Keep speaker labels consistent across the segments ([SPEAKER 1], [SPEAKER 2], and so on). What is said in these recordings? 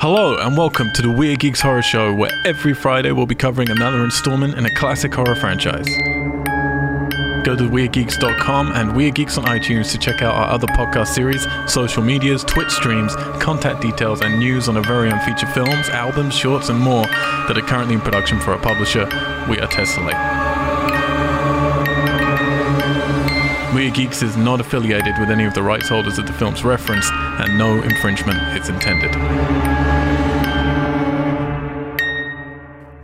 [SPEAKER 1] Hello and welcome to the Weird Gigs Horror Show, where every Friday we'll be covering another installment in a classic horror franchise. Go to WeirdGeeks.com and Weird Geeks on iTunes to check out our other podcast series, social medias, Twitch streams, contact details, and news on our very own feature films, albums, shorts, and more that are currently in production for our publisher, We Are Tessellate. Weird Geeks is not affiliated with any of the rights holders of the films referenced, and no infringement is intended.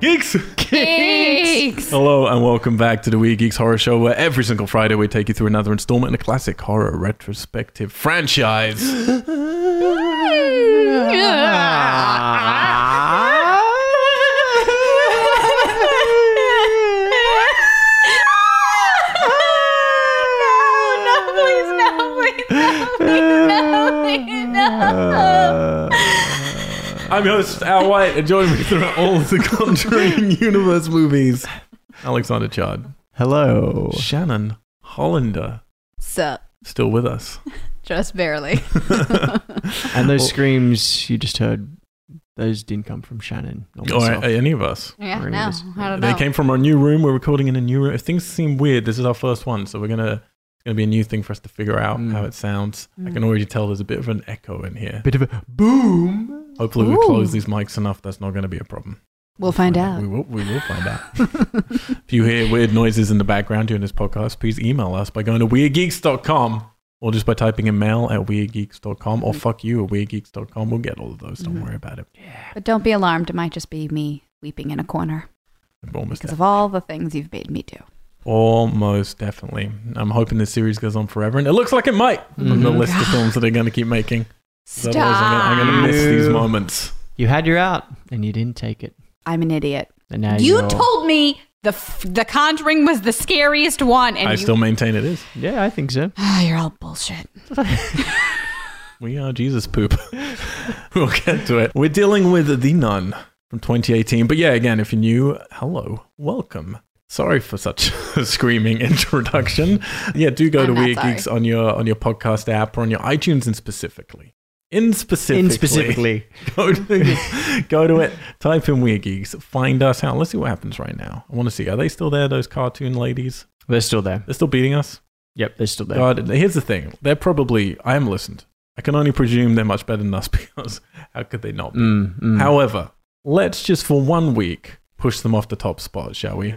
[SPEAKER 1] Geeks!
[SPEAKER 2] Thanks.
[SPEAKER 1] Hello and welcome back to the Wee Geeks Horror Show, where every single Friday we take you through another installment in a classic horror retrospective franchise.
[SPEAKER 3] Uh, Uh,
[SPEAKER 1] I'm your host Al White, and join me throughout all of the Conjuring universe movies. Alexander Chard,
[SPEAKER 3] Hello.
[SPEAKER 1] Shannon Hollander,
[SPEAKER 2] Sup.
[SPEAKER 1] still with us.
[SPEAKER 2] Just barely.
[SPEAKER 3] And those
[SPEAKER 1] Well-
[SPEAKER 3] screams you just heard, those didn't come from Shannon. Or
[SPEAKER 1] Or uh,
[SPEAKER 3] myself.
[SPEAKER 1] any of us.
[SPEAKER 2] Yeah,
[SPEAKER 3] Really
[SPEAKER 2] no,
[SPEAKER 3] is-
[SPEAKER 2] I don't know.
[SPEAKER 1] They came from our new room. We're recording in a new room. If things seem weird, this is our first one, so we're gonna it's gonna be a new thing for us to figure out
[SPEAKER 3] Mm.
[SPEAKER 1] how it sounds. I
[SPEAKER 2] Mm.
[SPEAKER 1] can already tell there's a bit of an echo in here.
[SPEAKER 3] Bit of a boom.
[SPEAKER 1] Hopefully, we
[SPEAKER 2] Ooh.
[SPEAKER 1] close these mics enough. That's not going to be a problem.
[SPEAKER 2] We'll find out.
[SPEAKER 1] We will. We will find out. if you hear weird noises in the background during this podcast, please email us by going to weirdgeeks.com or just by typing in mail at weirdgeeks.com or fuck you at weirdgeeks.com. We'll get all of those. Don't
[SPEAKER 2] Mhm.
[SPEAKER 1] worry about it.
[SPEAKER 2] But don't be alarmed. It might just be me weeping in a corner
[SPEAKER 1] We're Almost, there.
[SPEAKER 2] because of all the things you've made me do.
[SPEAKER 1] almost definitely. I'm hoping this series goes on forever, and it looks like it might from the
[SPEAKER 2] Mm-hmm.
[SPEAKER 3] Mhm.
[SPEAKER 1] list of films that they're going to keep making. 'Cause
[SPEAKER 2] Stop.
[SPEAKER 1] Otherwise, I'm gonna- I'm going to miss these
[SPEAKER 3] You-
[SPEAKER 1] moments.
[SPEAKER 3] You had your out and you didn't take it.
[SPEAKER 2] I'm an idiot.
[SPEAKER 3] And now
[SPEAKER 4] You
[SPEAKER 3] are
[SPEAKER 4] told me the f- the Conjuring was the scariest one, and
[SPEAKER 1] I
[SPEAKER 4] you,
[SPEAKER 1] still maintain it is.
[SPEAKER 3] Yeah, I think so.
[SPEAKER 2] Ah, you're all bullshit.
[SPEAKER 1] We are Jesus poop. we'll get to it. We're dealing with The Nun from 2018. But yeah, again, if you're new, hello, welcome. Sorry for such a screaming introduction. Yeah, do go
[SPEAKER 2] I'm
[SPEAKER 1] to
[SPEAKER 2] not
[SPEAKER 1] Weird
[SPEAKER 2] sorry.
[SPEAKER 1] Geeks on your on your podcast app or on your iTunes and specifically. In specifically,
[SPEAKER 3] In specifically.
[SPEAKER 1] go, to, go to it, type in Weird Geeks, find us out. Let's see what happens right now. I want to see. Are they still there, those cartoon ladies?
[SPEAKER 3] They're still there.
[SPEAKER 1] They're still beating us?
[SPEAKER 3] Yep, they're still there.
[SPEAKER 1] God, here's the thing. They're probably. I am listened. I can only presume they're much better than us because how could they not? be?
[SPEAKER 3] Mm, mm.
[SPEAKER 1] However, let's just for one week push them off the top spot, shall we?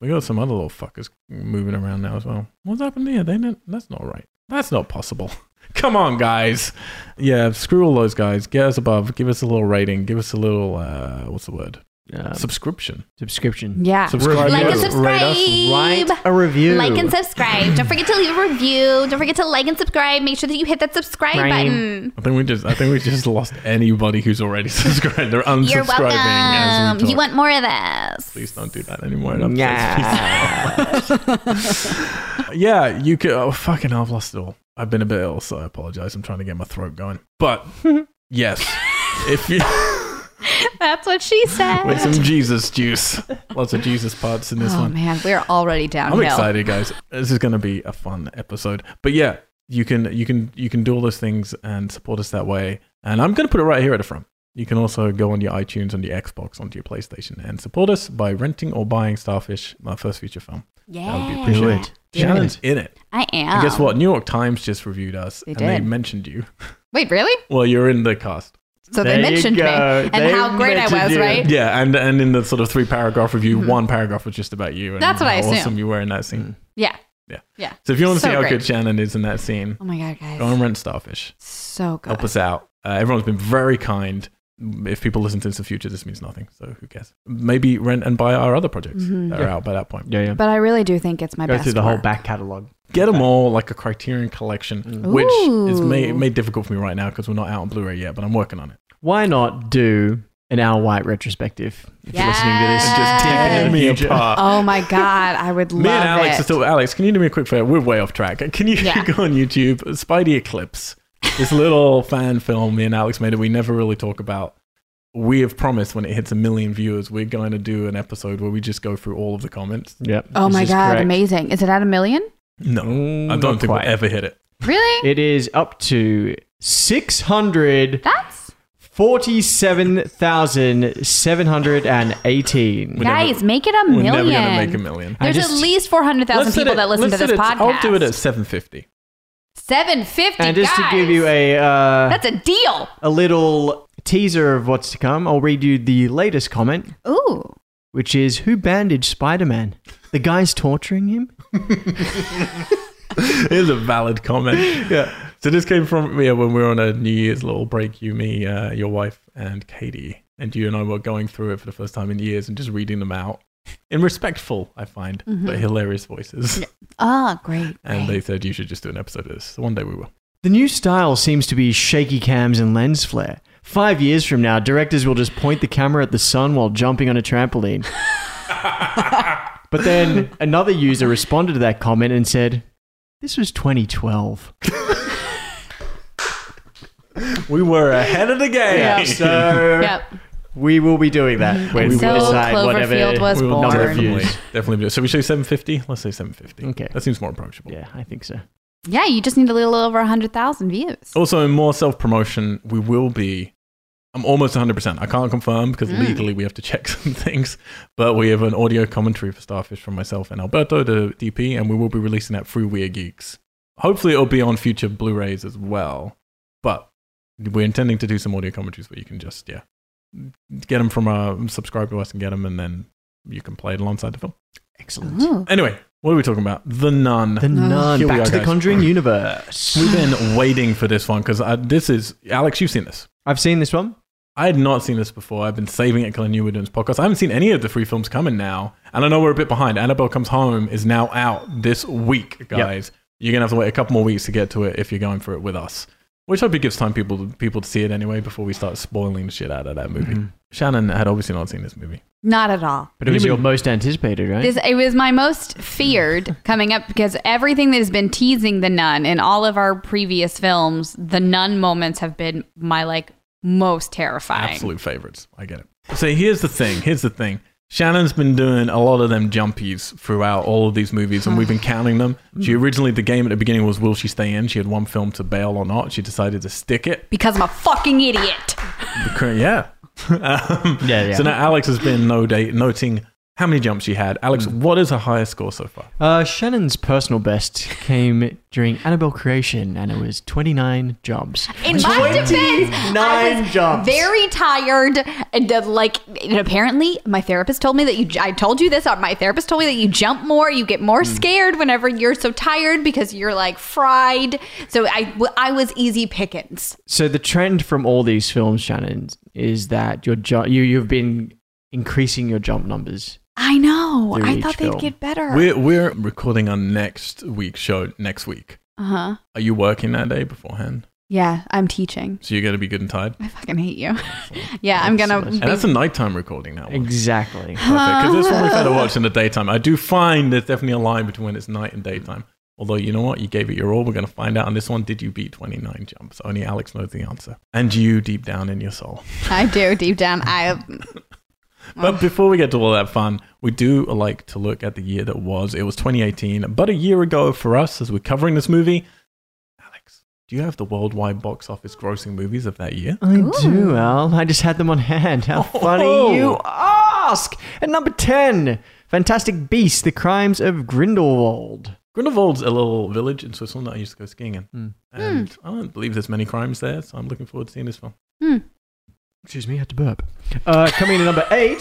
[SPEAKER 1] We got some other little fuckers moving around now as well. What's happened here? They didn't, that's not right. That's not possible. Come on, guys. Yeah, screw all those guys. Get us above. Give us a little rating. Give us a little uh, what's the word?
[SPEAKER 3] Uh,
[SPEAKER 1] Subscription.
[SPEAKER 3] subscription.
[SPEAKER 2] Yeah.
[SPEAKER 1] Subscribe.
[SPEAKER 5] Um, Like
[SPEAKER 1] us,
[SPEAKER 5] and
[SPEAKER 1] Rate us.
[SPEAKER 5] subscribe.
[SPEAKER 3] Write a review.
[SPEAKER 5] Like and subscribe. Don't forget to leave a review. Don't forget to like and subscribe. Make sure that you hit that subscribe
[SPEAKER 3] Right.
[SPEAKER 5] button.
[SPEAKER 1] I think we just. I think we just lost anybody who's already subscribed. They're unsubscribing.
[SPEAKER 5] You're
[SPEAKER 1] As we
[SPEAKER 5] welcome.
[SPEAKER 1] talk.
[SPEAKER 5] You want more of this.
[SPEAKER 1] Please don't do that anymore. It upsets
[SPEAKER 3] Yeah.
[SPEAKER 1] me. yeah, you could. Oh, fucking hell, I've lost it all. I've been a bit ill, so I apologize. I'm trying to get my throat going. But yes, if you
[SPEAKER 5] That's what she
[SPEAKER 1] with
[SPEAKER 5] said.
[SPEAKER 1] some Jesus juice, lots of Jesus parts in this
[SPEAKER 2] oh
[SPEAKER 1] one.
[SPEAKER 2] man, we're already downhill.
[SPEAKER 1] I'm excited, guys. This is going to be a fun episode. But yeah, you can you can you can do all those things and support us that way. And I'm going to put it right here at the front. You can also go on your iTunes, on your Xbox, onto your PlayStation, and support us by renting or buying Starfish, my first feature film. That would be
[SPEAKER 5] Yeah.
[SPEAKER 3] Do it. Do
[SPEAKER 1] Shannon's
[SPEAKER 3] it.
[SPEAKER 1] in it.
[SPEAKER 5] I am.
[SPEAKER 1] And guess what? New York Times just reviewed us,
[SPEAKER 2] They
[SPEAKER 1] and they
[SPEAKER 2] did.
[SPEAKER 1] mentioned you.
[SPEAKER 2] Wait, really?
[SPEAKER 1] Well, you're in the cast.
[SPEAKER 2] So they
[SPEAKER 3] There you
[SPEAKER 2] mentioned me
[SPEAKER 3] go.
[SPEAKER 2] and
[SPEAKER 3] They
[SPEAKER 2] how great I
[SPEAKER 3] mentioned
[SPEAKER 2] was,
[SPEAKER 3] you.
[SPEAKER 2] right?
[SPEAKER 1] Yeah, and and in the sort of three paragraph review, one paragraph was just about you. And
[SPEAKER 2] Mm-hmm. That's what I
[SPEAKER 1] how
[SPEAKER 2] assume.
[SPEAKER 1] Awesome you were in that scene.
[SPEAKER 2] Yeah.
[SPEAKER 1] Yeah.
[SPEAKER 2] Yeah.
[SPEAKER 1] So if you want to
[SPEAKER 2] So
[SPEAKER 1] see how
[SPEAKER 2] great.
[SPEAKER 1] good Shannon is in that scene,
[SPEAKER 2] Oh my god, guys.
[SPEAKER 1] Go and rent Starfish.
[SPEAKER 2] so good.
[SPEAKER 1] Help us out. Uh, everyone's been very kind. If people listen to this in the future, this means nothing. So who cares? Maybe rent and buy our other projects
[SPEAKER 2] Mhm.
[SPEAKER 1] that are
[SPEAKER 3] Yeah.
[SPEAKER 1] out by that point.
[SPEAKER 3] Yeah, yeah.
[SPEAKER 2] But I really do think it's my
[SPEAKER 3] Go
[SPEAKER 2] best.
[SPEAKER 3] through the whole
[SPEAKER 2] work.
[SPEAKER 3] back catalogue.
[SPEAKER 1] Get them all like a Criterion collection,
[SPEAKER 3] Mm.
[SPEAKER 1] which is made,
[SPEAKER 2] Ooh.
[SPEAKER 1] made difficult for me right now because we're not out on Blu-ray yet, but I'm working on it.
[SPEAKER 3] Why not do an Al White retrospective? If you're listening to this,
[SPEAKER 5] Yes. Just
[SPEAKER 3] take it in the
[SPEAKER 1] me
[SPEAKER 3] future.
[SPEAKER 1] apart.
[SPEAKER 2] Oh my god, I would love
[SPEAKER 1] Me and Alex
[SPEAKER 2] it.
[SPEAKER 1] are still. Alex, can you do me a quick favor? We're way off track. Can you
[SPEAKER 5] Yeah.
[SPEAKER 1] go on YouTube? Spidey Eclipse. This little fan film me and Alex made that we never really talk about. We have promised when it hits a million viewers, we're going to do an episode where we just go through all of the comments.
[SPEAKER 3] Yep.
[SPEAKER 2] oh
[SPEAKER 3] this
[SPEAKER 2] my
[SPEAKER 3] is
[SPEAKER 2] god,
[SPEAKER 3] correct.
[SPEAKER 2] amazing! Is it at a million?
[SPEAKER 1] No,
[SPEAKER 3] Mm,
[SPEAKER 1] I
[SPEAKER 3] not
[SPEAKER 1] don't think
[SPEAKER 3] quite.
[SPEAKER 1] we'll ever hit it.
[SPEAKER 2] Really?
[SPEAKER 3] It is up to 600.
[SPEAKER 5] That's
[SPEAKER 3] 47,718.
[SPEAKER 1] never-
[SPEAKER 2] Guys, make it a
[SPEAKER 1] We're
[SPEAKER 2] 1000000
[SPEAKER 1] never gonna make a million.
[SPEAKER 2] There's
[SPEAKER 3] I just-
[SPEAKER 2] at least 400,000
[SPEAKER 1] Let's set
[SPEAKER 2] people
[SPEAKER 1] it-
[SPEAKER 2] that listen to
[SPEAKER 1] let's
[SPEAKER 2] this
[SPEAKER 1] set it-
[SPEAKER 2] podcast.
[SPEAKER 1] I'll do it at 750.
[SPEAKER 2] 750.
[SPEAKER 3] And just
[SPEAKER 2] guys.
[SPEAKER 3] to give you a uh,
[SPEAKER 2] That's a deal.
[SPEAKER 3] a little teaser of what's to come, I'll read you the latest comment,
[SPEAKER 2] Ooh.
[SPEAKER 3] which is who bandaged Spider-Man? The guy's torturing him?
[SPEAKER 1] it is a valid comment.
[SPEAKER 3] Yeah.
[SPEAKER 1] So this came from yeah when we were on a New Year's little break. You, me, uh, your wife, and Katie, and you and I were going through it for the first time in years and just reading them out in respectful, I find, but hilarious voices.
[SPEAKER 2] Oh, great.
[SPEAKER 1] And
[SPEAKER 2] great.
[SPEAKER 1] they said you should just do an episode of this. So one day we will.
[SPEAKER 3] The new style seems to be shaky cams and lens flare. Five years from now, directors will just point the camera at the sun while jumping on a trampoline. but then another user responded to that comment and said, This was 2012.
[SPEAKER 1] We were ahead of the game.
[SPEAKER 2] Yeah.
[SPEAKER 3] So
[SPEAKER 2] Yep.
[SPEAKER 3] we will be doing that when
[SPEAKER 1] We
[SPEAKER 3] we
[SPEAKER 1] will.
[SPEAKER 2] So
[SPEAKER 3] decide
[SPEAKER 2] Cloverfield
[SPEAKER 3] whatever.
[SPEAKER 2] was
[SPEAKER 1] we will
[SPEAKER 2] born.
[SPEAKER 3] number of
[SPEAKER 1] definitely,
[SPEAKER 3] views.
[SPEAKER 1] definitely do it. So we show 750. Let's say 750.
[SPEAKER 3] Okay.
[SPEAKER 1] that seems more approachable.
[SPEAKER 3] yeah, I think so.
[SPEAKER 2] Yeah, you just need a little over 100,000 views.
[SPEAKER 1] Also, in more self promotion, we will be. I'm almost 100%. I can't confirm because legally we have to check some things, but we have an audio commentary for Starfish from myself and Alberto, the DP, and we will be releasing that through Weird Geeks. Hopefully, it'll be on future Blu rays as well, but we're intending to do some audio commentaries where you can just, yeah, get them from uh subscribe to us and get them, and then you can play it alongside the film. Oh.
[SPEAKER 3] Excellent.
[SPEAKER 2] Ooh.
[SPEAKER 1] Anyway, what are we talking about? The Nun.
[SPEAKER 2] Oh.
[SPEAKER 3] The Nun.
[SPEAKER 1] Here we
[SPEAKER 3] Back
[SPEAKER 1] are,
[SPEAKER 3] to the
[SPEAKER 1] guys.
[SPEAKER 3] Conjuring universe.
[SPEAKER 1] We've been waiting for this one because this is, Alex, you've seen this.
[SPEAKER 3] I've seen this one.
[SPEAKER 1] I had not seen this before. I've been saving it because I knew we were doing this podcast. I haven't seen any of the free films coming now, and I know we're a bit behind. Annabelle Comes Home is now out this week, guys. You're gonna have to wait a couple more weeks to get to it if you're going for it with us. Which hopefully gives time people people to see it anyway before we start spoiling the shit out of that
[SPEAKER 3] Mm-hmm.
[SPEAKER 1] movie. Shannon had obviously not seen this movie.
[SPEAKER 2] Not at all.
[SPEAKER 3] But it was your most anticipated, right?
[SPEAKER 2] This, it was my most feared coming up because everything that has been teasing the nun in all of our previous films, the nun moments have been my like most terrifying.
[SPEAKER 1] Absolute favorites. I get it. So here's the thing. Here's the thing. Shannon's been doing a lot of them jumpies throughout all of these movies, and we've been counting them. She
[SPEAKER 3] Mm.
[SPEAKER 1] originally, the game at the beginning was Will She Stay In? She had one film to bail or not. She decided to stick it.
[SPEAKER 2] Because I'm a fucking idiot.
[SPEAKER 1] Cor- Yeah. um,
[SPEAKER 3] Yeah, yeah.
[SPEAKER 1] So now Alex has been no date noting how many jumps she had. Alex,
[SPEAKER 3] Mm.
[SPEAKER 1] what is her highest score so far?
[SPEAKER 3] Uh, Shannon's personal best came during Annabelle creation, and it was 29 jobs.
[SPEAKER 2] In my defense, I was very tired. And uh, like, and apparently, my therapist told me that you. I told you this. uh, My therapist told me that you jump more. You get more scared whenever you're so tired because you're like fried. So I, w- I was easy pickings.
[SPEAKER 3] So the trend from all these films, Shannon, is that your jo- you you've been increasing your jump numbers.
[SPEAKER 2] I know.
[SPEAKER 3] Through
[SPEAKER 2] I
[SPEAKER 3] each
[SPEAKER 2] thought they'd
[SPEAKER 3] film.
[SPEAKER 2] get better.
[SPEAKER 1] We're, we're recording our next week's show next week.
[SPEAKER 2] uh huh.
[SPEAKER 1] Are you working that day beforehand?
[SPEAKER 2] Yeah, I'm teaching.
[SPEAKER 1] So you're going to be good and tired?
[SPEAKER 2] I fucking hate you. yeah, I'm gonna.
[SPEAKER 3] Excellent.
[SPEAKER 1] And that's a nighttime recording
[SPEAKER 3] Oh.
[SPEAKER 1] now.
[SPEAKER 3] Exactly.
[SPEAKER 1] Because this one we've had to watch in the daytime. I do find there's definitely a line between when it's night and daytime. Although, you know what? You gave it your all. We're going to find out on this one. Did you beat 29 jumps? Only Alex knows the answer. And you deep down in your soul.
[SPEAKER 2] I do deep down. I Oh.
[SPEAKER 1] But before we get to all that fun, we do like to look at the year that was. It was 2018, about a year ago for us as we're covering this movie. Alex, do you have the worldwide box office grossing movies of that year?
[SPEAKER 3] I do, Al. I just had them on hand. How
[SPEAKER 1] Oh.
[SPEAKER 3] funny you ask! At number 10, Fantastic Beasts, The Crimes of Grindelwald.
[SPEAKER 1] Grindelwald's a little village in Switzerland that I used to go skiing in.
[SPEAKER 3] Hmm.
[SPEAKER 1] And I don't believe there's many crimes there, so I'm looking forward to seeing this film.
[SPEAKER 2] hmm.
[SPEAKER 3] Excuse me, I had to burp. Uh, coming in at number eight,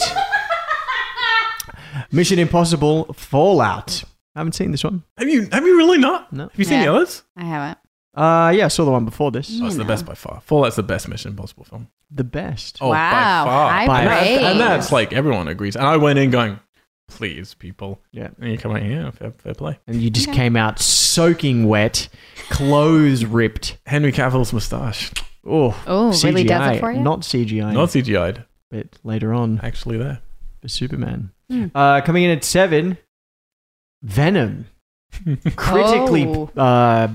[SPEAKER 3] Mission Impossible Fallout. I haven't seen this one.
[SPEAKER 1] Have you, have you really not?
[SPEAKER 3] No.
[SPEAKER 1] Have you seen
[SPEAKER 2] Yeah.
[SPEAKER 1] the others?
[SPEAKER 2] I haven't.
[SPEAKER 3] Uh, yeah, I saw the one before this.
[SPEAKER 2] You
[SPEAKER 1] That's the
[SPEAKER 2] know.
[SPEAKER 1] best by far. Fallout's the best Mission Impossible film.
[SPEAKER 3] The best.
[SPEAKER 1] Oh,
[SPEAKER 2] Wow,
[SPEAKER 1] by far.
[SPEAKER 2] high
[SPEAKER 3] By
[SPEAKER 1] and, that-
[SPEAKER 2] praise.
[SPEAKER 1] and that's like everyone agrees. And I went in going, please, people.
[SPEAKER 3] Yeah.
[SPEAKER 1] And you come out here, fair, fair play.
[SPEAKER 3] And you just came out soaking wet, clothes ripped.
[SPEAKER 1] Henry Cavill's mustache.
[SPEAKER 3] Oh,
[SPEAKER 2] Oh,
[SPEAKER 3] CGI.
[SPEAKER 2] really does it for you?
[SPEAKER 3] Not CGI,
[SPEAKER 1] Not CGI'd,
[SPEAKER 3] but later on
[SPEAKER 1] actually there.
[SPEAKER 3] for Superman.
[SPEAKER 2] Hmm.
[SPEAKER 3] Uh, coming in at seven, Venom.
[SPEAKER 1] Mm-hmm.
[SPEAKER 3] Critically
[SPEAKER 2] Oh.
[SPEAKER 3] uh,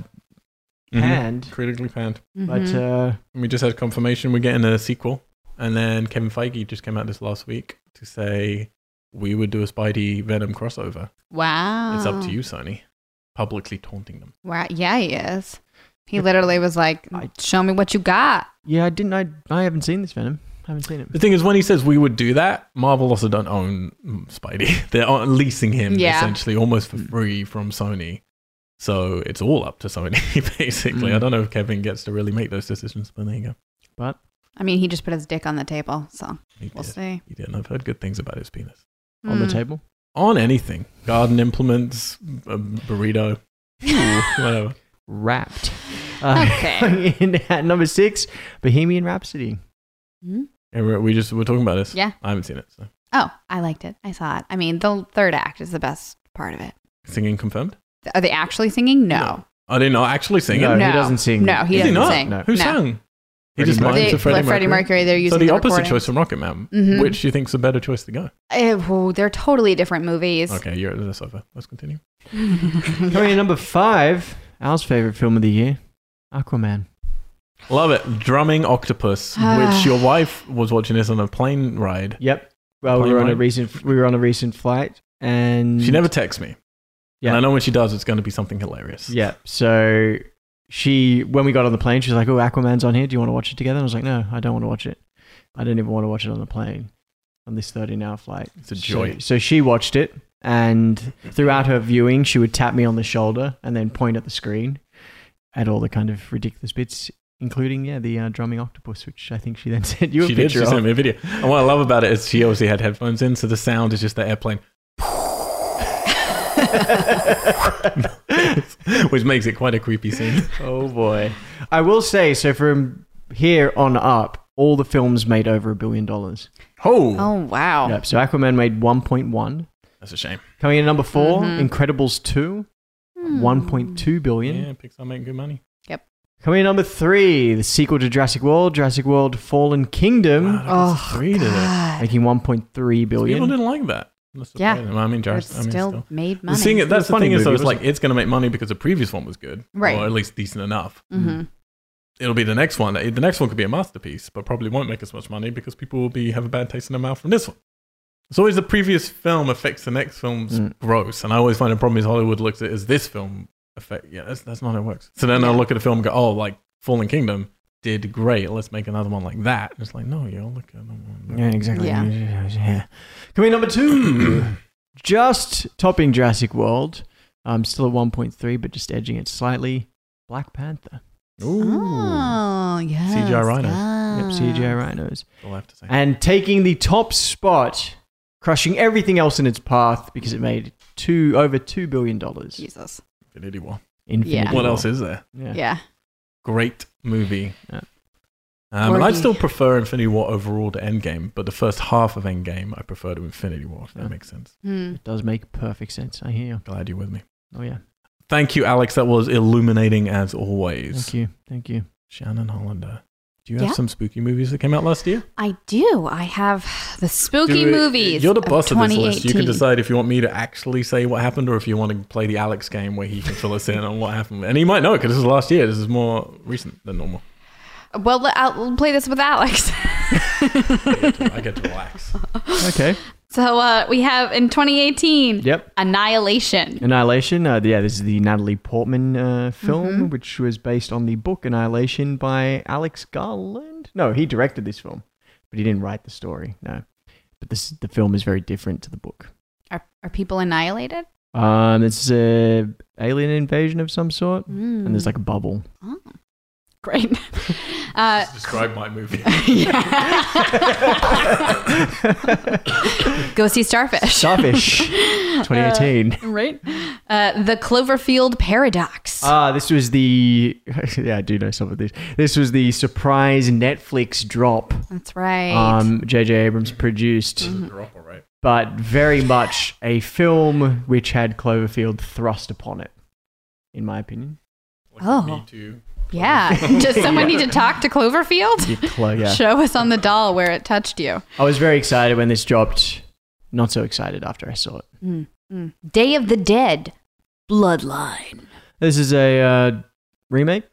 [SPEAKER 1] Mhm.
[SPEAKER 3] panned,
[SPEAKER 1] Critically panned.
[SPEAKER 2] Mm-hmm.
[SPEAKER 3] but uh,
[SPEAKER 1] And we just had confirmation we're getting a sequel. And then Kevin Feige just came out this last week to say we would do a Spidey Venom crossover.
[SPEAKER 2] wow. Ah.
[SPEAKER 1] It's up to you, Sony. Publicly taunting them.
[SPEAKER 2] Wow. Yeah, he is. He literally was like, "Show me what you got."
[SPEAKER 3] Yeah, I didn't. I I haven't seen this Venom. I haven't seen it.
[SPEAKER 1] The thing is, when he says we would do that, Marvel also don't own Spidey. They're on- leasing him
[SPEAKER 2] Yeah.
[SPEAKER 1] essentially almost for free from Sony. So it's all up to Sony, basically.
[SPEAKER 3] Mm.
[SPEAKER 1] I don't know if Kevin gets to really make those decisions, but there you go.
[SPEAKER 3] But
[SPEAKER 2] I mean, he just put his dick on the table, so
[SPEAKER 1] He
[SPEAKER 2] we'll
[SPEAKER 1] did.
[SPEAKER 2] see.
[SPEAKER 1] He did. And I've heard good things about his penis.
[SPEAKER 3] on the
[SPEAKER 2] Mm.
[SPEAKER 3] table,
[SPEAKER 1] On anything garden implements, a burrito, whatever.
[SPEAKER 3] wrapped. Uh,
[SPEAKER 2] Okay.
[SPEAKER 3] in at number six, Bohemian Rhapsody.
[SPEAKER 1] And we're, we just, we're talking about this.
[SPEAKER 2] Yeah.
[SPEAKER 1] I haven't seen it. So.
[SPEAKER 2] Hmm? Oh, I liked it. I saw it. I mean, the third act is the best part of it.
[SPEAKER 1] Singing confirmed?
[SPEAKER 2] Are they actually singing? No.
[SPEAKER 1] No. Are they not actually singing?
[SPEAKER 3] No,
[SPEAKER 2] no,
[SPEAKER 3] he doesn't sing.
[SPEAKER 2] No, he
[SPEAKER 1] Is
[SPEAKER 2] doesn't
[SPEAKER 1] not?
[SPEAKER 2] sing.
[SPEAKER 3] No.
[SPEAKER 1] Who
[SPEAKER 2] no.
[SPEAKER 1] sang? He
[SPEAKER 3] Freddie
[SPEAKER 1] just
[SPEAKER 3] Mercury.
[SPEAKER 1] mimed
[SPEAKER 2] They,
[SPEAKER 1] to Freddie
[SPEAKER 2] Freddie,
[SPEAKER 1] Mercury.
[SPEAKER 2] Mercury. They're
[SPEAKER 1] So
[SPEAKER 2] using
[SPEAKER 1] the
[SPEAKER 2] the
[SPEAKER 1] opposite
[SPEAKER 2] recording.
[SPEAKER 1] choice from Rocket Man,
[SPEAKER 2] Mhm.
[SPEAKER 1] which do you think's a better choice to go?
[SPEAKER 2] Eh, whoa, they're totally different movies.
[SPEAKER 1] Okay, you're at the sofa. Let's continue.
[SPEAKER 3] Coming in number five, Al's favorite film of the year, Aquaman.
[SPEAKER 1] Love it. Drumming Octopus,
[SPEAKER 2] Ah.
[SPEAKER 1] which your wife was watching this on a plane ride.
[SPEAKER 3] Yep. Well, we
[SPEAKER 1] Plane
[SPEAKER 3] were on a
[SPEAKER 1] ride?
[SPEAKER 3] recent we were on a recent flight, and
[SPEAKER 1] She never texts me.
[SPEAKER 3] Yeah.
[SPEAKER 1] And I know when she does, it's going to be something hilarious.
[SPEAKER 3] Yeah. So she, when we got on the plane, she was like, "Oh, Aquaman's on here. Do you want to watch it together?" And I was like, "No, I don't want to watch it. I didn't even want to watch it on the plane on this thirteen-hour flight."
[SPEAKER 1] It's a joy.
[SPEAKER 3] So, so she watched it, and throughout her viewing, she would tap me on the shoulder and then point at the screen at all the kind of ridiculous bits, including yeah, the uh, drumming octopus, which I think she then sent you a
[SPEAKER 1] she did.
[SPEAKER 3] picture
[SPEAKER 1] She
[SPEAKER 3] of.
[SPEAKER 1] sent me a video. And what I love about it is she obviously had headphones in, so the sound is just the airplane, which makes it quite a creepy scene.
[SPEAKER 3] Oh boy. I will say, so from here on up, all the films made over a billion dollars.
[SPEAKER 1] Oh,
[SPEAKER 2] Oh wow.
[SPEAKER 3] Yep. So Aquaman made 1.1.
[SPEAKER 1] that's a shame.
[SPEAKER 3] Coming in at number 4
[SPEAKER 2] Mhm.
[SPEAKER 3] Incredibles 2,
[SPEAKER 2] Hmm.
[SPEAKER 3] 1.2 billion.
[SPEAKER 1] Yeah, Pixar making good money.
[SPEAKER 3] Coming in at number three, the sequel to Jurassic World, Jurassic World Fallen Kingdom,
[SPEAKER 1] Wow, that's
[SPEAKER 2] Oh,
[SPEAKER 1] three to it.
[SPEAKER 2] God.
[SPEAKER 3] making 1.3
[SPEAKER 1] People
[SPEAKER 3] billion.
[SPEAKER 1] didn't like that. That's the
[SPEAKER 2] Yeah.
[SPEAKER 1] problem. I mean,
[SPEAKER 2] But
[SPEAKER 1] Jurassic. I mean,
[SPEAKER 2] still,
[SPEAKER 1] still.
[SPEAKER 2] made
[SPEAKER 1] The
[SPEAKER 2] money.
[SPEAKER 1] thing, that's the
[SPEAKER 3] funny
[SPEAKER 1] thing is, though,
[SPEAKER 3] movie,
[SPEAKER 1] it's like
[SPEAKER 3] wasn't
[SPEAKER 1] it's going to make money because the previous one was good,
[SPEAKER 2] Right.
[SPEAKER 1] Or at least decent enough.
[SPEAKER 2] Mhm.
[SPEAKER 1] It'll be the next one. The next one could be a masterpiece, but probably won't make as much money because people will be have a bad taste in their mouth from this one. It's always the previous film affects the next film's
[SPEAKER 3] Mm.
[SPEAKER 1] gross, and I always find the problem is Hollywood looks at it as this film affect. Yeah, that's that's not how it works. So then I'll look at a film and go, oh, like Fallen Kingdom did great. Let's make another one like that. And it's like, no, you'll look at another one.
[SPEAKER 3] Yeah, exactly.
[SPEAKER 2] Yeah.
[SPEAKER 3] Yeah. Coming in number two, just topping Jurassic World. Um, still at 1.3, but just edging it slightly. Black Panther.
[SPEAKER 1] Ooh,
[SPEAKER 2] Oh yeah.
[SPEAKER 1] CGI rhinos.
[SPEAKER 2] Ah.
[SPEAKER 3] Yep, CGI rhinos.
[SPEAKER 1] That's all I have to say.
[SPEAKER 3] And taking the top spot, crushing everything else in its path because it made two over two billion dollars.
[SPEAKER 2] Jesus.
[SPEAKER 1] Infinity War.
[SPEAKER 3] Infinity
[SPEAKER 2] Yeah.
[SPEAKER 1] What
[SPEAKER 3] War.
[SPEAKER 1] else is there?
[SPEAKER 3] Yeah.
[SPEAKER 2] Yeah.
[SPEAKER 1] great movie.
[SPEAKER 3] Yeah.
[SPEAKER 1] Um, and
[SPEAKER 2] Or
[SPEAKER 1] I'd
[SPEAKER 2] the-
[SPEAKER 1] still prefer Infinity War overall to Endgame, but the first half of Endgame I prefer to Infinity War, if
[SPEAKER 3] Yeah.
[SPEAKER 1] that makes sense.
[SPEAKER 2] Hmm.
[SPEAKER 3] It does make perfect sense. I hear you.
[SPEAKER 1] Glad you're with me.
[SPEAKER 3] Oh yeah.
[SPEAKER 1] Thank you, Alex. That was illuminating as always.
[SPEAKER 3] Thank you. Thank you.
[SPEAKER 1] Shannon Hollander. Do you have
[SPEAKER 2] Yeah.
[SPEAKER 1] some spooky movies that came out last year?
[SPEAKER 2] I do. I have the spooky
[SPEAKER 1] Do-
[SPEAKER 2] movies.
[SPEAKER 1] You're the boss
[SPEAKER 2] of,
[SPEAKER 1] of, this list. You can
[SPEAKER 2] 2018.
[SPEAKER 1] decide if you want me to actually say what happened or if you want to play the Alex game where he can fill us in on what happened. And he might know because this is last year. This is more recent than normal.
[SPEAKER 2] Well, let- I'll play this with Alex.
[SPEAKER 1] I get to, I get to relax.
[SPEAKER 2] Uh,
[SPEAKER 3] Okay.
[SPEAKER 2] So uh, we have in 2018,
[SPEAKER 3] Yep.
[SPEAKER 2] Annihilation.
[SPEAKER 3] Annihilation. Uh, yeah, this is the Natalie Portman uh, film, which was based on the book Annihilation by Alex Garland. No, he directed this film, but he didn't write the story. No, but this the film is very different to the book.
[SPEAKER 2] Are, are people annihilated?
[SPEAKER 3] Um, it's a alien invasion of some sort, and there's like a bubble.
[SPEAKER 2] Mm. Great. Uh,
[SPEAKER 1] Describe my movie.
[SPEAKER 2] go see Starfish.
[SPEAKER 3] Starfish, 2018.
[SPEAKER 2] right? Uh, the Cloverfield Paradox.
[SPEAKER 3] Ah, this was the yeah, I do know some of this. This was the surprise Netflix drop.
[SPEAKER 2] That's right.
[SPEAKER 3] Um, J.J. Abrams produced.
[SPEAKER 1] Drop, all right.
[SPEAKER 3] but very much a film which had Cloverfield thrust upon it, in my opinion.
[SPEAKER 1] Like oh.
[SPEAKER 2] Oh.
[SPEAKER 1] need to
[SPEAKER 2] yeah. Does someone need to talk to Cloverfield?
[SPEAKER 3] Yeah, Clo- yeah.
[SPEAKER 2] Show us on the doll where it touched you.
[SPEAKER 3] I was very excited when this dropped. Not so excited after I saw it.
[SPEAKER 2] Mm, Day of the Dead. Bloodline.
[SPEAKER 3] This is a uh, remake,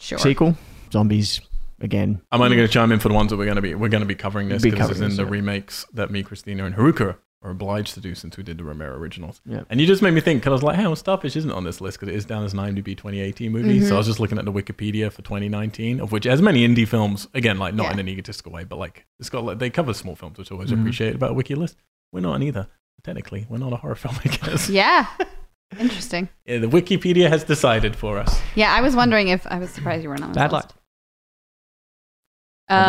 [SPEAKER 2] Sure.
[SPEAKER 3] sequel, zombies again.
[SPEAKER 1] I'm only going to chime in for the ones that we're going to be we're going to be covering this
[SPEAKER 3] Be
[SPEAKER 1] because it's
[SPEAKER 3] covering
[SPEAKER 1] in the
[SPEAKER 3] this, yeah.
[SPEAKER 1] remakes that me, Christina, and Haruka are obliged to do since we did the Romero originals.
[SPEAKER 3] Yeah.
[SPEAKER 1] And you just made me think, because I was like, hey, well, Starfish isn't on this list because it is down as an IMDb 2018 movie. So I was just looking at the Wikipedia for 2019, of which, as many indie films, again, like not
[SPEAKER 2] Yeah.
[SPEAKER 1] in an egotistical way, but like it's got, like, they cover small films, which I always appreciate about a wiki list. We're not on either. Technically, we're not a horror film, I guess.
[SPEAKER 2] Yeah. Interesting.
[SPEAKER 1] Yeah, the Wikipedia has decided for us.
[SPEAKER 2] Yeah, I was wondering if I was surprised you weren't on this
[SPEAKER 1] Bad
[SPEAKER 2] list.
[SPEAKER 1] luck.
[SPEAKER 3] I'll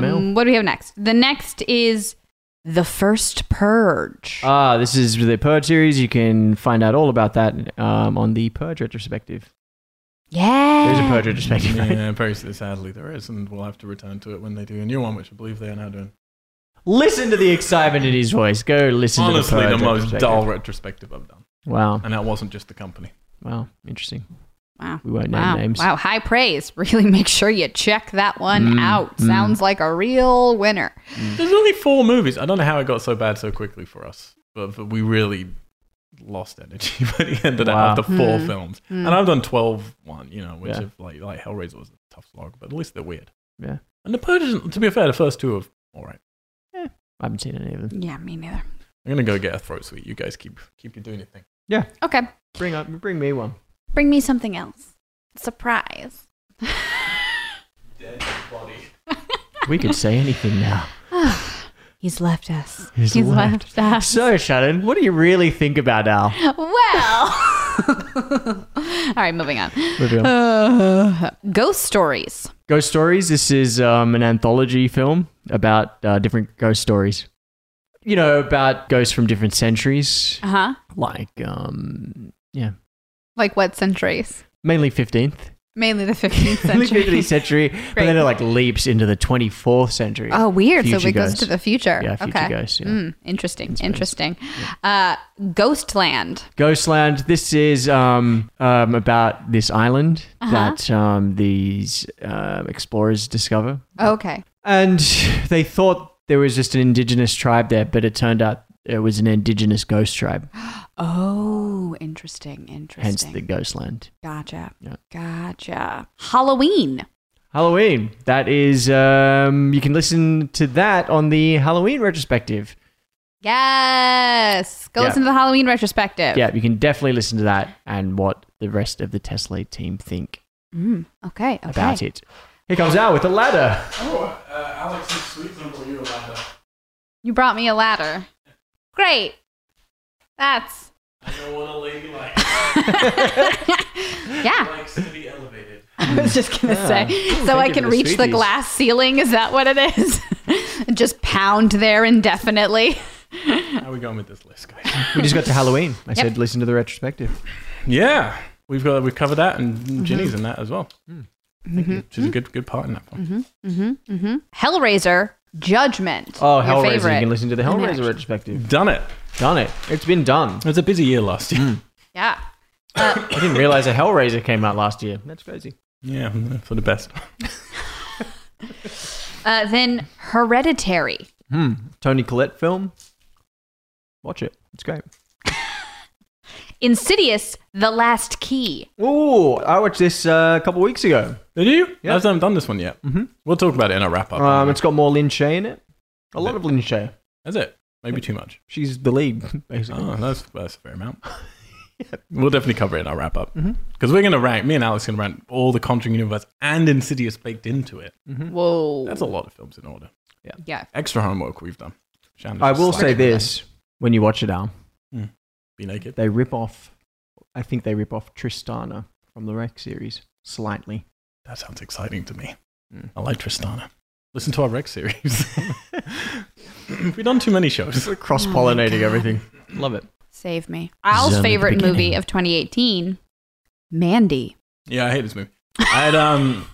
[SPEAKER 3] be writing an
[SPEAKER 2] Um,
[SPEAKER 3] email.
[SPEAKER 2] what do we have next? The next is the first purge.
[SPEAKER 1] Uh,
[SPEAKER 3] Ah, this is the Purge series. You can find out all about that um, on the Purge retrospective.
[SPEAKER 2] yeah.
[SPEAKER 3] There's a Purge retrospective, right?
[SPEAKER 1] Yeah, very sadly there is, and we'll have to return to it when they do a new one, which I believe they are now doing.
[SPEAKER 3] Listen to the excitement in his voice. Go listen
[SPEAKER 1] Honestly,
[SPEAKER 3] to
[SPEAKER 1] the
[SPEAKER 3] the Purge
[SPEAKER 1] most
[SPEAKER 3] retrospective.
[SPEAKER 1] dull retrospective I've done,
[SPEAKER 3] Wow.
[SPEAKER 1] and that wasn't just the company.
[SPEAKER 3] Wow. Interesting.
[SPEAKER 2] Wow.
[SPEAKER 3] We won't name
[SPEAKER 2] Wow.
[SPEAKER 3] names.
[SPEAKER 2] Wow. High praise. Really make sure you check that one
[SPEAKER 3] Mm,
[SPEAKER 2] out.
[SPEAKER 3] mm.
[SPEAKER 2] Sounds like a real winner.
[SPEAKER 1] There's only four movies. I don't know how it got so bad so quickly for us, but, but we really lost energy by the end of that
[SPEAKER 3] Wow.
[SPEAKER 1] after four
[SPEAKER 2] Hmm.
[SPEAKER 1] films.
[SPEAKER 2] Hmm.
[SPEAKER 1] And I've done 12 one, you know, which
[SPEAKER 3] Yeah.
[SPEAKER 1] have, like like Hellraiser was a tough slog, but at least they're weird.
[SPEAKER 3] Yeah.
[SPEAKER 1] And the Purge, isn't- to be fair, the first two are all right.
[SPEAKER 3] I haven't seen any of them.
[SPEAKER 2] Yeah, me neither.
[SPEAKER 1] I'm gonna go get a throat sweet. You guys keep keep you doing your thing.
[SPEAKER 2] Okay.
[SPEAKER 3] Bring up, bring me one.
[SPEAKER 5] Bring me something else. Surprise.
[SPEAKER 1] Dead body.
[SPEAKER 3] We could say anything now.
[SPEAKER 2] He's left us.
[SPEAKER 3] He's left.
[SPEAKER 2] us.
[SPEAKER 3] So, Shannon, what do you really think about Al?
[SPEAKER 2] Well. All right, moving on.
[SPEAKER 3] Moving on.
[SPEAKER 2] Uh, ghost stories.
[SPEAKER 3] Ghost Stories. This is um, an anthology film about uh, different ghost stories. You know, about ghosts from different centuries,
[SPEAKER 2] Uh huh.
[SPEAKER 3] like um, yeah,
[SPEAKER 2] Like what centuries?
[SPEAKER 3] mainly fifteenth,
[SPEAKER 2] Mainly the 15th
[SPEAKER 3] mainly
[SPEAKER 2] century.
[SPEAKER 3] fifteenth century, but then it like leaps into the twenty fourth century.
[SPEAKER 2] oh, weird. so
[SPEAKER 3] Future
[SPEAKER 2] it goes
[SPEAKER 3] ghosts.
[SPEAKER 2] to the future.
[SPEAKER 3] yeah, future
[SPEAKER 2] okay.
[SPEAKER 3] ghosts. Yeah.
[SPEAKER 2] Mm, interesting.
[SPEAKER 3] space.
[SPEAKER 2] Interesting. Uh, Ghostland.
[SPEAKER 3] Ghostland. This is um, um, about this island
[SPEAKER 2] Uh-huh.
[SPEAKER 3] that um, these um explorers discover.
[SPEAKER 2] Okay.
[SPEAKER 3] And they thought there was just an indigenous tribe there, but it turned out it was an indigenous ghost tribe,
[SPEAKER 2] Oh, interesting.
[SPEAKER 3] hence
[SPEAKER 2] Interesting.
[SPEAKER 3] the Ghostland.
[SPEAKER 2] gotcha.
[SPEAKER 3] Yeah.
[SPEAKER 2] Gotcha. Halloween.
[SPEAKER 3] Halloween. That is, um, you can listen to that on the Halloween retrospective.
[SPEAKER 2] Yes. Go
[SPEAKER 3] Yeah.
[SPEAKER 2] listen to the Halloween retrospective.
[SPEAKER 3] Yeah, you can definitely listen to that and what the rest of the Tesla team think
[SPEAKER 2] Mm, okay. Okay.
[SPEAKER 3] about it. Here comes Al with the ladder.
[SPEAKER 1] Oh, uh, Alex's sweet number you Amanda.
[SPEAKER 2] You brought me a ladder. Great. That's
[SPEAKER 1] I know what a lady like
[SPEAKER 2] yeah.
[SPEAKER 1] likes to be elevated.
[SPEAKER 2] I was just gonna
[SPEAKER 3] Yeah.
[SPEAKER 2] say, so I
[SPEAKER 3] thinking
[SPEAKER 2] can
[SPEAKER 3] of the
[SPEAKER 2] reach the
[SPEAKER 3] sweeties.
[SPEAKER 2] glass ceiling. Is that what it is? And just pound there indefinitely.
[SPEAKER 1] How we going with this list, guys?
[SPEAKER 3] We just got to Halloween. I said, listen to the retrospective.
[SPEAKER 1] yeah, we've got we've covered that, and Ginny's in that as well. She's a good good part in that one.
[SPEAKER 2] Mm-hmm. Mm-hmm. Hellraiser. Judgment.
[SPEAKER 3] Oh,
[SPEAKER 2] Your
[SPEAKER 3] Hellraiser.
[SPEAKER 2] favorite.
[SPEAKER 3] You can listen to the
[SPEAKER 2] Hellraiser
[SPEAKER 3] Hellraiser retrospective.
[SPEAKER 1] Done it.
[SPEAKER 3] Done it. It's been done.
[SPEAKER 1] It was a busy year last year.
[SPEAKER 2] Yeah.
[SPEAKER 3] I didn't realize a Hellraiser came out last year. That's crazy.
[SPEAKER 1] Yeah, for the best.
[SPEAKER 2] Uh, then Hereditary.
[SPEAKER 3] Hmm. Tony Collette film. Watch it. It's great.
[SPEAKER 2] Insidious, The Last Key.
[SPEAKER 3] Ooh, I watched this uh, a couple weeks ago.
[SPEAKER 1] Did you?
[SPEAKER 3] Yeah.
[SPEAKER 1] I haven't done this one yet.
[SPEAKER 3] Mm-hmm.
[SPEAKER 1] We'll talk about it in a wrap up.
[SPEAKER 3] Um, it's got more Lin Shay in it. A lot of Lin Shay.
[SPEAKER 1] That's it. Maybe too much.
[SPEAKER 3] She's the lead, basically.
[SPEAKER 1] Oh, that's, that's a fair amount. We'll definitely cover it in our wrap up because
[SPEAKER 3] Mm-hmm.
[SPEAKER 1] we're going to rank. Me and Alex going to rank all the Conjuring universe and Insidious baked into it.
[SPEAKER 3] Mm-hmm.
[SPEAKER 2] Whoa.
[SPEAKER 1] That's a lot of films in order.
[SPEAKER 2] yeah.
[SPEAKER 1] Extra homework we've done. Shannon's
[SPEAKER 3] I
[SPEAKER 1] just
[SPEAKER 3] will say
[SPEAKER 1] slacking
[SPEAKER 3] this: when you watch it, Al,
[SPEAKER 1] there. Be naked.
[SPEAKER 3] they rip off. I think they rip off Tristana from the Rec series slightly.
[SPEAKER 1] That sounds exciting to me. I like Tristana. Listen to our Rex series. We've done too many shows.
[SPEAKER 3] Cross
[SPEAKER 2] Oh
[SPEAKER 3] pollinating everything. Love it.
[SPEAKER 2] Save me. Al's
[SPEAKER 3] Zone at the
[SPEAKER 2] favorite
[SPEAKER 3] beginning.
[SPEAKER 2] movie of 2018, Mandy.
[SPEAKER 1] Yeah, I hate this movie. I had um,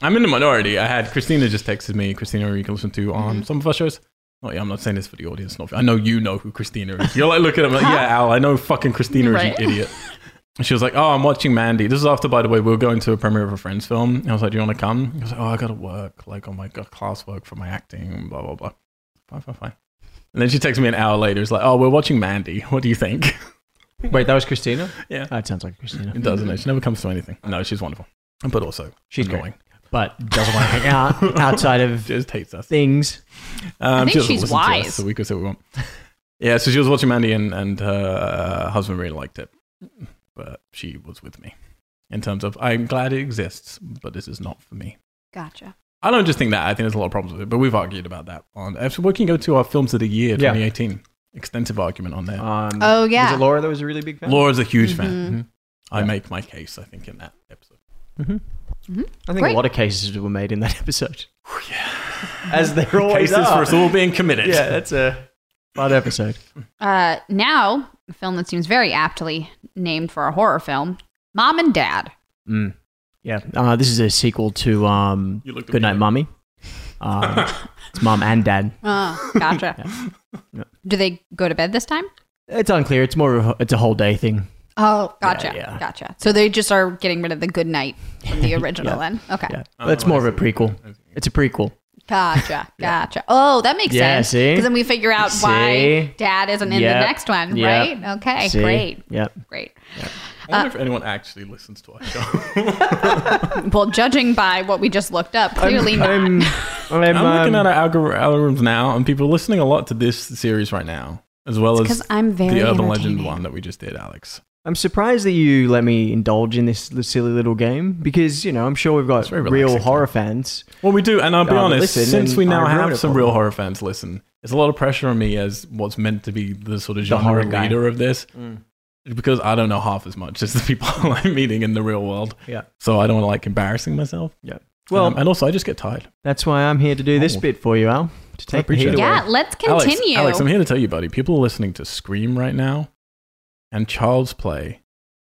[SPEAKER 1] I'm in the minority. I had Christina just texted me. Christina, you can listen to on
[SPEAKER 3] Mm-hmm.
[SPEAKER 1] some of our shows. Oh yeah, I'm not saying this for the audience. Not for, I know you know who Christina is. You're like looking at me like, yeah, Al. I know fucking Christina
[SPEAKER 2] Right.
[SPEAKER 1] is you idiot. And She was like, "Oh, I'm watching Mandy." This is after, by the way, we were going to a premiere of a friend's film. And I was like, "Do you want to come?" I was like, "Oh, I gotta work, like on my got classwork for my acting, blah blah blah." Fine, fine, fine. And then she texts me an hour later. It's like, "Oh, we're watching Mandy. What do you think?"
[SPEAKER 3] Wait, that was Christina.
[SPEAKER 1] Yeah.
[SPEAKER 3] that sounds like Christina. Mm-hmm.
[SPEAKER 1] It doesn't. It? She never comes to anything. No, she's wonderful, but also
[SPEAKER 3] She's
[SPEAKER 1] annoying.
[SPEAKER 3] great, but doesn't want to hang out outside of
[SPEAKER 1] just hates us.
[SPEAKER 3] things.
[SPEAKER 1] Um,
[SPEAKER 2] think
[SPEAKER 1] she doesn't
[SPEAKER 2] she's
[SPEAKER 1] listen to us,
[SPEAKER 2] wise.
[SPEAKER 1] so we can say what we want. Yeah, so she was watching Mandy, and, and her uh, husband really liked it. But she was with me in terms of, I'm glad it exists, but this is not for me.
[SPEAKER 2] Gotcha.
[SPEAKER 1] I don't just think that. I think there's a lot of problems with it, but we've argued about that. On, if we can go to our films of the year
[SPEAKER 3] Yeah.
[SPEAKER 1] 2018, extensive argument on there.
[SPEAKER 3] Um,
[SPEAKER 2] Oh, yeah.
[SPEAKER 3] Was it Laura that was a really big fan?
[SPEAKER 1] Laura's a huge fan.
[SPEAKER 3] Mm-hmm.
[SPEAKER 2] Mhm.
[SPEAKER 1] I
[SPEAKER 3] Yeah.
[SPEAKER 1] make my case, I think, in that episode.
[SPEAKER 3] Mm-hmm. I think
[SPEAKER 2] Mm-hmm. Great.
[SPEAKER 3] a lot of cases were made in that episode. yeah. As they
[SPEAKER 1] Oh,
[SPEAKER 3] always
[SPEAKER 1] Cases for
[SPEAKER 3] are.
[SPEAKER 1] us all being committed.
[SPEAKER 3] Yeah, that's a fun episode.
[SPEAKER 2] Uh, now, a film that seems very aptly named for a horror film Mom and Dad.
[SPEAKER 3] Mm. Yeah. Uh, this is a sequel to um,
[SPEAKER 1] You looked at me
[SPEAKER 3] Goodnight
[SPEAKER 1] like-
[SPEAKER 3] Mummy. Um, it's mum and dad.
[SPEAKER 2] Gotcha.
[SPEAKER 3] Yeah.
[SPEAKER 2] Do they go to bed this time?
[SPEAKER 3] It's unclear. It's more of a, it's a whole day thing.
[SPEAKER 2] Oh, gotcha.
[SPEAKER 3] yeah.
[SPEAKER 2] Gotcha. So they just are getting rid of the good night from the original then. Okay.
[SPEAKER 3] Yeah.
[SPEAKER 1] Oh,
[SPEAKER 3] That's
[SPEAKER 1] I
[SPEAKER 3] more of a
[SPEAKER 1] see.
[SPEAKER 3] prequel. It's a prequel.
[SPEAKER 2] Gotcha. Gotcha. Oh, that makes
[SPEAKER 3] Yeah,
[SPEAKER 2] sense.
[SPEAKER 3] see?
[SPEAKER 2] Because then we figure out why
[SPEAKER 3] See?
[SPEAKER 2] dad isn't in
[SPEAKER 3] Yep.
[SPEAKER 2] the next one,
[SPEAKER 3] Yep.
[SPEAKER 2] right? Okay.
[SPEAKER 3] See?
[SPEAKER 2] Great.
[SPEAKER 3] Yep.
[SPEAKER 2] Great.
[SPEAKER 1] I
[SPEAKER 3] Uh,
[SPEAKER 1] wonder if anyone actually listens to our show.
[SPEAKER 2] Well, judging by what we just looked up, clearly not.
[SPEAKER 3] I'm, I'm,
[SPEAKER 1] I'm looking at
[SPEAKER 3] um,
[SPEAKER 1] our algor- algorithms now, and people are listening a lot to this series right now, as well as
[SPEAKER 2] Because I'm very
[SPEAKER 1] the Urban Legend
[SPEAKER 2] entertaining.
[SPEAKER 1] one that we just did, Alex.
[SPEAKER 3] I'm surprised that you let me indulge in this l- silly little game because, you know, I'm sure we've got
[SPEAKER 1] very
[SPEAKER 3] real
[SPEAKER 1] relaxing.
[SPEAKER 3] horror fans.
[SPEAKER 1] Well, we do, and I'll be
[SPEAKER 3] Yeah, but
[SPEAKER 1] honest,
[SPEAKER 3] listen,
[SPEAKER 1] since
[SPEAKER 3] and
[SPEAKER 1] we now
[SPEAKER 3] I ruined
[SPEAKER 1] have
[SPEAKER 3] it
[SPEAKER 1] some
[SPEAKER 3] for
[SPEAKER 1] real
[SPEAKER 3] them.
[SPEAKER 1] horror fans listen, there's a lot of pressure on me as what's meant to be the sort of
[SPEAKER 3] The horror
[SPEAKER 1] genre
[SPEAKER 3] guy.
[SPEAKER 1] leader of this, because I don't know half as much as the people I'm meeting in the real world.
[SPEAKER 3] Yeah.
[SPEAKER 1] So I don't want to like embarrassing myself.
[SPEAKER 3] Yeah.
[SPEAKER 1] Well,
[SPEAKER 3] Well,
[SPEAKER 1] and also Um, I just get tired.
[SPEAKER 3] that's why I'm here to do this
[SPEAKER 1] Oh.
[SPEAKER 3] bit for you, Al, to take the
[SPEAKER 1] appreciate
[SPEAKER 3] heat
[SPEAKER 1] it.
[SPEAKER 3] away.
[SPEAKER 2] yeah, let's
[SPEAKER 1] Alex-
[SPEAKER 2] continue.
[SPEAKER 1] Alex, I'm here to tell you, buddy. People are listening to Scream right now, and Child's Play,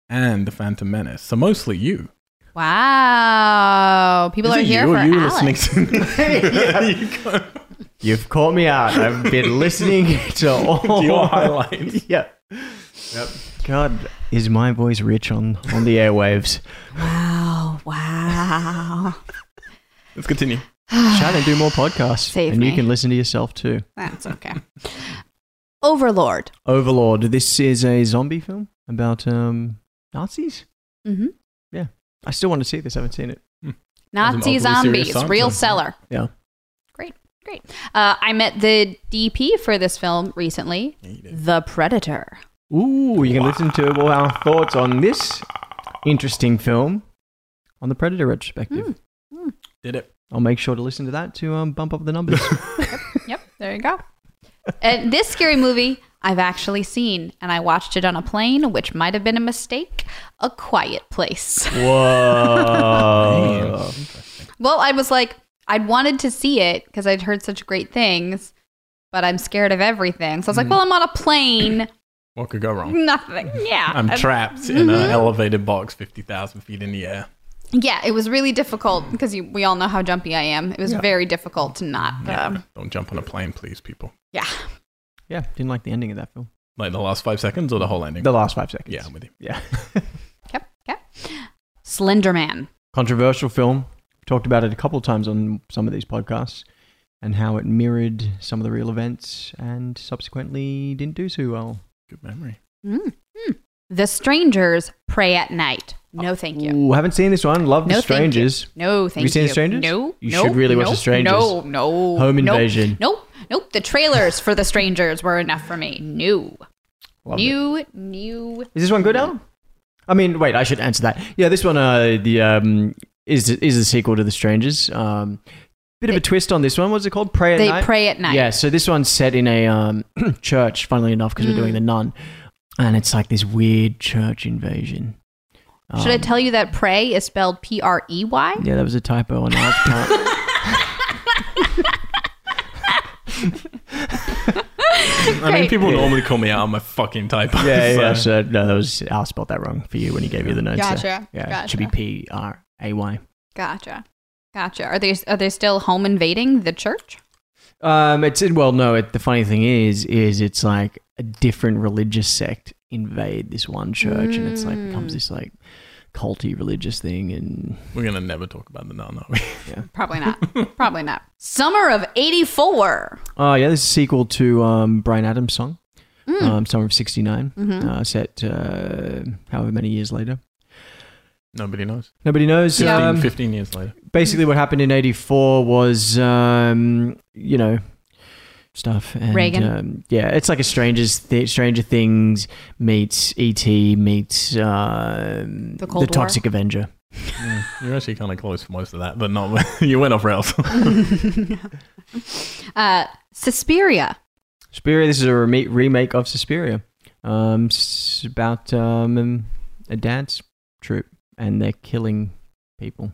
[SPEAKER 1] and The Phantom Menace. So mostly you.
[SPEAKER 2] wow. People
[SPEAKER 1] Is
[SPEAKER 2] are
[SPEAKER 1] it
[SPEAKER 2] here
[SPEAKER 1] you
[SPEAKER 2] for
[SPEAKER 1] or you
[SPEAKER 2] Alex.
[SPEAKER 1] listening to
[SPEAKER 3] You've caught me out. I've been listening to all
[SPEAKER 1] your highlights?
[SPEAKER 3] Yeah. Yep. God, is my voice rich on, on the airwaves?
[SPEAKER 2] Wow. Wow.
[SPEAKER 1] Let's continue.
[SPEAKER 3] Shannon, do more podcasts.
[SPEAKER 2] Ah. Save
[SPEAKER 3] and
[SPEAKER 2] me.
[SPEAKER 3] you can listen to yourself too.
[SPEAKER 2] That's okay. Overlord.
[SPEAKER 3] Overlord. This is a zombie film about um, Nazis.
[SPEAKER 2] Mm-hmm.
[SPEAKER 3] I still want to see this. I haven't seen it.
[SPEAKER 2] Nazi
[SPEAKER 1] That's an awfully serious
[SPEAKER 2] zombies,
[SPEAKER 1] song,
[SPEAKER 2] real
[SPEAKER 1] so-
[SPEAKER 2] seller.
[SPEAKER 3] Yeah.
[SPEAKER 2] Great, great. Uh, I met the DP for this film recently, The Predator.
[SPEAKER 3] Ooh, you can listen to all our thoughts on this interesting film on the Predator retrospective.
[SPEAKER 2] Mm.
[SPEAKER 1] Did it.
[SPEAKER 3] I'll make sure to listen to that to um, bump up the numbers.
[SPEAKER 2] Yep, there you go. and this scary movie I've actually seen, and I watched it on a plane, which might have been a mistake. A Quiet Place.
[SPEAKER 3] Whoa.
[SPEAKER 1] Oh.
[SPEAKER 2] well, I was like, I'd wanted to see it because I'd heard such great things, but I'm scared of everything. So I was like, well, I'm on a plane.
[SPEAKER 1] What could go wrong?
[SPEAKER 2] Nothing. Yeah.
[SPEAKER 1] I'm trapped in
[SPEAKER 2] Mm-hmm.
[SPEAKER 1] an elevated box 50,000 feet in the air.
[SPEAKER 2] Yeah, it was really difficult because you, we all know how jumpy I am. It was very difficult to not. Um,
[SPEAKER 1] Don't jump on a plane, please, people.
[SPEAKER 2] yeah.
[SPEAKER 3] yeah, didn't like the ending of that film.
[SPEAKER 1] Like the last five seconds or the whole ending?
[SPEAKER 3] The last five seconds.
[SPEAKER 1] yeah, I'm with you.
[SPEAKER 3] Yeah.
[SPEAKER 2] Yep. Yep. Slender Man.
[SPEAKER 3] Controversial film. Talked about it a couple of times on some of these podcasts and how it mirrored some of the real events and subsequently didn't do so well.
[SPEAKER 1] Good memory.
[SPEAKER 2] Mm. Mm. The Strangers Pray at Night. No, thank you.
[SPEAKER 3] Ooh, haven't seen this one. Love
[SPEAKER 2] No,
[SPEAKER 3] the
[SPEAKER 2] thank you.
[SPEAKER 3] Strangers.
[SPEAKER 2] No, thank you.
[SPEAKER 3] you seen The Strangers?
[SPEAKER 2] No.
[SPEAKER 3] You
[SPEAKER 2] no,
[SPEAKER 3] should really watch
[SPEAKER 2] no,
[SPEAKER 3] The Strangers.
[SPEAKER 2] No, no.
[SPEAKER 3] Home
[SPEAKER 2] nope,
[SPEAKER 3] Invasion.
[SPEAKER 2] Nope. Nope. The trailers for The Strangers were enough for me. New.
[SPEAKER 3] Love it.
[SPEAKER 2] new, new.
[SPEAKER 3] Is this one good, Al? I mean, wait, I should answer that. Yeah, this one uh, the um, is is the sequel to The Strangers. Um, bit of a twist on this one. What's it called? Pray at
[SPEAKER 2] They
[SPEAKER 3] night.
[SPEAKER 2] pray at night.
[SPEAKER 3] Yeah, so this one's set in a um, church. Funnily enough, because we're
[SPEAKER 2] Mm.
[SPEAKER 3] doing the nun, and it's like this weird church invasion.
[SPEAKER 2] Should I
[SPEAKER 3] Um,
[SPEAKER 2] tell you that pray is spelled P R E Y?
[SPEAKER 3] Yeah, that was a typo on our part.
[SPEAKER 1] I mean,
[SPEAKER 2] Great.
[SPEAKER 1] people normally call me out on my fucking typos. so-
[SPEAKER 3] So no, that was I spelled that wrong for you when he gave you the notes. there.
[SPEAKER 2] Gotcha,
[SPEAKER 3] Yeah, it
[SPEAKER 2] gotcha.
[SPEAKER 3] should be P R A Y.
[SPEAKER 2] Gotcha. Gotcha. Are they are they still home invading the church?
[SPEAKER 3] Um, it's well, no. It, the funny thing is, is it's like a different religious sect invade this one church, and it's like becomes this like culty religious thing, and
[SPEAKER 1] We're going to never talk about the nun, are we?
[SPEAKER 2] Probably not. Probably not. Summer of 84.
[SPEAKER 3] oh yeah, this is a sequel to um, Brian Adams' song,
[SPEAKER 2] Mm. Hmm.
[SPEAKER 3] um, "Summer of '69,"
[SPEAKER 2] Mm-hmm.
[SPEAKER 3] uh, set uh, however many years later.
[SPEAKER 1] Nobody knows.
[SPEAKER 3] Nobody knows.
[SPEAKER 1] 15,
[SPEAKER 3] Um,
[SPEAKER 1] 15 years later.
[SPEAKER 3] basically what happened in 84 was um, you know stuff. And,
[SPEAKER 2] Reagan.
[SPEAKER 3] Um, yeah, it's like a Stranger's Th- Stranger Things meets ET meets um,
[SPEAKER 2] The Cold War.
[SPEAKER 3] Toxic Avenger.
[SPEAKER 1] You're actually kind of close for most of that, but not. you went off rails.
[SPEAKER 2] Uh, Suspiria.
[SPEAKER 3] Suspiria. This is a reme- remake of Suspiria. Um, it's about um, um, a dance troupe and they're killing people.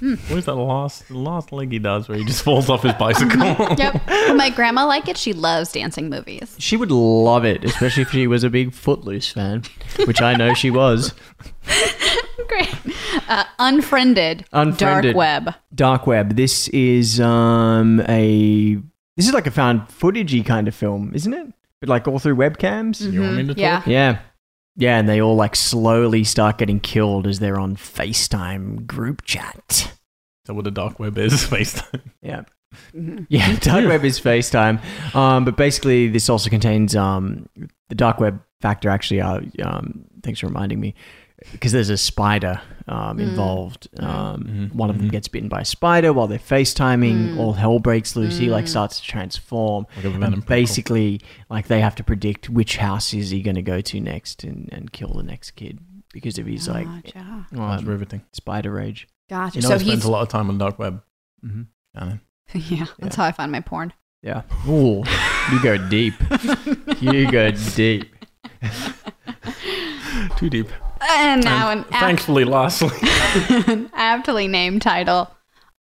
[SPEAKER 1] what is that last the last leg he does where he just falls off his bicycle?
[SPEAKER 2] Yep. Will my grandma like it? She loves dancing movies.
[SPEAKER 3] She would love it, especially if she was a big Footloose fan, which I know she was.
[SPEAKER 2] Great. Uh, Unfriended.
[SPEAKER 3] Unfriended.
[SPEAKER 2] Dark Web.
[SPEAKER 3] Dark Web. This is um a this is like a found footagey kind of film, isn't it? But like all through webcams.
[SPEAKER 2] Mm-hmm.
[SPEAKER 1] You want me to talk?
[SPEAKER 2] Yeah.
[SPEAKER 3] Yeah. Yeah, and they all like slowly start getting killed as they're on FaceTime group chat.
[SPEAKER 1] So what the dark web is space
[SPEAKER 3] Yeah.
[SPEAKER 2] Mm-hmm.
[SPEAKER 3] Yeah, dark web is FaceTime. Um, but basically, this also contains um, the dark web factor. Actually, uh, um, thanks for reminding me, because there's a spider um,
[SPEAKER 2] Mm.
[SPEAKER 3] involved. Um,
[SPEAKER 1] Mhm.
[SPEAKER 3] One of them
[SPEAKER 1] Mhm.
[SPEAKER 3] gets bitten by a spider while they're FaceTiming.
[SPEAKER 2] Mm.
[SPEAKER 3] All hell breaks loose. He like starts to transform.
[SPEAKER 1] Like a
[SPEAKER 3] And
[SPEAKER 1] venom.
[SPEAKER 3] basically, like they have to predict which house is he going to go to next and, and kill the next kid because of his like
[SPEAKER 2] Gotcha.
[SPEAKER 1] Oh, that's
[SPEAKER 3] um,
[SPEAKER 1] riveting.
[SPEAKER 3] spider rage.
[SPEAKER 2] Gotcha.
[SPEAKER 1] You know,
[SPEAKER 2] so
[SPEAKER 1] I spends
[SPEAKER 2] he's.
[SPEAKER 1] a lot of time on dark web.
[SPEAKER 3] Mhm.
[SPEAKER 1] Shannon.
[SPEAKER 2] Yeah, that's how I find my porn.
[SPEAKER 3] Yeah. Ooh, you go deep. you go deep.
[SPEAKER 1] Too deep.
[SPEAKER 2] And now an apt,
[SPEAKER 1] Thankfully, lastly,
[SPEAKER 2] an aptly named title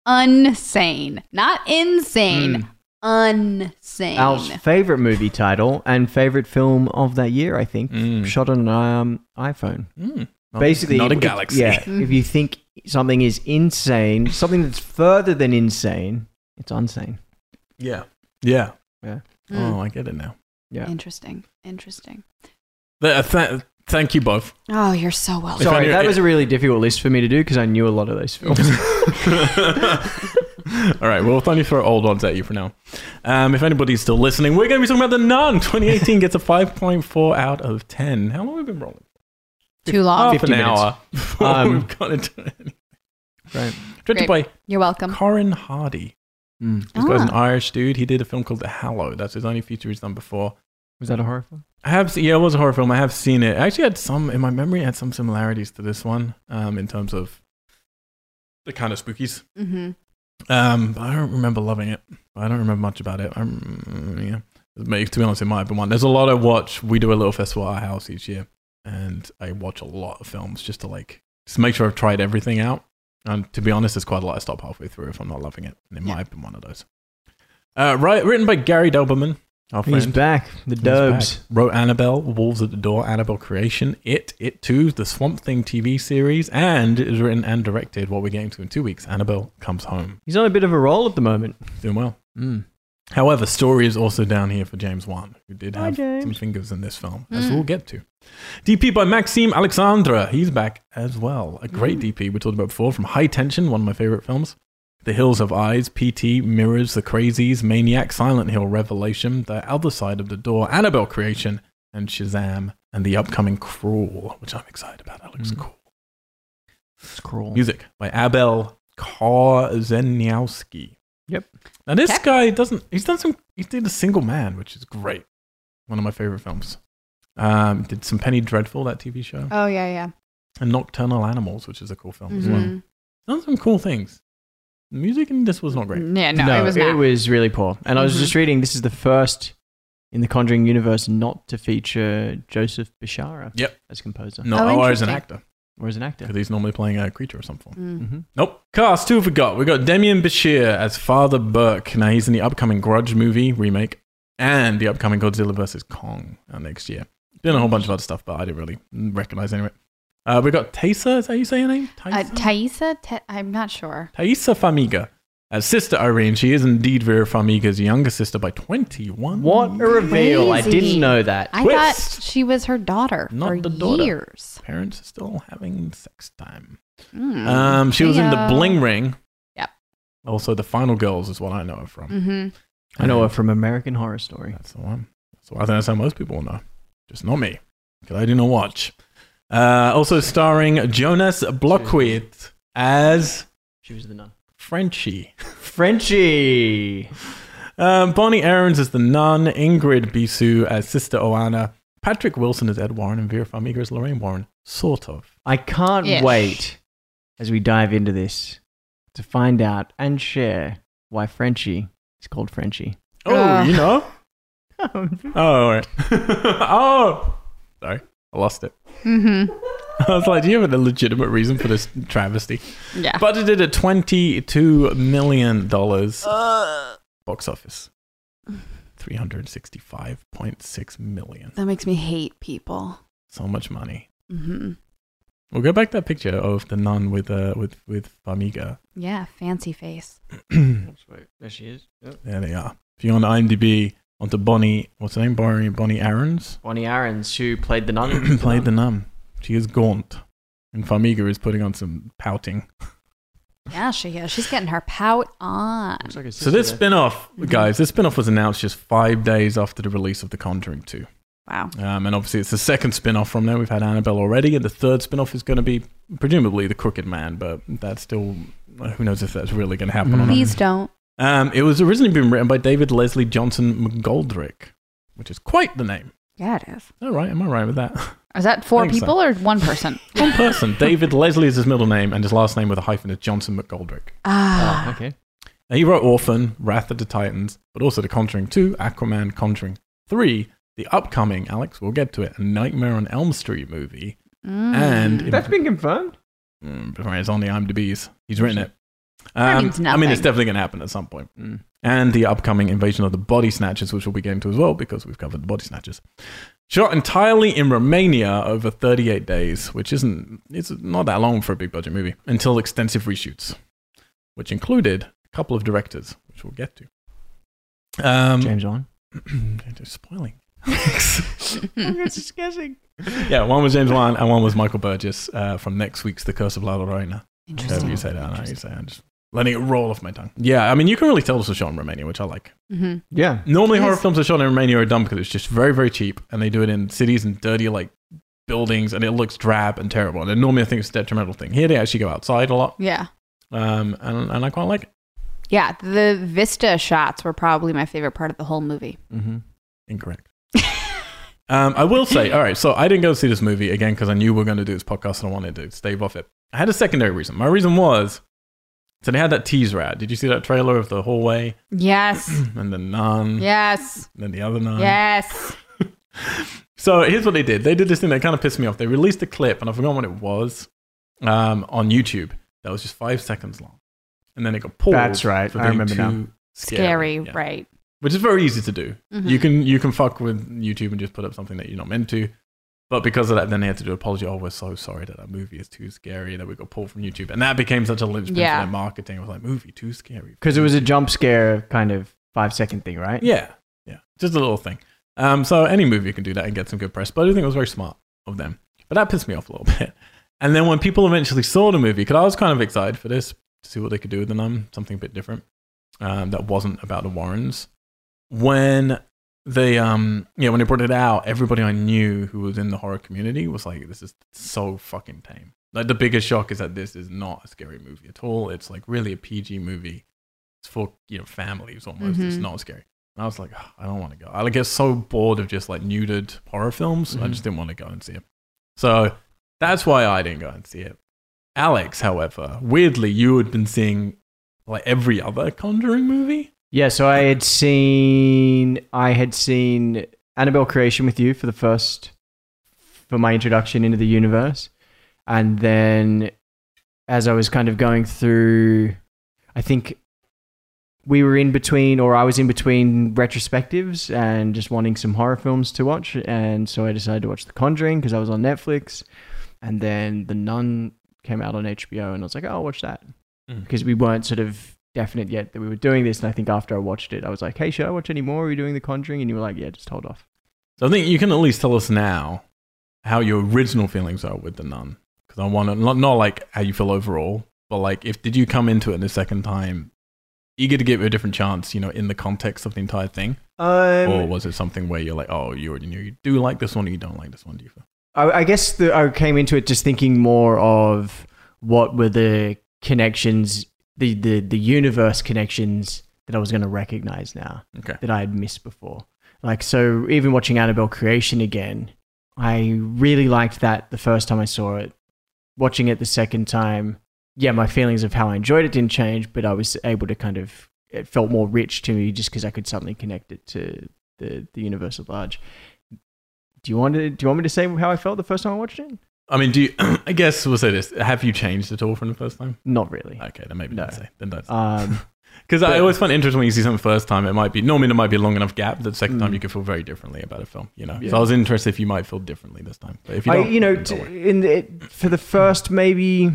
[SPEAKER 2] Unsane. Not
[SPEAKER 3] Mm.
[SPEAKER 2] insane. Unsane.
[SPEAKER 3] Al's favorite movie title and favorite film of that year, I think,
[SPEAKER 1] Mm.
[SPEAKER 3] shot on an um, iPhone.
[SPEAKER 1] Mm. Not-
[SPEAKER 3] Basically,
[SPEAKER 1] not a
[SPEAKER 3] if-
[SPEAKER 1] galaxy.
[SPEAKER 3] Yeah, if you think something is insane, something that's further than insane, it's unsane.
[SPEAKER 1] yeah, yeah.
[SPEAKER 3] Yeah.
[SPEAKER 2] Mm.
[SPEAKER 1] Oh, I get it now.
[SPEAKER 3] Yeah.
[SPEAKER 2] Hmm. Interesting. Interesting.
[SPEAKER 1] Th- uh, th- thank you both.
[SPEAKER 2] Oh, you're so well.
[SPEAKER 1] If I
[SPEAKER 3] Sorry,
[SPEAKER 1] knew-
[SPEAKER 3] that was a really difficult list for me to do because I knew a lot of those films.
[SPEAKER 1] All right, well, we'll only throw old ones at you for now. Um, if anybody's still listening, we're going to be talking about The Nun. 2018 gets a 5.4 out of 10. How long have we been rolling?
[SPEAKER 2] Too long.
[SPEAKER 1] Half
[SPEAKER 3] 50
[SPEAKER 1] an
[SPEAKER 3] minutes.
[SPEAKER 1] hour before
[SPEAKER 3] Um,
[SPEAKER 1] we've got into it.
[SPEAKER 3] right.
[SPEAKER 1] Directed by
[SPEAKER 2] You're welcome.
[SPEAKER 1] Corin Hardy.
[SPEAKER 3] Mm.
[SPEAKER 1] This guy's an
[SPEAKER 2] Um, Ah.
[SPEAKER 1] Irish dude. He did a film called The Hallow. That's his only feature he's done before.
[SPEAKER 3] Was that a horror film?
[SPEAKER 1] I have seen, yeah, it was a horror film. I have seen it. I actually had some in my memory. It had some similarities to this one um, in terms of the kind of spookies.
[SPEAKER 2] Mm-hmm.
[SPEAKER 1] Um, but I don't remember loving it. I don't remember much about it. I rem- yeah, But to be honest, it might have been one. There's a lot I watch. We do a little festival at our house each year, and I watch a lot of films just to like just make sure I've tried everything out. And to be honest, there's quite a lot I stop halfway through if I'm not loving it, and it might have been one of those. Uh, right, written by Gary Doberman. Our friend.
[SPEAKER 3] He's back. The Dubs.
[SPEAKER 1] He's back. Wrote Annabelle, Wolves at the Door, Annabelle Creation, It, It 2, the Swamp Thing TV series, and it was written and directed what we're getting to in two weeks. Annabelle comes home.
[SPEAKER 3] He's on a bit of a roll at the moment.
[SPEAKER 1] Doing well.
[SPEAKER 3] Mm.
[SPEAKER 1] However, story is also down here for James Wan, who did
[SPEAKER 3] Hi,
[SPEAKER 1] have
[SPEAKER 3] James.
[SPEAKER 1] some fingers in this film,
[SPEAKER 3] Mm.
[SPEAKER 1] as we'll get to. DP by Maxime Alexandra. He's back as well. A
[SPEAKER 3] Mm.
[SPEAKER 1] great DP we talked about before from High Tension, one of my favorite films. The Hills of Eyes, PT, Mirrors, The Crazies, Maniac, Silent Hill, Revelation, The Other Side of the Door, Annabelle Creation, and Shazam, and the upcoming Crawl, which I'm excited about. That looks
[SPEAKER 3] Mm.
[SPEAKER 1] cool.
[SPEAKER 3] It's cruel.
[SPEAKER 1] Music by Abel Korzeniowski.
[SPEAKER 3] Yep.
[SPEAKER 1] Now this
[SPEAKER 2] Okay.
[SPEAKER 1] guy doesn't. He's done some. He did a single man, which is great. One of my favorite films. Um, did some Penny Dreadful, that TV show,
[SPEAKER 2] Oh yeah, yeah.
[SPEAKER 1] and Nocturnal Animals, which is a cool film as well.
[SPEAKER 2] Mhm.
[SPEAKER 1] Done some cool things. The music in this was not great.
[SPEAKER 2] Mm-hmm. Yeah, no, it was
[SPEAKER 3] it
[SPEAKER 2] not.
[SPEAKER 3] was really poor. And I was
[SPEAKER 2] Mhm.
[SPEAKER 3] just reading this is the first in the Conjuring universe not to feature Joseph Bishara
[SPEAKER 1] Yep.
[SPEAKER 3] as composer
[SPEAKER 1] No,
[SPEAKER 2] Oh,
[SPEAKER 1] or as an
[SPEAKER 2] interesting.
[SPEAKER 1] actor,
[SPEAKER 3] or as an actor.
[SPEAKER 1] because he's normally playing a creature of some form.
[SPEAKER 2] Mm.
[SPEAKER 3] Mm-hmm.
[SPEAKER 1] Nope. Cast, who have we got? We've got Demian Bashir as Father Burke. Now, he's in the upcoming Grudge movie remake and the upcoming Godzilla vs. Kong uh, next year. Doing a whole bunch of other stuff, but I didn't really recognize any of it. Uh, we've got Taisa, is that how you say her name?
[SPEAKER 2] Uh,
[SPEAKER 1] Taisa?
[SPEAKER 2] Thaisa, Te- I'm not sure.
[SPEAKER 1] Taisa Famiga. As Sister Irene, she is indeed Vera Famiga's younger sister by 21.
[SPEAKER 3] What a reveal! I didn't
[SPEAKER 2] Crazy.
[SPEAKER 3] know that.
[SPEAKER 2] I
[SPEAKER 1] Twist.
[SPEAKER 2] thought she was her daughter
[SPEAKER 1] Not
[SPEAKER 2] for
[SPEAKER 1] the daughter.
[SPEAKER 2] years.
[SPEAKER 1] Parents are still having sex time.
[SPEAKER 2] Mm.
[SPEAKER 1] Um, she was in The
[SPEAKER 2] Heyo.
[SPEAKER 1] Bling Ring.
[SPEAKER 2] Yep.
[SPEAKER 1] Also, The Final Girls is what I know her from.
[SPEAKER 2] Mhm.
[SPEAKER 3] I know her from American Horror Story.
[SPEAKER 1] That's the one. That's the one. I think that's how most people will know. Just not me, because I do not watch. Uh, also starring Jonas Blockwied as
[SPEAKER 3] She was the nun.
[SPEAKER 1] Frenchie.
[SPEAKER 3] Frenchie.
[SPEAKER 1] Um, Bonnie Aarons as the nun, Ingrid Bisu as Sister Oana, Patrick Wilson as Ed Warren, and Vera Farmiga as Lorraine Warren. Sort of.
[SPEAKER 3] I can't
[SPEAKER 2] Yeah.
[SPEAKER 3] wait as we dive into this to find out and share why Frenchie is called Frenchie.
[SPEAKER 1] Oh,
[SPEAKER 2] Ugh.
[SPEAKER 1] you know? oh, all right. oh, sorry. I lost it.
[SPEAKER 2] Mm-hmm.
[SPEAKER 1] I was like, do you have a legitimate reason for this travesty?
[SPEAKER 2] Yeah.
[SPEAKER 1] Budgeted at $22 million. Box office. 365.6 million.
[SPEAKER 2] That makes me hate people.
[SPEAKER 1] So much money.
[SPEAKER 2] Mm-hmm.
[SPEAKER 1] We'll go back to that picture of the nun with uh, with with Farmiga.
[SPEAKER 2] Yeah, fancy face.
[SPEAKER 1] there
[SPEAKER 3] There she is.
[SPEAKER 1] they are. If you're on IMDb, onto Bonnie, what's her name? Bonnie Bonnie Aarons
[SPEAKER 3] Bonnie Aarons, who played the nun.
[SPEAKER 1] played the nun. She is gaunt, and Farmiga is putting on some pouting.
[SPEAKER 2] Yeah, she is. She's getting her pout on.
[SPEAKER 3] Looks like a
[SPEAKER 1] So this
[SPEAKER 3] sister.
[SPEAKER 1] spin-off, guys, this spin-off was announced just five days after the release of The Conjuring 2.
[SPEAKER 2] Wow.
[SPEAKER 1] Um, and obviously, it's the second spin off from there. We've had Annabelle already, and the third spin off is going to be presumably The Crooked Man, but that's still who knows if that's really going to happen or not.
[SPEAKER 2] Please don't.
[SPEAKER 1] Um, it was originally been written by David Leslie Johnson McGoldrick, which is quite the name.
[SPEAKER 2] Yeah, it is.
[SPEAKER 1] All right, am I right with that?
[SPEAKER 2] Is that four
[SPEAKER 1] think so.
[SPEAKER 2] people or one person?
[SPEAKER 1] One person. David Leslie is his middle name, and his last name with a hyphen is Johnson McGoldrick.
[SPEAKER 2] Ah.
[SPEAKER 3] Oh, okay.
[SPEAKER 1] Now, he wrote Orphan, Wrath of the Titans, but also The Conjuring 2, Aquaman, Conjuring 3, the upcoming, Alex, we'll get to it, Nightmare on Elm Street movie, and
[SPEAKER 3] That's been confirmed.
[SPEAKER 1] Mm, right, it's on the IMDb's. He's written it.
[SPEAKER 2] That
[SPEAKER 1] Um,
[SPEAKER 2] means
[SPEAKER 1] I mean, it's
[SPEAKER 2] nothing.
[SPEAKER 1] definitely going to happen at some point. Mm. And the upcoming invasion of the body snatchers, which we'll be getting to as well because we've covered the body snatchers. Shot entirely in Romania over 38 days, which isn't it's not that long for a big budget movie, until extensive reshoots, which included a couple of directors, which we'll get to. Um,
[SPEAKER 3] James on.
[SPEAKER 1] spoiling.
[SPEAKER 2] Mm.
[SPEAKER 3] That's disgusting.
[SPEAKER 1] yeah, one was James Wan and one was Michael Burgess uh, from next week's The Curse of La Llorona. However you say that, I know how you say it. I'm just letting it roll off my tongue. Yeah, I mean, you can really tell this was shot in Romania, which I like.
[SPEAKER 2] hmm
[SPEAKER 3] Yeah.
[SPEAKER 1] Normally, horror
[SPEAKER 2] Yes.
[SPEAKER 1] films that are shot in Romania are dumb because it's just very, very cheap, and they do it in cities and dirty, like, buildings, and it looks drab and terrible. And normally, I think it's a detrimental thing. Here, they actually go outside a lot,
[SPEAKER 2] Yeah.
[SPEAKER 1] um, and, and I quite like it.
[SPEAKER 2] Yeah. The Vista shots were probably my favorite part of the whole movie.
[SPEAKER 3] Mm-hmm.
[SPEAKER 1] Incorrect. um, I will say, all right, so I didn't go see this movie again because I knew we were going to do this podcast and I wanted to stave off it. I had a secondary reason. My reason was so they had that teaser ad. Did you see that trailer of the hallway
[SPEAKER 2] Yes.
[SPEAKER 1] and the nun
[SPEAKER 2] yes.
[SPEAKER 1] and then the other nun?
[SPEAKER 2] yes.
[SPEAKER 1] So here's what they did. They did this thing that kind of pissed me off. They released a clip, and I forgot what it was, um, on YouTube that was just five seconds long, and then it got pulled.
[SPEAKER 3] That's right.
[SPEAKER 1] for
[SPEAKER 3] I
[SPEAKER 1] being
[SPEAKER 3] remember now.
[SPEAKER 1] too
[SPEAKER 2] Scary.
[SPEAKER 1] Yeah.
[SPEAKER 2] Right.
[SPEAKER 1] Which is very easy to do.
[SPEAKER 2] Mhm.
[SPEAKER 1] You can you can fuck with YouTube and just put up something that you're not meant to. But because of that, then they had to do an apology. Oh, we're so sorry that that movie is too scary that we got pulled from YouTube, and that became such a linchpin
[SPEAKER 2] Yeah.
[SPEAKER 1] for their marketing. It was like movie too scary
[SPEAKER 3] Because it was a jump scare kind of five second thing, right?
[SPEAKER 1] Yeah, yeah, just a little thing. Um, so any movie can do that and get some good press, but I do think it was very smart of them. But that pissed me off a little bit. And then when people eventually saw the movie, because I was kind of excited for this to see what they could do with the nun, something a bit different um, that wasn't about the Warrens. When they, um, yeah, when they brought it out, everybody I knew who was in the horror community was like, "This is so fucking tame." Like the biggest shock is that this is not a scary movie at all. It's like really a PG movie. It's for you know families almost. It's
[SPEAKER 2] Mhm.
[SPEAKER 1] not scary. And I was like, "Ugh, I don't want to go. I get so bored of just like neutered horror films. I
[SPEAKER 3] Mhm.
[SPEAKER 1] just didn't want to go and see it. So that's why I didn't go and see it. Alex, however, weirdly, you had been seeing like every other Conjuring movie.
[SPEAKER 3] Yeah, so I had seen I had seen Annabelle Creation with you for the first for my introduction into the universe. And then as I was kind of going through I think we were in between or I was in between retrospectives and just wanting some horror films to watch and so I decided to watch The Conjuring because I was on Netflix and then The Nun came out on HBO and I was like, "Oh, I'll watch that." because we weren't sort of definite yet that we were doing this. And I think after I watched it, I was like, "Hey, should I watch any more? Are we doing The Conjuring?" And you were like, "Yeah, just hold off."
[SPEAKER 1] So I think you can at least tell us now how your original feelings are with the nun, because I want to not, not like how you feel overall, but like if did you come into it the second time eager to give it a different chance, you know, in the context of the entire thing,
[SPEAKER 3] Um,
[SPEAKER 1] or was it something where you're like, oh, you already knew you do like this one or you don't like this one? Do you feel?
[SPEAKER 3] I, I guess the, I came into it just thinking more of what were the connections, the the the universe connections that I was going to recognize now
[SPEAKER 1] Okay.
[SPEAKER 3] that I had missed before. Like, so even watching Annabelle Creation again, I really liked that the first time I saw it. Watching it the second time, yeah, my feelings of how I enjoyed it didn't change, but I was able to kind of, it felt more rich to me just because I could suddenly connect it to the, the universe at large. Do you, want to, do you want me to say how I felt the first time I watched it?
[SPEAKER 1] I mean, do you, I guess we'll say this. Have you changed at all from the first time?
[SPEAKER 3] Not really.
[SPEAKER 1] Okay, then maybe
[SPEAKER 3] No.
[SPEAKER 1] don't say. Then don't say.
[SPEAKER 3] Um,
[SPEAKER 1] Because I always find it interesting when you see something first time. It might be normally there might be a long enough gap that the second
[SPEAKER 3] Mm.
[SPEAKER 1] time you could feel very differently about a film. You know, so I was interested if you might feel differently this time. But if you
[SPEAKER 3] I,
[SPEAKER 1] don't,
[SPEAKER 3] you know,
[SPEAKER 1] then don't
[SPEAKER 3] t-
[SPEAKER 1] worry.
[SPEAKER 3] in the, it, for the first maybe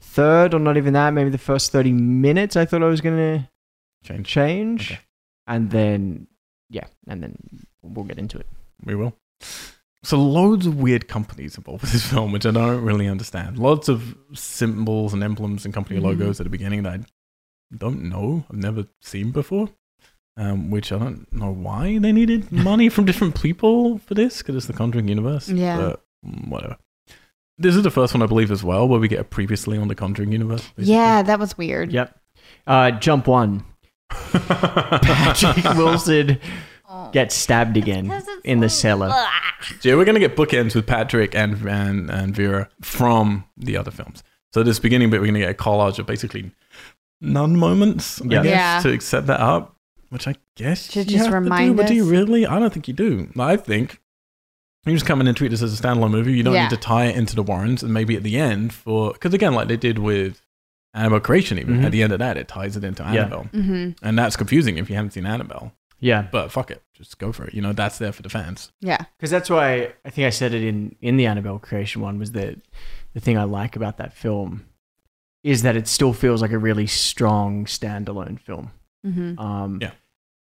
[SPEAKER 3] third or not even that, maybe the first thirty minutes, I thought I was gonna
[SPEAKER 1] change.
[SPEAKER 3] change,
[SPEAKER 1] Okay.
[SPEAKER 3] and then yeah, and then we'll get into it.
[SPEAKER 1] We will. So loads of weird companies involved with this film, which I don't really understand. Lots of symbols and emblems and company logos at the beginning that I don't know. I've never seen before. Um, which I don't know why they needed money from different people for this because it's the Conjuring universe.
[SPEAKER 2] Yeah.
[SPEAKER 1] But mm, whatever. This is the first one I believe as well where we get a previously on the Conjuring universe. basically.
[SPEAKER 2] Yeah, that was weird.
[SPEAKER 3] Yep. Uh, jump one. Patrick Wilson
[SPEAKER 2] Oh.
[SPEAKER 3] gets stabbed again in the cellar.
[SPEAKER 1] So yeah, we're going to get bookends with Patrick and, and and Vera from the other films. So this beginning bit, we're going to get a collage of basically nun moments, I
[SPEAKER 3] Yeah.
[SPEAKER 1] guess,
[SPEAKER 2] Yeah.
[SPEAKER 1] to set that up. Which I guess
[SPEAKER 2] To
[SPEAKER 1] you
[SPEAKER 2] just
[SPEAKER 1] have to do,
[SPEAKER 2] remind
[SPEAKER 1] but do you
[SPEAKER 2] us.
[SPEAKER 1] really? I don't think you do. I think you just come in and treat this as a standalone movie. You don't
[SPEAKER 2] Yeah.
[SPEAKER 1] need to tie it into the Warrens, and maybe at the end for because again, like they did with Annabelle Creation, even
[SPEAKER 3] Mhm.
[SPEAKER 1] at the end of that, it ties it into
[SPEAKER 3] Yeah.
[SPEAKER 1] Annabelle,
[SPEAKER 2] Mm-hmm.
[SPEAKER 1] and that's confusing if you haven't seen Annabelle.
[SPEAKER 3] Yeah,
[SPEAKER 1] But fuck it, just go for it. You know that's there for the fans.
[SPEAKER 2] Yeah.
[SPEAKER 3] because that's why I think I said it in in the Annabelle creation one was that the thing I like about that film is that it still feels like a really strong standalone film.
[SPEAKER 2] Mm-hmm.
[SPEAKER 3] Um,
[SPEAKER 1] Yeah.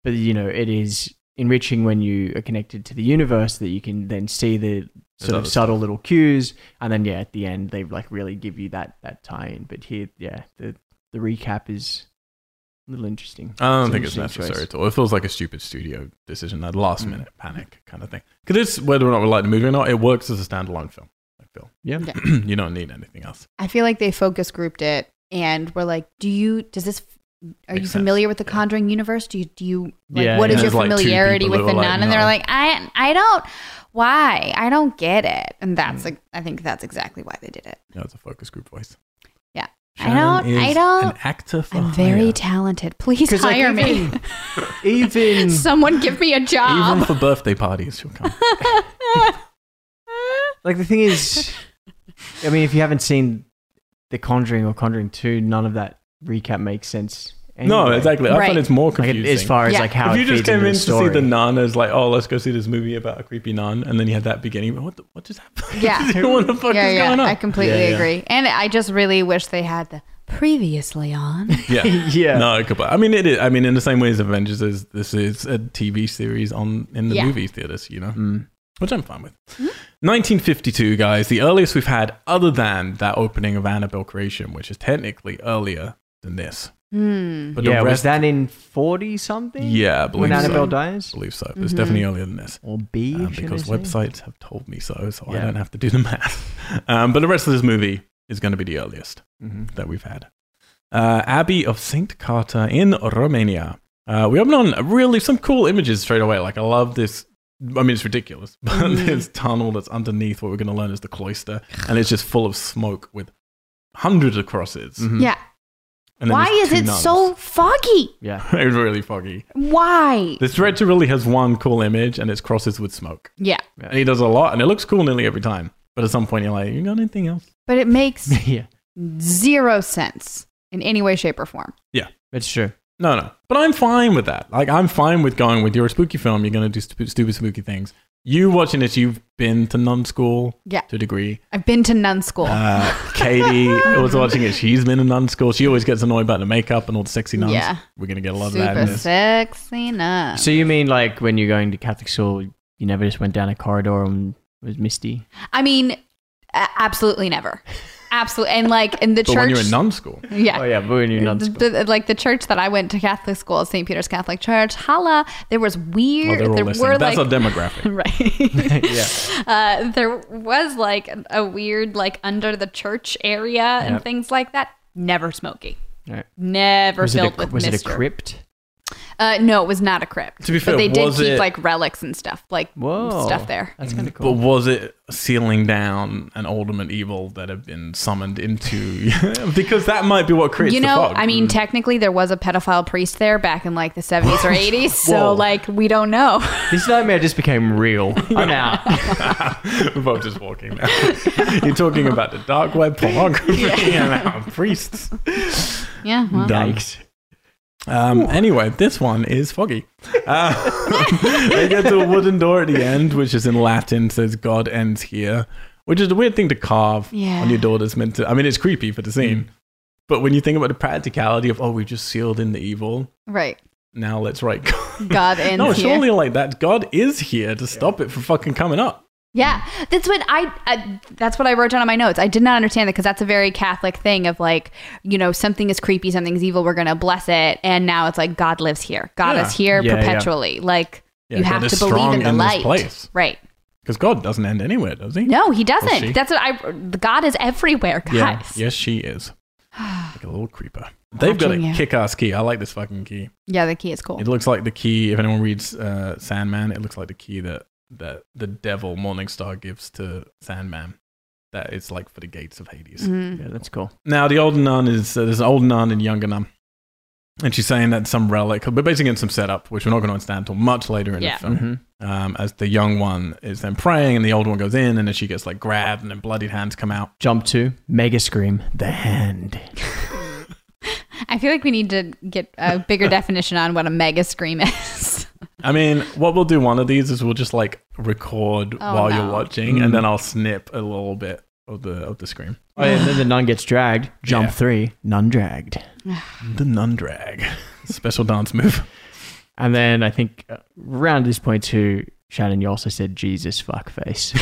[SPEAKER 3] But you know, it is enriching when you are connected to the universe that you can then see the sort
[SPEAKER 1] other
[SPEAKER 3] of subtle little cues, and then yeah, at the end they like really give you that that tie-in. But here, yeah, the the recap is a little interesting.
[SPEAKER 1] I don't
[SPEAKER 3] an
[SPEAKER 1] think it's
[SPEAKER 3] interesting
[SPEAKER 1] necessary
[SPEAKER 3] choice.
[SPEAKER 1] at all. It feels like a stupid studio decision, that last
[SPEAKER 3] Mm.
[SPEAKER 1] minute panic kind of thing. Because it's whether or not we like the movie or not, it works as a standalone film. I feel
[SPEAKER 3] Yeah.
[SPEAKER 2] Yeah.
[SPEAKER 1] you don't need anything else.
[SPEAKER 2] I feel like they focus grouped it and we're like, do you, does this, are
[SPEAKER 1] Makes
[SPEAKER 2] you
[SPEAKER 1] sense.
[SPEAKER 2] familiar with the
[SPEAKER 1] Yeah.
[SPEAKER 2] Conjuring universe? Do you, do you, like,
[SPEAKER 3] Yeah,
[SPEAKER 2] what
[SPEAKER 3] yeah.
[SPEAKER 2] is your
[SPEAKER 1] There's, like, two
[SPEAKER 2] familiarity
[SPEAKER 1] people
[SPEAKER 2] with
[SPEAKER 1] who
[SPEAKER 2] the
[SPEAKER 1] are
[SPEAKER 2] nun?
[SPEAKER 1] like,
[SPEAKER 2] and they're
[SPEAKER 1] no.
[SPEAKER 2] like, I, I don't, why? I don't get it. And
[SPEAKER 1] Mm.
[SPEAKER 2] that's, like, I think that's exactly why they did it.
[SPEAKER 1] You know, it's a focus group voice.
[SPEAKER 2] Yeah. I
[SPEAKER 1] Shannon
[SPEAKER 2] don't- I
[SPEAKER 1] is
[SPEAKER 2] don't-
[SPEAKER 1] An actor for
[SPEAKER 2] I'm very
[SPEAKER 1] hire.
[SPEAKER 2] talented. Please
[SPEAKER 3] 'Cause, like,
[SPEAKER 2] hire me.
[SPEAKER 3] even- Even
[SPEAKER 2] Someone give me a job.
[SPEAKER 1] Mm. even for birthday parties, she'll come.
[SPEAKER 3] like the thing is, I mean, if you haven't seen The Conjuring or Conjuring Two, none of that recap makes sense.
[SPEAKER 1] no,
[SPEAKER 3] anyway.
[SPEAKER 1] exactly. I
[SPEAKER 2] Right.
[SPEAKER 1] find it's more
[SPEAKER 3] Like
[SPEAKER 1] confusing.
[SPEAKER 3] as far as
[SPEAKER 2] Yeah.
[SPEAKER 3] like how
[SPEAKER 1] if
[SPEAKER 3] it
[SPEAKER 1] you just
[SPEAKER 3] feeds into
[SPEAKER 1] came in to see
[SPEAKER 3] story.
[SPEAKER 1] the nun as like, oh, let's go see this movie about a creepy nun, and then you had that beginning, what the, what just happened?
[SPEAKER 2] Yeah.
[SPEAKER 1] what the fuck
[SPEAKER 2] yeah,
[SPEAKER 1] is
[SPEAKER 2] yeah.
[SPEAKER 1] going on?
[SPEAKER 2] I completely
[SPEAKER 3] Yeah, yeah.
[SPEAKER 2] agree. And I just really wish they had the previously on.
[SPEAKER 1] yeah,
[SPEAKER 3] yeah,
[SPEAKER 1] No, compl- I mean it is. I mean, in the same way as Avengers is, this is a TV series on in the
[SPEAKER 2] Yeah.
[SPEAKER 1] movie theaters, you know,
[SPEAKER 3] Mm.
[SPEAKER 1] which I'm fine with. 1952, guys, the earliest we've had, other than that opening of Annabelle Creation, which is technically earlier than this.
[SPEAKER 2] Hmm.
[SPEAKER 1] But
[SPEAKER 3] yeah,
[SPEAKER 1] the
[SPEAKER 3] was
[SPEAKER 1] rest,
[SPEAKER 3] that in forty something?
[SPEAKER 1] yeah, I
[SPEAKER 3] when
[SPEAKER 1] believe
[SPEAKER 3] Annabelle
[SPEAKER 1] so.
[SPEAKER 3] dies,
[SPEAKER 1] I believe so. It's
[SPEAKER 2] Mhm.
[SPEAKER 1] definitely earlier than this.
[SPEAKER 3] or B,
[SPEAKER 1] Um,
[SPEAKER 3] should
[SPEAKER 1] because
[SPEAKER 3] I say?
[SPEAKER 1] websites have told me so, so I
[SPEAKER 3] Yeah.
[SPEAKER 1] don't have to do the math. Um, but the rest of this movie is going to be the earliest
[SPEAKER 3] Mhm.
[SPEAKER 1] that we've had. Uh, Abbey of St. Carter in Romania. Uh, we open on really some cool images straight away. Like, I love this. I mean, it's ridiculous, but this tunnel that's underneath what we're going to learn is the cloister, and it's just full of smoke with hundreds of crosses.
[SPEAKER 3] Mhm.
[SPEAKER 2] Yeah.
[SPEAKER 1] And then
[SPEAKER 2] Why
[SPEAKER 1] there's
[SPEAKER 2] is
[SPEAKER 1] two
[SPEAKER 2] it
[SPEAKER 1] nuns.
[SPEAKER 2] so foggy?
[SPEAKER 3] Yeah.
[SPEAKER 1] it's really foggy.
[SPEAKER 2] Why?
[SPEAKER 1] This director really has one cool image, and it's crosses with smoke.
[SPEAKER 2] Yeah.
[SPEAKER 1] And he does a lot, and it looks cool nearly every time. But at some point, you're like, you got anything else?
[SPEAKER 2] But it makes
[SPEAKER 3] yeah,
[SPEAKER 2] zero sense in any way, shape, or form.
[SPEAKER 3] it's true.
[SPEAKER 1] No, no. But I'm fine with that. Like, I'm fine with going with you're a spooky film. You're going to do stu- stupid, spooky things. You watching this, you've been to nun school
[SPEAKER 2] Yeah.
[SPEAKER 1] to a degree.
[SPEAKER 2] I've been to nun school.
[SPEAKER 1] Uh, Katie was watching it. She's been in nun school. She always gets annoyed about the makeup and all the sexy nuns.
[SPEAKER 2] Yeah.
[SPEAKER 1] We're going to get a lot of that
[SPEAKER 2] Super
[SPEAKER 1] in this.
[SPEAKER 2] sexy nun.
[SPEAKER 3] So you mean like when you're going to Catholic school, you never just went down a corridor and it was misty?
[SPEAKER 2] I mean, a- absolutely never. Absolutely. And like in the
[SPEAKER 1] But
[SPEAKER 2] church.
[SPEAKER 1] when you're in nun school,
[SPEAKER 2] yeah.
[SPEAKER 3] Oh yeah, but when you're not.
[SPEAKER 2] The- the- like the church that I went to Catholic school, St. Peter's Catholic Church, holla, there was
[SPEAKER 1] well,
[SPEAKER 2] weird,
[SPEAKER 1] they're all
[SPEAKER 2] there
[SPEAKER 1] listening.
[SPEAKER 2] were
[SPEAKER 1] That's
[SPEAKER 2] like,
[SPEAKER 1] a demographic.
[SPEAKER 2] right.
[SPEAKER 3] yeah,
[SPEAKER 2] uh, there was like a weird, like under the church area and
[SPEAKER 3] Yep.
[SPEAKER 2] things like that. Never smoky.
[SPEAKER 3] Right.
[SPEAKER 2] Never
[SPEAKER 3] was it
[SPEAKER 2] filled
[SPEAKER 3] a,
[SPEAKER 2] with
[SPEAKER 3] was it a
[SPEAKER 2] mister.
[SPEAKER 3] crypt?
[SPEAKER 2] Uh, no, it was not a crypt.
[SPEAKER 1] To be fair,
[SPEAKER 2] but they did
[SPEAKER 1] was
[SPEAKER 2] keep
[SPEAKER 1] it-
[SPEAKER 2] like relics and stuff, like
[SPEAKER 3] Whoa.
[SPEAKER 2] stuff there.
[SPEAKER 3] That's kind of
[SPEAKER 1] Mm, But
[SPEAKER 3] cool.
[SPEAKER 1] was it sealing down an ultimate evil that had been summoned into? because that might be what creates
[SPEAKER 2] you
[SPEAKER 1] the
[SPEAKER 2] know,
[SPEAKER 1] fog.
[SPEAKER 2] I mean,
[SPEAKER 3] Mm.
[SPEAKER 2] technically there was a pedophile priest there back in like the 70s or 80s,
[SPEAKER 3] Whoa.
[SPEAKER 2] so like we don't know.
[SPEAKER 3] this nightmare just became real. I'm out.
[SPEAKER 1] We're both just walking now. You're talking about the dark web pornography and our priests.
[SPEAKER 2] yeah, well,
[SPEAKER 1] Done.
[SPEAKER 3] Yikes.
[SPEAKER 1] Um, anyway, this one is foggy. Uh, they get to a wooden door at the end, which is in Latin, says God ends here, which is a weird thing to carve
[SPEAKER 2] Yeah. Mm.
[SPEAKER 1] on your door that's meant to. I mean, it's creepy for the scene. But when you think about the practicality of, oh, we just sealed in the evil,
[SPEAKER 2] right.
[SPEAKER 1] now let's write God.
[SPEAKER 2] God ends
[SPEAKER 1] no,
[SPEAKER 2] here.
[SPEAKER 1] surely like that. God is here to stop it from fucking coming up.
[SPEAKER 2] Yeah, that's what I, I. That's what I wrote down on my notes. I did not understand that because that's a very Catholic thing of like, you know, something is creepy, something's evil. We're gonna bless it, and now it's like God lives here. God
[SPEAKER 1] Yeah.
[SPEAKER 2] is here
[SPEAKER 3] Yeah, yeah.
[SPEAKER 2] perpetually. Like
[SPEAKER 1] Yeah,
[SPEAKER 2] you
[SPEAKER 1] God
[SPEAKER 2] have
[SPEAKER 1] is
[SPEAKER 2] to believe
[SPEAKER 1] strong
[SPEAKER 2] in the
[SPEAKER 1] in this
[SPEAKER 2] light,
[SPEAKER 1] place.
[SPEAKER 2] right?
[SPEAKER 1] Because God doesn't end anywhere, does he?
[SPEAKER 2] No,
[SPEAKER 1] Or
[SPEAKER 2] he
[SPEAKER 1] she.
[SPEAKER 2] doesn't. That's what I. God is everywhere, guys.
[SPEAKER 1] Yeah. Yes, she is. Like a little creeper. They've got
[SPEAKER 2] Watching
[SPEAKER 1] a
[SPEAKER 2] you.
[SPEAKER 1] kick ass key. I like this fucking key.
[SPEAKER 2] Yeah, the key is cool.
[SPEAKER 1] It looks like the key, if anyone reads uh, Sandman, it looks like the key that, that the devil Morningstar gives to Sandman. That it's like for the gates of Hades.
[SPEAKER 2] Mhm.
[SPEAKER 3] Yeah, that's cool.
[SPEAKER 1] Now, the older nun is uh, there's an older nun and younger nun. And she's saying that some relic, but basically in some setup, which we're not going to understand until much later in
[SPEAKER 2] Yeah.
[SPEAKER 1] the film
[SPEAKER 3] Mm-hmm.
[SPEAKER 1] um, as the young one is then praying and the old one goes in and then she gets like grabbed and then bloodied hands come out.
[SPEAKER 3] Jump to Mega Scream, The Hand.
[SPEAKER 2] I feel like we need to get a bigger definition on what a mega scream is.
[SPEAKER 1] I mean, what we'll do one of these is we'll just like record while you're
[SPEAKER 2] Oh, no.
[SPEAKER 1] watching and then I'll snip a little bit of the of the scream.
[SPEAKER 3] Oh, yeah, and then the nun gets dragged. Jump
[SPEAKER 1] Yeah.
[SPEAKER 3] three, nun dragged.
[SPEAKER 1] The nun drag. Special dance move.
[SPEAKER 3] And then I think uh, around this point too, Shannon, you also said Jesus fuckface.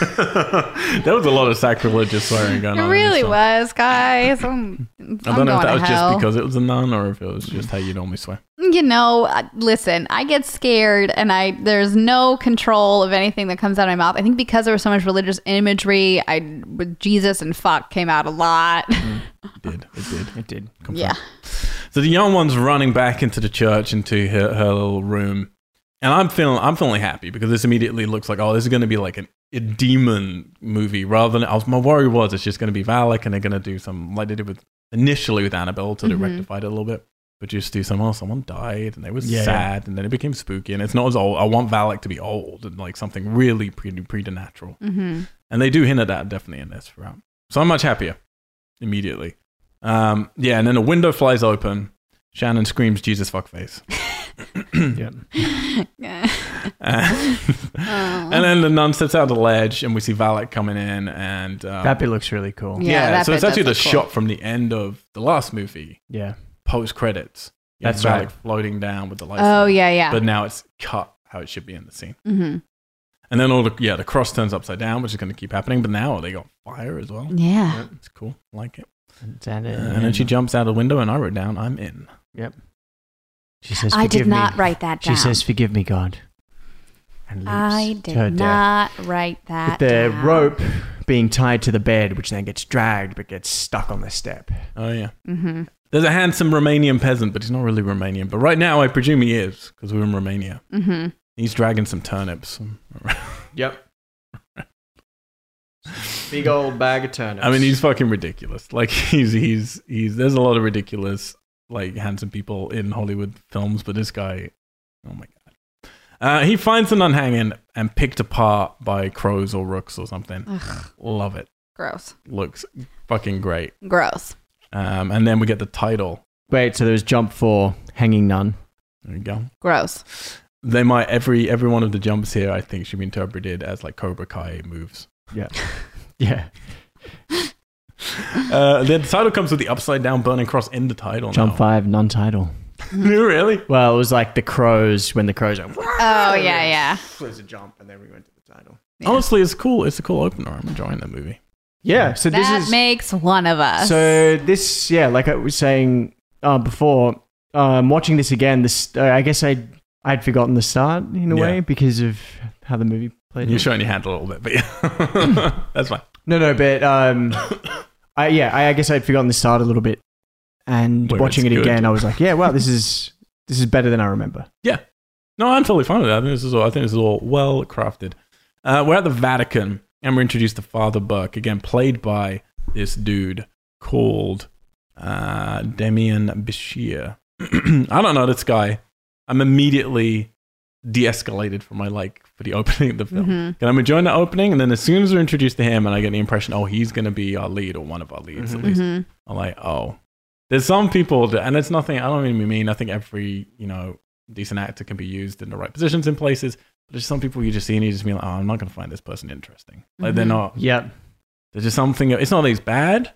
[SPEAKER 1] There was a lot of sacrilegious swearing going on. in this film.
[SPEAKER 2] was, guys. I'm,
[SPEAKER 1] I don't know if that was just because it was a nun or if it was just how you normally swear.
[SPEAKER 2] you know I- listen i get scared and i there's no control of anything that comes out of my mouth i think because there was so much religious imagery i with jesus and fuck came out a lot
[SPEAKER 3] Mm.
[SPEAKER 1] It did. It did.
[SPEAKER 3] it did.
[SPEAKER 2] yeah
[SPEAKER 1] So the young one's running back into the church, into her, her little room, and I'm feeling I'm feeling happy because this immediately looks like oh this is going to be like an, a demon movie rather than I was, my worry was it's just going to be Valak and they're going to do some like they did with initially with Annabelle to
[SPEAKER 3] Mm-hmm.
[SPEAKER 2] Mhm.
[SPEAKER 1] rectify it a little bit, but just do some oh someone died and they was
[SPEAKER 3] Yeah, yeah.
[SPEAKER 1] sad and then it became spooky and it's not as old I want Valak to be old and like something really pre preternatural.
[SPEAKER 2] mm-hmm.
[SPEAKER 1] And they do hint at that definitely in this round. So I'm much happier immediately. Um, yeah, and then a window flies open. Shannon screams, Jesus fuckface.
[SPEAKER 3] Yeah.
[SPEAKER 1] and then the nun steps out the ledge, and we see Valak coming in. And um,
[SPEAKER 3] That bit looks really cool.
[SPEAKER 2] Yeah.
[SPEAKER 1] yeah,
[SPEAKER 2] that
[SPEAKER 1] so it's
[SPEAKER 2] bit
[SPEAKER 1] actually the
[SPEAKER 2] does look cool.
[SPEAKER 1] shot from the end of the last movie,
[SPEAKER 3] Yeah.
[SPEAKER 1] post credits.
[SPEAKER 3] That's
[SPEAKER 1] Valak
[SPEAKER 3] right.
[SPEAKER 1] floating down with the lights.
[SPEAKER 2] oh
[SPEAKER 1] on.
[SPEAKER 2] yeah yeah
[SPEAKER 1] But now it's cut how it should be in the scene.
[SPEAKER 2] hmm
[SPEAKER 1] And then all the, yeah, the cross turns upside down, which is going to keep happening. But now they got fire as well.
[SPEAKER 2] yeah
[SPEAKER 1] It's cool. I like it.
[SPEAKER 3] And, then-
[SPEAKER 1] Uh, and then she jumps out the window, and I wrote down, "I'm in."
[SPEAKER 3] she says,
[SPEAKER 2] i did
[SPEAKER 3] "Forgive me."
[SPEAKER 2] not write that
[SPEAKER 3] She
[SPEAKER 2] down
[SPEAKER 3] says, "Forgive me, God." And leaves
[SPEAKER 2] i
[SPEAKER 3] to her
[SPEAKER 2] did
[SPEAKER 3] death.
[SPEAKER 2] not write
[SPEAKER 3] With
[SPEAKER 2] that
[SPEAKER 3] the
[SPEAKER 2] down.
[SPEAKER 3] rope being tied to the bed, which then gets dragged but gets stuck on the step.
[SPEAKER 1] Oh yeah.
[SPEAKER 2] Mhm.
[SPEAKER 1] There's a handsome Romanian peasant, but he's not really Romanian. But right now, I presume he is because we're in Romania.
[SPEAKER 2] Mhm.
[SPEAKER 1] He's dragging some turnips.
[SPEAKER 3] Yep. Big old bag of turnips.
[SPEAKER 1] I mean, he's fucking ridiculous. Like he's he's he's. There's a lot of ridiculous, like handsome people in Hollywood films, but this guy, oh my god. Uh, he finds the nun hanging and picked apart by crows or rooks or something.
[SPEAKER 2] Ugh,
[SPEAKER 1] Love it.
[SPEAKER 2] gross
[SPEAKER 1] Looks fucking great.
[SPEAKER 2] gross
[SPEAKER 1] Um, and then we get the title.
[SPEAKER 3] Wait, so there was jump four, hanging nun.
[SPEAKER 1] There we go.
[SPEAKER 2] gross
[SPEAKER 1] they might every every one of the jumps here I think should be interpreted as like Cobra Kai moves.
[SPEAKER 3] Yeah.
[SPEAKER 1] Uh, the title comes with the upside down burning cross in the title.
[SPEAKER 3] Jump
[SPEAKER 1] now.
[SPEAKER 3] five, nun title.
[SPEAKER 1] really?
[SPEAKER 3] Well, it was like the crows when the crows are.
[SPEAKER 2] oh yeah yeah
[SPEAKER 3] There's a jump, and then we went to the title.
[SPEAKER 2] Yeah.
[SPEAKER 1] Honestly, it's cool. It's a cool opener. I'm enjoying that movie.
[SPEAKER 3] Yeah. So this
[SPEAKER 2] that
[SPEAKER 3] is.
[SPEAKER 2] makes one of us
[SPEAKER 3] So this, yeah, like I was saying uh, before, um, watching this again, this uh, I guess I I'd forgotten the start in a
[SPEAKER 1] Yeah.
[SPEAKER 3] way because of how the movie played.
[SPEAKER 1] You're
[SPEAKER 3] out.
[SPEAKER 1] showing your hand a little bit, but yeah, that's fine.
[SPEAKER 3] No, no, but um, I yeah, I, I guess I'd forgotten the start a little bit, and
[SPEAKER 1] Where
[SPEAKER 3] watching it
[SPEAKER 1] it's good.
[SPEAKER 3] again, I was like, yeah, wow, this is This is better than I remember.
[SPEAKER 1] Yeah. No, I'm totally fine with that. I think this is all. I think this is all well crafted. Uh, we're at the Vatican, and we're introduced to Father Buck again, played by this dude called uh, Demian Bashir. I don't know this guy. I'm immediately de-escalated for my like for the opening of the
[SPEAKER 2] Mm-hmm.
[SPEAKER 1] film. And I'm enjoying the opening, and then as soon as we're introduced to him, and I get the impression, oh, he's going to be our lead or one of our leads
[SPEAKER 2] Mm-hmm.
[SPEAKER 1] at least. I'm like, oh, there's some people, that, and it's nothing. I don't even mean. I think every you know decent actor can be used in the right positions in places. But there's some people you just see and you just be like, oh, I'm not going to find this person interesting. Like they're not.
[SPEAKER 3] Mm-hmm. Yep.
[SPEAKER 1] There's just something. It's not that he's bad.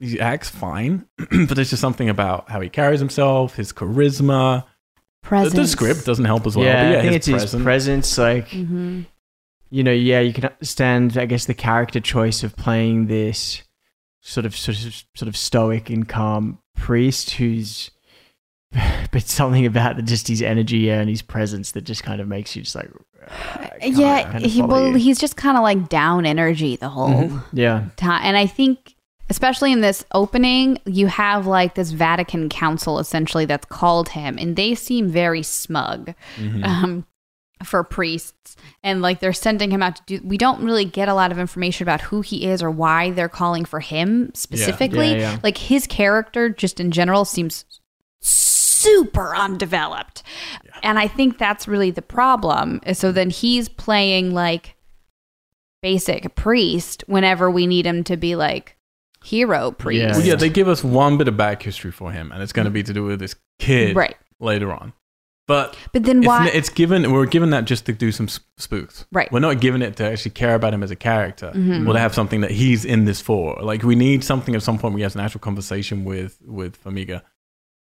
[SPEAKER 1] He acts fine, but there's just something about how he carries himself, his charisma. The,
[SPEAKER 2] Presence.
[SPEAKER 1] the script doesn't help as well.
[SPEAKER 3] yeah,
[SPEAKER 1] but yeah
[SPEAKER 3] I think
[SPEAKER 1] his
[SPEAKER 3] it's his
[SPEAKER 1] presence.
[SPEAKER 3] presence. Like,
[SPEAKER 2] Mm-hmm.
[SPEAKER 3] you know, yeah, you can understand. I guess the character choice of playing this sort of sort of sort of stoic and calm priest who's. But something about the, just his energy yeah, and his presence that just kind of makes you just like,
[SPEAKER 2] yeah,
[SPEAKER 3] kinda
[SPEAKER 2] he,
[SPEAKER 3] follow
[SPEAKER 2] well,
[SPEAKER 3] you.
[SPEAKER 2] he's just kind of like down energy the whole
[SPEAKER 3] oh, Mm-hmm. yeah,
[SPEAKER 2] time. And I think, especially in this opening, you have like this Vatican Council essentially that's called him, and they seem very smug
[SPEAKER 1] Mm-hmm.
[SPEAKER 3] Uh,
[SPEAKER 2] um, for priests. And like they're sending him out to do, we don't really get a lot of information about who he is or why they're calling for him specifically.
[SPEAKER 3] yeah.
[SPEAKER 2] Like his character, just in general, seems super undeveloped. And I think that's really the problem. is So then he's playing like basic priest whenever we need him to be like hero priest.
[SPEAKER 1] Well, yeah,
[SPEAKER 3] Yeah.
[SPEAKER 1] they give us one bit of back history for him, and it's going to be to do with this kid
[SPEAKER 2] Right.
[SPEAKER 1] later on. But
[SPEAKER 2] But then
[SPEAKER 1] it's,
[SPEAKER 2] why?
[SPEAKER 1] it's given we're given that just to do some s- spooks.
[SPEAKER 2] Right. Mm-hmm.
[SPEAKER 1] We're not given it to actually care about him as a character or to have something that he's in this for. Like we need something at some point. We have an actual conversation with with Famiga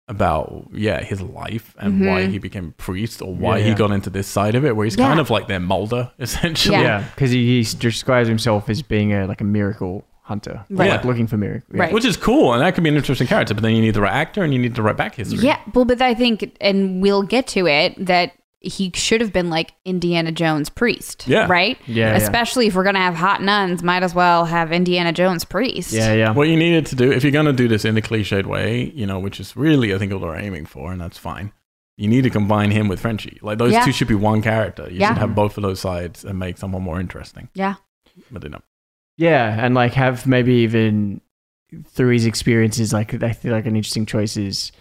[SPEAKER 1] about yeah his life and why he became a priest or why
[SPEAKER 3] Yeah,
[SPEAKER 1] he
[SPEAKER 3] yeah.
[SPEAKER 1] got into this side of it, where he's
[SPEAKER 2] Mm-hmm. Yeah.
[SPEAKER 1] kind of like their Mulder essentially.
[SPEAKER 2] Yeah.
[SPEAKER 3] yeah, because he, he describes himself as being a like a miracle hunter, or,
[SPEAKER 2] Right.
[SPEAKER 3] like looking for miracles.
[SPEAKER 2] Right.
[SPEAKER 1] Which is cool, and that could be an interesting character, but then you need the right actor and you need the right back history.
[SPEAKER 2] yeah, well, but I think, and we'll get to it, that he should have been like Indiana Jones priest.
[SPEAKER 1] Yeah.
[SPEAKER 2] Right?
[SPEAKER 3] Yeah, yeah.
[SPEAKER 2] Especially if we're going to have hot nuns, might as well have Indiana Jones priest.
[SPEAKER 3] Yeah, yeah.
[SPEAKER 1] What you needed to do, if you're going to do this in a cliched way, you know, which is really, I think, what they're aiming for, and that's fine. You need to combine him with Frenchie. Like those
[SPEAKER 2] Yeah.
[SPEAKER 1] two should be one character. You
[SPEAKER 2] Yeah.
[SPEAKER 1] should have both of those sides and make someone more interesting.
[SPEAKER 2] Yeah.
[SPEAKER 1] But they don't.
[SPEAKER 3] Yeah, and like have maybe even through his experiences, like I feel like an interesting choice is,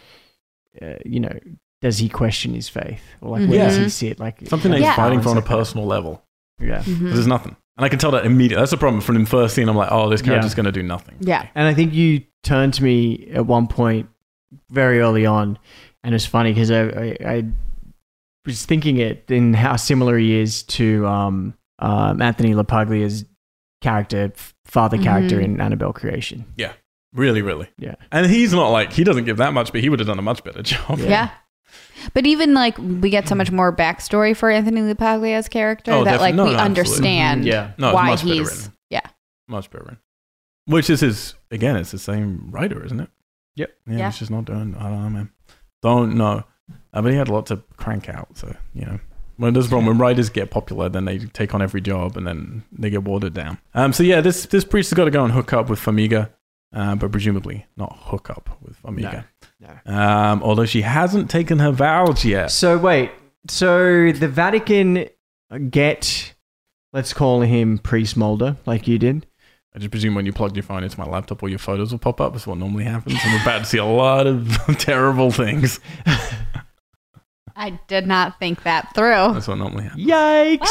[SPEAKER 3] uh, you know, does he question his faith or like where does
[SPEAKER 1] Mhm.
[SPEAKER 3] he sit? Like
[SPEAKER 1] Something that he's
[SPEAKER 3] yeah.
[SPEAKER 2] Yeah. Mm.
[SPEAKER 1] fighting for on a personal level.
[SPEAKER 3] Yeah,
[SPEAKER 2] Mm-hmm.
[SPEAKER 1] Because There's nothing. And I can tell that immediately. That's the problem. From the first scene, I'm like, oh, this character's
[SPEAKER 3] Yeah.
[SPEAKER 1] going to do nothing.
[SPEAKER 2] Yeah.
[SPEAKER 3] and I think you turned to me at one point very early on, and it's funny because I, I I was thinking it in how similar he is to um, um Anthony LaPaglia's character, f- father character in Annabelle Creation.
[SPEAKER 1] Really, really.
[SPEAKER 3] Yeah.
[SPEAKER 1] And he's not like, he doesn't give that much, but he would have done a much better job.
[SPEAKER 2] Yeah. But even like we get so much more backstory for Anthony LaPaglia's character
[SPEAKER 1] Oh,
[SPEAKER 2] that
[SPEAKER 1] defi-
[SPEAKER 2] like
[SPEAKER 1] no,
[SPEAKER 2] we
[SPEAKER 1] no, absolutely.
[SPEAKER 2] understand
[SPEAKER 3] Yeah.
[SPEAKER 1] No, it's
[SPEAKER 2] why
[SPEAKER 1] much better
[SPEAKER 2] he's
[SPEAKER 1] written.
[SPEAKER 2] yeah.
[SPEAKER 1] Much better written. Which is his again, it's the same writer, isn't it?
[SPEAKER 3] Yep.
[SPEAKER 1] Yeah,
[SPEAKER 2] Yeah.
[SPEAKER 1] he's just not doing I don't know, man. Don't know. Uh, but he had a lot to crank out, so you know. Well, there's a problem when writers get popular, then they take on every job, and then they get watered down. Um, so yeah, this this priest has got to go and hook up with Famiga, uh, but presumably not hook up with Famiga.
[SPEAKER 3] No,
[SPEAKER 1] Um, although she hasn't taken her vows yet.
[SPEAKER 3] So wait, so the Vatican get let's call him Priest Mulder, like you did.
[SPEAKER 1] I just presume when you plug your phone into my laptop, all your photos will pop up. That's what normally happens. and we're about to see a lot of terrible things.
[SPEAKER 2] I did not think that through.
[SPEAKER 1] That's what normally happens.
[SPEAKER 3] Yikes!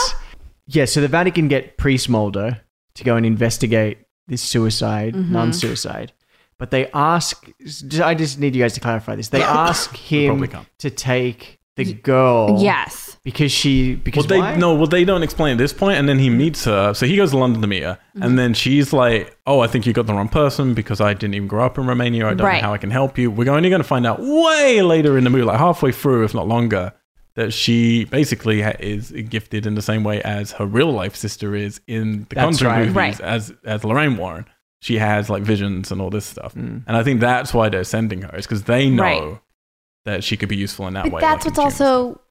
[SPEAKER 3] yeah, so the Vatican get Priest Mulder to go and investigate this suicide, non-suicide. But they ask. I just need you guys to clarify this. They ask him
[SPEAKER 1] probably can't.
[SPEAKER 3] to take the girl.
[SPEAKER 1] Oh.
[SPEAKER 2] Yes.
[SPEAKER 3] because she because
[SPEAKER 1] Well, they
[SPEAKER 3] why?
[SPEAKER 1] no. Well, they don't explain at this point, and then he meets her. So he goes to London to meet her, and then she's like, "Oh, I think you got the wrong person because I didn't even grow up in Romania. I don't
[SPEAKER 2] Right.
[SPEAKER 1] know how I can help you." We're only going to find out way later in the movie, like halfway through, if not longer, that she basically ha- is gifted in the same way as her real life sister is in the
[SPEAKER 3] That's
[SPEAKER 1] Conjuring
[SPEAKER 3] right.
[SPEAKER 1] movies,
[SPEAKER 2] Right.
[SPEAKER 1] as as Lorraine Warren. She has like visions and all this stuff,
[SPEAKER 2] Mm.
[SPEAKER 1] and I think that's why they're sending her. It's because they know.
[SPEAKER 2] Right.
[SPEAKER 1] That she could be useful in that
[SPEAKER 2] But
[SPEAKER 1] way.
[SPEAKER 2] that's
[SPEAKER 1] like
[SPEAKER 2] what's
[SPEAKER 1] in June's stuff.
[SPEAKER 2] also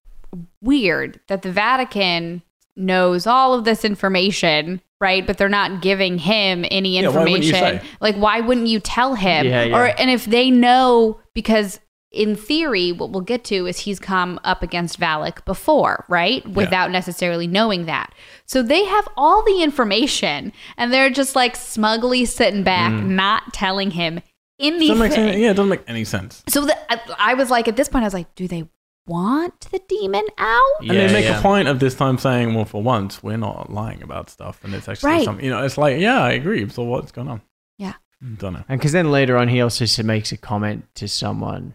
[SPEAKER 2] weird that the Vatican knows all of this information, right? But they're not giving him any
[SPEAKER 1] Yeah, why wouldn't you
[SPEAKER 2] information.
[SPEAKER 1] say?
[SPEAKER 2] like why wouldn't you tell him?
[SPEAKER 3] Yeah, yeah.
[SPEAKER 2] Or and if they know because in theory, what we'll get to is he's come up against Valak before, right? Without necessarily knowing that. So they have all the information and they're just like smugly sitting back, not telling him anything.
[SPEAKER 1] Doesn't Mm. make sense. Yeah, it doesn't make any sense.
[SPEAKER 2] So the, I, I was like, at this point, I was like, do they want the demon out?
[SPEAKER 1] And they make a point of this time saying, well, for once, we're not lying about stuff. And it's actually
[SPEAKER 2] Right.
[SPEAKER 1] something, you know, it's like, yeah, I agree. So what's going on? Mm,
[SPEAKER 2] Yeah.
[SPEAKER 1] Don't know.
[SPEAKER 3] And because then later on, he also s- makes a comment to someone,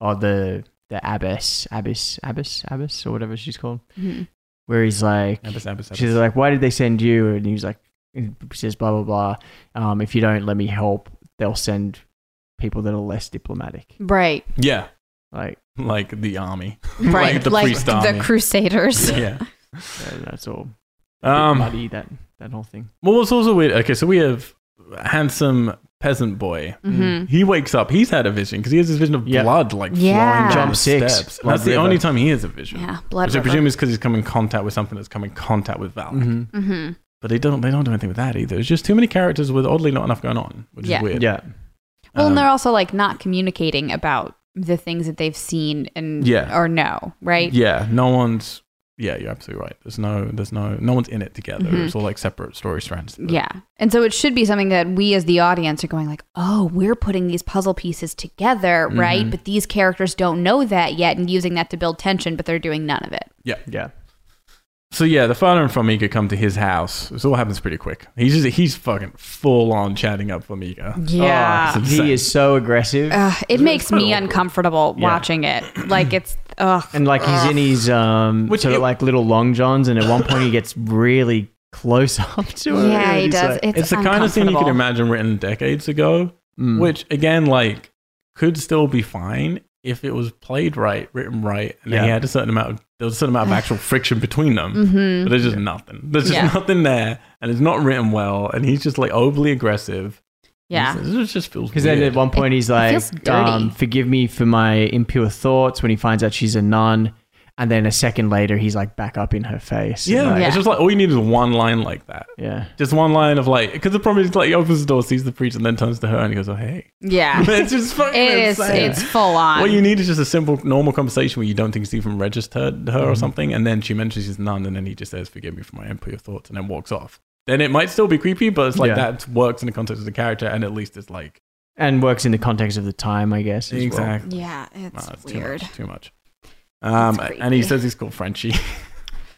[SPEAKER 3] or the the abbess, abbess, abbess, abbess, or whatever she's called,
[SPEAKER 2] Mhm.
[SPEAKER 3] where he's like,
[SPEAKER 1] Episode, episode,
[SPEAKER 3] she's like, why did they send you? And he's like, he says blah blah blah. Um, if you don't let me help, they'll send people that are less diplomatic.
[SPEAKER 2] Right.
[SPEAKER 1] Yeah.
[SPEAKER 3] Like
[SPEAKER 1] Like the army.
[SPEAKER 2] Right.
[SPEAKER 1] Like the priest army.
[SPEAKER 2] Crusaders.
[SPEAKER 1] yeah.
[SPEAKER 3] uh, that's all. A bit
[SPEAKER 1] Um,
[SPEAKER 3] muddy that that whole thing.
[SPEAKER 1] well, what's also weird, okay, so we have handsome peasant boy.
[SPEAKER 2] hmm
[SPEAKER 1] He wakes up. He's had a vision because he has this vision of
[SPEAKER 3] Yeah.
[SPEAKER 1] blood like
[SPEAKER 2] Yeah.
[SPEAKER 1] flying down
[SPEAKER 3] Jump
[SPEAKER 1] the
[SPEAKER 3] six,
[SPEAKER 1] steps.
[SPEAKER 3] Blood
[SPEAKER 1] That's the
[SPEAKER 3] River.
[SPEAKER 1] only time he has a vision.
[SPEAKER 2] Yeah. Blood
[SPEAKER 1] Which I
[SPEAKER 2] river.
[SPEAKER 1] presume is because he's come in contact with something that's come in contact with Val.
[SPEAKER 3] Mhm.
[SPEAKER 2] Mhm.
[SPEAKER 1] But they don't they don't do anything with that either. It's just too many characters with oddly not enough going on, which
[SPEAKER 2] Yeah.
[SPEAKER 1] is weird.
[SPEAKER 3] Yeah,
[SPEAKER 2] Well,
[SPEAKER 1] Um,
[SPEAKER 2] and they're also like not communicating about the things that they've seen and
[SPEAKER 1] Yeah.
[SPEAKER 2] or know, right?
[SPEAKER 1] Yeah, no one's yeah, you're absolutely right. There's no there's no no one's in it together.
[SPEAKER 2] Mhm.
[SPEAKER 1] It's all like separate story strands. But-
[SPEAKER 2] Yeah. And so it should be something that we as the audience are going like, "Oh, we're putting these puzzle pieces together, right?
[SPEAKER 1] Mhm.
[SPEAKER 2] But these characters don't know that yet and using that to build tension, but they're doing none of it."
[SPEAKER 3] yeah.
[SPEAKER 1] So yeah, the father and Formiga come to his house. This all happens pretty quick. He's just he's fucking full on chatting up Formiga.
[SPEAKER 3] Oh,
[SPEAKER 1] Ah.
[SPEAKER 3] he is so aggressive,
[SPEAKER 2] Ugh, it makes me uncomfortable
[SPEAKER 3] Yeah.
[SPEAKER 2] watching it. Like it's ugh.
[SPEAKER 3] and like he's in his um,
[SPEAKER 1] Which
[SPEAKER 3] sort
[SPEAKER 1] it-
[SPEAKER 3] of like little long johns, and at one point he gets really close up to her.
[SPEAKER 2] yeah,
[SPEAKER 3] and
[SPEAKER 2] he
[SPEAKER 3] he's
[SPEAKER 2] does.
[SPEAKER 3] like-
[SPEAKER 2] it's,
[SPEAKER 1] It's the kind of thing you can
[SPEAKER 2] uncomfortable.
[SPEAKER 1] imagine written decades ago.
[SPEAKER 3] Mm.
[SPEAKER 1] which again like could still be fine if it was played right written right and he
[SPEAKER 3] Yeah.
[SPEAKER 1] had a certain amount of there was a certain amount of actual friction between them
[SPEAKER 2] Mm-hmm.
[SPEAKER 1] but there's just nothing there's just
[SPEAKER 2] Yeah.
[SPEAKER 1] nothing there and it's not written well and he's just like overly aggressive
[SPEAKER 2] Yeah.
[SPEAKER 1] It's- it just, feels
[SPEAKER 3] Because then at
[SPEAKER 1] weird.
[SPEAKER 3] one point he's
[SPEAKER 2] feels
[SPEAKER 3] like,
[SPEAKER 2] dirty.
[SPEAKER 3] um, "Forgive me for my impure thoughts." When he finds out she's a nun, and then a second later he's like back up in her face.
[SPEAKER 1] yeah,
[SPEAKER 3] Like,
[SPEAKER 2] Yeah.
[SPEAKER 1] it's just like all you need is one line like that
[SPEAKER 3] yeah,
[SPEAKER 1] just one line of like because the problem is like he opens the door sees the priest and then turns to her and he goes oh hey
[SPEAKER 2] Yeah.
[SPEAKER 1] it's just fucking
[SPEAKER 2] it is
[SPEAKER 1] insane.
[SPEAKER 2] it's full on.
[SPEAKER 1] What you need is just a simple, normal conversation where you don't think it's even registered to
[SPEAKER 3] Mm-hmm.
[SPEAKER 1] her or something, and then she mentions she's none, and then he just says, "Forgive me for my impure thoughts," and then walks off. Then it might still be creepy, but it's like
[SPEAKER 3] Yeah.
[SPEAKER 1] that works in the context of the character, and at least it's like
[SPEAKER 3] and works in the context of the time, I guess. as well.
[SPEAKER 2] yeah,
[SPEAKER 1] No,
[SPEAKER 2] it's
[SPEAKER 1] it's
[SPEAKER 2] weird.
[SPEAKER 1] Too much. Too much. Um,
[SPEAKER 2] It's
[SPEAKER 1] and he
[SPEAKER 2] creepy.
[SPEAKER 1] says he's called Frenchie.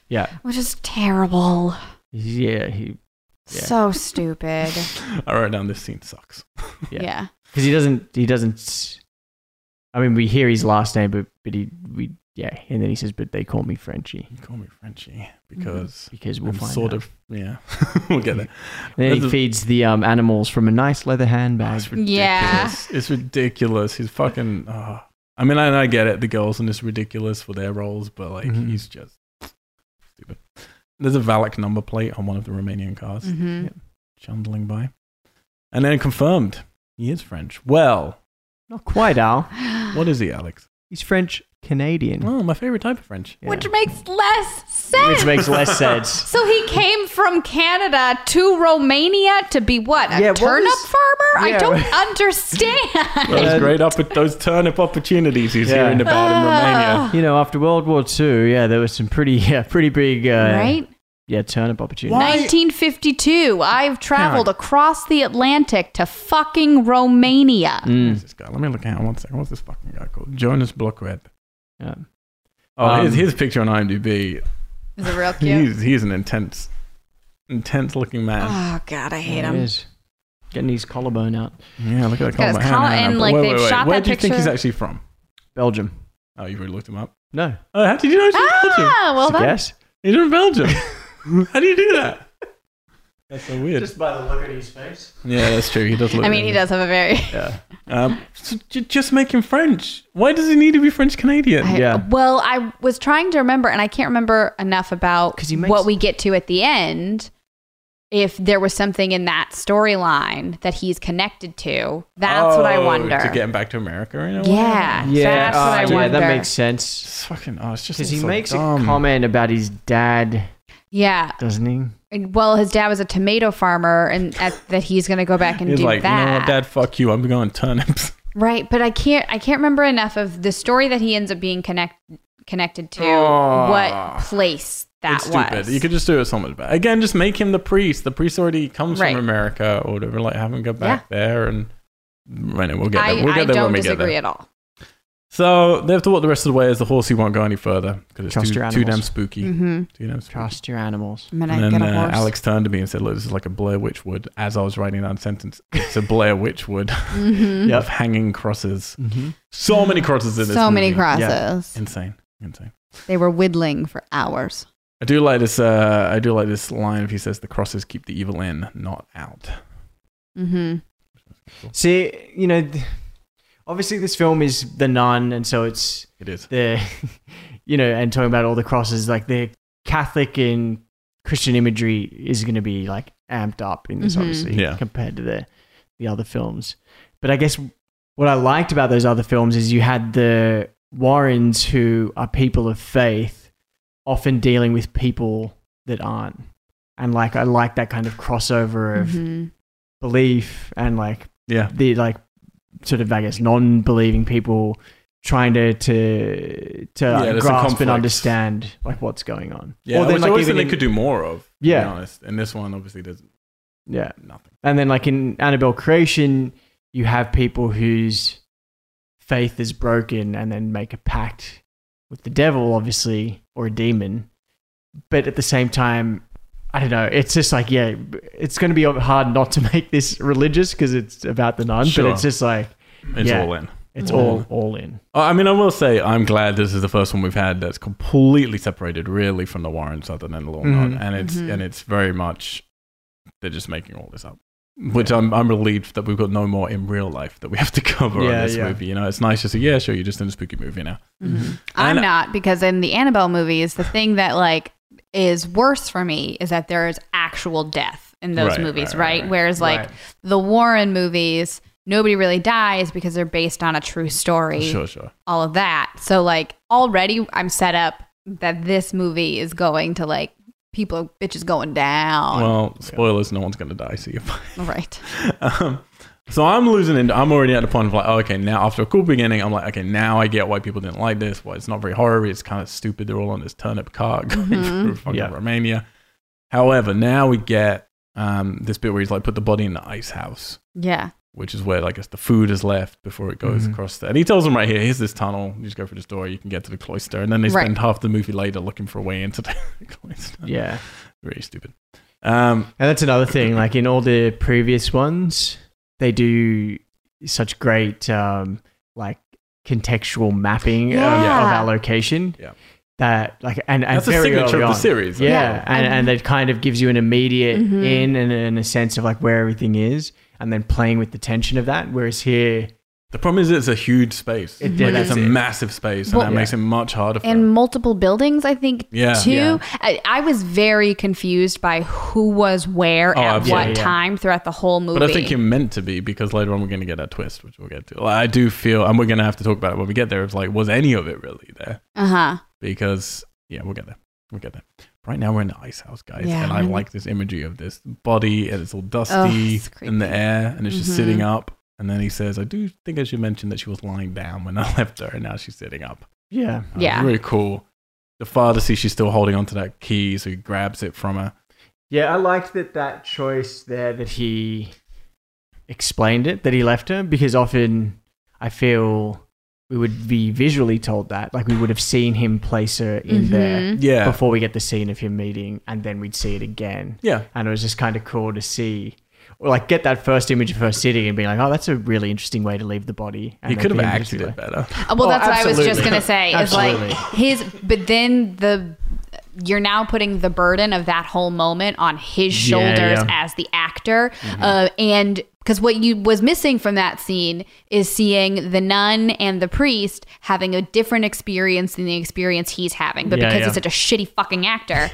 [SPEAKER 3] Yeah,
[SPEAKER 2] Which is terrible.
[SPEAKER 3] yeah. He Yeah.
[SPEAKER 2] So stupid.
[SPEAKER 1] I wrote down this scene sucks.
[SPEAKER 3] Yeah.
[SPEAKER 2] yeah.
[SPEAKER 3] because he doesn't. He doesn't. I mean, we hear his last name, but but he we yeah, and then he says, "But they call me Frenchie
[SPEAKER 1] You call me Frenchie
[SPEAKER 2] Mm-hmm.
[SPEAKER 1] because
[SPEAKER 3] because we'll
[SPEAKER 1] I'm
[SPEAKER 3] find
[SPEAKER 1] sort
[SPEAKER 3] out."
[SPEAKER 1] of yeah. we'll get there.
[SPEAKER 3] And then he
[SPEAKER 1] That's a-
[SPEAKER 3] feeds the um, animals from a nice leather handbag.
[SPEAKER 1] It's ridiculous.
[SPEAKER 2] Yeah.
[SPEAKER 1] It's ridiculous. He's fucking. ah. I mean, I, I get it. The girls in this are ridiculous for their roles, but like,
[SPEAKER 2] Mm-hmm.
[SPEAKER 3] Mhm.
[SPEAKER 1] he's just stupid. There's a Valak number plate on one of the Romanian cars,
[SPEAKER 2] Mm-hmm.
[SPEAKER 1] trundling by. And then confirmed, he is French. Well,
[SPEAKER 3] Not quite Al.
[SPEAKER 1] what is he, Alex?
[SPEAKER 3] He's French Canadian.
[SPEAKER 1] Oh, my favorite type of French.
[SPEAKER 3] Yeah.
[SPEAKER 2] Which makes less sense.
[SPEAKER 3] Which makes less sense.
[SPEAKER 2] so he came from Canada to Romania to be what? A
[SPEAKER 3] Yeah, what
[SPEAKER 2] turnip
[SPEAKER 3] was-
[SPEAKER 2] farmer?
[SPEAKER 3] Yeah.
[SPEAKER 2] I don't understand.
[SPEAKER 1] Those
[SPEAKER 3] Yeah.
[SPEAKER 1] great opp- those turnip opportunities he's
[SPEAKER 3] Yeah.
[SPEAKER 1] hearing about in
[SPEAKER 2] Ah.
[SPEAKER 1] Romania.
[SPEAKER 3] You know, after World War II, yeah, there was some pretty, yeah, pretty big, uh,
[SPEAKER 2] right?
[SPEAKER 3] Yeah, turnip opportunities.
[SPEAKER 1] Why-
[SPEAKER 2] 1952. I've traveled
[SPEAKER 1] Karen.
[SPEAKER 2] across the Atlantic to fucking Romania.
[SPEAKER 3] Hmm. Mm.
[SPEAKER 1] Who's this guy? Let me look at him one second. What's this fucking guy called? Jonas Blockred.
[SPEAKER 3] Yeah.
[SPEAKER 1] Oh, his,
[SPEAKER 3] Um,
[SPEAKER 1] his picture on IMDb
[SPEAKER 2] Is it real
[SPEAKER 1] He's he's an intense, intense looking man.
[SPEAKER 2] Oh god, I hate
[SPEAKER 3] There he
[SPEAKER 2] him.
[SPEAKER 3] is. Getting his collarbone out.
[SPEAKER 1] yeah, look at that
[SPEAKER 2] got
[SPEAKER 1] collar.
[SPEAKER 2] his collar and, like, they've shot
[SPEAKER 1] Where
[SPEAKER 2] that
[SPEAKER 1] do you think he's
[SPEAKER 2] picture-
[SPEAKER 1] actually from?
[SPEAKER 3] Belgium.
[SPEAKER 1] Oh, you've already looked him up.
[SPEAKER 3] No.
[SPEAKER 1] Oh, how did you know he's from Belgium?
[SPEAKER 2] Ah, well that
[SPEAKER 3] Yes.
[SPEAKER 1] He's from Belgium. how do you do that? That's so weird.
[SPEAKER 3] by the look at his face.
[SPEAKER 1] yeah, that's true. He does look.
[SPEAKER 2] I mean, he does have a very
[SPEAKER 1] Yeah. Um, so j- just make him French. Why does he need to be French Canadian?
[SPEAKER 2] I-
[SPEAKER 3] Yeah.
[SPEAKER 2] Well, I was trying to remember, and I can't remember enough about
[SPEAKER 3] 'Cause he makes-
[SPEAKER 2] what we get to at the end. If there was something in that storyline that he's connected to, that's what I
[SPEAKER 1] Oh,
[SPEAKER 2] wonder.
[SPEAKER 1] To get him back to America in a way?
[SPEAKER 2] yeah,
[SPEAKER 3] Yeah.
[SPEAKER 2] that's what I
[SPEAKER 3] ah, yeah,
[SPEAKER 2] wonder.
[SPEAKER 3] that makes sense.
[SPEAKER 1] It's fucking. Oh, it's just
[SPEAKER 3] Because he
[SPEAKER 1] so
[SPEAKER 3] makes
[SPEAKER 1] dumb.
[SPEAKER 3] a comment about his dad,
[SPEAKER 2] yeah.
[SPEAKER 3] doesn't he?
[SPEAKER 2] And- Well, his dad was a tomato farmer, and at, uh, that he's going to go back and
[SPEAKER 1] He's
[SPEAKER 2] do
[SPEAKER 1] like, you know what,
[SPEAKER 2] that.
[SPEAKER 1] Dad, fuck you. I'm going turnips.
[SPEAKER 2] Right, but I can't I can't remember enough of the story that he ends up being connect connected to
[SPEAKER 1] Oh.
[SPEAKER 2] what place that
[SPEAKER 1] it's stupid.
[SPEAKER 2] was.
[SPEAKER 1] You could just do it so much better. Again, just make him the priest. The priest already comes
[SPEAKER 2] Right.
[SPEAKER 1] from America or whatever. Like, have him go back there and. Right, we'll get there.
[SPEAKER 2] I,
[SPEAKER 1] We'll get
[SPEAKER 2] I
[SPEAKER 1] there when
[SPEAKER 2] don't
[SPEAKER 1] we get
[SPEAKER 2] disagree
[SPEAKER 1] there.
[SPEAKER 2] at all.
[SPEAKER 1] So they have to walk the rest of the way as the horse. He won't go any further because it's
[SPEAKER 3] Trust
[SPEAKER 1] too,
[SPEAKER 3] your
[SPEAKER 1] too damn
[SPEAKER 3] animals.
[SPEAKER 1] spooky.
[SPEAKER 2] Mm-hmm.
[SPEAKER 1] Too damn spooky.
[SPEAKER 3] Trust your animals.
[SPEAKER 2] I'm gonna
[SPEAKER 1] And
[SPEAKER 2] get
[SPEAKER 1] then
[SPEAKER 2] a
[SPEAKER 1] uh,
[SPEAKER 2] horse.
[SPEAKER 1] Alex turned to me and said, "Look, this is like a Blair Witch Wood." As I was writing that sentence, it's a Blair Witch Wood
[SPEAKER 2] Mhm.
[SPEAKER 3] Yep.
[SPEAKER 1] of hanging crosses.
[SPEAKER 3] Mhm.
[SPEAKER 1] So many crosses in this.
[SPEAKER 2] So many
[SPEAKER 1] movie.
[SPEAKER 2] crosses.
[SPEAKER 1] Insane, insane.
[SPEAKER 2] They were whittling for hours.
[SPEAKER 1] I do like this. Uh, I do like this line. If he says, "The crosses keep the evil in, not out."
[SPEAKER 2] Mm-hmm.
[SPEAKER 3] See, you know, th- obviously this film is the nun, and so it's
[SPEAKER 1] It is.
[SPEAKER 3] the, you know, and talking about all the crosses, like the Catholic and Christian imagery is going to be like amped up in this,
[SPEAKER 2] Mhm.
[SPEAKER 3] obviously,
[SPEAKER 1] Yeah.
[SPEAKER 3] compared to the the other films. But I guess what I liked about those other films is you had the Warrens, who are people of faith, often dealing with people that aren't, and like I like that kind of crossover
[SPEAKER 2] Mm-hmm.
[SPEAKER 3] of belief and like
[SPEAKER 1] Yeah.
[SPEAKER 3] the like sort of I guess non-believing people trying to to to
[SPEAKER 1] Yeah, there's a
[SPEAKER 3] grasp
[SPEAKER 1] conflict.
[SPEAKER 3] and understand like what's going on.
[SPEAKER 1] Yeah,
[SPEAKER 3] Or then,
[SPEAKER 1] which
[SPEAKER 3] like,
[SPEAKER 1] I always
[SPEAKER 3] even
[SPEAKER 1] think they
[SPEAKER 3] in-
[SPEAKER 1] could do more of. to be
[SPEAKER 3] Yeah.
[SPEAKER 1] honest. And this one obviously does
[SPEAKER 3] Yeah,
[SPEAKER 1] nothing.
[SPEAKER 3] and then like in Annabelle Creation, you have people whose faith is broken and then make a pact with the devil, obviously, or a demon. But at the same time, I don't know. It's just like yeah, it's going to be hard not to make this religious because it's about the nun.
[SPEAKER 1] Sure.
[SPEAKER 3] But it's just like
[SPEAKER 1] It's
[SPEAKER 3] Yeah.
[SPEAKER 1] all in.
[SPEAKER 3] it's
[SPEAKER 1] Yeah.
[SPEAKER 3] all all in.
[SPEAKER 1] Uh, I mean, I will say I'm glad this is the first one we've had that's completely separated, really, from the Warrens, other than the Law
[SPEAKER 3] Mhm.
[SPEAKER 1] and it's
[SPEAKER 2] Mhm.
[SPEAKER 1] and it's very much they're just making all this up. Which I'm, I'm relieved that we've got no more in real life that we have to cover on
[SPEAKER 3] Yeah,
[SPEAKER 1] this
[SPEAKER 3] yeah.
[SPEAKER 1] movie. You know, it's nice to say, yeah, sure, you're just in a spooky movie now.
[SPEAKER 2] I'm
[SPEAKER 1] And-
[SPEAKER 2] not because in the Annabelle movies, the thing that like is worse for me is that there is actual death in those
[SPEAKER 1] Right,
[SPEAKER 2] movies,
[SPEAKER 1] right,
[SPEAKER 2] right?
[SPEAKER 1] right, right.
[SPEAKER 2] Whereas like
[SPEAKER 3] Right.
[SPEAKER 2] the Warren movies, nobody really dies because they're based on a true story,
[SPEAKER 1] Sure, sure.
[SPEAKER 2] all of that. So like already I'm set up that this movie is going to like people bitches going down.
[SPEAKER 1] Well, spoilers, no one's going to die, so you're fine.
[SPEAKER 2] right.
[SPEAKER 1] Um, so I'm losing it. I'm already at the point of like, oh, okay, now after a cool beginning, I'm like, okay, now I get why people didn't like this. Why it's not very horror. It's kind of stupid. They're all on this turnip cart going through fucking
[SPEAKER 3] Yeah.
[SPEAKER 1] Romania. However, now we get um, this bit where he's like, put the body in the ice house,
[SPEAKER 2] Yeah.
[SPEAKER 1] which is where I guess the food is left before it goes
[SPEAKER 3] Mhm.
[SPEAKER 1] across there. And he tells them right here, here's this tunnel. You just go through this door. You can get to the cloister. And then they
[SPEAKER 2] Right.
[SPEAKER 1] spend half the movie later looking for a way into the cloister.
[SPEAKER 3] Yeah.
[SPEAKER 1] Very stupid. Um,
[SPEAKER 3] And that's another thing. Like in all the previous ones, they do such great um, like contextual mapping of,
[SPEAKER 2] Yeah.
[SPEAKER 3] of our location.
[SPEAKER 1] Yeah.
[SPEAKER 3] That like and, and
[SPEAKER 1] that's a
[SPEAKER 3] very
[SPEAKER 1] signature of
[SPEAKER 3] early
[SPEAKER 1] the
[SPEAKER 3] on.
[SPEAKER 1] series. I
[SPEAKER 3] Yeah,
[SPEAKER 1] think.
[SPEAKER 3] and and Mm-hmm. it kind of gives you an immediate
[SPEAKER 2] Mhm.
[SPEAKER 3] in and, and a sense of like where everything is, and then playing with the tension of that. Whereas here,
[SPEAKER 1] The problem is it's a huge space.
[SPEAKER 3] It-
[SPEAKER 1] like
[SPEAKER 3] yeah,
[SPEAKER 1] it's a
[SPEAKER 3] that's it.
[SPEAKER 1] massive space,
[SPEAKER 2] Well-
[SPEAKER 1] and that makes it much harder for
[SPEAKER 2] and
[SPEAKER 1] them.
[SPEAKER 2] multiple buildings i think
[SPEAKER 1] Yeah.
[SPEAKER 2] too
[SPEAKER 3] Yeah.
[SPEAKER 2] I, I was very confused by who was where
[SPEAKER 1] Oh,
[SPEAKER 2] at
[SPEAKER 1] absolutely.
[SPEAKER 2] what
[SPEAKER 3] Yeah, yeah.
[SPEAKER 2] time throughout the whole movie
[SPEAKER 1] But I think you're meant to be because later on we're going to get that twist, which we'll get to. Like, I do feel, and we're going to have to talk about it when we get there. It's like, was any of it really there?
[SPEAKER 2] uh-huh
[SPEAKER 1] Because yeah, we'll get there. We'll get there. Right now we're in the ice house, guys,
[SPEAKER 2] Yeah,
[SPEAKER 1] and I
[SPEAKER 2] we're in-
[SPEAKER 1] like this imagery of this body, and it's all
[SPEAKER 2] Ugh,
[SPEAKER 1] dusty
[SPEAKER 2] it's
[SPEAKER 1] in the
[SPEAKER 2] creepy.
[SPEAKER 1] air, and it's just
[SPEAKER 2] Mhm.
[SPEAKER 1] sitting up. And then he says, "I do think I should mention that she was lying down when I left her, and now she's sitting up."
[SPEAKER 3] yeah,
[SPEAKER 1] Uh,
[SPEAKER 2] Yeah.
[SPEAKER 1] really cool. The father sees she's still holding onto that key, so he grabs it from her.
[SPEAKER 3] yeah, I liked that that choice there that he explained it that he left her because often I feel we would be visually told that like we would have seen him place her in
[SPEAKER 4] Mm-hmm.
[SPEAKER 3] there
[SPEAKER 2] Mhm.
[SPEAKER 1] Yeah,
[SPEAKER 3] before we get the scene of him meeting, and then we'd see it again,
[SPEAKER 1] yeah.
[SPEAKER 3] and it was just kind of cool to see. Or like get that first image of her sitting and being like, oh, that's a really interesting way to leave the body. And
[SPEAKER 1] He
[SPEAKER 3] then
[SPEAKER 1] could have
[SPEAKER 3] being just
[SPEAKER 1] acted
[SPEAKER 3] like-
[SPEAKER 1] it better.
[SPEAKER 2] Uh, well
[SPEAKER 3] Oh,
[SPEAKER 2] that's what i was just
[SPEAKER 3] absolutely.
[SPEAKER 2] gonna say is
[SPEAKER 3] Absolutely.
[SPEAKER 2] like his but then the you're now putting the burden of that whole moment on his
[SPEAKER 3] Yeah,
[SPEAKER 2] shoulders
[SPEAKER 3] yeah. Mm-hmm.
[SPEAKER 2] as the actor uh, and because what you was missing from that scene is seeing the nun and the priest having a different experience than the experience he's having but
[SPEAKER 3] Yeah,
[SPEAKER 2] because
[SPEAKER 3] yeah.
[SPEAKER 2] he's such a shitty fucking actor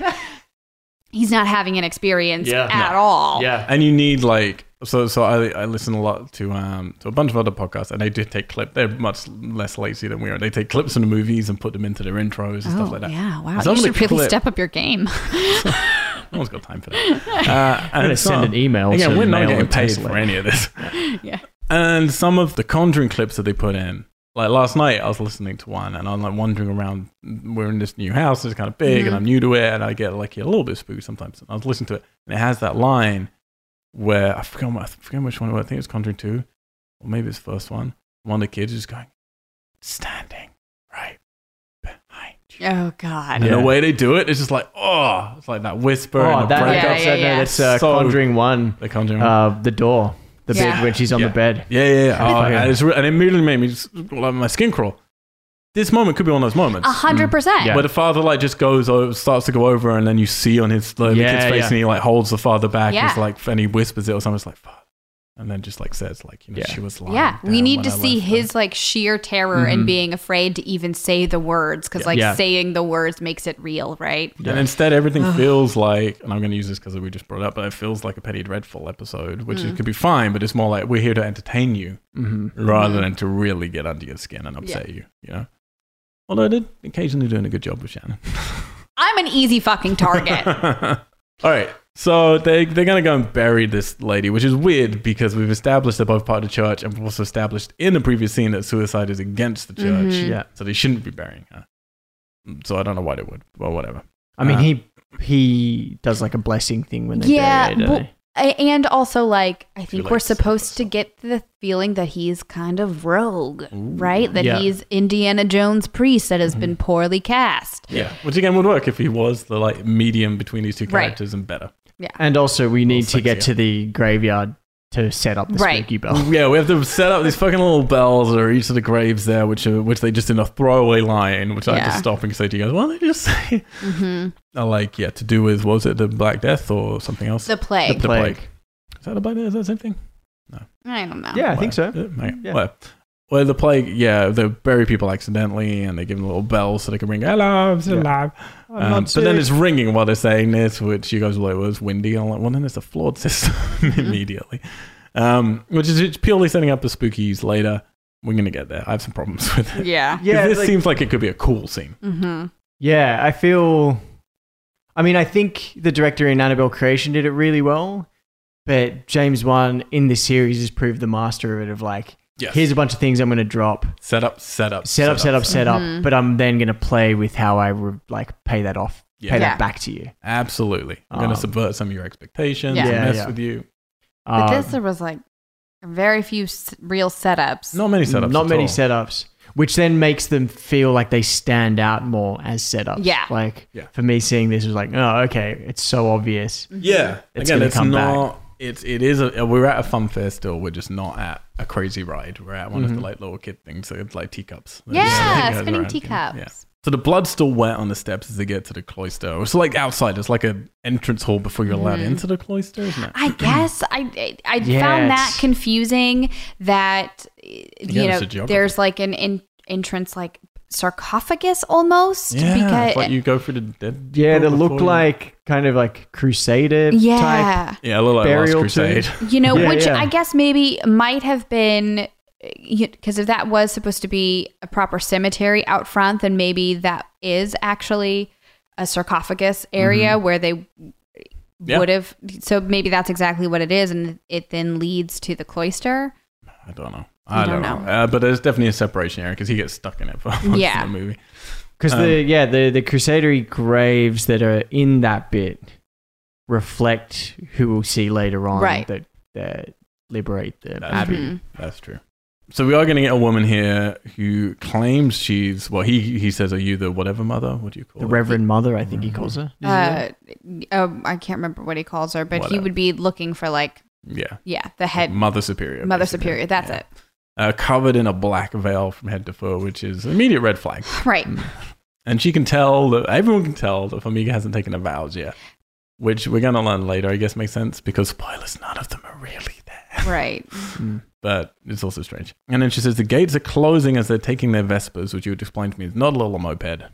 [SPEAKER 2] he's not having an experience
[SPEAKER 3] Yeah.
[SPEAKER 2] at
[SPEAKER 1] Oh.
[SPEAKER 2] all
[SPEAKER 3] Yeah.
[SPEAKER 1] And you need like so so I, I listen a lot to um to a bunch of other podcasts and they do take clip they're much less lazy than we are. They take clips from the movies and put them into their intros and
[SPEAKER 2] Oh,
[SPEAKER 1] stuff like that.
[SPEAKER 2] yeah, wow.
[SPEAKER 1] Some
[SPEAKER 2] you
[SPEAKER 1] of the
[SPEAKER 2] should really
[SPEAKER 1] clip-
[SPEAKER 2] step up your game.
[SPEAKER 1] No one's got time for that. Uh, and
[SPEAKER 3] gonna
[SPEAKER 1] it's
[SPEAKER 3] send
[SPEAKER 1] not-
[SPEAKER 3] an email
[SPEAKER 1] Again,
[SPEAKER 3] to
[SPEAKER 1] we're not
[SPEAKER 3] mail
[SPEAKER 1] getting
[SPEAKER 3] and
[SPEAKER 1] paid
[SPEAKER 3] Tesla.
[SPEAKER 1] for any of this.
[SPEAKER 2] Yeah.
[SPEAKER 1] And some of the Conjuring clips that they put in, like last night, I was listening to one and I'm like wandering around. We're in this new house, it's kind of big, and I'm new to it, and I get like a little bit spooked sometimes. And I was listening to it, and it has that line where I forget, what- I forget which one it was. I think it's Conjuring 2, or maybe it's the first one. One of the kids is going, standing right behind you.
[SPEAKER 4] Oh God.
[SPEAKER 1] And
[SPEAKER 3] Yeah.
[SPEAKER 1] the way they do it, it's just like, oh, it's like that whisper.
[SPEAKER 3] Oh,
[SPEAKER 1] and the
[SPEAKER 3] that
[SPEAKER 1] breakup.
[SPEAKER 4] Yeah,
[SPEAKER 3] that's,
[SPEAKER 4] yeah, yeah.
[SPEAKER 3] No, that's uh,
[SPEAKER 1] So-
[SPEAKER 3] Conjuring One.
[SPEAKER 1] The Conjuring.
[SPEAKER 3] Uh, the door, the
[SPEAKER 4] Yeah.
[SPEAKER 3] bed when she's on
[SPEAKER 1] Yeah.
[SPEAKER 3] the bed.
[SPEAKER 1] Yeah, yeah, yeah. Oh,
[SPEAKER 3] Okay.
[SPEAKER 1] and, it's re- and it immediately made me just, like, my skin crawl. This moment could be one of those moments
[SPEAKER 2] A hundred percent.
[SPEAKER 3] Yeah.
[SPEAKER 1] where the father like just goes over, starts to go over, and then you see on his like,
[SPEAKER 3] Yeah,
[SPEAKER 1] the kid's face,
[SPEAKER 3] yeah.
[SPEAKER 1] and he like holds the father back, and, it's
[SPEAKER 2] Yeah.
[SPEAKER 1] like, and he whispers it or something. It's like, fuck. and then just like says like, you know,
[SPEAKER 3] Yeah.
[SPEAKER 1] she was lying.
[SPEAKER 2] Yeah, we
[SPEAKER 1] down
[SPEAKER 2] need
[SPEAKER 1] when
[SPEAKER 2] to
[SPEAKER 1] I
[SPEAKER 2] see
[SPEAKER 1] left
[SPEAKER 2] his
[SPEAKER 1] her.
[SPEAKER 2] like sheer terror and being afraid to even say the words because like
[SPEAKER 3] Yeah.
[SPEAKER 2] saying the words makes it real, right?
[SPEAKER 1] And instead, everything feels like, and I'm going to use this because we just brought it up, but it feels like a Petty Dreadful episode, which
[SPEAKER 2] Mm.
[SPEAKER 1] is, could be fine, but it's more like we're here to entertain you
[SPEAKER 3] Mm-hmm.
[SPEAKER 1] rather than to really get under your skin and upset you, you know? Although I did occasionally doing a good job with Shannon.
[SPEAKER 2] I'm an easy fucking target.
[SPEAKER 1] All right. So they, they're going to go and bury this lady, which is weird because we've established they're both part of the church and we've also established in the previous scene that suicide is against the church.
[SPEAKER 2] Mhm.
[SPEAKER 3] Yeah.
[SPEAKER 1] So they shouldn't be burying her. So I don't know why they would, but whatever.
[SPEAKER 3] I mean,
[SPEAKER 1] Uh,
[SPEAKER 3] he he does like a blessing thing when they
[SPEAKER 2] Yeah,
[SPEAKER 3] bury her, don't
[SPEAKER 2] well- A- and also like I think
[SPEAKER 1] like
[SPEAKER 2] we're
[SPEAKER 1] to set
[SPEAKER 2] supposed
[SPEAKER 1] this
[SPEAKER 2] to
[SPEAKER 1] up.
[SPEAKER 2] get the feeling that he's kind of rogue, right? That
[SPEAKER 3] Yeah.
[SPEAKER 2] he's Indiana Jones priest that has been poorly cast.
[SPEAKER 1] Yeah. Which again would work if he was the like medium between these two
[SPEAKER 2] Right.
[SPEAKER 1] characters and better.
[SPEAKER 3] they? And also, we need to get
[SPEAKER 1] sexier.
[SPEAKER 3] to the graveyard to set up the
[SPEAKER 2] Right.
[SPEAKER 3] spooky bell.
[SPEAKER 1] Yeah, we have to set up these fucking little bells that are each of the graves there, which are, which they just in a throwaway line, which I had
[SPEAKER 2] Yeah. Mm-hmm.
[SPEAKER 1] to stop and say to you guys, why don't they just say, I like, yeah, to do with, what was it the Black Death or something else?
[SPEAKER 2] The plague.
[SPEAKER 1] The
[SPEAKER 3] Plague.
[SPEAKER 1] plague. Is that the Black Death? Is that the same thing?
[SPEAKER 2] I don't know.
[SPEAKER 3] Yeah, I think so.
[SPEAKER 1] Whatever. Uh, okay,
[SPEAKER 3] Yeah.
[SPEAKER 1] whatever. Well, the plague, yeah, they bury people accidentally and they give them little bells so they can ring, hello, I'm still
[SPEAKER 3] Yeah.
[SPEAKER 1] alive.
[SPEAKER 3] I'm not
[SPEAKER 1] Um, but then
[SPEAKER 3] sick.
[SPEAKER 1] it's ringing while they're saying this, which you guys were like, well, it's windy. I'm like, well, then it's a flawed system
[SPEAKER 3] Mm-hmm.
[SPEAKER 1] immediately, um, which is it's purely setting up the spookies later. We're going to get there. I have some problems with it.
[SPEAKER 4] Yeah.
[SPEAKER 1] 'Cause
[SPEAKER 3] yeah,
[SPEAKER 1] this
[SPEAKER 3] like-
[SPEAKER 1] seems like it could be a cool scene.
[SPEAKER 4] Mm-hmm.
[SPEAKER 3] Yeah, I feel. I mean, I think the director in Annabelle Creation did it really well, but James Wan in this series has proved the master of it. Of like,
[SPEAKER 1] Yes.
[SPEAKER 3] here's a bunch of things I'm going to drop,
[SPEAKER 1] set up, set up,
[SPEAKER 3] set up, set up, set up,
[SPEAKER 2] Mhm.
[SPEAKER 3] but I'm then going to play with how I re- like pay that off,
[SPEAKER 1] Yeah.
[SPEAKER 3] pay
[SPEAKER 4] Yeah.
[SPEAKER 3] that back to you.
[SPEAKER 1] Absolutely. I'm going
[SPEAKER 3] Um,
[SPEAKER 1] to subvert some of your expectations
[SPEAKER 4] Yeah.
[SPEAKER 1] and
[SPEAKER 3] Yeah,
[SPEAKER 1] mess
[SPEAKER 3] yeah.
[SPEAKER 1] with you.
[SPEAKER 2] But
[SPEAKER 3] Um,
[SPEAKER 2] this there was like very few s- real setups.
[SPEAKER 1] Not many setups.
[SPEAKER 3] not
[SPEAKER 1] at
[SPEAKER 3] many
[SPEAKER 1] all.
[SPEAKER 3] setups, which then makes them feel like they stand out more as setups.
[SPEAKER 2] Yeah.
[SPEAKER 3] like
[SPEAKER 1] Yeah.
[SPEAKER 3] for me, seeing this was like, oh, okay, it's so obvious.
[SPEAKER 1] Yeah.
[SPEAKER 3] It's
[SPEAKER 1] Again,
[SPEAKER 3] gonna
[SPEAKER 1] it's
[SPEAKER 3] come
[SPEAKER 1] not. It's it is a uh, we're at a fun fair still. We're just not at a crazy ride. We're at one
[SPEAKER 3] Mm-hmm.
[SPEAKER 1] of the like little kid things. So it's like teacups. They're just,
[SPEAKER 2] Yeah,
[SPEAKER 1] like, goes around,
[SPEAKER 2] spinning
[SPEAKER 1] you know?
[SPEAKER 2] teacups.
[SPEAKER 1] Yeah. So the blood's still wet on the steps as they get to the cloister. It's like outside. It's like an entrance hall before you're allowed into the cloister, isn't it?
[SPEAKER 2] Mm-hmm. I guess I I, I found that
[SPEAKER 3] Yes.
[SPEAKER 2] confusing. That you
[SPEAKER 1] it's
[SPEAKER 2] know,
[SPEAKER 1] a geography.
[SPEAKER 2] there's like an in, entrance like sarcophagus almost
[SPEAKER 1] Yeah,
[SPEAKER 2] because
[SPEAKER 1] it's like you go through the dead.
[SPEAKER 3] Yeah,
[SPEAKER 1] people
[SPEAKER 3] they look
[SPEAKER 1] before you-
[SPEAKER 3] like kind of like crusader type
[SPEAKER 2] yeah,
[SPEAKER 1] yeah, look like Last
[SPEAKER 3] burial
[SPEAKER 1] Crusade.
[SPEAKER 2] you know,
[SPEAKER 3] Yeah,
[SPEAKER 2] which
[SPEAKER 3] yeah.
[SPEAKER 2] I guess maybe might have been because if that was supposed to be a proper cemetery out front, then maybe that is actually a sarcophagus area where they
[SPEAKER 1] Mm-hmm. Yeah.
[SPEAKER 2] would have. So maybe that's exactly what it is, and it then leads to the cloister.
[SPEAKER 1] I don't know. I don't,
[SPEAKER 2] don't know.
[SPEAKER 1] know. Uh, but there's definitely a separation area because he gets stuck in it for most
[SPEAKER 2] Yeah.
[SPEAKER 1] of the movie.
[SPEAKER 3] Because the
[SPEAKER 1] Um,
[SPEAKER 3] yeah the the crusadery graves that are in that bit reflect who we'll see later on
[SPEAKER 2] Right.
[SPEAKER 3] that that liberate the
[SPEAKER 1] That's
[SPEAKER 3] abbey.
[SPEAKER 2] Mm-hmm.
[SPEAKER 1] true. That's true. So we are going to get a woman here who claims she's well. He he says, "Are you the whatever mother? What do you call
[SPEAKER 3] The
[SPEAKER 1] it?
[SPEAKER 3] Reverend Mother, I think
[SPEAKER 1] Mm.
[SPEAKER 3] he calls her.
[SPEAKER 2] Uh, um, I can't remember what he calls her, but he
[SPEAKER 1] Whatever.
[SPEAKER 2] would be looking for like
[SPEAKER 1] Yeah,
[SPEAKER 2] yeah, the head
[SPEAKER 1] mother superior.
[SPEAKER 2] mother
[SPEAKER 1] basically.
[SPEAKER 2] superior. That's
[SPEAKER 1] Yeah. Uh, covered in a black veil from head to foot, which is an immediate red flag.
[SPEAKER 2] it, right?
[SPEAKER 1] And she can tell that everyone can tell that Famiga hasn't taken the vows yet, which we're going to learn later. I guess makes sense because spoilers, none of them are really there.
[SPEAKER 2] Right.
[SPEAKER 1] But it's also strange. And then she says the gates are closing as they're taking their vespers, which you would explain to me is not a little moped. but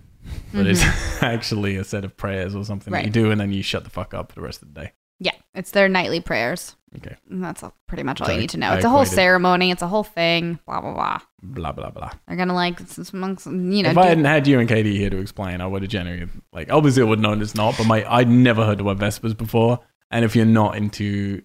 [SPEAKER 2] Mm-hmm.
[SPEAKER 1] it's actually a set of prayers or something that you
[SPEAKER 2] Right.
[SPEAKER 1] do, and then you shut the fuck up for the rest of the day.
[SPEAKER 2] Yeah, it's their nightly prayers.
[SPEAKER 1] Okay.
[SPEAKER 2] And that's all- pretty much all
[SPEAKER 1] So I-
[SPEAKER 2] you need to know.
[SPEAKER 1] I
[SPEAKER 2] It's a whole
[SPEAKER 1] equated-
[SPEAKER 2] ceremony. It's a whole thing. Blah blah blah.
[SPEAKER 1] Blah blah blah.
[SPEAKER 2] They're gonna like s- s- amongst you know.
[SPEAKER 1] if
[SPEAKER 2] do-
[SPEAKER 1] I hadn't had you and Katie here to explain, I would have generally like obviously I would know it's not, but my I'd never heard the word Vespers before, and if you're not into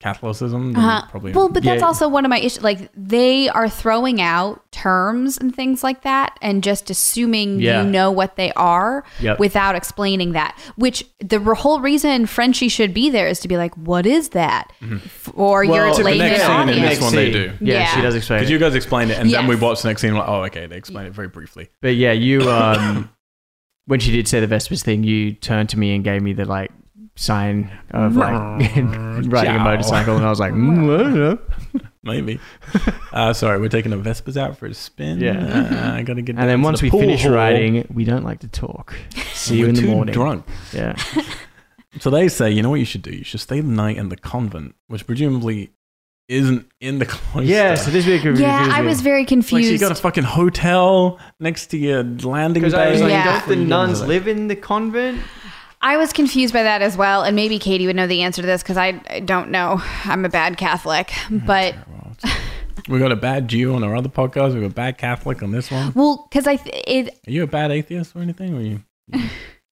[SPEAKER 1] Catholicism, then probably.
[SPEAKER 2] Uh-huh. Well, but that's
[SPEAKER 3] Yeah.
[SPEAKER 2] also one of my issues. Like they are throwing out terms and things like that, and just assuming
[SPEAKER 3] Yeah.
[SPEAKER 2] you know what they are
[SPEAKER 3] Yep.
[SPEAKER 2] without explaining that. Which the re- whole reason Frenchie should be there is to be like, "What is that?"
[SPEAKER 3] Mm-hmm.
[SPEAKER 2] For your
[SPEAKER 1] it's in the
[SPEAKER 2] layman
[SPEAKER 1] next scene in
[SPEAKER 2] audience.
[SPEAKER 1] this one they do.
[SPEAKER 3] Yeah,
[SPEAKER 2] Yeah.
[SPEAKER 3] she does explain
[SPEAKER 1] Because
[SPEAKER 3] it.
[SPEAKER 1] you guys explained it, and then we
[SPEAKER 2] Yes.
[SPEAKER 1] watched the next scene. Like, oh, okay, they explained it very briefly.
[SPEAKER 3] but yeah, you um, when she did say the Vespers thing, you turned to me and gave me the like sign of like riding a
[SPEAKER 1] Ciao.
[SPEAKER 3] motorcycle, and I was like, mm, I don't know.
[SPEAKER 1] Maybe. uh, sorry, we're taking the Vespers out for a spin.
[SPEAKER 3] Yeah.
[SPEAKER 1] Uh,
[SPEAKER 2] Mm-hmm.
[SPEAKER 1] I gotta get. down
[SPEAKER 3] and then
[SPEAKER 1] to
[SPEAKER 3] once
[SPEAKER 1] the
[SPEAKER 3] we
[SPEAKER 1] pool
[SPEAKER 3] finish
[SPEAKER 1] hall.
[SPEAKER 3] riding, we don't like to talk. See you
[SPEAKER 1] we're
[SPEAKER 3] in the
[SPEAKER 1] too
[SPEAKER 3] morning.
[SPEAKER 1] Drunk.
[SPEAKER 3] Yeah,
[SPEAKER 1] So they say, you know what you should do? You should stay the night in the convent, which presumably isn't in the cloister.
[SPEAKER 3] yeah. So this week,
[SPEAKER 2] Yeah, I was very
[SPEAKER 1] like so
[SPEAKER 2] confused.
[SPEAKER 1] you got a fucking hotel next to your landing
[SPEAKER 3] because I
[SPEAKER 1] bay.
[SPEAKER 3] was like,
[SPEAKER 2] Yeah.
[SPEAKER 3] don't the nuns
[SPEAKER 1] Like-
[SPEAKER 3] live in the convent?
[SPEAKER 2] I was confused by that as well, and maybe Katie would know the answer to this because I, I don't know. I'm a bad Catholic,
[SPEAKER 3] Mm-hmm.
[SPEAKER 2] but
[SPEAKER 1] We got a bad Jew on our other podcast. We got a bad Catholic on this one.
[SPEAKER 2] well, because I th- it
[SPEAKER 1] Are you a bad atheist or anything? Or you?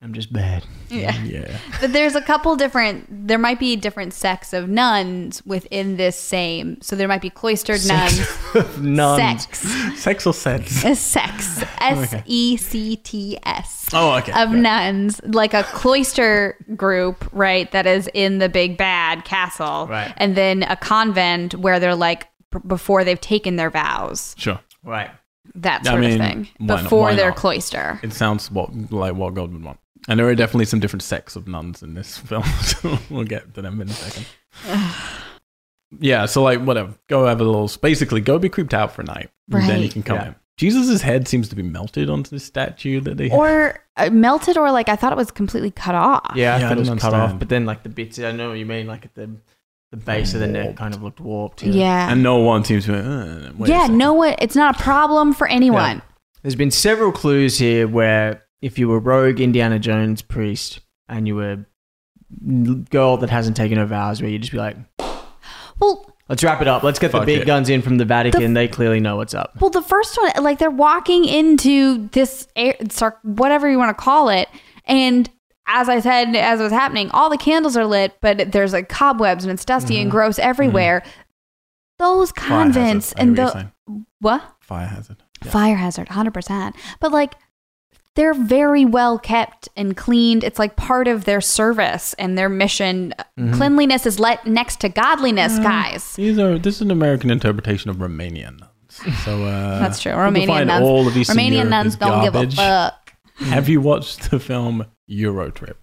[SPEAKER 3] I'm just bad.
[SPEAKER 1] Yeah.
[SPEAKER 2] But there's a couple different. There might be different sects of nuns within this same. So there might be cloistered nuns.
[SPEAKER 3] Nuns.
[SPEAKER 2] Sects.
[SPEAKER 1] Sex or sense?
[SPEAKER 2] A sex. S E C T S.
[SPEAKER 1] Oh, okay.
[SPEAKER 2] Of
[SPEAKER 1] Yeah.
[SPEAKER 2] nuns, like a cloister group, right? That is in the big bad castle,
[SPEAKER 3] Right.
[SPEAKER 2] and then a convent where they're like b- before they've taken their vows,
[SPEAKER 1] Sure.
[SPEAKER 3] Right.
[SPEAKER 2] that
[SPEAKER 1] I
[SPEAKER 2] sort
[SPEAKER 1] mean,
[SPEAKER 2] of thing,
[SPEAKER 1] why not?
[SPEAKER 2] before
[SPEAKER 1] Why
[SPEAKER 2] their
[SPEAKER 1] not?
[SPEAKER 2] cloister.
[SPEAKER 1] It sounds what like what God would want. And there are definitely some different sects of nuns in this film. so we'll get to them in a second. yeah, so like whatever. Go have a little basically go be creeped out for a night. And then you
[SPEAKER 2] Right.
[SPEAKER 1] can come
[SPEAKER 3] Yeah.
[SPEAKER 1] in. Jesus' head seems to be melted onto the statue that they
[SPEAKER 2] Or uh, melted, or like I thought it was completely cut off.
[SPEAKER 3] Yeah, I
[SPEAKER 1] Yeah, I
[SPEAKER 3] thought it was
[SPEAKER 1] don't
[SPEAKER 3] cut off,
[SPEAKER 1] understand.
[SPEAKER 3] but then like the bits, I know what you mean, like at the the base of the neck
[SPEAKER 1] Warped.
[SPEAKER 3] kind of looked warped.
[SPEAKER 2] Yeah.
[SPEAKER 1] and no one seems to uh, wait a
[SPEAKER 2] yeah,
[SPEAKER 1] second.
[SPEAKER 2] no one. It's not a problem for anyone.
[SPEAKER 3] There's been several clues here where if you were rogue Indiana Jones priest and you were girl that hasn't taken her vows, where you just be like,
[SPEAKER 2] Well,
[SPEAKER 3] let's wrap it up, let's get the
[SPEAKER 1] Fuck
[SPEAKER 3] big
[SPEAKER 1] it.
[SPEAKER 3] guns in from the Vatican. they clearly know what's up.
[SPEAKER 2] well, the first one, like they're walking into this air, sar- whatever you want to call it, and as I said, as it was happening, all the candles are lit, but there's like cobwebs and it's dusty and gross everywhere. Those
[SPEAKER 1] Mm-hmm. Fire hazard.
[SPEAKER 2] convents
[SPEAKER 1] I hear
[SPEAKER 2] and
[SPEAKER 1] what you're
[SPEAKER 2] the
[SPEAKER 1] saying.
[SPEAKER 2] what
[SPEAKER 1] fire hazard.
[SPEAKER 2] fire hazard, hundred percent. But like. They're very well kept and cleaned. It's like part of their service and their mission.
[SPEAKER 1] Mm-hmm.
[SPEAKER 2] Cleanliness is let next to godliness, guys.
[SPEAKER 1] These are this is an American interpretation of Romanian nuns. So uh
[SPEAKER 2] That's true.
[SPEAKER 1] you can
[SPEAKER 2] Romanian
[SPEAKER 1] find
[SPEAKER 2] nuns.
[SPEAKER 1] all of Eastern
[SPEAKER 2] Romanian
[SPEAKER 1] Europe
[SPEAKER 2] nuns
[SPEAKER 1] is
[SPEAKER 2] don't give a
[SPEAKER 1] garbage.
[SPEAKER 2] fuck.
[SPEAKER 1] Have you watched the film Eurotrip?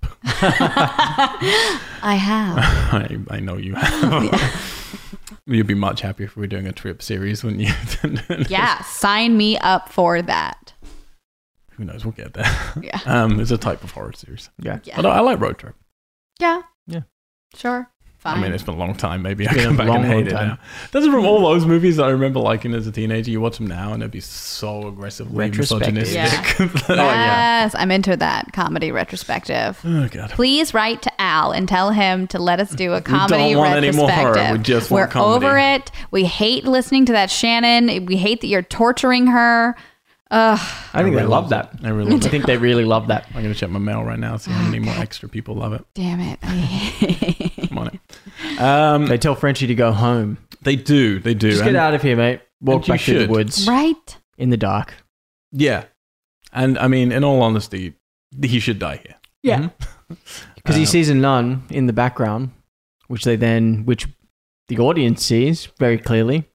[SPEAKER 2] I have.
[SPEAKER 1] I, I know you have. You'd be much happier if we were doing a trip series, wouldn't you?
[SPEAKER 2] yeah, sign me up for that.
[SPEAKER 1] Who knows? We'll get there.
[SPEAKER 2] Yeah.
[SPEAKER 1] Um, it's a type of horror series.
[SPEAKER 3] Yeah.
[SPEAKER 2] Yeah.
[SPEAKER 1] But I, I like Road Trip.
[SPEAKER 2] Yeah.
[SPEAKER 3] Yeah.
[SPEAKER 2] Sure. Fine.
[SPEAKER 1] I mean, it's been a long time. Maybe I
[SPEAKER 3] been
[SPEAKER 1] come
[SPEAKER 3] a
[SPEAKER 1] back
[SPEAKER 3] long,
[SPEAKER 1] and hate
[SPEAKER 3] long
[SPEAKER 1] it
[SPEAKER 3] time.
[SPEAKER 1] now. That's from all those movies that I remember liking as a teenager. You watch them now, and it'd be so aggressively
[SPEAKER 3] Retrospective.
[SPEAKER 1] misogynistic.
[SPEAKER 3] Oh,
[SPEAKER 2] yes, I'm into that comedy retrospective.
[SPEAKER 1] Oh god.
[SPEAKER 2] Please write to Al and tell him to let us do a comedy
[SPEAKER 1] don't want any more horror.
[SPEAKER 2] retrospective.
[SPEAKER 1] We just
[SPEAKER 2] are
[SPEAKER 1] want comedy.
[SPEAKER 2] over it. We hate listening to that Shannon. We hate that you're torturing her. Ugh.
[SPEAKER 3] I think they love that.
[SPEAKER 1] I really love
[SPEAKER 3] I
[SPEAKER 1] it.
[SPEAKER 3] think they really love that.
[SPEAKER 1] I'm gonna check my mail right now. See
[SPEAKER 2] Oh,
[SPEAKER 1] how many more extra people love it.
[SPEAKER 2] Damn it. I hate-
[SPEAKER 1] I'm on it. Um,
[SPEAKER 3] They tell Frenchie to go home.
[SPEAKER 1] they do. They do.
[SPEAKER 3] Just get
[SPEAKER 1] And-
[SPEAKER 3] out of here, mate. Walk
[SPEAKER 1] and you
[SPEAKER 3] back through the
[SPEAKER 1] should.
[SPEAKER 3] woods
[SPEAKER 2] right?
[SPEAKER 3] in the dark.
[SPEAKER 1] Yeah. And I mean, in all honesty, he should die here.
[SPEAKER 3] Yeah. Because he
[SPEAKER 1] Um,
[SPEAKER 3] sees a nun in the background, which they then, which the audience sees very clearly,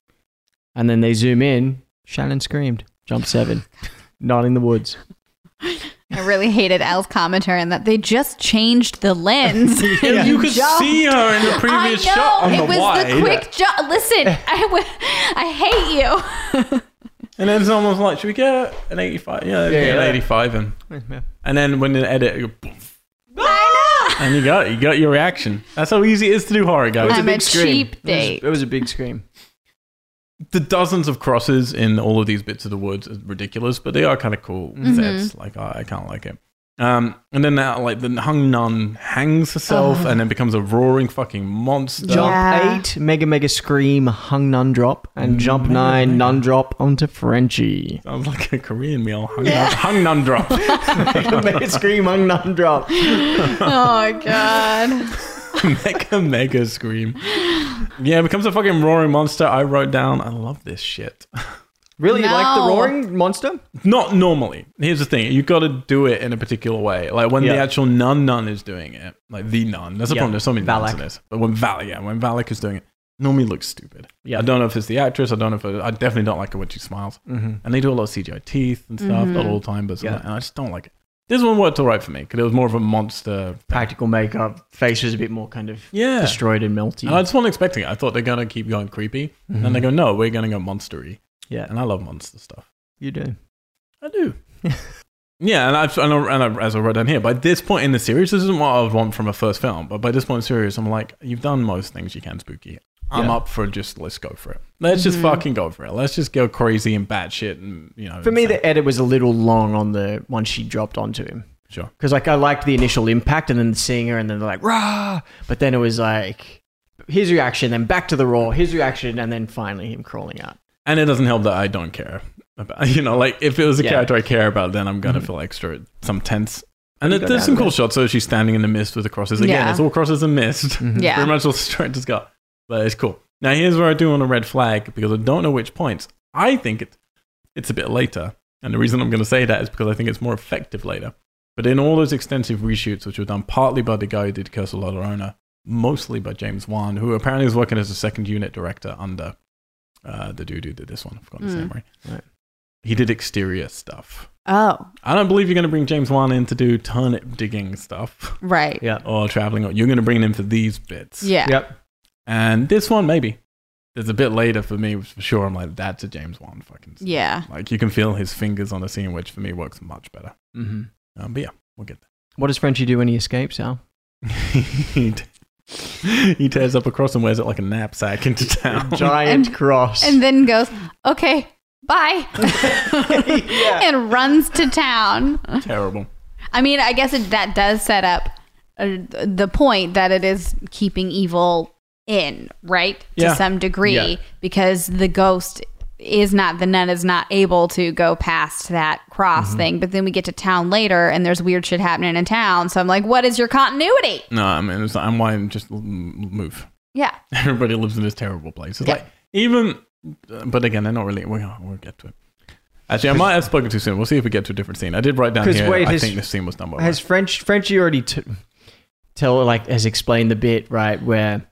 [SPEAKER 3] and then they zoom in. Shannon screamed, "Jump seven, not in the woods."
[SPEAKER 2] I really hated Al's commentary on that they just changed the lens.
[SPEAKER 1] And you could
[SPEAKER 2] jumped.
[SPEAKER 1] see her in the
[SPEAKER 2] I know
[SPEAKER 1] previous shot on
[SPEAKER 2] it
[SPEAKER 1] the
[SPEAKER 2] was
[SPEAKER 1] wide.
[SPEAKER 2] the quick jump. Listen, I, w- I hate you.
[SPEAKER 1] And then someone was like, "Should we get an 85?" Yeah, yeah,
[SPEAKER 3] yeah.
[SPEAKER 1] an 85. And and then when you edit, you go, "Poof,"
[SPEAKER 2] I know.
[SPEAKER 1] and you got it. You got your reaction. That's how easy it is to do horror, guys.
[SPEAKER 2] I'm a cheap
[SPEAKER 3] It was-
[SPEAKER 2] date.
[SPEAKER 3] It was a big scream.
[SPEAKER 1] the dozens of crosses in all of these bits of the woods is ridiculous, but they are kind of cool. Sets. Like I I can't like it. Um, and then that, like the hung nun hangs herself and then becomes a roaring fucking monster.
[SPEAKER 3] Jump
[SPEAKER 2] Yeah.
[SPEAKER 3] eight, mega mega scream, hung nun drop, and jump nine, nun drop onto Frenchie.
[SPEAKER 1] Sounds like a Korean meal. Hung, nun, hung nun drop.
[SPEAKER 3] mega scream, hung nun drop.
[SPEAKER 2] Oh god.
[SPEAKER 1] mega mega scream. Yeah, it becomes a fucking roaring monster. I wrote down. I love this shit.
[SPEAKER 3] Really, you like the
[SPEAKER 2] No.
[SPEAKER 3] roaring monster?
[SPEAKER 1] Not normally. Here's the thing: you got to do it in a particular way. Like when
[SPEAKER 3] Yeah.
[SPEAKER 1] the actual nun nun is doing it, like the nun. That's the
[SPEAKER 3] Yeah.
[SPEAKER 1] problem. There's so many nuns in
[SPEAKER 3] Valak.
[SPEAKER 1] this. But when Valak, yeah, when Valak is doing it, normally looks stupid.
[SPEAKER 3] Yeah.
[SPEAKER 1] I don't know if it's the actress. I don't know if it, I definitely don't like it when she smiles.
[SPEAKER 3] Mhm.
[SPEAKER 1] And they do a lot of CGI teeth and stuff, not all the time, but
[SPEAKER 3] Mm-hmm. Yeah.
[SPEAKER 1] yeah. and I just don't like it. This one worked all right for me because it was more of a monster.
[SPEAKER 3] Practical makeup, face was a bit more kind of
[SPEAKER 1] Yeah.
[SPEAKER 3] destroyed and melty.
[SPEAKER 1] And I just wasn't expecting it. I thought they're gonna keep going creepy, and
[SPEAKER 3] Mm-hmm.
[SPEAKER 1] they go, "No, we're gonna go monstery."
[SPEAKER 3] yeah,
[SPEAKER 1] And I love monster stuff.
[SPEAKER 3] you do.
[SPEAKER 1] I do. yeah, and I've and, I, and I, as I wrote down here, by this point in the series, this isn't what I would want from a first film. But by this point in the series, I'm like, you've done most things you can spooky. I'm
[SPEAKER 3] Yeah.
[SPEAKER 1] up for just let's go for it. Let's just
[SPEAKER 3] Mm-hmm.
[SPEAKER 1] fucking go for it. Let's just go crazy and batshit and you know.
[SPEAKER 3] For me,
[SPEAKER 1] insane.
[SPEAKER 3] the edit was a little long on the one she dropped onto him.
[SPEAKER 1] sure.
[SPEAKER 3] because like I liked the initial impact and then seeing her and then they're like rah, but then it was like his reaction, then back to the roar, his reaction, and then finally him crawling out.
[SPEAKER 1] And it doesn't help that I don't care about you know like if it was a
[SPEAKER 3] Yeah. Mm-hmm.
[SPEAKER 1] character I care about, then I'm gonna feel extra some tense. And it,
[SPEAKER 3] got
[SPEAKER 1] there's
[SPEAKER 3] out
[SPEAKER 1] some
[SPEAKER 3] of
[SPEAKER 1] cool
[SPEAKER 3] it.
[SPEAKER 1] shots. So she's standing in the mist with the crosses again.
[SPEAKER 2] Yeah.
[SPEAKER 1] It's all crosses and mist.
[SPEAKER 3] Mm-hmm.
[SPEAKER 2] Yeah.
[SPEAKER 1] Pretty much all the director's got. But it's cool. Now here's where I do want a red flag because I don't know which points. I think it, it's a bit later. And the reason I'm going to say that is because I think it's more effective later. But in all those extensive reshoots, which were done partly by the guy who did Curse of La Llorona, mostly by James Wan, who apparently is working as a second unit director under uh, the dude who did this one. I've forgotten his
[SPEAKER 2] Mm.
[SPEAKER 1] name right.
[SPEAKER 3] Right.
[SPEAKER 1] He did exterior stuff.
[SPEAKER 2] Oh,
[SPEAKER 1] I don't believe you're going to bring James Wan in to do turnip digging stuff
[SPEAKER 2] right.
[SPEAKER 3] Yeah.
[SPEAKER 1] or traveling. Or you're going to bring him in for these bits.
[SPEAKER 2] Yeah.
[SPEAKER 3] Yep.
[SPEAKER 1] And this one, maybe. It's a bit later for me, for sure. I'm like, that's a James Wan fucking. scene.
[SPEAKER 2] Yeah.
[SPEAKER 1] Like, you can feel his fingers on the scene, which for me works much better.
[SPEAKER 3] Mm-hmm.
[SPEAKER 1] Um, but yeah, we'll get
[SPEAKER 3] What does Frenchie do when he escapes? Al?
[SPEAKER 1] there. he, t- he tears up a cross and wears it like a knapsack into town.
[SPEAKER 3] Giant cross.
[SPEAKER 2] And then goes, okay, bye. And runs to town.
[SPEAKER 1] Terrible.
[SPEAKER 2] I mean, I guess it, that does set up uh, the point that it is keeping evil in, right?
[SPEAKER 1] Yeah.
[SPEAKER 2] To some degree,
[SPEAKER 1] Yeah.
[SPEAKER 2] because the ghost is not, the nun is not able to go past that
[SPEAKER 1] Mm-hmm.
[SPEAKER 2] cross thing. But then we get to town later and there's weird shit happening in town. So I'm like, what is your continuity?
[SPEAKER 1] No, I mean, it's, I'm why I'm just l- move.
[SPEAKER 2] Yeah.
[SPEAKER 1] Everybody lives in this terrible place. It's
[SPEAKER 2] Yeah.
[SPEAKER 1] like, even, uh, but again, they're not really, we'll, we'll get to it. Actually, I might have spoken too soon. We'll see if we get to a different scene. I did write down
[SPEAKER 3] 'Cause
[SPEAKER 1] here.
[SPEAKER 3] wait,
[SPEAKER 1] I
[SPEAKER 3] has-
[SPEAKER 1] think this scene was done by.
[SPEAKER 3] Has French Frenchie already t- tell like has explained the bit right where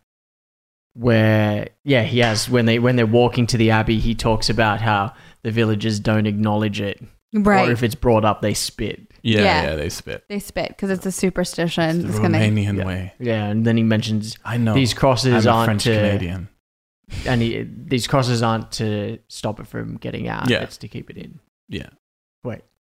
[SPEAKER 3] where yeah he has when they when they're walking to the abbey he talks about how the villagers don't acknowledge it or
[SPEAKER 2] Right.
[SPEAKER 3] if it's brought up they spit
[SPEAKER 1] yeah,
[SPEAKER 2] yeah.
[SPEAKER 1] yeah, they spit.
[SPEAKER 2] they spit because it's a superstition.
[SPEAKER 1] The
[SPEAKER 2] It's gonna,
[SPEAKER 1] Romanian
[SPEAKER 3] Yeah.
[SPEAKER 1] way.
[SPEAKER 3] yeah and then he mentions
[SPEAKER 1] I know.
[SPEAKER 3] these crosses
[SPEAKER 1] I'm a
[SPEAKER 3] aren't uh,
[SPEAKER 1] French
[SPEAKER 3] to,
[SPEAKER 1] Canadian.
[SPEAKER 3] and he, these crosses aren't to stop it from getting out.
[SPEAKER 1] Yeah.
[SPEAKER 3] It's to keep it in.
[SPEAKER 1] Yeah.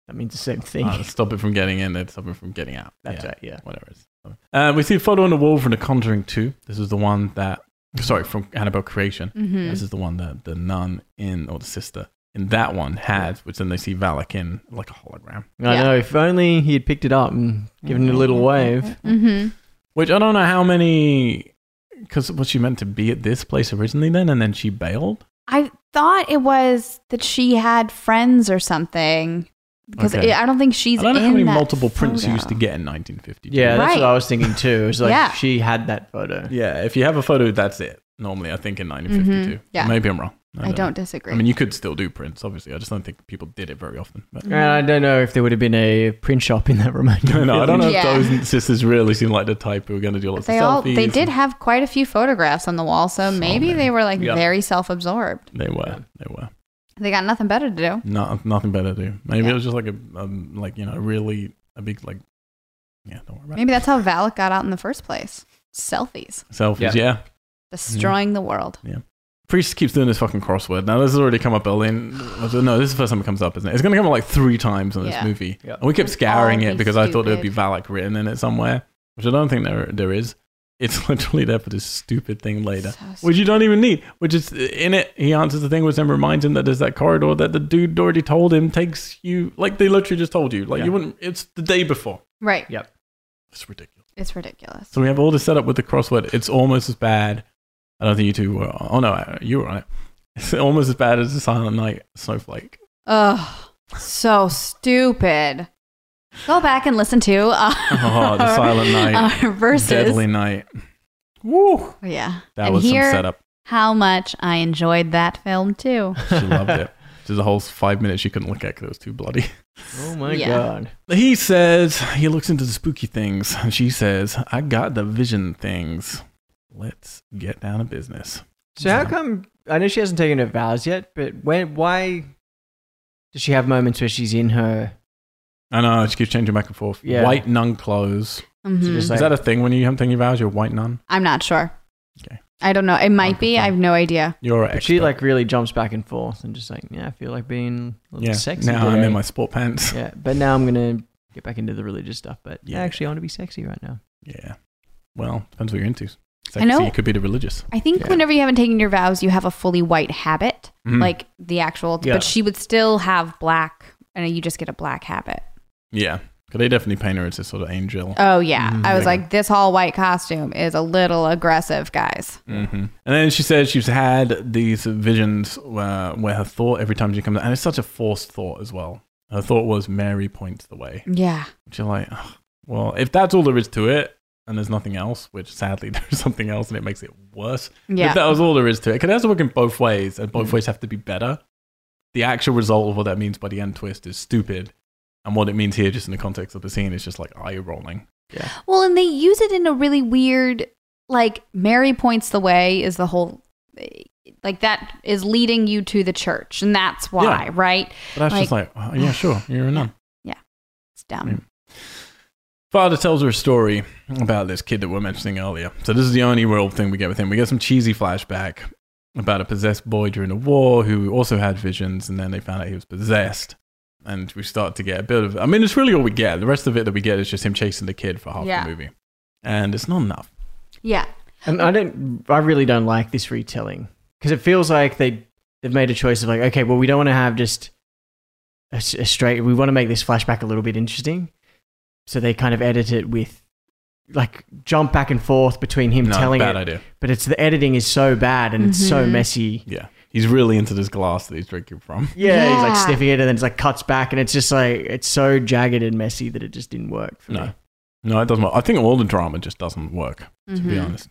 [SPEAKER 3] That means the same thing.
[SPEAKER 1] Uh, stop it from getting in, then stop it from getting out.
[SPEAKER 3] That's
[SPEAKER 1] yeah.
[SPEAKER 3] it. Yeah.
[SPEAKER 1] Whatever it is. Uh, we see a photo on the wall from The Conjuring 2. This is the one that, sorry, from Annabelle Creation.
[SPEAKER 2] Mhm.
[SPEAKER 1] This is the one that the nun in, or the sister in that one had, which then they see Valak in like a hologram.
[SPEAKER 2] Yeah.
[SPEAKER 3] I
[SPEAKER 2] Mm-hmm.
[SPEAKER 3] know. If only he had picked it up and given it a little wave.
[SPEAKER 2] Mhm.
[SPEAKER 1] Which I don't know how many, because was she meant to be at this place originally then, and then she bailed?
[SPEAKER 2] I thought it was that she had friends or something because
[SPEAKER 1] Okay.
[SPEAKER 2] I I don't think she's.
[SPEAKER 1] I don't know
[SPEAKER 2] in
[SPEAKER 1] how many
[SPEAKER 2] that
[SPEAKER 1] multiple prints you
[SPEAKER 2] photo.
[SPEAKER 1] used to get in 1952.
[SPEAKER 3] Yeah, that's what
[SPEAKER 2] Right.
[SPEAKER 3] I was thinking too. It was like
[SPEAKER 2] Yeah.
[SPEAKER 3] she had that photo.
[SPEAKER 1] Yeah, if you have a photo, that's it. Normally, I think in 1952.
[SPEAKER 2] Mhm, yeah.
[SPEAKER 1] Maybe I'm wrong.
[SPEAKER 2] I
[SPEAKER 1] know.
[SPEAKER 2] don't disagree.
[SPEAKER 1] I mean, you could still do prints, obviously. I just don't think people did it very often. But
[SPEAKER 3] And I don't know if there would have been a print shop in that remote.
[SPEAKER 1] no, I don't know
[SPEAKER 2] Yeah.
[SPEAKER 1] if those sisters really seem like the type who are going to do lots
[SPEAKER 2] they
[SPEAKER 1] of
[SPEAKER 2] all
[SPEAKER 1] selfies.
[SPEAKER 2] they did have quite a few photographs on the wall, so
[SPEAKER 1] So
[SPEAKER 2] maybe
[SPEAKER 1] many.
[SPEAKER 2] they were like
[SPEAKER 1] Yeah.
[SPEAKER 2] very self-absorbed.
[SPEAKER 1] They were. They were.
[SPEAKER 2] They got nothing better to do.
[SPEAKER 1] Not, nothing better to do. Maybe
[SPEAKER 2] Yeah.
[SPEAKER 1] it was just like a, um, like you know, really a big like, yeah, don't worry about
[SPEAKER 2] Maybe that's how Valak got out in the first place. Selfies,
[SPEAKER 1] it. Selfies,
[SPEAKER 3] Yeah.
[SPEAKER 1] yeah.
[SPEAKER 2] destroying the world.
[SPEAKER 1] Priest keeps doing this fucking crossword. Now this has already come up early. and- No, this is the first time it comes up, isn't it? It's going to come up like three times in this
[SPEAKER 2] Yeah.
[SPEAKER 1] movie.
[SPEAKER 3] Yeah.
[SPEAKER 1] And we kept
[SPEAKER 2] It'd
[SPEAKER 1] scouring
[SPEAKER 2] all
[SPEAKER 1] it
[SPEAKER 2] be
[SPEAKER 1] because I thought there would be Valak written in it somewhere, which I don't think there there is. It's literally there for this stupid thing later,
[SPEAKER 2] So
[SPEAKER 1] which you don't even need. Which is in it. He answers the thing, which then reminds him that there's that corridor that the dude already told him takes you. Like they literally just told you. Like
[SPEAKER 3] Yeah.
[SPEAKER 1] you wouldn't. It's the day before.
[SPEAKER 2] Right,
[SPEAKER 3] Yep.
[SPEAKER 1] It's ridiculous.
[SPEAKER 2] it's ridiculous.
[SPEAKER 1] So we have all this set up with the crossword. It's almost as bad. I don't think you two were. Oh no, you were on it. It's almost as bad as the Silent Night Snowflake.
[SPEAKER 2] Ugh, so stupid. Go back and listen to uh,
[SPEAKER 1] Oh, the Silent Night.
[SPEAKER 2] uh, versus
[SPEAKER 1] Deadly Night. Woo.
[SPEAKER 2] Yeah.
[SPEAKER 1] That
[SPEAKER 2] and
[SPEAKER 1] was
[SPEAKER 2] here,
[SPEAKER 1] some setup.
[SPEAKER 2] How much I enjoyed that film too.
[SPEAKER 1] She loved it. There's a whole five minutes she couldn't look at because it was too bloody.
[SPEAKER 3] Oh my
[SPEAKER 2] Yeah.
[SPEAKER 3] god.
[SPEAKER 1] He says, he looks into the spooky things. And she says, I got the vision things. Let's get down to business.
[SPEAKER 3] So how come I know she hasn't taken her vows yet, but when why does she have moments where she's in her
[SPEAKER 1] I know, she keeps changing back and forth.
[SPEAKER 3] Yeah.
[SPEAKER 1] White nun clothes.
[SPEAKER 3] she's
[SPEAKER 2] Mhm.
[SPEAKER 3] just like,
[SPEAKER 1] Is that a thing when you haven't taken your vows? You're a white nun?
[SPEAKER 2] I'm not sure.
[SPEAKER 1] Okay.
[SPEAKER 2] I don't know. It might be. I have no idea.
[SPEAKER 1] You're an
[SPEAKER 3] but she
[SPEAKER 1] expert.
[SPEAKER 3] like really jumps back and forth and just like, yeah, I feel like being a little
[SPEAKER 1] yeah.
[SPEAKER 3] sexy.
[SPEAKER 1] now I'm
[SPEAKER 3] today."
[SPEAKER 1] in my sport pants.
[SPEAKER 3] Yeah, but now I'm gonna get back into the religious stuff, but
[SPEAKER 1] Yeah.
[SPEAKER 3] actually I wanna be sexy right now.
[SPEAKER 1] Yeah. Well, depends what you're into. Sexy
[SPEAKER 2] I know.
[SPEAKER 1] could be the religious.
[SPEAKER 2] I think
[SPEAKER 3] Yeah.
[SPEAKER 2] whenever you haven't taken your vows, you have a fully white habit,
[SPEAKER 1] Mhm.
[SPEAKER 2] like the actual.
[SPEAKER 3] Yeah.
[SPEAKER 2] But she would still have black, and you just get a black habit.
[SPEAKER 1] Yeah. Because they definitely paint her as this sort of angel.
[SPEAKER 2] Oh yeah, I was
[SPEAKER 1] Mm, Yeah.
[SPEAKER 2] like, this all white costume is a little aggressive, guys.
[SPEAKER 1] Mm-hmm. And then she says she's had these visions uh, where her thought every time she comes, and it's such a forced thought as well. Her thought was Mary points the way.
[SPEAKER 2] Yeah,
[SPEAKER 1] Which you're like, "Ugh, well, if that's all there is to it, and there's nothing else, which sadly there's something else, and it makes it worse.
[SPEAKER 2] yeah.
[SPEAKER 1] If that was all there is to it, because it has to work in both ways, and both ways have to be better. The actual result of what that means by the end twist is stupid, and what it means here, just in the context of the scene, is just like eye rolling.
[SPEAKER 2] Well, and they use it in a really weird, like Mary points the way is the whole, like that is leading you to the church, and that's why, right?
[SPEAKER 1] But I was just like, oh, yeah, sure, you're a nun.
[SPEAKER 2] It's dumb.
[SPEAKER 1] Yeah. Father tells her a story about this kid that we are mentioning earlier. So this is the only real thing we get with him. We get some cheesy flashback about a possessed boy during the war who also had visions, and then they found out he was possessed. And we start to get a bit of. I mean, it's really all we get. The rest of it that we get is just him chasing the kid for half
[SPEAKER 2] Yeah.
[SPEAKER 1] the movie, and it's not enough.
[SPEAKER 2] Yeah.
[SPEAKER 3] And I don't, I really don't like this retelling because it feels like they they've made a choice of like, okay, well, we don't want to have just a, s- a straight. We want to make this flashback a little bit interesting, so they kind of edit it with like jump back and forth between him
[SPEAKER 1] No,
[SPEAKER 3] telling
[SPEAKER 1] bad
[SPEAKER 3] it,
[SPEAKER 1] idea.
[SPEAKER 3] but it's the editing is so bad and it's so messy.
[SPEAKER 1] Yeah, he's really into this glass that he's drinking from.
[SPEAKER 3] Yeah, he's like
[SPEAKER 2] Yeah.
[SPEAKER 3] sniffing it and then it's like cuts back and it's just like it's so jagged and messy that it just didn't work. For
[SPEAKER 1] No.
[SPEAKER 3] me.
[SPEAKER 1] No, it doesn't work. I think all the drama just doesn't work, to be
[SPEAKER 2] Mm-hmm.
[SPEAKER 1] honest.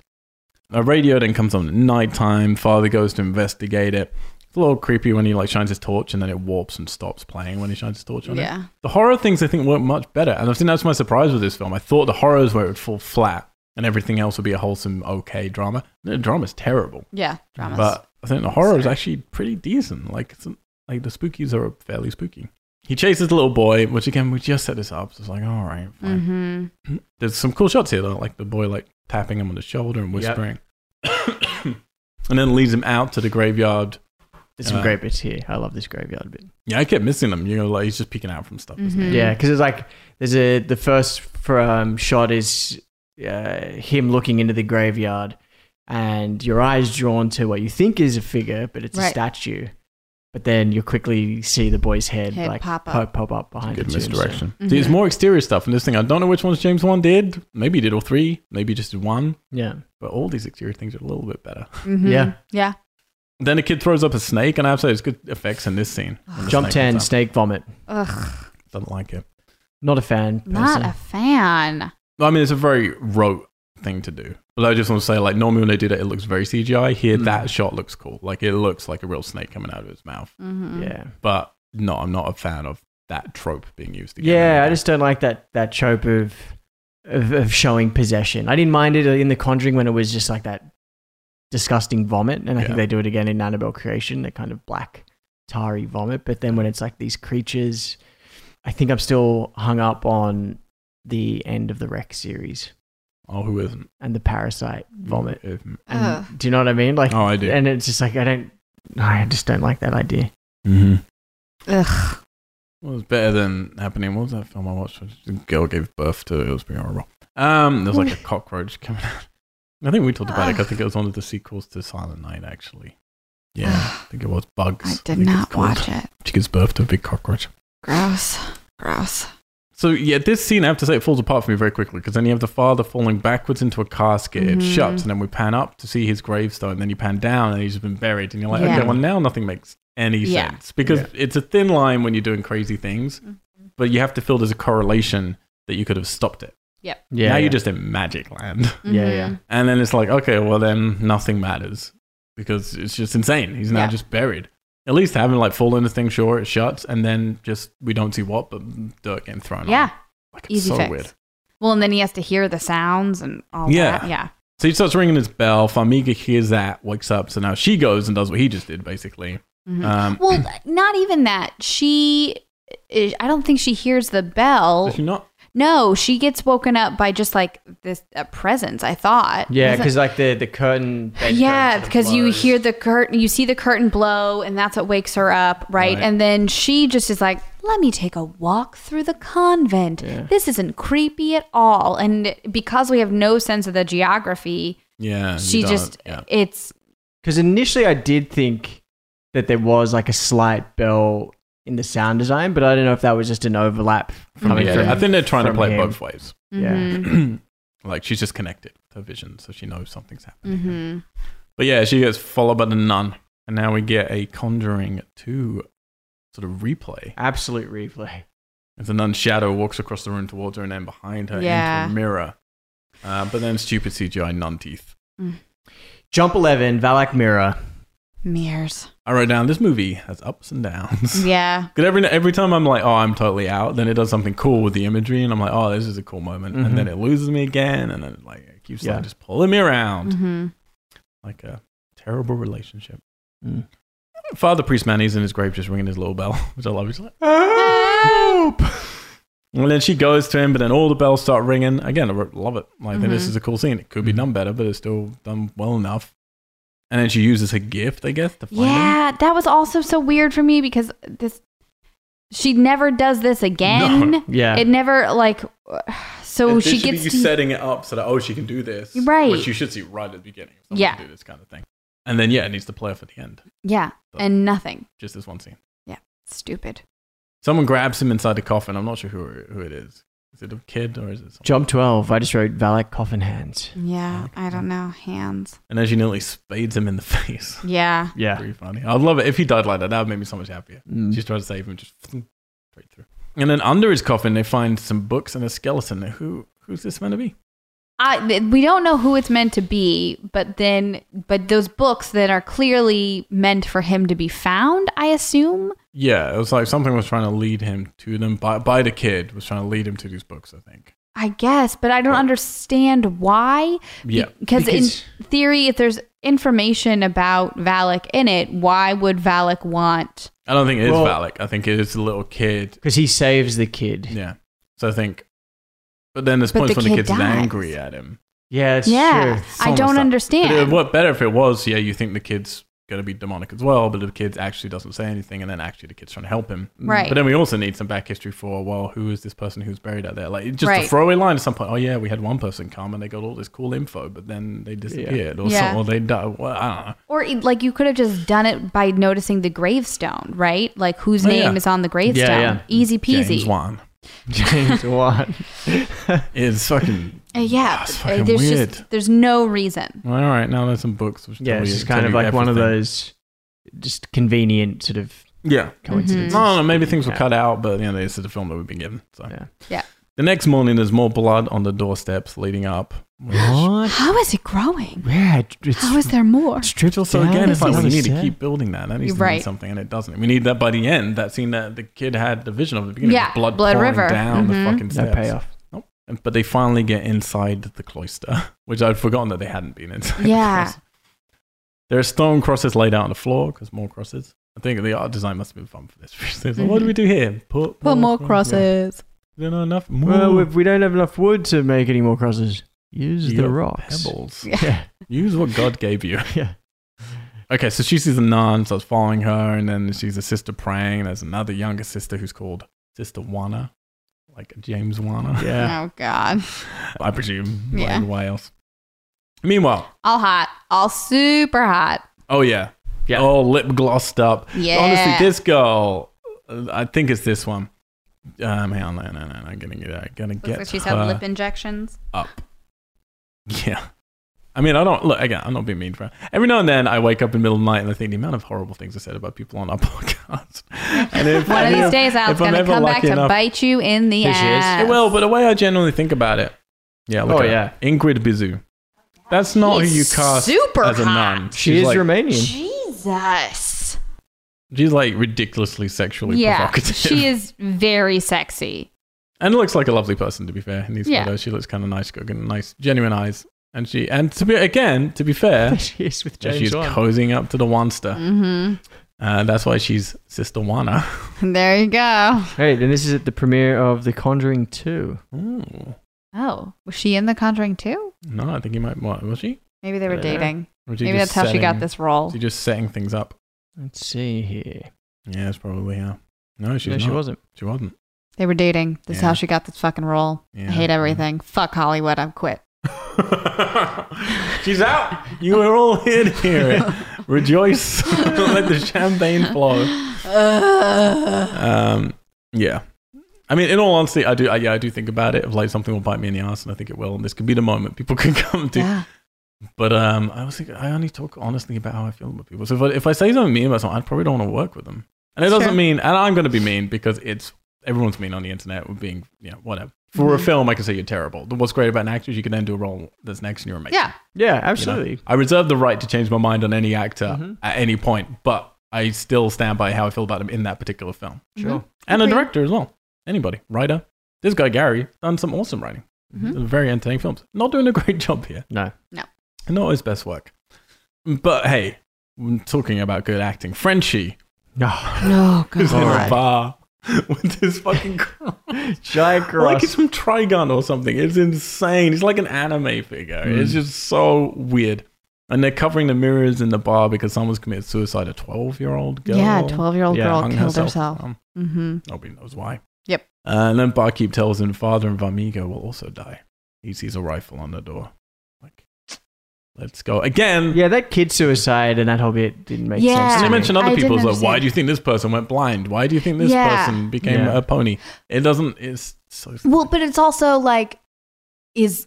[SPEAKER 1] A radio then comes on at night time. Father goes to investigate it. It's a little creepy when he like shines his torch and then it warps and stops playing when he shines his torch on it.
[SPEAKER 2] Yeah.
[SPEAKER 1] The horror things I think work much better. And I think that's my surprise with this film. I thought the horror is where it would fall flat and everything else would be a wholesome, okay drama. The drama's terrible.
[SPEAKER 2] Yeah. Dramas.
[SPEAKER 1] But I think the horror is actually pretty decent. Like, it's, like the spookies are fairly spooky. He chases the little boy, which again, we just set this up. So it's like, all right, fine
[SPEAKER 2] hmm
[SPEAKER 1] there's some cool shots here though, like the boy like tapping him on the shoulder and whispering, and then leads him out to the graveyard.
[SPEAKER 3] There's some
[SPEAKER 1] Uh,
[SPEAKER 3] great bits here. I love this graveyard bit.
[SPEAKER 1] Yeah, I kept missing him. You know, like he's just peeking out from stuff. isn't he?
[SPEAKER 2] Mhm.
[SPEAKER 3] Yeah, because it's like there's a the first for, um, shot is uh, him looking into the graveyard, and your eyes drawn to what you think is a figure, but it's a
[SPEAKER 2] Right.
[SPEAKER 3] statue. But then you quickly see the boy's head,
[SPEAKER 2] Head
[SPEAKER 3] like
[SPEAKER 2] pop
[SPEAKER 3] pop
[SPEAKER 2] up.
[SPEAKER 3] up, pop up behind
[SPEAKER 1] Good
[SPEAKER 3] the tombstone.
[SPEAKER 1] misdirection. See,
[SPEAKER 2] Mm-hmm.
[SPEAKER 1] it's more exterior stuff in this thing. I don't know which ones James Wan did. Maybe he did all three. Maybe he just did one.
[SPEAKER 3] Yeah,
[SPEAKER 1] But all these exterior things are a little bit better.
[SPEAKER 3] yeah.
[SPEAKER 2] Mm-hmm. Yeah.
[SPEAKER 1] then the kid throws up a snake, and I have to say, it's good effects in this scene. When the
[SPEAKER 3] Jump
[SPEAKER 1] snake
[SPEAKER 3] ten,
[SPEAKER 1] comes up.
[SPEAKER 3] snake vomit.
[SPEAKER 2] Ugh.
[SPEAKER 1] Doesn't like it.
[SPEAKER 3] Not a fan.
[SPEAKER 2] Not
[SPEAKER 3] person.
[SPEAKER 2] a fan.
[SPEAKER 1] I mean, it's a very rote thing to do. But I just want to say, like, normally when they do that, it looks very CGI. Here,
[SPEAKER 3] Mm.
[SPEAKER 1] that shot looks cool. Like, it looks like a real snake coming out of his mouth.
[SPEAKER 2] Mm-hmm.
[SPEAKER 3] yeah,
[SPEAKER 1] But no, I'm not a fan of that trope being used again.
[SPEAKER 3] yeah. I just don't like that that trope of, of of showing possession. I didn't mind it in The Conjuring when it was just like that disgusting vomit, and I
[SPEAKER 1] Yeah.
[SPEAKER 3] think they do it again in Annabelle Creation, that kind of black tarry vomit. But then when it's like these creatures, I think I'm still hung up on the end of the Wreck series
[SPEAKER 1] Oh, who isn't?
[SPEAKER 3] and the parasite vomit.
[SPEAKER 1] Isn't.
[SPEAKER 3] And
[SPEAKER 2] Ugh.
[SPEAKER 3] do you know what I mean? Like,
[SPEAKER 1] Oh, I do.
[SPEAKER 3] and it's just like I don't. I just don't like that idea.
[SPEAKER 1] mm-hmm.
[SPEAKER 2] Ugh.
[SPEAKER 1] Well, it's better than happening. What was that film I watched? The girl gave birth to it. was pretty horrible. Um, there was like a cockroach coming out. I think we talked about it. 'cause I think it was one of the sequels to Silent Night, actually. Yeah, I think it was Bugs.
[SPEAKER 2] I
[SPEAKER 1] think
[SPEAKER 2] did
[SPEAKER 1] it's
[SPEAKER 2] not
[SPEAKER 1] called.
[SPEAKER 2] watch it.
[SPEAKER 1] She gives birth to a big cockroach.
[SPEAKER 2] Gross. Gross.
[SPEAKER 1] So yeah, this scene I have to say it falls apart for me very quickly because then you have the father falling backwards into a casket, it
[SPEAKER 2] Mhm.
[SPEAKER 1] shuts, and then we pan up to see his gravestone. Then you pan down, and he's been buried, and you're like,
[SPEAKER 2] Yeah.
[SPEAKER 1] okay, well now nothing makes any
[SPEAKER 2] Yeah. Mm-hmm.
[SPEAKER 1] sense because
[SPEAKER 3] Yeah.
[SPEAKER 1] it's a thin line when you're doing crazy things, but you have to feel there's a correlation that you could have stopped it.
[SPEAKER 2] Yep.
[SPEAKER 3] Yeah.
[SPEAKER 1] now
[SPEAKER 3] yeah.
[SPEAKER 1] you're just in magic land.
[SPEAKER 2] Mm-hmm.
[SPEAKER 3] Yeah, yeah.
[SPEAKER 1] And then it's like, okay, well then nothing matters because it's just insane. He's now
[SPEAKER 2] Yeah.
[SPEAKER 1] just buried. At least having like fallen a thing sure it shuts and then just we don't see what, but mm, dirt getting thrown. on
[SPEAKER 2] Yeah.
[SPEAKER 1] him. like, it's
[SPEAKER 2] Easy
[SPEAKER 1] so
[SPEAKER 2] fix.
[SPEAKER 1] weird.
[SPEAKER 2] Well, and then he has to hear the sounds and all
[SPEAKER 1] Yeah.
[SPEAKER 2] that. Yeah.
[SPEAKER 1] So he starts ringing his bell. Farmiga hears that, wakes up. So now she goes and does what he just did, basically.
[SPEAKER 2] Mhm.
[SPEAKER 1] Um,
[SPEAKER 2] Well, not even that. She, I don't think she hears the bell.
[SPEAKER 1] does she not?
[SPEAKER 2] No, she gets woken up by just like this a presence. I thought.
[SPEAKER 3] Yeah,
[SPEAKER 2] Isn't-
[SPEAKER 3] because like the the curtain. bed
[SPEAKER 2] yeah,
[SPEAKER 3] curtain
[SPEAKER 2] because you
[SPEAKER 3] blows.
[SPEAKER 2] hear the curtain, you see the curtain blow, and that's what wakes her up, right?
[SPEAKER 1] Right.
[SPEAKER 2] And then she just is like, "Let me take a walk through the convent. This isn't creepy at all." And because we have no sense of the geography,
[SPEAKER 1] Yeah. you
[SPEAKER 2] she
[SPEAKER 1] don't-
[SPEAKER 2] just
[SPEAKER 1] yeah.
[SPEAKER 2] it's
[SPEAKER 3] Because initially I did think that there was like a slight bell in the sound design, but I don't know if that was just an overlap coming
[SPEAKER 1] Mm, Yeah,
[SPEAKER 3] from.
[SPEAKER 1] I think they're trying to
[SPEAKER 3] from
[SPEAKER 1] play it
[SPEAKER 3] him.
[SPEAKER 1] both ways.
[SPEAKER 3] Yeah.
[SPEAKER 2] mhm,
[SPEAKER 1] like she's just connected to her vision, so she knows something's happening.
[SPEAKER 2] mhm.
[SPEAKER 1] But yeah, she gets followed by the nun, and now we get a conjuring two sort of replay.
[SPEAKER 3] Absolute replay.
[SPEAKER 1] As the nun's shadow walks across the room towards her, and then behind her
[SPEAKER 2] Yeah.
[SPEAKER 1] into a mirror. Uh, but then stupid CGI nun teeth.
[SPEAKER 3] Jump 11, Valak Mirror.
[SPEAKER 2] mirrors.
[SPEAKER 1] I wrote down this movie has ups and downs.
[SPEAKER 2] Yeah,
[SPEAKER 1] Because every every time I'm like, oh, I'm totally out. Then it does something cool with the imagery, and I'm like, oh, this is a cool moment.
[SPEAKER 3] Mhm.
[SPEAKER 1] And then it loses me again, and then like it keeps
[SPEAKER 3] Yeah.
[SPEAKER 1] like just pulling me around,
[SPEAKER 2] hmm
[SPEAKER 1] like a terrible relationship.
[SPEAKER 3] Mm.
[SPEAKER 1] Father priest man, he's in his grave, just ringing his little bell, which I love. He's like, help. And then she goes to him, but then all the bells start ringing again. I love it. Like, I think this
[SPEAKER 2] Mhm.
[SPEAKER 3] Mm-hmm.
[SPEAKER 1] is a cool scene. It could be done better, but it's still done well enough. And then she uses her gift, I guess, to find him.
[SPEAKER 2] yeah. That was also so weird for me because this she never does this again.
[SPEAKER 3] Yeah.
[SPEAKER 2] It never like so
[SPEAKER 1] It-
[SPEAKER 2] Oh, she
[SPEAKER 1] it should be
[SPEAKER 2] gets
[SPEAKER 1] you
[SPEAKER 2] to,
[SPEAKER 1] setting it up so that oh she can do this
[SPEAKER 2] Right.
[SPEAKER 1] which you should see right at the beginning if someone
[SPEAKER 2] Yeah.
[SPEAKER 1] can do this kind of thing and then yeah it needs to play off at the end
[SPEAKER 2] yeah, and nothing.
[SPEAKER 1] just this one scene
[SPEAKER 2] Stupid.
[SPEAKER 1] someone grabs him inside the coffin I'm not sure who who it is is it a kid or is it someone?
[SPEAKER 3] Jump 12, I just wrote Valak Coffin Hands.
[SPEAKER 2] Yeah, I don't know. Hands.
[SPEAKER 1] and as she nearly spades him in the face
[SPEAKER 2] Yeah.
[SPEAKER 3] Yeah.
[SPEAKER 1] pretty funny I'd love it if he died like that that would make me so much happier
[SPEAKER 3] Mm.
[SPEAKER 1] she's trying to save him just straight through and then under his coffin they find some books and a skeleton who who's this meant to be
[SPEAKER 2] I, th- we don't know who it's meant to be, but then, but those books that are clearly meant for him to be found, I assume.
[SPEAKER 1] yeah it was like something was trying to lead him to them by, by the kid was trying to lead him to these books I think
[SPEAKER 2] I guess, but I don't understand why.
[SPEAKER 1] Yeah.
[SPEAKER 2] Because in
[SPEAKER 3] Because-
[SPEAKER 2] theory, if there's information about Valak in it, why would Valak want.
[SPEAKER 1] I don't think it is
[SPEAKER 3] Well-
[SPEAKER 1] Valak. I think it is a little kid.
[SPEAKER 3] Because he saves the kid. Yeah,
[SPEAKER 1] Yeah. So I think. But then there's
[SPEAKER 2] But
[SPEAKER 1] points
[SPEAKER 2] the
[SPEAKER 1] when the
[SPEAKER 2] kid
[SPEAKER 1] kid's
[SPEAKER 2] dies.
[SPEAKER 1] angry at him.
[SPEAKER 3] it's
[SPEAKER 2] yeah.
[SPEAKER 3] true.
[SPEAKER 1] So
[SPEAKER 2] I
[SPEAKER 1] messed
[SPEAKER 2] don't
[SPEAKER 1] up.
[SPEAKER 2] understand.
[SPEAKER 1] But it would work better if it was, yeah, you think the kid's going to be demonic as well, but the kid actually doesn't say anything, and then actually the kid's trying to help him. Mm,
[SPEAKER 2] Right.
[SPEAKER 1] But then we also need some back history for, well, who is this person who's buried out there? Like, it's just a
[SPEAKER 2] Right.
[SPEAKER 1] throwaway line at some point. Oh, yeah, we had one person come and they got all this cool info, but then they disappeared or,
[SPEAKER 2] Yeah.
[SPEAKER 1] some, or they died. Well, I don't know.
[SPEAKER 2] Or e- like you could have just done it by noticing the gravestone, right? Like whose
[SPEAKER 1] Oh, yeah.
[SPEAKER 2] name is on the gravestone.
[SPEAKER 3] yeah.
[SPEAKER 2] Easy
[SPEAKER 1] James
[SPEAKER 2] peasy.
[SPEAKER 1] Wan
[SPEAKER 3] James Wan.
[SPEAKER 1] is fucking.
[SPEAKER 2] Uh, yeah,
[SPEAKER 1] That's
[SPEAKER 2] but, uh,
[SPEAKER 1] Ah, fucking
[SPEAKER 2] there's
[SPEAKER 1] weird.
[SPEAKER 2] just there's no reason.
[SPEAKER 1] All right, now there's some books. Which
[SPEAKER 3] Yeah,
[SPEAKER 1] tell
[SPEAKER 3] it's
[SPEAKER 1] you-
[SPEAKER 3] just kind
[SPEAKER 1] tell
[SPEAKER 3] of
[SPEAKER 1] you
[SPEAKER 3] like one of
[SPEAKER 1] everything.
[SPEAKER 3] those just convenient sort of
[SPEAKER 2] Mm-hmm.
[SPEAKER 1] Yeah.
[SPEAKER 3] coincidences.
[SPEAKER 1] No, no, maybe things were
[SPEAKER 3] Yeah.
[SPEAKER 1] cut out, but you know, this is the film that we've been given. So
[SPEAKER 3] Yeah.
[SPEAKER 2] Yeah.
[SPEAKER 1] The next morning, there's more blood on the doorsteps leading up. which-
[SPEAKER 3] What?
[SPEAKER 2] How is it growing?
[SPEAKER 3] Yeah, it- it's
[SPEAKER 2] How is there more?
[SPEAKER 3] stripped
[SPEAKER 1] So
[SPEAKER 3] down
[SPEAKER 1] again, it's like well,
[SPEAKER 3] another
[SPEAKER 1] we need to
[SPEAKER 3] step.
[SPEAKER 1] keep building that. That needs to mean
[SPEAKER 2] Right.
[SPEAKER 1] something, and it doesn't. We need that by the end. That scene that the kid had the vision of at the beginning,
[SPEAKER 2] Yeah,
[SPEAKER 1] with blood,
[SPEAKER 2] Blood
[SPEAKER 1] pouring
[SPEAKER 2] River.
[SPEAKER 1] down the
[SPEAKER 2] Mhm.
[SPEAKER 1] fucking
[SPEAKER 3] no
[SPEAKER 1] steps.
[SPEAKER 3] payoff.
[SPEAKER 1] And- But they finally get inside the cloister, which I'd forgotten that they hadn't been inside. The
[SPEAKER 2] Yeah.
[SPEAKER 1] cloister. there are stone crosses laid out on the floor because more crosses. I think the art design must have been fun for this. It's like, What do we do here? Put,
[SPEAKER 2] Mm-hmm. Put more
[SPEAKER 1] Yeah.
[SPEAKER 2] crosses.
[SPEAKER 1] Is there not enough?
[SPEAKER 3] Well,
[SPEAKER 1] More.
[SPEAKER 3] if we don't have enough wood to make any more crosses, use
[SPEAKER 1] You
[SPEAKER 3] the
[SPEAKER 1] got
[SPEAKER 3] rocks.
[SPEAKER 1] Pebbles.
[SPEAKER 3] Yeah,
[SPEAKER 1] Use what God gave you.
[SPEAKER 3] yeah.
[SPEAKER 1] Okay, so she sees a nun, starts following her, and then she's a sister praying. and There's another younger sister who's called Sister Wana, like James Wana,
[SPEAKER 3] Yeah.
[SPEAKER 2] Oh God.
[SPEAKER 1] I presume, yeah.
[SPEAKER 2] Yeah.
[SPEAKER 1] in Wales. Meanwhile,
[SPEAKER 2] All hot. All super hot.
[SPEAKER 1] oh yeah,
[SPEAKER 3] Yeah.
[SPEAKER 1] all lip glossed up.
[SPEAKER 2] Yeah.
[SPEAKER 1] Honestly, this girl, uh, I think it's this one. Um, hang on, no, no, no, no, I'm gonna get, I'm gonna
[SPEAKER 2] Looks
[SPEAKER 1] get
[SPEAKER 2] like she's
[SPEAKER 1] her.
[SPEAKER 2] had lip injections.
[SPEAKER 1] up. Yeah. I mean, I don't look again. I'm not being mean for every now and then. I wake up in the middle of the night and I think the amount of horrible things I said about people on our podcast. And if,
[SPEAKER 2] One of
[SPEAKER 1] and
[SPEAKER 2] these
[SPEAKER 1] if-
[SPEAKER 2] days, Al's
[SPEAKER 1] if I'm
[SPEAKER 2] gonna
[SPEAKER 1] ever
[SPEAKER 2] come back
[SPEAKER 1] lucky
[SPEAKER 2] to
[SPEAKER 1] enough-
[SPEAKER 2] bite you in the
[SPEAKER 3] There she is.
[SPEAKER 2] ass.
[SPEAKER 1] It will, but the way I generally think about it, Yeah, look
[SPEAKER 3] Oh,
[SPEAKER 1] at
[SPEAKER 3] yeah.
[SPEAKER 1] her. Ingrid Bizu. That's not who you
[SPEAKER 2] He's
[SPEAKER 1] cast
[SPEAKER 2] super
[SPEAKER 1] as a
[SPEAKER 2] hot.
[SPEAKER 1] nun.
[SPEAKER 3] She
[SPEAKER 1] She's
[SPEAKER 3] is
[SPEAKER 1] like,
[SPEAKER 3] Romanian.
[SPEAKER 2] Jesus.
[SPEAKER 1] She's like ridiculously sexually
[SPEAKER 4] yeah,
[SPEAKER 1] provocative.
[SPEAKER 4] she is very sexy.
[SPEAKER 1] and looks like a lovely person to be fair in these
[SPEAKER 4] Yeah.
[SPEAKER 1] photos. She looks kind of nice, got good, nice, genuine eyes. And she and to be again to be fair,
[SPEAKER 3] she is with
[SPEAKER 1] yeah,
[SPEAKER 3] James
[SPEAKER 1] she's
[SPEAKER 3] Wan.
[SPEAKER 1] cozying up to the Wanster.
[SPEAKER 2] Mm-hmm.
[SPEAKER 1] Uh, that's why she's Sister Wana.
[SPEAKER 2] There you go.
[SPEAKER 3] Hey, then this is at the premiere of The Conjuring 2.
[SPEAKER 1] Ooh.
[SPEAKER 2] Oh, was she in The Conjuring too?
[SPEAKER 1] No, I think you might. What, was she?
[SPEAKER 2] Maybe they were
[SPEAKER 3] Yeah.
[SPEAKER 2] dating.
[SPEAKER 1] Or was she
[SPEAKER 2] Maybe
[SPEAKER 1] just
[SPEAKER 2] that's how she got
[SPEAKER 1] setting-
[SPEAKER 2] this role.
[SPEAKER 1] Was she just setting things up?
[SPEAKER 3] Let's see here.
[SPEAKER 1] Yeah, that's probably how. No, she's
[SPEAKER 3] no,
[SPEAKER 1] not.
[SPEAKER 3] she wasn't.
[SPEAKER 1] She wasn't.
[SPEAKER 2] They were dating. This is
[SPEAKER 1] Yeah.
[SPEAKER 2] how she got this fucking role.
[SPEAKER 1] Yeah.
[SPEAKER 2] I hate everything. Fuck Hollywood. I'm quit.
[SPEAKER 1] She's out. You were all here to hear it. Rejoice. Let the champagne flow. Um, yeah. I mean, in all honesty, I do. I, yeah, I do think about it. Of like something will bite me in the ass, and I think it will. And this could be the moment people can come to.
[SPEAKER 2] Yeah.
[SPEAKER 1] But um, I was thinking, I only talk honestly about how I feel about people. So if I, if I say something mean about someone, I probably don't want to work with them. And it
[SPEAKER 2] Sure.
[SPEAKER 1] doesn't mean, and I'm going to be mean because it's everyone's mean on the internet with being, you know, whatever. For
[SPEAKER 2] Mm-hmm.
[SPEAKER 1] a film, I can say you're terrible. But What's great about an actor is you can then do a role that's next in your amazing.
[SPEAKER 2] Yeah.
[SPEAKER 3] Yeah,
[SPEAKER 1] you know?
[SPEAKER 3] absolutely.
[SPEAKER 1] I reserve the right to change my mind on any actor
[SPEAKER 2] Mm-hmm.
[SPEAKER 3] Mhm.
[SPEAKER 1] at any point, but I still stand by how I feel about them in that particular film.
[SPEAKER 3] Sure.
[SPEAKER 1] And a
[SPEAKER 2] Mm-hmm. Agreed.
[SPEAKER 1] director as well. Anybody, writer. This guy Gary done some awesome writing,
[SPEAKER 2] Mm-hmm.
[SPEAKER 1] Some very entertaining films. Not doing a great job here
[SPEAKER 3] No.
[SPEAKER 1] not his best work. But hey, I'm talking about good acting. Frenchie
[SPEAKER 3] No.
[SPEAKER 2] Oh,
[SPEAKER 1] who's in Mm-hmm. a
[SPEAKER 2] God.
[SPEAKER 1] bar with his fucking cross.
[SPEAKER 3] Giant
[SPEAKER 1] like it's
[SPEAKER 3] cross.
[SPEAKER 1] from Trigun or something. It's insane. It's like an anime figure.
[SPEAKER 2] Hmm.
[SPEAKER 1] It's just so weird. And they're covering the mirrors in the bar because someone's committed suicide. A twelve-year-old girl.
[SPEAKER 2] Yeah, 12 year old
[SPEAKER 3] Yeah,
[SPEAKER 2] girl
[SPEAKER 1] hung
[SPEAKER 2] killed herself.
[SPEAKER 1] Um,
[SPEAKER 2] Mm-hmm.
[SPEAKER 1] nobody knows why.
[SPEAKER 2] Yep.
[SPEAKER 1] Uh, and then barkeep tells him father and Varmigo will also die. He sees a rifle on the door. Like, let's go again.
[SPEAKER 3] Yeah, that kid suicide and that whole bit didn't make
[SPEAKER 2] Yeah.
[SPEAKER 3] sense.
[SPEAKER 1] And
[SPEAKER 3] to
[SPEAKER 1] they
[SPEAKER 3] me.
[SPEAKER 1] mention other
[SPEAKER 2] I didn't
[SPEAKER 1] people's like, why
[SPEAKER 2] understand.
[SPEAKER 1] do you think this person went blind? Why do you think this
[SPEAKER 2] Yeah.
[SPEAKER 1] person became
[SPEAKER 3] Yeah.
[SPEAKER 1] a pony? It doesn't. It's so.
[SPEAKER 2] Well, but it's also like, is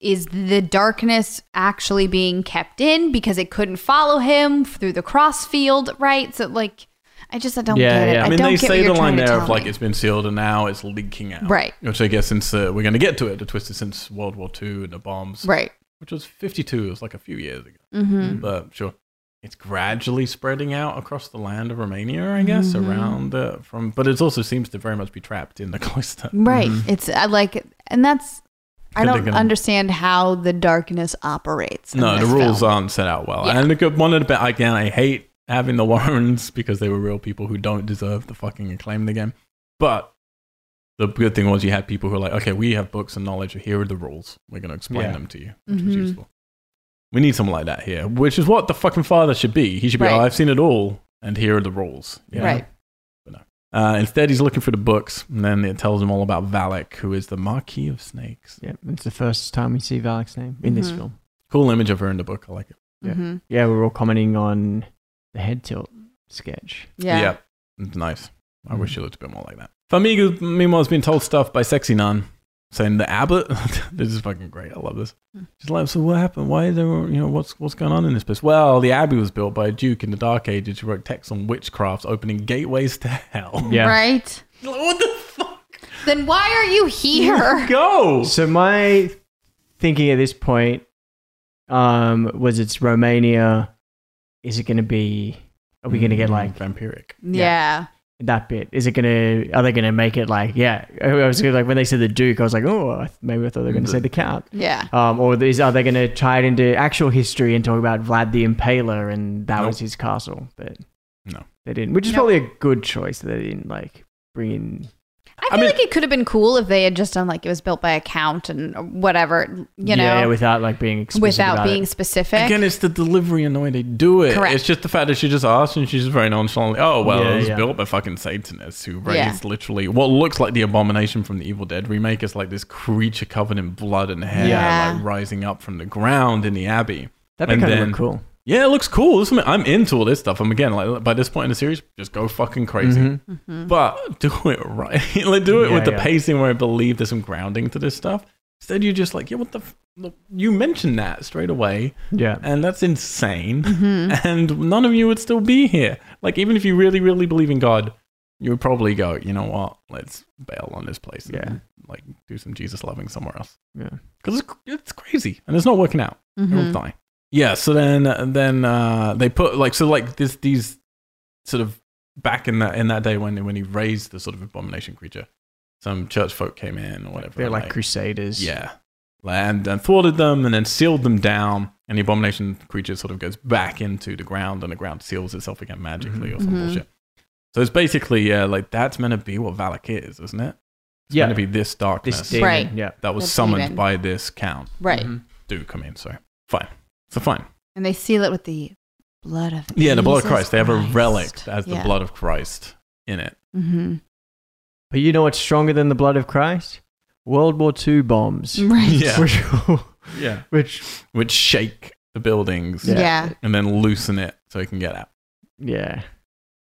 [SPEAKER 2] is the darkness actually being kept in because it couldn't follow him through the cross field, right? So like, I just I don't
[SPEAKER 3] Yeah,
[SPEAKER 2] get it.
[SPEAKER 3] yeah.
[SPEAKER 2] I,
[SPEAKER 1] I mean,
[SPEAKER 2] don't
[SPEAKER 1] they
[SPEAKER 2] get what
[SPEAKER 1] say
[SPEAKER 2] you're
[SPEAKER 1] the line
[SPEAKER 2] trying to
[SPEAKER 1] there
[SPEAKER 2] tell
[SPEAKER 1] of like
[SPEAKER 2] me.
[SPEAKER 1] it's been sealed and now it's leaking out.
[SPEAKER 2] Right.
[SPEAKER 1] Which I guess since uh, we're going to get to it, the twist is since World War II and the bombs,
[SPEAKER 2] right.
[SPEAKER 1] which was 52, it was like a few years ago.
[SPEAKER 2] Mm-hmm.
[SPEAKER 1] But sure, it's gradually spreading out across the land of Romania, I guess,
[SPEAKER 2] Mm-hmm.
[SPEAKER 1] around the from. But it also seems to very much be trapped in the cloister.
[SPEAKER 2] Right. It's I like, and that's I
[SPEAKER 1] Mm-hmm. Good
[SPEAKER 2] don't
[SPEAKER 1] thinking.
[SPEAKER 2] understand how the darkness operates. in
[SPEAKER 1] No, the
[SPEAKER 2] this
[SPEAKER 1] rules
[SPEAKER 2] film.
[SPEAKER 1] aren't set out well.
[SPEAKER 2] Yeah.
[SPEAKER 1] And the good one of the bit again, I hate having the Warrens because they were real people who don't deserve the fucking acclaim they get. But the good thing was you had people who were like, okay, we have books and knowledge. Here are the rules. We're going to explain
[SPEAKER 3] Yeah.
[SPEAKER 1] them to you, which was
[SPEAKER 2] Mhm.
[SPEAKER 1] useful. We need someone like that here, which is what the fucking father should be. He should be,
[SPEAKER 2] Right.
[SPEAKER 1] oh, I've seen it all, and here are the rules. you know?
[SPEAKER 2] Right.
[SPEAKER 1] Uh, instead, he's looking through the books, and then it tells him all about Valak, who is the Marquis of Snakes.
[SPEAKER 3] Yeah, it's the first time we see Valak's name in this
[SPEAKER 1] Mm-hmm.
[SPEAKER 2] Mhm.
[SPEAKER 3] film.
[SPEAKER 1] Cool image of her in the book. I like it.
[SPEAKER 3] Yeah.
[SPEAKER 2] Mhm.
[SPEAKER 3] Yeah, we're all commenting on the head tilt sketch.
[SPEAKER 2] Yeah.
[SPEAKER 1] It's nice. I
[SPEAKER 3] Mhm.
[SPEAKER 1] wish it looked a bit more like that. Famigo, meanwhile, has been told stuff by Sexy Nun, saying the abbot. this is fucking great. I love this.
[SPEAKER 3] Hmm.
[SPEAKER 1] She's like, so what happened? Why is everyone, you know, what's, what's going on in this place? Well, the abbey was built by a duke in the Dark Ages who wrote texts on witchcraft, opening gateways to hell.
[SPEAKER 3] Yeah.
[SPEAKER 2] Right.
[SPEAKER 1] what the fuck?
[SPEAKER 2] Then why are you here?
[SPEAKER 1] Go!
[SPEAKER 3] So my thinking at this point um, was it's Romania. Is it going to be? Are we going to get like
[SPEAKER 1] Hmm, Vampiric.
[SPEAKER 2] yeah.
[SPEAKER 3] that bit? Is it going to? Are they going to make it like? Yeah, I was gonna, like when they said the Duke, I was like, oh, I th- maybe I thought they were going to say the
[SPEAKER 1] Mm.
[SPEAKER 3] Count.
[SPEAKER 2] Yeah.
[SPEAKER 3] Um, or is are they going to tie it into actual history and talk about Vlad the Impaler and that
[SPEAKER 1] Nope.
[SPEAKER 3] was his castle? But
[SPEAKER 1] No.
[SPEAKER 3] they didn't. Which is
[SPEAKER 2] Nope.
[SPEAKER 3] probably a good choice that they didn't like bring in.
[SPEAKER 2] I feel
[SPEAKER 1] mean-
[SPEAKER 2] like it could have been cool if they had just done like it was built by a count and whatever, you know,
[SPEAKER 3] yeah, without like being explicit
[SPEAKER 2] without
[SPEAKER 3] about it.
[SPEAKER 2] being specific.
[SPEAKER 1] Again, it's the delivery and the way they do it.
[SPEAKER 2] Correct.
[SPEAKER 1] It's just the fact that she just asked and she's just very nonchalantly, oh, well,
[SPEAKER 3] Yeah,
[SPEAKER 1] it was
[SPEAKER 3] yeah.
[SPEAKER 1] built by fucking Satanists who
[SPEAKER 2] Yeah.
[SPEAKER 1] raised literally what looks like the abomination from the Evil Dead remake. It's like this creature covered in blood and hair,
[SPEAKER 2] Yeah.
[SPEAKER 1] like rising up from the ground in the abbey.
[SPEAKER 3] That'd be
[SPEAKER 1] and
[SPEAKER 3] kind of
[SPEAKER 1] then-
[SPEAKER 3] look cool.
[SPEAKER 1] Yeah, it looks cool. This- I'm into all this stuff. I'm again, like by this point in the series, just go fucking crazy.
[SPEAKER 3] Mm-hmm.
[SPEAKER 1] But do it right. like, do it
[SPEAKER 3] Yeah,
[SPEAKER 1] with the
[SPEAKER 3] yeah.
[SPEAKER 1] pacing where I believe there's some grounding to this stuff. Instead, you're just like, yeah, what the? F-? look, You mentioned that straight away
[SPEAKER 3] Yeah.
[SPEAKER 1] and that's
[SPEAKER 2] Mm-hmm.
[SPEAKER 3] Mm.
[SPEAKER 1] insane. And none of you would still be here. Like, even if you really, really believe in God, you would probably go, you know what? Let's bail on this place. and,
[SPEAKER 3] Yeah.
[SPEAKER 1] like do some Jesus loving somewhere else.
[SPEAKER 3] Yeah. Mm-hmm.
[SPEAKER 1] because it's, it's crazy and it's not working out.
[SPEAKER 2] Mm-hmm.
[SPEAKER 1] Everyone's dying. Yeah. So then, then uh, they put like so like this these sort of back in that in that day when when he raised the sort of abomination creature, some church folk came in or whatever.
[SPEAKER 3] They're
[SPEAKER 1] and
[SPEAKER 3] like
[SPEAKER 1] they-
[SPEAKER 3] crusaders.
[SPEAKER 1] yeah. And, and thwarted them and then sealed them down. And the abomination creature sort of goes back into the ground and the ground seals itself again magically or some
[SPEAKER 2] Mhm.
[SPEAKER 1] bullshit. So it's basically, yeah, like that's meant to be what Valak is, isn't it? It's
[SPEAKER 3] Yeah.
[SPEAKER 1] meant to be this darkness
[SPEAKER 3] This demon.
[SPEAKER 2] Right.
[SPEAKER 3] Yeah.
[SPEAKER 1] that was
[SPEAKER 2] That's
[SPEAKER 1] summoned
[SPEAKER 2] even.
[SPEAKER 1] by this count.
[SPEAKER 2] Right.
[SPEAKER 3] Mhm.
[SPEAKER 1] Do come in, sorry. Fine. So fine.
[SPEAKER 2] And they seal it with the blood of
[SPEAKER 1] Yeah, the blood of
[SPEAKER 2] Jesus
[SPEAKER 1] Christ. They have a relic that has
[SPEAKER 2] Yeah.
[SPEAKER 1] the blood of Christ in it.
[SPEAKER 2] Mhm.
[SPEAKER 3] But you know what's stronger than the blood of Christ? World War II bombs.
[SPEAKER 2] Right.
[SPEAKER 1] Yeah.
[SPEAKER 3] Which,
[SPEAKER 1] Yeah.
[SPEAKER 3] which,
[SPEAKER 1] Which shake the buildings
[SPEAKER 3] Yeah.
[SPEAKER 2] Yeah.
[SPEAKER 1] and then loosen it so it can get out.
[SPEAKER 3] yeah.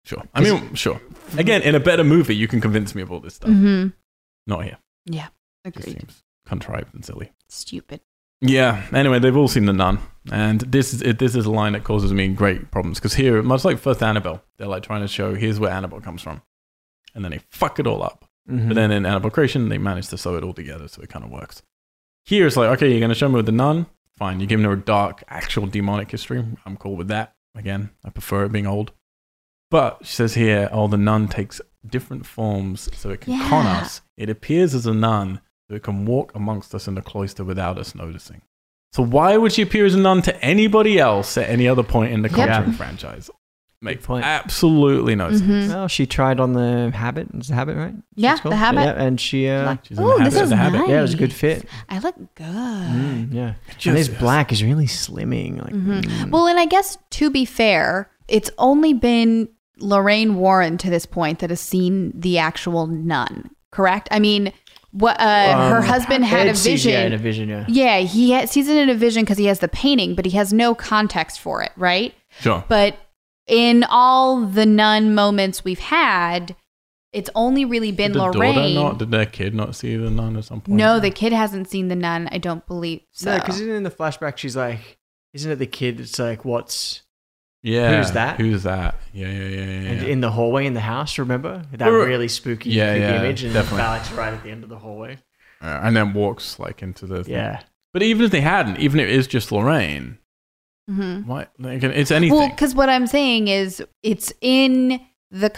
[SPEAKER 1] Sure. I mean, sure. Again, in a better movie, you can convince me of all this stuff.
[SPEAKER 2] Mm-hmm.
[SPEAKER 1] Not here. Just
[SPEAKER 2] Agreed.
[SPEAKER 1] seems contrived and silly.
[SPEAKER 2] Stupid.
[SPEAKER 1] Yeah. Anyway, they've all seen the nun, and this is it, this is a line that causes me great problems because here, much like first Annabelle, they're like trying to show here's where Annabelle comes from, and then they fuck it all up.
[SPEAKER 3] Mm-hmm.
[SPEAKER 1] But then in Annabelle Creation, they manage to sew it all together, so it kind of works. Here, it's like okay, you're going to show me with the nun. Fine, you're giving her a dark, actual demonic history. I'm cool with that. Again, I prefer it being old. But she says here, oh, the nun takes different forms so it can con
[SPEAKER 2] Yeah.
[SPEAKER 1] us. It appears as a nun, so it can walk amongst us in the cloister without us noticing. So why would she appear as a nun to anybody else at any other point in the
[SPEAKER 2] Yep.
[SPEAKER 1] Conjuring franchise? Makes
[SPEAKER 3] point.
[SPEAKER 1] absolutely no sense.
[SPEAKER 2] Mhm.
[SPEAKER 3] Well, she tried on the habit. It's the habit, right?
[SPEAKER 2] Yeah,
[SPEAKER 3] It's called?
[SPEAKER 2] the habit.
[SPEAKER 3] Yeah, and she, uh,
[SPEAKER 1] She's in
[SPEAKER 2] Ooh,
[SPEAKER 1] the habit
[SPEAKER 2] this
[SPEAKER 1] of
[SPEAKER 2] is
[SPEAKER 1] the habit.
[SPEAKER 3] yeah, it was a good
[SPEAKER 2] nice.
[SPEAKER 3] fit.
[SPEAKER 2] I look good.
[SPEAKER 3] Mm, yeah.
[SPEAKER 1] Just-
[SPEAKER 3] And this black is really slimming. Like, mm.
[SPEAKER 2] Mm-hmm. Well, and I guess to be fair, it's only been Lorraine Warren to this point that has seen the actual nun, correct? I mean, what uh, her
[SPEAKER 3] Um,
[SPEAKER 2] husband had a
[SPEAKER 3] Ed sees you in a
[SPEAKER 2] vision.
[SPEAKER 3] vision, yeah.
[SPEAKER 2] Yeah, he ha- sees it in a vision because he has the painting, but he has no context for it, right?
[SPEAKER 1] Sure.
[SPEAKER 2] But in all the nun moments we've had, it's only really been
[SPEAKER 1] did the daughter
[SPEAKER 2] Lorraine.
[SPEAKER 1] not? Did their kid not see the nun at some point?
[SPEAKER 2] no, the kid hasn't seen the nun. I don't believe so.
[SPEAKER 3] No, because isn't in the flashback she's like, isn't it the kid that's like, what's
[SPEAKER 1] Yeah.
[SPEAKER 3] Who's that?
[SPEAKER 1] Who's that? Yeah, yeah, yeah, yeah.
[SPEAKER 3] and
[SPEAKER 1] yeah.
[SPEAKER 3] in the hallway in the house? Remember that
[SPEAKER 1] Right, right.
[SPEAKER 3] really spooky
[SPEAKER 1] Yeah,
[SPEAKER 3] creepy
[SPEAKER 1] yeah,
[SPEAKER 3] image, and
[SPEAKER 1] definitely.
[SPEAKER 3] Valak's right at the end of the hallway.
[SPEAKER 1] Uh, and then walks like into the. thing.
[SPEAKER 3] Yeah,
[SPEAKER 1] But even if they hadn't, even if it is just Lorraine,
[SPEAKER 2] Mhm.
[SPEAKER 1] why? Like, it's anything.
[SPEAKER 2] Well, because what I'm saying is it's in The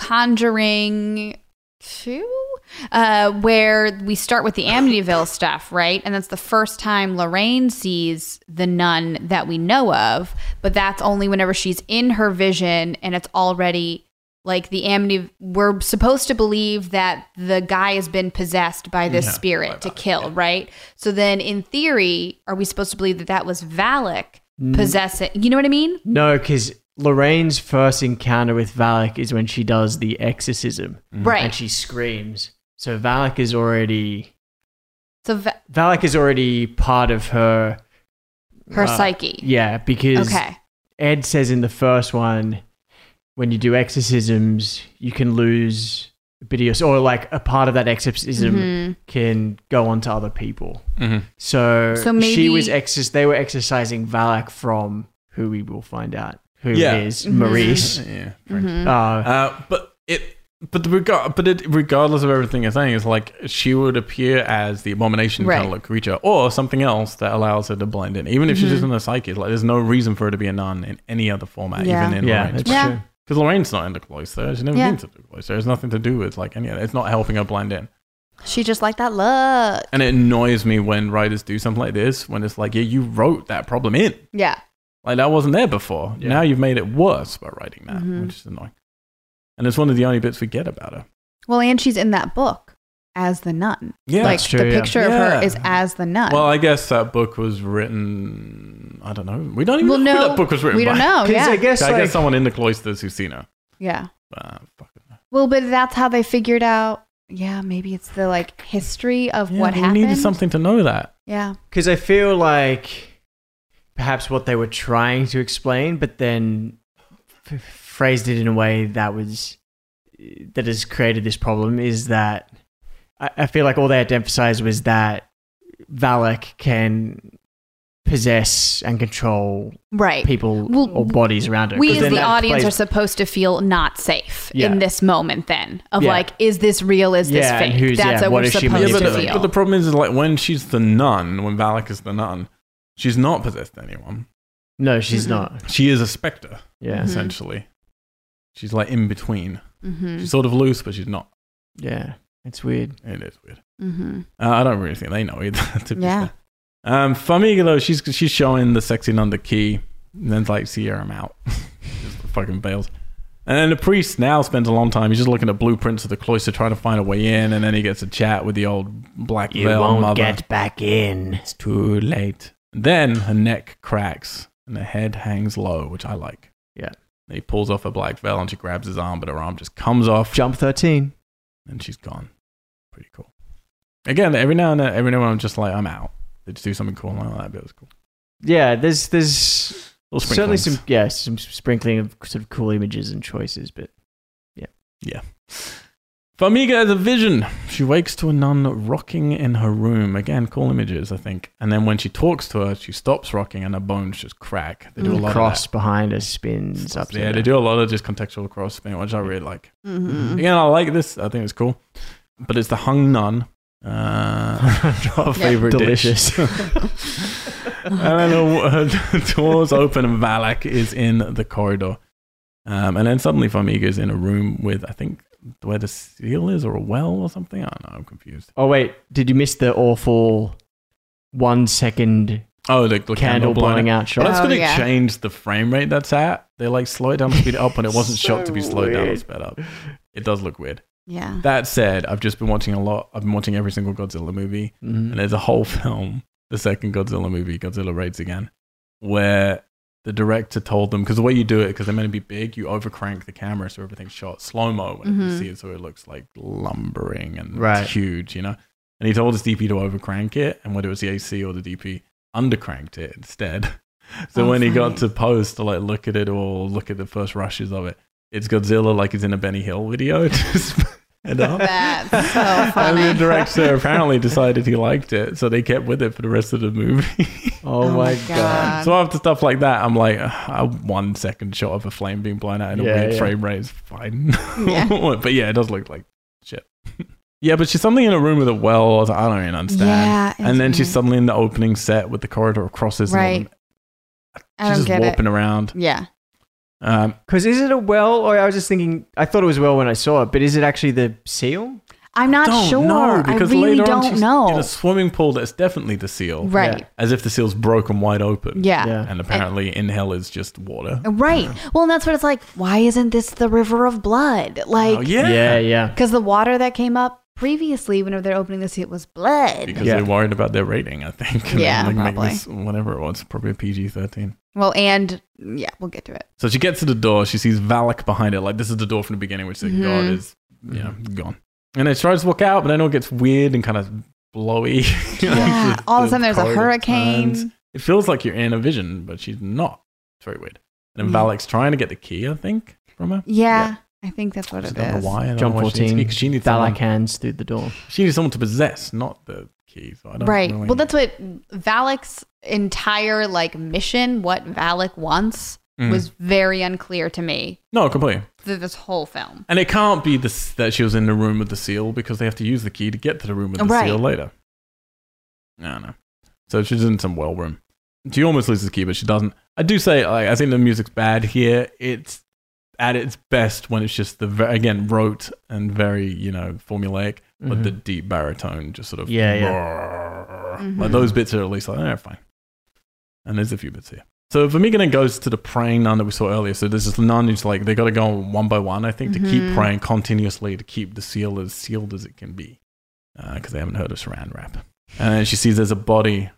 [SPEAKER 2] Conjuring 2, uh, where we start with the Amityville stuff, right? And that's the first time Lorraine sees the nun that we know of, but that's only whenever she's in her vision and it's already like the Amity. We're supposed to believe that the guy has been possessed by this
[SPEAKER 1] Yeah,
[SPEAKER 2] spirit
[SPEAKER 1] by
[SPEAKER 2] to
[SPEAKER 1] Valak,
[SPEAKER 2] kill,
[SPEAKER 1] yeah.
[SPEAKER 2] right? So then, in theory, are we supposed to believe that that was Valak?
[SPEAKER 1] Mm-hmm.
[SPEAKER 2] Possessing, you know what I mean?
[SPEAKER 3] no, because Lorraine's first encounter with Valak is when she does the exorcism,
[SPEAKER 1] Mm-hmm.
[SPEAKER 2] Right.
[SPEAKER 3] and she screams. So Valak is already
[SPEAKER 2] So va-
[SPEAKER 3] Valak is already part of her.
[SPEAKER 2] her
[SPEAKER 3] uh,
[SPEAKER 2] psyche.
[SPEAKER 3] Yeah, because
[SPEAKER 2] Okay.
[SPEAKER 3] Ed says in the first one, when you do exorcisms, you can lose a bit of your, or like a part of that exorcism
[SPEAKER 2] Mhm.
[SPEAKER 3] can go on to other people.
[SPEAKER 1] Mhm.
[SPEAKER 3] So,
[SPEAKER 2] So
[SPEAKER 3] she
[SPEAKER 2] maybe-
[SPEAKER 3] was exorc- they were exercising Valak from who we will find out who
[SPEAKER 1] Yeah.
[SPEAKER 2] Mm-hmm.
[SPEAKER 3] it is, Maurice.
[SPEAKER 1] Yeah.
[SPEAKER 3] Uh,
[SPEAKER 1] Uh, but it. But the regard, but it, regardless of everything you're saying, it's like she would appear as the abomination
[SPEAKER 2] Right.
[SPEAKER 1] kind of like creature, or something else that allows her to blend in. Even if
[SPEAKER 2] Mm-hmm.
[SPEAKER 1] she's just in the psyche, it's like there's no reason for her to be a nun in any other format,
[SPEAKER 2] Yeah.
[SPEAKER 1] even in
[SPEAKER 3] yeah,
[SPEAKER 1] Lorraine's
[SPEAKER 3] that's
[SPEAKER 2] Yeah.
[SPEAKER 3] true.
[SPEAKER 1] Because Lorraine's not in the cloister. She's never
[SPEAKER 2] Yeah.
[SPEAKER 1] been to the cloister. It's nothing to do with like any of that. It's not helping her blend in.
[SPEAKER 2] She just liked that look.
[SPEAKER 1] And it annoys me when writers do something like this when it's like, yeah, you wrote that problem in.
[SPEAKER 2] Yeah.
[SPEAKER 1] Like that wasn't there before.
[SPEAKER 3] Yeah.
[SPEAKER 1] Now you've made it worse by writing that,
[SPEAKER 2] Mhm.
[SPEAKER 1] which is annoying. And it's one of the only bits we get about her.
[SPEAKER 2] Well, and she's in that book as the nun.
[SPEAKER 1] Yeah.
[SPEAKER 2] like
[SPEAKER 3] That's true,
[SPEAKER 2] the
[SPEAKER 3] yeah.
[SPEAKER 2] picture of her
[SPEAKER 1] Yeah.
[SPEAKER 2] is as the nun.
[SPEAKER 1] well, I guess that book was written. I don't know. We don't even
[SPEAKER 2] Well,
[SPEAKER 1] know
[SPEAKER 2] no,
[SPEAKER 1] who that book was written
[SPEAKER 2] we
[SPEAKER 1] by.
[SPEAKER 2] don't know.
[SPEAKER 3] 'Cause
[SPEAKER 2] Oh, Yeah.
[SPEAKER 3] I guess,
[SPEAKER 1] So I
[SPEAKER 3] like,
[SPEAKER 1] guess someone in the cloisters who's seen her.
[SPEAKER 2] yeah.
[SPEAKER 1] Uh, fucking hell.
[SPEAKER 2] Well, but that's how they figured out. Yeah, maybe it's the like history of
[SPEAKER 1] Yeah,
[SPEAKER 2] what
[SPEAKER 1] we
[SPEAKER 2] happened.
[SPEAKER 1] needed something to know that.
[SPEAKER 2] Yeah.
[SPEAKER 3] because I feel like perhaps what they were trying to explain, but then f- phrased it in a way that was that has created this problem is that I, I feel like all they had to emphasize was that Valak can possess and control
[SPEAKER 2] right.
[SPEAKER 3] people
[SPEAKER 2] Well,
[SPEAKER 3] or bodies around it.
[SPEAKER 2] we
[SPEAKER 3] 'Cause
[SPEAKER 2] as
[SPEAKER 3] then
[SPEAKER 2] the
[SPEAKER 3] that
[SPEAKER 2] audience
[SPEAKER 3] plays-
[SPEAKER 2] are supposed to feel not safe
[SPEAKER 3] Yeah.
[SPEAKER 2] in this moment then of
[SPEAKER 3] Yeah.
[SPEAKER 2] like is this real is
[SPEAKER 3] Yeah,
[SPEAKER 2] this
[SPEAKER 3] and
[SPEAKER 2] fake
[SPEAKER 3] who's-
[SPEAKER 2] that's
[SPEAKER 3] yeah,
[SPEAKER 2] what,
[SPEAKER 3] what
[SPEAKER 2] we're
[SPEAKER 3] is she
[SPEAKER 2] supposed
[SPEAKER 3] Yeah,
[SPEAKER 1] but,
[SPEAKER 2] to
[SPEAKER 3] manipulating?
[SPEAKER 1] the,
[SPEAKER 2] feel
[SPEAKER 1] but the problem is, is like when she's the nun, when Valak is the nun, she's not possessed anyone.
[SPEAKER 3] No,
[SPEAKER 2] Mm-hmm.
[SPEAKER 3] she's not.
[SPEAKER 1] She is a specter,
[SPEAKER 3] Yeah.
[SPEAKER 1] essentially. She's like in between.
[SPEAKER 2] mm-hmm.
[SPEAKER 1] She's sort of loose, but she's not.
[SPEAKER 3] Yeah. It's weird.
[SPEAKER 1] It is weird.
[SPEAKER 2] Mm-hmm.
[SPEAKER 1] Uh, I don't really think they know either. to be
[SPEAKER 2] Yeah.
[SPEAKER 1] fair. Um, Famiga though, she's she's showing the sexy nun the key, and then's like, "See her, I'm out." just fucking bails. And then the priest now spends a long time. He's just looking at blueprints of the cloister, trying to find a way in, and then he gets a chat with the old black veil mother.
[SPEAKER 3] back in.
[SPEAKER 1] it's too late. Then her neck cracks and her head hangs low, which I like.
[SPEAKER 3] Yeah.
[SPEAKER 1] And he pulls off her black veil and she grabs his arm, but her arm just comes off
[SPEAKER 3] Jump 13.
[SPEAKER 1] and she's gone. Pretty cool. Again, every now and then, every now and then, I'm just like, I'm out. They just do something cool. and I'm like, that bit was cool.
[SPEAKER 3] Yeah, there's there's
[SPEAKER 1] Little
[SPEAKER 3] certainly
[SPEAKER 1] sprinklings.
[SPEAKER 3] some yeah, some sprinkling of sort of cool images and choices, but
[SPEAKER 1] Famiga has a vision. She wakes to a nun rocking in her room. Again, cool images, I think. And then when she talks to her, she stops rocking and her bones just crack. They do a lot
[SPEAKER 3] Mm, cross
[SPEAKER 1] of
[SPEAKER 3] behind us
[SPEAKER 1] that.
[SPEAKER 3] spins up.
[SPEAKER 1] yeah, they
[SPEAKER 3] down.
[SPEAKER 1] do a lot of just contextual cross thing, which I really like.
[SPEAKER 2] Mm-hmm.
[SPEAKER 3] Mm.
[SPEAKER 1] Again, I like this. I think it's cool. But it's the hung nun. Uh, our favorite dish.
[SPEAKER 3] Delicious.
[SPEAKER 1] and then the, the doors open and Valak is in the corridor. Um, and then suddenly Famiga is in a room with, I think, where the seal is or a well or something. I don't know. I'm confused.
[SPEAKER 3] oh wait, did you miss the awful one second
[SPEAKER 1] Oh, the, the
[SPEAKER 3] candle blowing out
[SPEAKER 1] Well,
[SPEAKER 3] shot?
[SPEAKER 1] that's
[SPEAKER 2] Oh,
[SPEAKER 1] going to
[SPEAKER 2] yeah.
[SPEAKER 1] change the frame rate that's at. They like slow it down, speed it up, and it wasn't shot to be
[SPEAKER 3] So
[SPEAKER 1] slowed down or
[SPEAKER 3] weird.
[SPEAKER 1] sped up. It does look weird.
[SPEAKER 2] yeah
[SPEAKER 1] That said, I've just been watching a lot. I've been watching every single Godzilla movie.
[SPEAKER 3] Mhm.
[SPEAKER 2] Mm-hmm.
[SPEAKER 1] And there's a whole film, the second Godzilla movie, Godzilla Raids Again, where the director told them, because the way you do it, because they're meant to be big, you overcrank the camera so everything's shot slow mo when you
[SPEAKER 2] Mhm.
[SPEAKER 1] see it, so it looks like lumbering and
[SPEAKER 3] Right.
[SPEAKER 1] huge, you know? And he told his DP to overcrank it, and whether it was the AC or the DP, undercranked it instead. So
[SPEAKER 2] Oh,
[SPEAKER 1] when he got
[SPEAKER 2] funny.
[SPEAKER 1] to post to like look at it or look at the first rushes of it, it's Godzilla like he's in a Benny Hill video. Just sped up.
[SPEAKER 2] that's so
[SPEAKER 1] And the
[SPEAKER 2] funny
[SPEAKER 1] director apparently decided he liked it, so they kept with it for the rest of the movie.
[SPEAKER 3] Oh, my god.
[SPEAKER 1] so
[SPEAKER 2] Um,
[SPEAKER 1] after stuff like that, I'm like, "Ugh, a one second shot of a flame being blown out in a
[SPEAKER 3] Yeah,
[SPEAKER 1] weird
[SPEAKER 3] yeah.
[SPEAKER 1] frame rate is fine.
[SPEAKER 2] Yeah.
[SPEAKER 1] but yeah, it does look like shit. yeah, but she's suddenly in a room with a well. I, was like, I don't even understand.
[SPEAKER 2] Yeah, it was
[SPEAKER 1] and then she's
[SPEAKER 2] weird.
[SPEAKER 1] suddenly in the opening set with the corridor of crosses. and all
[SPEAKER 2] Right.
[SPEAKER 1] them-
[SPEAKER 2] I
[SPEAKER 1] She's
[SPEAKER 2] don't
[SPEAKER 1] just
[SPEAKER 2] get it
[SPEAKER 1] warping around.
[SPEAKER 2] yeah
[SPEAKER 1] Um,
[SPEAKER 3] Because is it a well, or I was just thinking, I thought it was well when I saw it, but is it actually the seal?
[SPEAKER 2] I'm not
[SPEAKER 1] don't
[SPEAKER 2] sure
[SPEAKER 1] know because
[SPEAKER 2] I really
[SPEAKER 1] later on
[SPEAKER 2] don't
[SPEAKER 1] she's in
[SPEAKER 2] know
[SPEAKER 1] a swimming pool that's definitely the seal,
[SPEAKER 2] right
[SPEAKER 1] as if the seal's broken wide open.
[SPEAKER 2] yeah.
[SPEAKER 1] And apparently, inhale is just water.
[SPEAKER 2] right well and that's what it's like why isn't this the river of blood like
[SPEAKER 1] oh,
[SPEAKER 2] because
[SPEAKER 1] yeah.
[SPEAKER 3] yeah, yeah.
[SPEAKER 2] the water that came up previously whenever they're opening this it was blood
[SPEAKER 1] Because
[SPEAKER 3] Yeah.
[SPEAKER 1] they're worried about their rating, I think. And
[SPEAKER 2] Yeah,
[SPEAKER 1] they make
[SPEAKER 2] probably.
[SPEAKER 1] this- whatever it was, probably a PG 13.
[SPEAKER 2] well and yeah we'll get to it
[SPEAKER 1] So she gets to the door. She sees Valak behind her. Like, this is the door from the beginning, which thank God
[SPEAKER 2] Mhm.
[SPEAKER 1] is, you know, gone. And it tries to walk out, but then it all gets weird and kind of blowy.
[SPEAKER 2] Yeah, all of a sudden there's a
[SPEAKER 1] corridor
[SPEAKER 2] hurricane.
[SPEAKER 1] turns. It feels like you're in a vision, but she's not. It's very weird. And then
[SPEAKER 2] Yeah.
[SPEAKER 1] Valak's trying to get the key, I think, from her.
[SPEAKER 2] yeah, i think that's what
[SPEAKER 1] I
[SPEAKER 2] it
[SPEAKER 1] don't know
[SPEAKER 2] is
[SPEAKER 1] why. I don't
[SPEAKER 3] John
[SPEAKER 1] know why she needs
[SPEAKER 3] 14,
[SPEAKER 1] to be- 'cause She needs someone-
[SPEAKER 3] Valak hands through the door.
[SPEAKER 1] She needs someone to possess, not the key. So I don't
[SPEAKER 2] right
[SPEAKER 1] really-
[SPEAKER 2] well that's what valak's entire like mission what valak wants
[SPEAKER 1] Mm.
[SPEAKER 2] was very unclear to me
[SPEAKER 1] no completely.
[SPEAKER 2] through this whole film
[SPEAKER 1] And it can't be this that she was in the room with the seal because they have to use the key to get to the room with the
[SPEAKER 2] Right.
[SPEAKER 1] seal later. I don't know. So she's in some well room. She almost loses the key, but she doesn't. I do say, like, I think the music's bad here. It's at its best when it's just the ve- again rote and very you know formulaic, but
[SPEAKER 3] Mhm.
[SPEAKER 1] the deep baritone just sort of
[SPEAKER 3] Yeah, yeah.
[SPEAKER 1] Like those bits are at least like, eh, fine. And there's a few bits here. So Vermigna then goes to the praying nun that we saw earlier. So there's this nun who's like they got to go one by one, I think, to keep
[SPEAKER 2] Mhm.
[SPEAKER 1] praying continuously to keep the seal as sealed as it can be, because they haven't heard of Saran wrap. And then she sees there's a body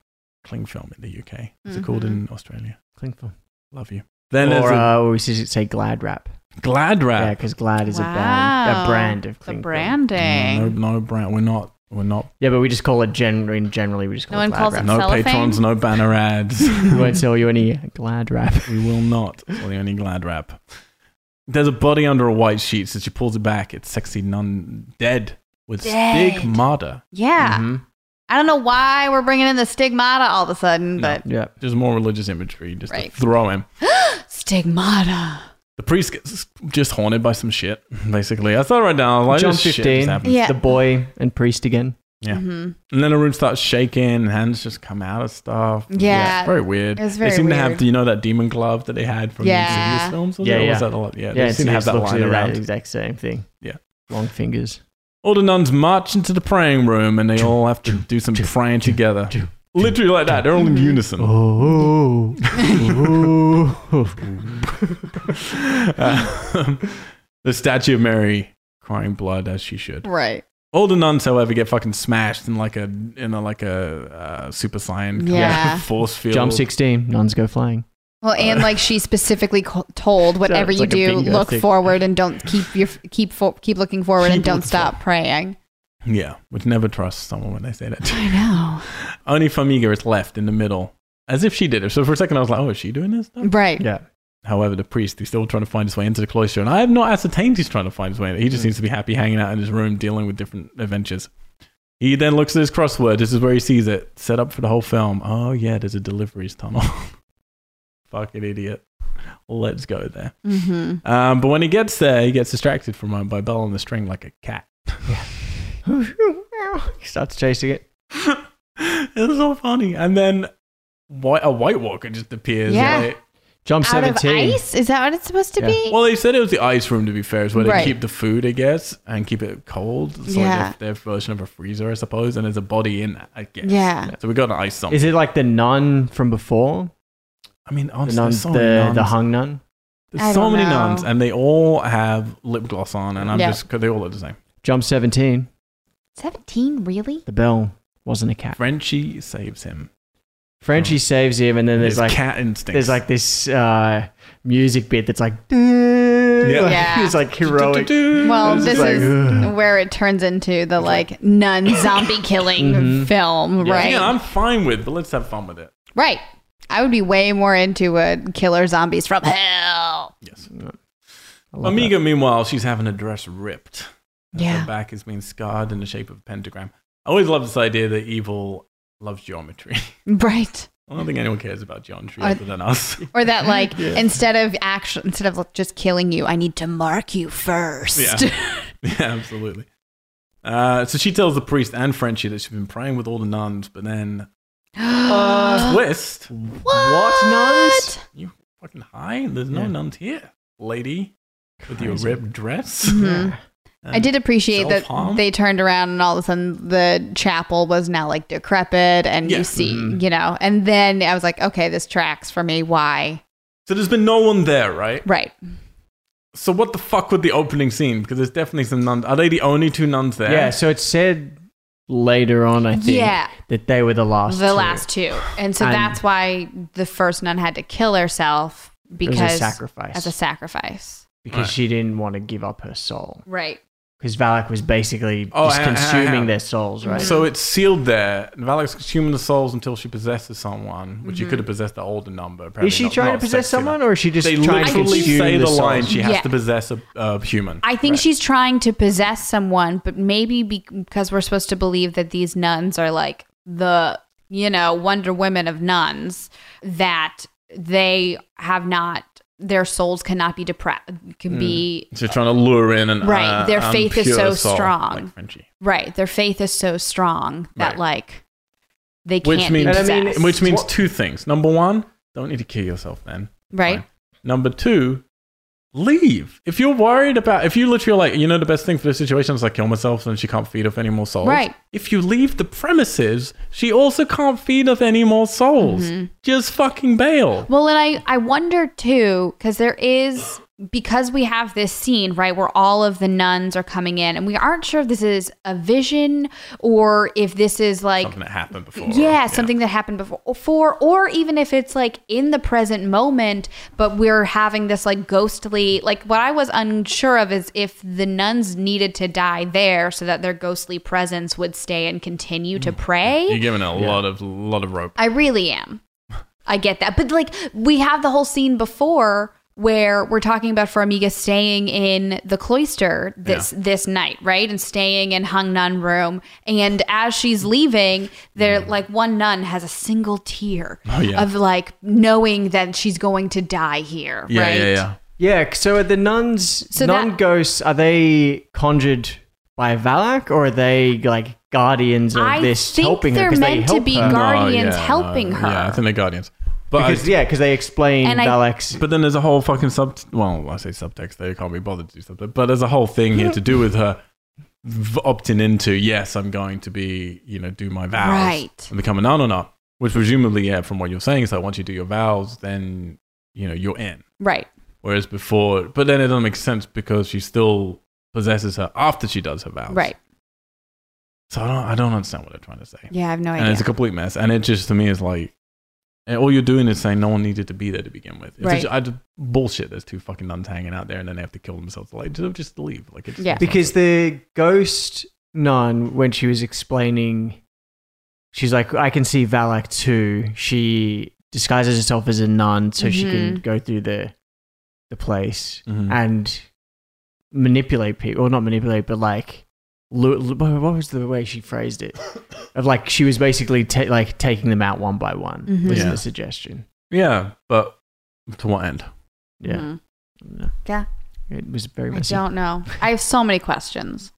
[SPEAKER 1] cling film in the UK. Is it called
[SPEAKER 2] Mhm.
[SPEAKER 1] in Australia?
[SPEAKER 3] Clink film.
[SPEAKER 1] Love you. Then
[SPEAKER 3] or
[SPEAKER 1] there's a
[SPEAKER 3] uh, we should say Glad wrap.
[SPEAKER 1] glad
[SPEAKER 3] Yeah,
[SPEAKER 1] wrap.
[SPEAKER 3] because Glad is
[SPEAKER 2] Wow.
[SPEAKER 3] a brand, a brand of
[SPEAKER 2] the
[SPEAKER 3] cling film.
[SPEAKER 2] branding
[SPEAKER 1] No, no brand. We're not. We're not.
[SPEAKER 3] Yeah, but we just call it gen- in generally. We just call
[SPEAKER 2] No
[SPEAKER 3] it
[SPEAKER 2] one
[SPEAKER 3] Glad
[SPEAKER 2] calls
[SPEAKER 3] wrap.
[SPEAKER 2] it
[SPEAKER 1] No
[SPEAKER 2] Cellophane?
[SPEAKER 1] patrons. No banner ads.
[SPEAKER 3] we won't sell you any Glad wrap.
[SPEAKER 1] We will not. It's the only glad wrap. There's a body under a white sheet. So she pulls it back. It's sexy nun dead with
[SPEAKER 2] Dead.
[SPEAKER 1] stigmata.
[SPEAKER 2] yeah
[SPEAKER 3] Mhm.
[SPEAKER 2] I don't know why we're bringing in the stigmata all of a sudden, but
[SPEAKER 3] Yeah.
[SPEAKER 1] There's more religious imagery just
[SPEAKER 2] Right.
[SPEAKER 1] to throw him.
[SPEAKER 2] stigmata.
[SPEAKER 1] The priest gets just haunted by some shit, basically. I thought right now, I was like,
[SPEAKER 3] John
[SPEAKER 1] this shit just
[SPEAKER 3] 15.
[SPEAKER 1] happened.
[SPEAKER 2] Yeah.
[SPEAKER 3] The boy and priest again.
[SPEAKER 1] Yeah.
[SPEAKER 2] Mm-hmm.
[SPEAKER 1] And then the room starts shaking and hands just come out of stuff.
[SPEAKER 2] Yeah.
[SPEAKER 1] It's very weird.
[SPEAKER 2] It's
[SPEAKER 1] they
[SPEAKER 2] very
[SPEAKER 1] seem to have,
[SPEAKER 2] weird.
[SPEAKER 1] do you know that demon glove that they had from the
[SPEAKER 2] Yeah.
[SPEAKER 1] Insidious films? Was
[SPEAKER 3] Yeah,
[SPEAKER 1] it? Or
[SPEAKER 3] yeah.
[SPEAKER 1] Was that a lot? Yeah,
[SPEAKER 3] Yeah,
[SPEAKER 1] they seem to have that
[SPEAKER 3] looks
[SPEAKER 1] lying
[SPEAKER 3] like
[SPEAKER 1] around.
[SPEAKER 3] That exact same thing.
[SPEAKER 1] Yeah.
[SPEAKER 3] Long fingers.
[SPEAKER 1] All the nuns march into the praying room and they all have to do some praying together. Literally like that. They're all in unison.
[SPEAKER 3] Oh.
[SPEAKER 1] Um, the statue of Mary crying blood as she should.
[SPEAKER 2] Right.
[SPEAKER 1] All the nuns, however, get fucking smashed in like a in a like a uh, super saiyan kind of
[SPEAKER 2] Yeah.
[SPEAKER 1] force field.
[SPEAKER 3] Jump 16. Nuns go flying.
[SPEAKER 2] Well, and like she specifically co- told, whatever
[SPEAKER 3] Uh, it's
[SPEAKER 2] you
[SPEAKER 3] like a
[SPEAKER 2] do,
[SPEAKER 3] bingo
[SPEAKER 2] look
[SPEAKER 3] thing.
[SPEAKER 2] forward and don't keep your keep for, keep looking forward and
[SPEAKER 1] Keep
[SPEAKER 2] don't
[SPEAKER 1] looking
[SPEAKER 2] stop praying.
[SPEAKER 1] Yeah, would never trust someone when they say that.
[SPEAKER 2] I know.
[SPEAKER 1] Only Famiga is left in the middle, as if she did it. So for a second, I was like, "Oh, is she doing this?" Stuff?
[SPEAKER 2] Right.
[SPEAKER 3] Yeah.
[SPEAKER 1] However, the priest is still trying to find his way into the cloister, and I have not ascertained he's trying to find his way. in. He just seems to be happy hanging out in his room, dealing with different adventures. He then looks at his crossword. This is where he sees it set up for the whole film. Oh yeah, there's a deliveries tunnel. Fucking idiot. Let's go there.
[SPEAKER 2] Mm-hmm.
[SPEAKER 1] Um, but when he gets there, he gets distracted from him by Bell on the string like a cat.
[SPEAKER 3] he starts chasing it.
[SPEAKER 1] It was so funny. And then why a White Walker just appears.
[SPEAKER 2] Yeah.
[SPEAKER 1] like-
[SPEAKER 3] Jump
[SPEAKER 2] Out of
[SPEAKER 3] 17.
[SPEAKER 2] ice? Is that what it's supposed to
[SPEAKER 3] Yeah.
[SPEAKER 2] be?
[SPEAKER 1] well, they said it was the ice room, to be fair, is where
[SPEAKER 2] Right.
[SPEAKER 1] they keep the food, I guess, and keep it cold. It's
[SPEAKER 2] Yeah.
[SPEAKER 1] like their, their version of a freezer, I suppose. And there's a body in that, I guess.
[SPEAKER 2] Yeah.
[SPEAKER 1] So we got an ice something.
[SPEAKER 3] Is it like the nun from before?
[SPEAKER 1] I mean,
[SPEAKER 3] The,
[SPEAKER 1] honestly,
[SPEAKER 3] nun,
[SPEAKER 1] there's so many
[SPEAKER 3] the,
[SPEAKER 1] nuns.
[SPEAKER 3] the hung nun?
[SPEAKER 1] There's
[SPEAKER 2] I
[SPEAKER 1] so
[SPEAKER 2] don't
[SPEAKER 1] many
[SPEAKER 2] know.
[SPEAKER 1] nuns, and they all have lip gloss on, and I'm
[SPEAKER 2] Yeah.
[SPEAKER 1] just, 'cause they all look the same.
[SPEAKER 3] Jump 17.
[SPEAKER 2] 17, really?
[SPEAKER 3] The bell wasn't a cat.
[SPEAKER 1] Frenchie saves him.
[SPEAKER 3] Frenchie saves him, and then there's
[SPEAKER 1] His
[SPEAKER 3] like
[SPEAKER 1] Oh. cat instincts.
[SPEAKER 3] there's like this uh, music bit that's like, yeah.
[SPEAKER 2] Yeah.
[SPEAKER 3] it's like heroic.
[SPEAKER 2] Well,
[SPEAKER 3] It's
[SPEAKER 2] this
[SPEAKER 3] just like,
[SPEAKER 2] is
[SPEAKER 3] ugh.
[SPEAKER 2] where it turns into the like nun zombie killing
[SPEAKER 3] Mhm.
[SPEAKER 2] film,
[SPEAKER 1] Yeah.
[SPEAKER 2] right?
[SPEAKER 1] Again, I'm fine with, but let's have fun with it.
[SPEAKER 2] right. I would be way more into a killer zombies from hell.
[SPEAKER 1] Yes.
[SPEAKER 3] I love
[SPEAKER 1] Amiga, meanwhile, she's having a dress ripped. and
[SPEAKER 2] Yeah.
[SPEAKER 1] Her back is being scarred in the shape of a pentagram. I always love this idea that evil loves geometry.
[SPEAKER 2] Right.
[SPEAKER 1] I don't think anyone cares about geometry
[SPEAKER 2] I-
[SPEAKER 1] other than us.
[SPEAKER 2] Or that like instead of action instead of like, just killing you, I need to mark you first.
[SPEAKER 1] yeah. yeah, absolutely. Uh, so she tells the priest and Frenchie that she's been praying with all the nuns, but then Uh, twist.
[SPEAKER 3] that. What nuns?
[SPEAKER 1] You fucking high? There's no
[SPEAKER 3] Yeah.
[SPEAKER 1] nuns here, lady, with your
[SPEAKER 3] Crazy.
[SPEAKER 1] ripped dress.
[SPEAKER 2] Hmm.
[SPEAKER 3] Yeah.
[SPEAKER 2] Mm. I did appreciate that
[SPEAKER 1] Self-harm?
[SPEAKER 2] they turned around and all of a sudden the chapel was now like decrepit and
[SPEAKER 1] Yeah.
[SPEAKER 2] you see,
[SPEAKER 3] Mhm.
[SPEAKER 2] you know. And then I was like, okay, this tracks for me. Why?
[SPEAKER 1] So there's been no one there, right?
[SPEAKER 2] Right.
[SPEAKER 1] So what the fuck with the opening scene? Because there's definitely some nuns. Are they the only two nuns there?
[SPEAKER 3] Yeah, so it said later on, I think,
[SPEAKER 2] Yeah.
[SPEAKER 3] that they were the last.
[SPEAKER 2] the
[SPEAKER 3] two.
[SPEAKER 2] last two. And so
[SPEAKER 3] And-
[SPEAKER 2] that's why the first nun had to kill herself
[SPEAKER 3] It was
[SPEAKER 2] because
[SPEAKER 3] a sacrifice
[SPEAKER 2] as a sacrifice.
[SPEAKER 3] because
[SPEAKER 1] Right.
[SPEAKER 3] she didn't want to give up her soul
[SPEAKER 2] Right.
[SPEAKER 3] because Valak was basically
[SPEAKER 1] Oh,
[SPEAKER 3] just
[SPEAKER 1] hang on, hang on, hang
[SPEAKER 3] consuming
[SPEAKER 1] on.
[SPEAKER 3] their souls, right?
[SPEAKER 1] So it's sealed there. and Valak's consuming the souls until she possesses someone, which
[SPEAKER 2] Mm-hmm.
[SPEAKER 1] you could have possessed the older number. apparently
[SPEAKER 3] is she
[SPEAKER 1] not-
[SPEAKER 3] trying
[SPEAKER 1] not
[SPEAKER 3] to possess
[SPEAKER 1] sexy
[SPEAKER 3] someone,
[SPEAKER 1] enough.
[SPEAKER 3] or is she just
[SPEAKER 1] they
[SPEAKER 3] trying to
[SPEAKER 1] literally
[SPEAKER 3] consume
[SPEAKER 1] say the,
[SPEAKER 3] souls?
[SPEAKER 1] line she has
[SPEAKER 2] Yeah.
[SPEAKER 1] to possess a, a human.
[SPEAKER 2] I think she's trying to possess someone, but maybe because we're supposed to believe that these nuns are like the, you know, Wonder Women of nuns, that they have not, their souls cannot be depressed, can be,
[SPEAKER 3] Mm.
[SPEAKER 1] She's trying to lure in an
[SPEAKER 2] Right,
[SPEAKER 1] uh,
[SPEAKER 2] their faith is
[SPEAKER 1] impure
[SPEAKER 2] so
[SPEAKER 1] soul,
[SPEAKER 2] strong.
[SPEAKER 1] like Frenchie.
[SPEAKER 2] right, their faith is so strong that
[SPEAKER 1] Right.
[SPEAKER 2] like they can't
[SPEAKER 1] Which means,
[SPEAKER 2] be
[SPEAKER 3] And I mean-
[SPEAKER 2] possessed.
[SPEAKER 1] which means
[SPEAKER 3] What-
[SPEAKER 1] two things. Number one, don't need to kill yourself then.
[SPEAKER 2] right?
[SPEAKER 1] Fine. Number two, leave. If you're worried about, if you literally are like, you know, the best thing for this situation is like kill myself and she can't feed off any more souls.
[SPEAKER 2] Right.
[SPEAKER 1] If you leave the premises, she also can't feed off any more souls.
[SPEAKER 2] Mm-hmm.
[SPEAKER 1] Just fucking bail.
[SPEAKER 2] Well, and I, I wonder too, because there is, because we have this scene, right, where all of the nuns are coming in, and we aren't sure if this is a vision or if this is like,
[SPEAKER 1] Something that happened before.
[SPEAKER 2] yeah, something that happened before, before, or even if it's like in the present moment, but we're having this like ghostly, like what I was unsure of is if the nuns needed to die there so that their ghostly presence would stay and continue
[SPEAKER 1] Mm,
[SPEAKER 2] to pray.
[SPEAKER 1] You're giving a lot of lot of rope.
[SPEAKER 2] I really am. I get that. But like we have the whole scene before where we're talking about Formiga staying in the cloister this
[SPEAKER 1] Yeah.
[SPEAKER 2] this night, right? And staying in Hung Nun room. And as she's leaving, there like one nun has a single tear
[SPEAKER 1] Mm. Oh, yeah.
[SPEAKER 2] of like knowing that she's going to die here,
[SPEAKER 1] Yeah,
[SPEAKER 2] right?
[SPEAKER 1] yeah, yeah.
[SPEAKER 3] Yeah, so are the nuns,
[SPEAKER 2] So
[SPEAKER 3] nun
[SPEAKER 2] that-
[SPEAKER 3] ghosts, are they conjured by Valak or are they like guardians of
[SPEAKER 2] I
[SPEAKER 3] this
[SPEAKER 2] think
[SPEAKER 3] helping her?
[SPEAKER 2] they're
[SPEAKER 3] 'Cause they
[SPEAKER 2] meant to
[SPEAKER 3] help
[SPEAKER 2] be
[SPEAKER 3] her.
[SPEAKER 2] guard-
[SPEAKER 1] Oh,
[SPEAKER 2] Guardians helping her.
[SPEAKER 1] Yeah, I think they're guardians. But I-
[SPEAKER 3] because, yeah, because they explain
[SPEAKER 2] And I-
[SPEAKER 3] Valak's.
[SPEAKER 1] But then there's a whole fucking sub. Well, I say subtext. They can't be bothered to do subtext. But there's a whole thing here to do with her v- opting into yes, I'm going to be, you know, do my vows
[SPEAKER 2] Right.
[SPEAKER 1] and become a nun or not. Which presumably, yeah, from what you're saying, is like once you do your vows, then you know you're in.
[SPEAKER 2] Right.
[SPEAKER 1] Whereas before, but then it doesn't make sense because she still possesses her after she does her vows.
[SPEAKER 2] Right.
[SPEAKER 1] So I don't, I don't understand what they're trying to say.
[SPEAKER 2] Yeah, I have no
[SPEAKER 1] and it's a
[SPEAKER 2] idea.
[SPEAKER 1] complete mess. And it just to me is like, and all you're doing is saying no one needed to be there to begin with. It's
[SPEAKER 2] Right.
[SPEAKER 1] just, I just bullshit. There's two fucking nuns hanging out there, and then they have to kill themselves. Like just, just leave. Like it's
[SPEAKER 2] Yeah.
[SPEAKER 3] Because the ghost nun, when she was explaining, she's like, I can see Valak too. She disguises herself as a nun so she
[SPEAKER 2] Mm-hmm.
[SPEAKER 3] can go through the, the place.
[SPEAKER 1] Mhm.
[SPEAKER 3] and manipulate people, or not manipulate, but like, lu- lu- what what was the way she phrased it? of like, she was basically ta- like taking them out one by one. Was
[SPEAKER 1] Yeah.
[SPEAKER 3] the suggestion?
[SPEAKER 1] yeah, but to what end?
[SPEAKER 3] Yeah,
[SPEAKER 2] Mhm.
[SPEAKER 3] No.
[SPEAKER 2] Yeah.
[SPEAKER 3] It was very
[SPEAKER 2] I
[SPEAKER 3] messy.
[SPEAKER 2] don't know. I have so many questions.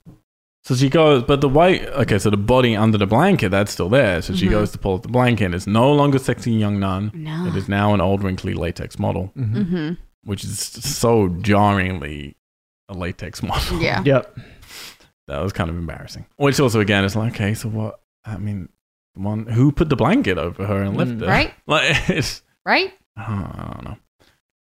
[SPEAKER 1] So she goes, but the white. Okay, so the body under the blanket that's still there. So she
[SPEAKER 2] Mhm.
[SPEAKER 1] goes to pull up the blanket. and It's no longer sexy young nun.
[SPEAKER 2] No.
[SPEAKER 1] It is now an old wrinkly latex model,
[SPEAKER 3] Mhm.
[SPEAKER 2] hmm
[SPEAKER 1] which is so jarringly a latex model.
[SPEAKER 2] Yeah.
[SPEAKER 3] Yep.
[SPEAKER 1] That was kind of embarrassing. Which also, again, it's like, okay, so what? I mean, the one who put the blanket over her and left
[SPEAKER 3] Mm.
[SPEAKER 1] her,
[SPEAKER 2] Right?
[SPEAKER 1] Like, it's
[SPEAKER 2] Right?
[SPEAKER 1] I don't- I don't know.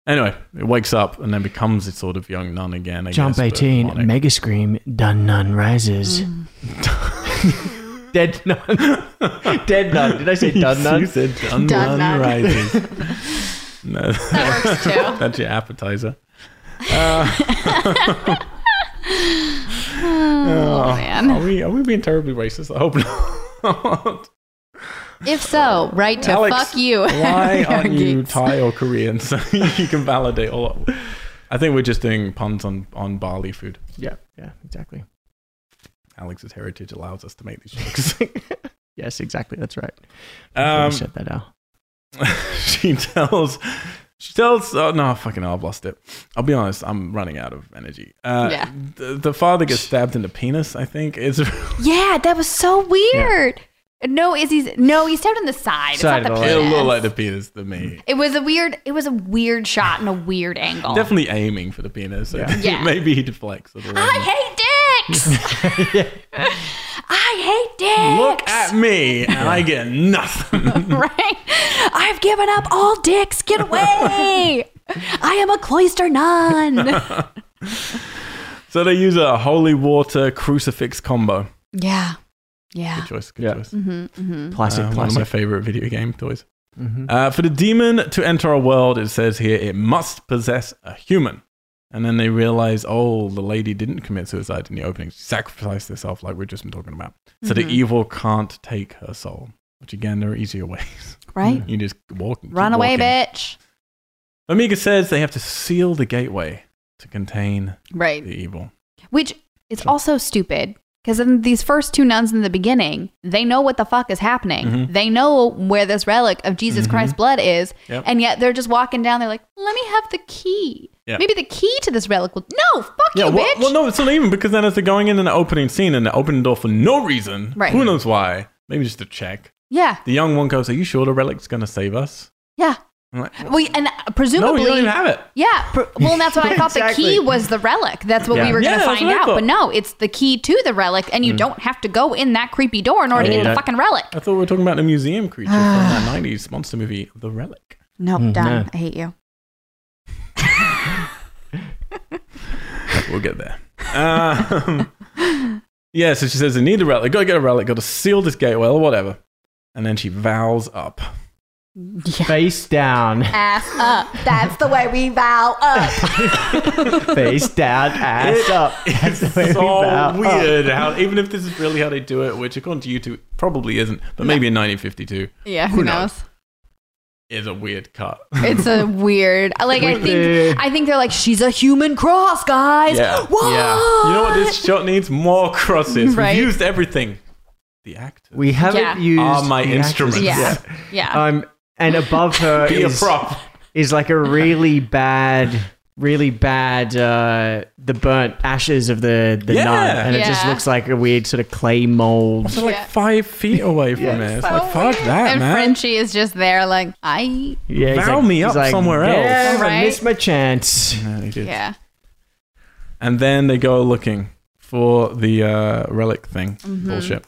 [SPEAKER 1] Anyway, it wakes up and then becomes a sort of young nun again. I
[SPEAKER 3] Jump
[SPEAKER 1] guess, but
[SPEAKER 3] eighteen,
[SPEAKER 1] demonic.
[SPEAKER 3] mega scream, dun nun rises.
[SPEAKER 2] Mm.
[SPEAKER 3] Dead nun. Dead nun. Did I say dun nun?
[SPEAKER 1] You said dun,
[SPEAKER 2] Dun
[SPEAKER 1] nun,
[SPEAKER 2] nun.
[SPEAKER 1] rises. no,
[SPEAKER 2] That works too.
[SPEAKER 1] that's your appetizer. Uh,
[SPEAKER 2] oh, man.
[SPEAKER 1] Are we are we being terribly racist? I hope not.
[SPEAKER 2] If so, right to
[SPEAKER 1] Alex,
[SPEAKER 2] fuck you.
[SPEAKER 1] Why
[SPEAKER 2] We are
[SPEAKER 1] aren't you
[SPEAKER 2] geeks.
[SPEAKER 1] Thai or Korean so you can validate all of I think we're just doing puns on, on barley food.
[SPEAKER 3] yeah. Yeah. Exactly.
[SPEAKER 1] Alex's heritage allows us to make these jokes.
[SPEAKER 3] yes. Exactly. That's right.
[SPEAKER 1] Um,
[SPEAKER 3] Shut that out.
[SPEAKER 1] she tells, she tells, oh no, fucking hell, I've lost it. I'll be honest, I'm running out of energy. Uh,
[SPEAKER 2] Yeah.
[SPEAKER 1] The, the father gets stabbed in the penis, I think. It's,
[SPEAKER 2] Yeah, that was so weird. No, is he's no, he's stabbed in the side. It's
[SPEAKER 3] Side
[SPEAKER 2] not
[SPEAKER 3] of
[SPEAKER 2] the
[SPEAKER 3] the leg.
[SPEAKER 1] it
[SPEAKER 2] penis.
[SPEAKER 1] looked like the penis to me.
[SPEAKER 2] It was a weird. It was a weird shot and a weird angle.
[SPEAKER 1] Definitely aiming for the penis.
[SPEAKER 3] Yeah.
[SPEAKER 2] Oh. Yeah.
[SPEAKER 1] Maybe he deflects. at the
[SPEAKER 2] I
[SPEAKER 1] wrong-
[SPEAKER 2] hate dicks. I hate dicks.
[SPEAKER 1] Look at me, and I get nothing.
[SPEAKER 2] right. I've given up all dicks. Get away. I am a cloister nun.
[SPEAKER 1] so they use a holy water crucifix combo.
[SPEAKER 2] yeah. Yeah.
[SPEAKER 1] Good choice. Good
[SPEAKER 3] Yeah.
[SPEAKER 1] choice.
[SPEAKER 2] Mm-hmm,
[SPEAKER 1] Uh,
[SPEAKER 3] Classic.
[SPEAKER 1] one of my
[SPEAKER 3] classic. Mm-hmm.
[SPEAKER 1] favorite video game toys. Uh, for the demon to enter our world, it says here it must possess a human. And then they realize, oh, the lady didn't commit suicide in the opening. She sacrificed herself, like we've just been talking about. So
[SPEAKER 2] Mm-hmm.
[SPEAKER 1] the evil can't take her soul, which again, there are easier ways.
[SPEAKER 2] Right.
[SPEAKER 1] You just walk. and keep
[SPEAKER 2] Run away,
[SPEAKER 1] walking.
[SPEAKER 2] bitch.
[SPEAKER 1] Omega says they have to seal the gateway to contain
[SPEAKER 2] Right.
[SPEAKER 1] the evil.
[SPEAKER 2] Which is also stupid because in these first two nuns in the beginning, they know what the fuck is happening.
[SPEAKER 1] Mhm.
[SPEAKER 2] They know where this relic of Jesus
[SPEAKER 1] Mhm.
[SPEAKER 2] Christ's blood is,
[SPEAKER 1] Yep.
[SPEAKER 2] and yet they're just walking down. They're like, "Let me have the key.
[SPEAKER 1] Yeah.
[SPEAKER 2] Maybe the key to this relic will." No, fuck you,
[SPEAKER 1] well,
[SPEAKER 2] bitch.
[SPEAKER 1] well, no, it's not even because then as they're going in an opening scene and they're opening the door for no reason,
[SPEAKER 2] Right.
[SPEAKER 1] who knows why? Maybe just to check.
[SPEAKER 2] Yeah,
[SPEAKER 1] The young one goes, "Are you sure the relic's going to save us?"
[SPEAKER 2] yeah.
[SPEAKER 1] I'm like,
[SPEAKER 2] Well, and
[SPEAKER 1] no,
[SPEAKER 2] presumably,
[SPEAKER 1] you don't even have it.
[SPEAKER 2] yeah. pr- well, and that's what I thought the
[SPEAKER 3] Exactly.
[SPEAKER 2] key was the relic. That's what
[SPEAKER 3] Yeah.
[SPEAKER 2] we were
[SPEAKER 1] Yeah,
[SPEAKER 2] going to
[SPEAKER 1] that's
[SPEAKER 2] find
[SPEAKER 1] what I
[SPEAKER 2] out.
[SPEAKER 1] thought. Mm.
[SPEAKER 2] But no, it's the key to the relic, and you don't have to go in that creepy door in order to
[SPEAKER 3] Yeah.
[SPEAKER 2] get the fucking relic.
[SPEAKER 1] I thought we were talking about the museum creature from
[SPEAKER 2] Ah.
[SPEAKER 1] that '90s monster movie, The Relic.
[SPEAKER 2] Nope,
[SPEAKER 3] Mm,
[SPEAKER 2] done.
[SPEAKER 3] no.
[SPEAKER 2] I hate you.
[SPEAKER 1] We'll get there. Um, yeah, so she says, "I need a relic. Got to get a relic. Got to seal this gateway or whatever." And then she vows up.
[SPEAKER 3] Face down.
[SPEAKER 2] Ass up. That's the way we vow up.
[SPEAKER 3] face down, ass up. That's the way we
[SPEAKER 1] so
[SPEAKER 3] bow.
[SPEAKER 1] weird how even if this is really how they do it, which according to YouTube probably isn't, but maybe in 1952.
[SPEAKER 2] Yeah,
[SPEAKER 1] Who knows? is a weird cut.
[SPEAKER 2] It's a weird. Like I think I think they're like she's a human cross, guys. What?
[SPEAKER 1] You know what this shot needs? More crosses.
[SPEAKER 2] Right.
[SPEAKER 1] We've used everything. The actor.
[SPEAKER 3] We haven't
[SPEAKER 2] Yeah.
[SPEAKER 3] used
[SPEAKER 1] Are my
[SPEAKER 3] the actress.
[SPEAKER 1] instruments.
[SPEAKER 2] Yeah. Yeah.
[SPEAKER 1] Uh,
[SPEAKER 3] Um, and above her
[SPEAKER 1] Be a
[SPEAKER 3] is,
[SPEAKER 1] prop.
[SPEAKER 3] is like a really bad, really bad, uh, the burnt ashes of the, the
[SPEAKER 1] Yeah.
[SPEAKER 3] nut. And it just
[SPEAKER 2] Yeah.
[SPEAKER 3] looks like a weird sort of clay mold.
[SPEAKER 1] They're like five feet away from it. It's like, fuck that,
[SPEAKER 2] and
[SPEAKER 1] man.
[SPEAKER 2] Frenchie is just there, like I.
[SPEAKER 3] Yeah, he's
[SPEAKER 1] Barrel
[SPEAKER 3] like-
[SPEAKER 1] me
[SPEAKER 3] he's
[SPEAKER 1] up
[SPEAKER 3] like,
[SPEAKER 1] somewhere
[SPEAKER 3] yeah,
[SPEAKER 1] else."
[SPEAKER 3] I
[SPEAKER 2] Right?
[SPEAKER 3] missed my chance.
[SPEAKER 1] Yeah, they did.
[SPEAKER 2] Yeah.
[SPEAKER 1] And then they go looking for the uh, relic thing. Bullshit.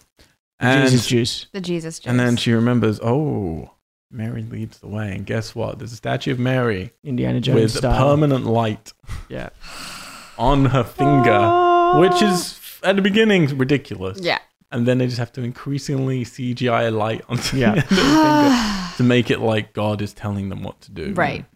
[SPEAKER 1] And,
[SPEAKER 3] Jesus juice.
[SPEAKER 2] The Mm-hmm. Jesus. Juice.
[SPEAKER 1] and then she remembers, oh, Mary leads the way. And guess what? There's a statue of Mary
[SPEAKER 3] Indiana Jones
[SPEAKER 1] with
[SPEAKER 3] style.
[SPEAKER 1] permanent light
[SPEAKER 3] yeah.
[SPEAKER 1] on her finger, which is at the beginning ridiculous.
[SPEAKER 2] Yeah.
[SPEAKER 1] And then they just have to increasingly CGI light onto
[SPEAKER 3] Yeah.
[SPEAKER 1] the end of the finger to make it like God is telling them what to do.
[SPEAKER 2] Right.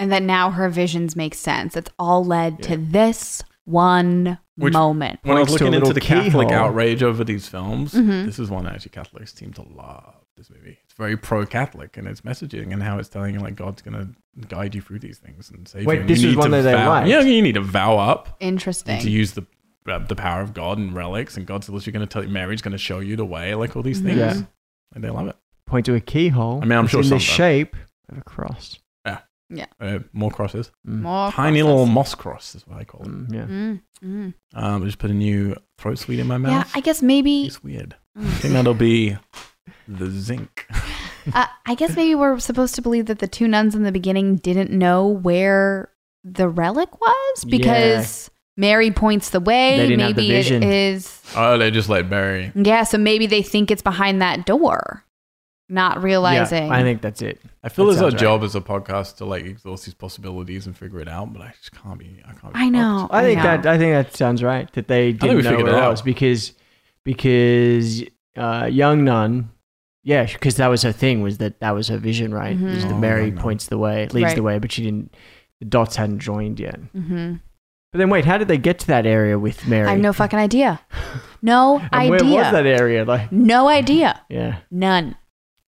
[SPEAKER 2] And that now her visions make sense. It's all led to this one
[SPEAKER 1] Which-
[SPEAKER 2] moment.
[SPEAKER 1] When I was
[SPEAKER 3] Points to a
[SPEAKER 1] looking into
[SPEAKER 3] little
[SPEAKER 1] the Catholic
[SPEAKER 3] keyhole.
[SPEAKER 1] outrage over these films,
[SPEAKER 2] Mm-hmm.
[SPEAKER 1] this is one actually Catholics seem to love this movie. It's very pro-Catholic in its messaging and how it's telling you like God's gonna guide you through these things and save
[SPEAKER 3] Wait,
[SPEAKER 1] you. And
[SPEAKER 3] this
[SPEAKER 1] you
[SPEAKER 3] is
[SPEAKER 1] need
[SPEAKER 3] one
[SPEAKER 1] to
[SPEAKER 3] that they
[SPEAKER 1] vow-
[SPEAKER 3] liked.
[SPEAKER 1] Yeah, you need to vow up and to
[SPEAKER 2] Interesting.
[SPEAKER 1] use the uh, the power of God and relics, and God's literally gonna tell you, Mary's gonna show you the way, like all these things.
[SPEAKER 2] Mm-hmm.
[SPEAKER 3] Yeah.
[SPEAKER 1] And they love it.
[SPEAKER 3] Point to a keyhole.
[SPEAKER 1] I mean, I'm
[SPEAKER 3] It's
[SPEAKER 1] sure
[SPEAKER 3] in the
[SPEAKER 1] some-
[SPEAKER 3] shape of a cross.
[SPEAKER 1] Uh, more crosses,
[SPEAKER 2] More
[SPEAKER 1] tiny
[SPEAKER 2] crosses.
[SPEAKER 1] little moss cross is what I call it.
[SPEAKER 3] Mm, yeah.
[SPEAKER 2] Mm, mm.
[SPEAKER 1] Um, I just put a new throat sweet in my
[SPEAKER 2] Yeah,
[SPEAKER 1] mouth.
[SPEAKER 2] I guess maybe.
[SPEAKER 1] it's weird. I think that'll be the zinc.
[SPEAKER 2] Uh, I guess maybe we're supposed to believe that the two nuns in the beginning didn't know where the relic was because Mary points the way.
[SPEAKER 3] They didn't have the
[SPEAKER 2] maybe it
[SPEAKER 3] vision.
[SPEAKER 2] is.
[SPEAKER 1] Oh, they just let Mary.
[SPEAKER 2] Yeah, so maybe they think it's behind that door, not realizing.
[SPEAKER 3] Yeah, I think that's it.
[SPEAKER 1] I feel
[SPEAKER 3] That
[SPEAKER 1] it's our
[SPEAKER 3] sounds right.
[SPEAKER 1] job as a podcast to like exhaust these possibilibilities and figure it out, but I just can't be. I can't. Be
[SPEAKER 2] I know.
[SPEAKER 1] fucked.
[SPEAKER 3] I think
[SPEAKER 2] know.
[SPEAKER 3] that I think that sounds right. That they
[SPEAKER 1] think we
[SPEAKER 3] didn't know
[SPEAKER 1] figured
[SPEAKER 3] where
[SPEAKER 1] it
[SPEAKER 3] it
[SPEAKER 1] out.
[SPEAKER 3] was because because uh, young nun, yeah, because that was her thing was that that was her vision, right?
[SPEAKER 2] Mhm.
[SPEAKER 3] Was
[SPEAKER 1] Oh,
[SPEAKER 3] that Mary
[SPEAKER 1] young nun.
[SPEAKER 3] points the way, leads
[SPEAKER 2] Right.
[SPEAKER 3] the way, but she didn't. The dots hadn't joined yet.
[SPEAKER 2] hmm
[SPEAKER 3] But then wait, how did they get to that area with Mary?
[SPEAKER 2] I have no fucking idea. No
[SPEAKER 3] and
[SPEAKER 2] idea.
[SPEAKER 3] Where was that area? Like,
[SPEAKER 2] No idea.
[SPEAKER 3] yeah,
[SPEAKER 2] None.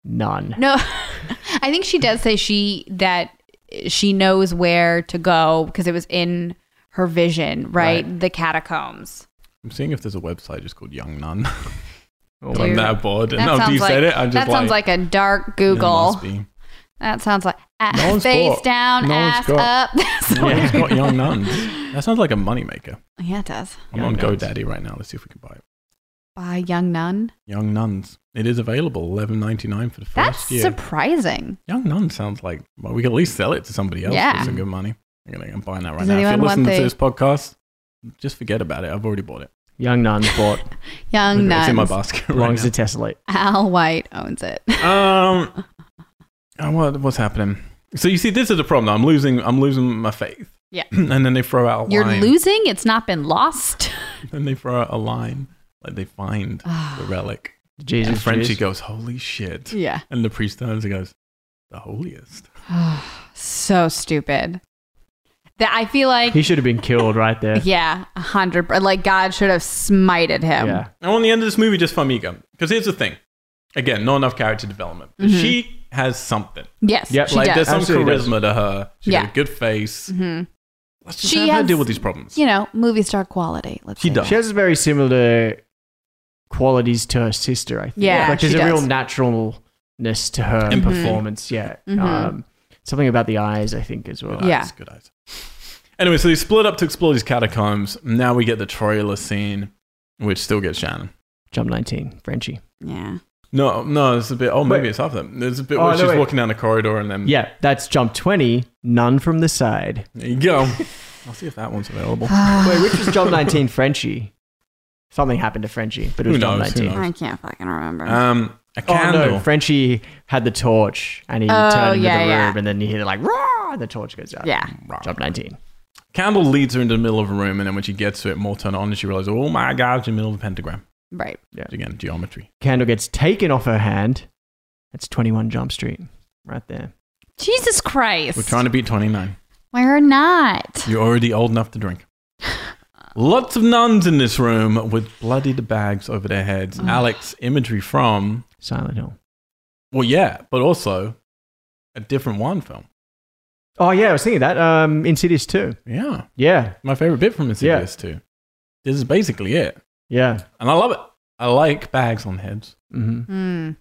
[SPEAKER 3] none.
[SPEAKER 2] No. I think she does say she that she knows where to go because it was in her vision, right? The catacombs.
[SPEAKER 1] I'm seeing if there's a website just called Young Nun.
[SPEAKER 3] Oh,
[SPEAKER 1] I'm
[SPEAKER 2] Dude.
[SPEAKER 1] that bored.
[SPEAKER 2] That
[SPEAKER 1] and after
[SPEAKER 2] sounds
[SPEAKER 1] you
[SPEAKER 2] like-
[SPEAKER 1] said it, I'm just
[SPEAKER 2] that sounds like a dark
[SPEAKER 1] "It
[SPEAKER 2] Google.
[SPEAKER 1] must be."
[SPEAKER 2] That sounds like a-
[SPEAKER 1] No one's
[SPEAKER 2] face
[SPEAKER 1] got-
[SPEAKER 2] down,
[SPEAKER 1] no one's
[SPEAKER 2] ass
[SPEAKER 1] got-
[SPEAKER 2] up. That's what-
[SPEAKER 1] No one's got Young Nuns. That sounds like a moneymaker.
[SPEAKER 2] yeah, it does.
[SPEAKER 1] I'm
[SPEAKER 3] Young
[SPEAKER 1] on
[SPEAKER 3] Nuns.
[SPEAKER 1] GoDaddy right now. Let's see if we can buy it.
[SPEAKER 2] By young nun.
[SPEAKER 1] Young Nuns. It is available. Eleven ninety nine for the first
[SPEAKER 2] That's
[SPEAKER 1] year.
[SPEAKER 2] surprising.
[SPEAKER 1] Young Nun sounds like well, we can at least sell it to somebody else
[SPEAKER 2] Yeah.
[SPEAKER 1] for some good money. I'm gonna I'm buying that right
[SPEAKER 2] Does
[SPEAKER 1] now. If
[SPEAKER 2] anyone
[SPEAKER 1] you're
[SPEAKER 2] want
[SPEAKER 1] listening to
[SPEAKER 2] the-
[SPEAKER 1] this podcast, just forget about it. I've already bought it.
[SPEAKER 3] Young nun bought
[SPEAKER 2] Young
[SPEAKER 1] it's in my
[SPEAKER 2] nun.
[SPEAKER 1] basket. right
[SPEAKER 3] belongs
[SPEAKER 1] now.
[SPEAKER 3] to Tessellate.
[SPEAKER 2] Al White owns it.
[SPEAKER 1] Um, uh, what what's happening? So you see, this is the problem. I'm losing. I'm losing my faith.
[SPEAKER 2] Yeah.
[SPEAKER 1] and then they throw out a
[SPEAKER 2] You're
[SPEAKER 1] line.
[SPEAKER 2] losing. It's not been lost.
[SPEAKER 1] Then they throw out a line like they find the relic.
[SPEAKER 3] Jesus,
[SPEAKER 1] And Frenchie
[SPEAKER 3] juice.
[SPEAKER 1] goes, "Holy shit!"
[SPEAKER 2] Ah, yeah.
[SPEAKER 1] And the priest turns and goes, "The holiest."
[SPEAKER 2] so stupid. That I feel like,
[SPEAKER 3] He should have been killed right there.
[SPEAKER 2] yeah, a hundred. per- Like God should have smited him.
[SPEAKER 3] yeah.
[SPEAKER 1] I want the end of this movie just for Amiga. Because here's the thing. Again, not enough character development. But She has something.
[SPEAKER 2] Yes,
[SPEAKER 3] Yep,
[SPEAKER 2] Mm-hmm. she
[SPEAKER 1] like
[SPEAKER 2] does.
[SPEAKER 1] there's some
[SPEAKER 3] Absolutely does.
[SPEAKER 1] charisma to her. She's
[SPEAKER 2] Yeah.
[SPEAKER 1] got a good face.
[SPEAKER 2] Mhm.
[SPEAKER 1] Let's just
[SPEAKER 2] She
[SPEAKER 1] have her
[SPEAKER 2] has-
[SPEAKER 1] deal with these problems.
[SPEAKER 2] You know, movie star quality. Let's
[SPEAKER 1] She
[SPEAKER 2] say.
[SPEAKER 1] does.
[SPEAKER 3] She has very similar qualities to her sister, I think.
[SPEAKER 2] Yeah,
[SPEAKER 3] like
[SPEAKER 2] she
[SPEAKER 3] there's a real
[SPEAKER 2] does.
[SPEAKER 3] naturalness to her
[SPEAKER 1] Empathy.
[SPEAKER 3] performance. Yeah,
[SPEAKER 2] Mhm.
[SPEAKER 3] um, something about the eyes, I think, as well.
[SPEAKER 1] Good eyes,
[SPEAKER 2] Yeah.
[SPEAKER 1] Oh, Good eyes. Anyway, so they split up to explore these catacombs. Now we get the trailer scene, which still gets Shannon.
[SPEAKER 3] Jump 19, Frenchie.
[SPEAKER 2] Yeah.
[SPEAKER 1] No, no, it's a bit. Oh, maybe
[SPEAKER 3] Wait.
[SPEAKER 1] it's after. There's a bit
[SPEAKER 3] Oh,
[SPEAKER 1] where
[SPEAKER 3] no,
[SPEAKER 1] she's
[SPEAKER 3] wait.
[SPEAKER 1] walking down the corridor and then.
[SPEAKER 3] Yeah, that's jump 20. None from the side.
[SPEAKER 1] There you go. I'll see if that one's available.
[SPEAKER 3] Wait, which was jump 19, Frenchie? Something happened to Frenchie, but it
[SPEAKER 1] Who
[SPEAKER 3] was jump
[SPEAKER 1] knows, who
[SPEAKER 3] 19.
[SPEAKER 1] knows?
[SPEAKER 2] I can't fucking remember.
[SPEAKER 1] Um, a
[SPEAKER 3] Oh
[SPEAKER 1] candle.
[SPEAKER 3] no! Frenchie had the torch, and he
[SPEAKER 2] Oh,
[SPEAKER 3] turned into
[SPEAKER 2] yeah,
[SPEAKER 3] the room,
[SPEAKER 2] yeah.
[SPEAKER 3] and then you hear like "Rah!" and the torch goes out.
[SPEAKER 2] yeah.
[SPEAKER 3] jump nineteen.
[SPEAKER 1] Candle leads her into the middle of a room, and then when she gets to it, more turn it on, and she realizes, oh my god, it's in the middle of a pentagram.
[SPEAKER 2] Right.
[SPEAKER 1] Which Again, geometry.
[SPEAKER 3] candle gets taken off her hand. That's 21 Jump Street right there.
[SPEAKER 4] Jesus Christ.
[SPEAKER 1] We're trying to beat 29.
[SPEAKER 2] We're not.
[SPEAKER 1] You're already old enough to drink. Lots of nuns in this room with bloodied bags over their heads. Alex, imagery from
[SPEAKER 3] Silent Hill.
[SPEAKER 1] Well, yeah, but also a different Wan film.
[SPEAKER 3] Oh yeah, I was thinking that. Um, Insidious two.
[SPEAKER 1] Yeah,
[SPEAKER 3] Yeah,
[SPEAKER 1] my favorite bit from Insidious two. This is basically it,
[SPEAKER 3] yeah.
[SPEAKER 1] and I love it. I like bags on heads.
[SPEAKER 3] Mm-hmm.
[SPEAKER 2] Mm.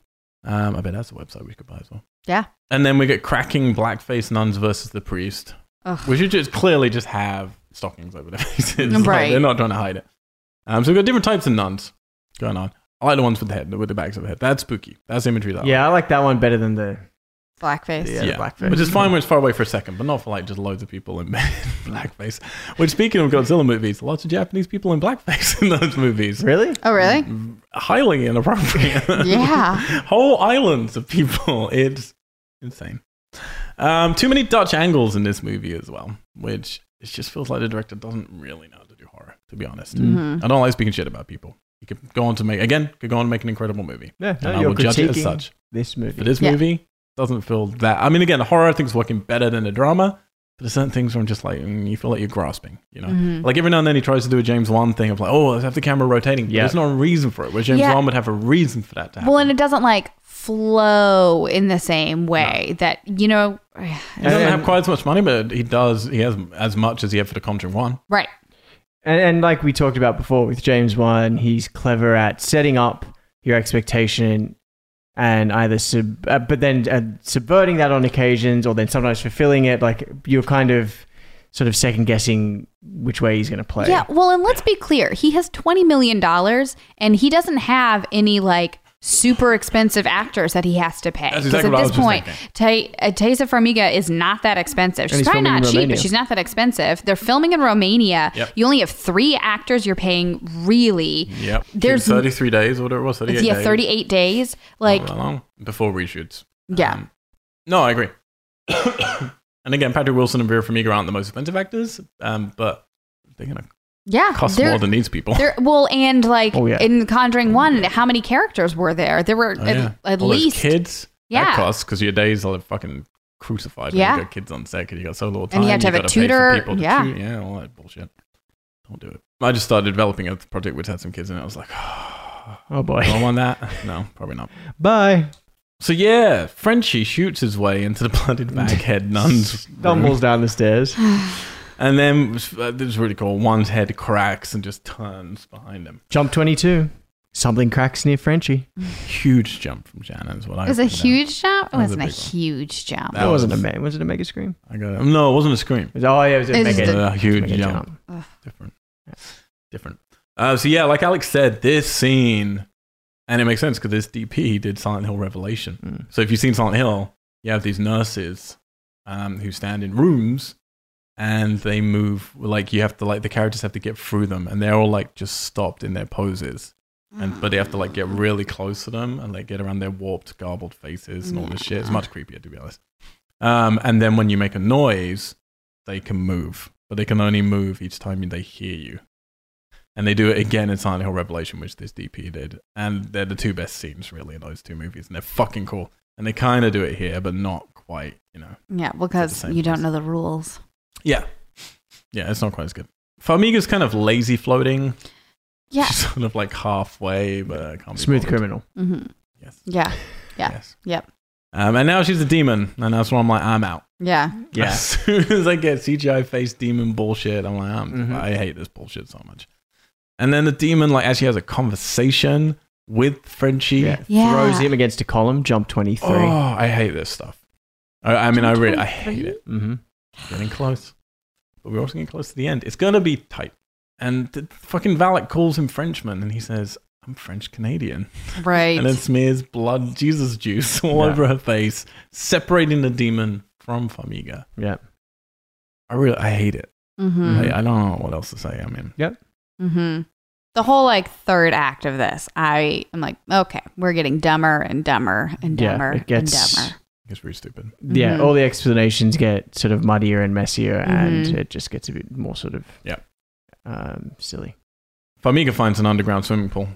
[SPEAKER 1] Um, I bet that's a website we could buy as well.
[SPEAKER 2] Yeah.
[SPEAKER 1] And then we get cracking blackface nuns versus the priest.
[SPEAKER 2] Ugh.
[SPEAKER 1] We should just clearly just have stockings over their faces. Like,
[SPEAKER 2] Right.
[SPEAKER 1] they're not trying to hide it. Um, so we've got different types of nuns going on. I like the ones with the head, with the bags of the head. That's spooky. That's imagery that I
[SPEAKER 3] Yeah, I like that one better than the
[SPEAKER 2] Blackface.
[SPEAKER 3] Yeah.
[SPEAKER 1] like.
[SPEAKER 3] the blackface.
[SPEAKER 1] Which is fine when it's far away for a second, but not for like just loads of people in blackface. Which, speaking of Godzilla movies, lots of Japanese people in blackface in those movies.
[SPEAKER 3] really.
[SPEAKER 2] Oh, really?
[SPEAKER 1] Highly inappropriate.
[SPEAKER 2] Yeah.
[SPEAKER 1] whole islands of people. It's insane. Um, too many Dutch angles in this movie as well, which it just feels like the director doesn't really know how to do horror, to be honest.
[SPEAKER 2] Mhm.
[SPEAKER 1] I don't like speaking shit about people. You could go on to make, again, could go on to make an incredible movie.
[SPEAKER 3] Yeah,
[SPEAKER 1] And I will judge it as such.
[SPEAKER 3] this movie.
[SPEAKER 1] But this
[SPEAKER 2] Yeah.
[SPEAKER 1] movie doesn't feel that. I mean, again, the horror I think is working better than the drama, but there's certain things where I'm just like, mm, you feel like you're grasping, you know?
[SPEAKER 2] Mhm.
[SPEAKER 1] Like every now and then he tries to do a James Wan thing of like, oh, let's have the camera rotating. Yeah.
[SPEAKER 3] Yeah.
[SPEAKER 1] There's no reason for it, where James
[SPEAKER 2] Yeah.
[SPEAKER 1] Wan would have a reason for that to happen.
[SPEAKER 2] Mm-hmm. Well, and it doesn't like flow in the same way that, you know,
[SPEAKER 1] He doesn't
[SPEAKER 3] And-
[SPEAKER 1] have quite as much money, but he does. He has as much as he had for the Conjuring One.
[SPEAKER 2] right.
[SPEAKER 3] And, and like we talked about before with James Wan, he's clever at setting up your expectation and either sub, uh, but then uh, subverting that on occasions, or then sometimes fulfilling it. Like you're kind of sort of second guessing which way he's going to play.
[SPEAKER 2] Yeah. Well, and let's be clear he has $20 million and he doesn't have any like super expensive actors that he has to pay.
[SPEAKER 1] That's
[SPEAKER 2] Because
[SPEAKER 1] exactly what I
[SPEAKER 2] at
[SPEAKER 1] was
[SPEAKER 2] this
[SPEAKER 1] just
[SPEAKER 2] point, Ta- uh, Taisa Farmiga is not that expensive. She's
[SPEAKER 3] he's
[SPEAKER 2] probably
[SPEAKER 3] filming
[SPEAKER 2] not
[SPEAKER 3] in
[SPEAKER 2] cheap,
[SPEAKER 3] Romania.
[SPEAKER 2] but she's not that expensive. They're filming in Romania.
[SPEAKER 1] Yep.
[SPEAKER 2] You only have three actors you're paying really.
[SPEAKER 1] Yep.
[SPEAKER 2] There's-
[SPEAKER 1] Took 33 days, or whatever it was, 38
[SPEAKER 2] yeah,
[SPEAKER 1] days. Oh,
[SPEAKER 2] 38 days.
[SPEAKER 1] Not
[SPEAKER 2] Like,
[SPEAKER 1] that long before reshoots.
[SPEAKER 2] Yeah.
[SPEAKER 1] Um, no, I agree. and again, Patrick Wilson and Vera Farmiga aren't the most expensive actors, um, but they're going to
[SPEAKER 2] yeah.
[SPEAKER 1] cost
[SPEAKER 2] they're-
[SPEAKER 1] more than these people.
[SPEAKER 2] There, well, and like
[SPEAKER 3] Oh, yeah.
[SPEAKER 2] in Conjuring One, how many characters were there? There were
[SPEAKER 1] Oh,
[SPEAKER 2] at,
[SPEAKER 1] yeah.
[SPEAKER 2] at
[SPEAKER 1] All those
[SPEAKER 2] least,
[SPEAKER 1] kids. That
[SPEAKER 2] yeah.
[SPEAKER 1] costs because your days are fucking crucified.
[SPEAKER 2] Yeah.
[SPEAKER 1] When you got kids on set because you got so little time.
[SPEAKER 2] And you have to have a
[SPEAKER 1] gotta pay for
[SPEAKER 2] tutor,
[SPEAKER 1] people to
[SPEAKER 2] yeah.
[SPEAKER 1] tutor, Yeah. All that bullshit. Don't do it. I just started developing a project which had some kids, and I was like,
[SPEAKER 3] Oh boy.
[SPEAKER 1] Do I want that? No, probably not.
[SPEAKER 3] Bye.
[SPEAKER 1] So yeah, Frenchie shoots his way into the blooded baghead nuns.
[SPEAKER 3] Stumbles
[SPEAKER 1] room.
[SPEAKER 3] down the stairs.
[SPEAKER 1] and then uh, this is really cool. One's head cracks and just turns behind him.
[SPEAKER 3] Jump twenty two. Something cracks near Frenchie.
[SPEAKER 1] Huge jump from Shannon is what I.
[SPEAKER 2] It was a
[SPEAKER 1] put down.
[SPEAKER 2] huge jump. It
[SPEAKER 1] That was a
[SPEAKER 2] wasn't a,
[SPEAKER 1] big one.
[SPEAKER 2] huge jump.
[SPEAKER 1] That
[SPEAKER 3] That wasn't a
[SPEAKER 1] was-
[SPEAKER 3] mega. Was it a mega scream?
[SPEAKER 1] I got it. No, it wasn't a scream.
[SPEAKER 3] It was- oh yeah, it was a
[SPEAKER 2] It was
[SPEAKER 3] mega.
[SPEAKER 1] It was
[SPEAKER 2] just
[SPEAKER 1] a huge
[SPEAKER 3] mega
[SPEAKER 1] jump.
[SPEAKER 3] jump.
[SPEAKER 1] Different. Different. Uh, so yeah, like Alex said, this scene, and it makes sense because this DP did Silent Hill Revelation.
[SPEAKER 3] Mm.
[SPEAKER 1] So if you've seen Silent Hill, you have these nurses um, who stand in rooms and they move like you have to like the characters have to get through them and they're all like just stopped in their poses. And but they have to like get really close to them and like get around their warped, garbled faces and all this shit. It's much creepier to be honest. Um, and then when you make a noise, they can move, but they can only move each time they hear you. And they do it again in Silent Hill Revelation, which this DP did. And they're the two best scenes, really, in those two movies. And they're fucking cool. And they kind of do it here, but not quite, you know.
[SPEAKER 2] Yeah,
[SPEAKER 1] It's
[SPEAKER 2] because
[SPEAKER 1] the same
[SPEAKER 2] you don't
[SPEAKER 1] place.
[SPEAKER 2] know the rules.
[SPEAKER 1] Yeah. Yeah, it's not quite as good. Farmiga's kind of lazy floating.
[SPEAKER 2] Yeah.
[SPEAKER 1] She's sort of like halfway, but I can't be
[SPEAKER 3] Smooth
[SPEAKER 1] bothered.
[SPEAKER 3] criminal.
[SPEAKER 2] hmm
[SPEAKER 1] Yes.
[SPEAKER 2] Yeah. Yeah.
[SPEAKER 1] Yes.
[SPEAKER 2] Yep.
[SPEAKER 1] Um, and now she's a demon. And that's why I'm like, I'm out.
[SPEAKER 2] Yeah.
[SPEAKER 1] As soon as I get CGI face demon bullshit, I'm like, I'm,
[SPEAKER 3] Mhm.
[SPEAKER 1] I hate this bullshit so much. And then the demon like actually has a conversation with Frenchie.
[SPEAKER 3] Yeah.
[SPEAKER 2] Yeah.
[SPEAKER 3] Throws him against a column. Jump twenty
[SPEAKER 1] Oh,
[SPEAKER 3] three.
[SPEAKER 1] I hate this stuff. I, I mean, I really, I hate
[SPEAKER 2] 23?
[SPEAKER 1] it.
[SPEAKER 3] Mm-hmm.
[SPEAKER 1] Getting close, but we're also getting close to the end. It's gonna be tight. And the fucking valet calls him Frenchman, and he says, "I'm French Canadian,"
[SPEAKER 2] Right.
[SPEAKER 1] and then smears blood Jesus juice all
[SPEAKER 3] Yeah.
[SPEAKER 1] over her face, separating the demon from Famiga.
[SPEAKER 3] Yeah.
[SPEAKER 1] I really, I hate it.
[SPEAKER 2] hmm
[SPEAKER 1] I, I don't know what else to say. I mean,
[SPEAKER 2] hmm The whole like third act of this, I am like, okay, we're getting dumber and dumber and
[SPEAKER 3] Yeah,
[SPEAKER 2] dumber
[SPEAKER 3] it gets-
[SPEAKER 2] and dumber.
[SPEAKER 1] it's really stupid.
[SPEAKER 3] yeah,
[SPEAKER 2] Mhm.
[SPEAKER 3] all the explanations get sort of muddier and messier,
[SPEAKER 2] Mhm.
[SPEAKER 3] and it just gets a bit more sort of
[SPEAKER 1] Yeah.
[SPEAKER 3] um, silly.
[SPEAKER 1] Farmiga finds an underground swimming pool,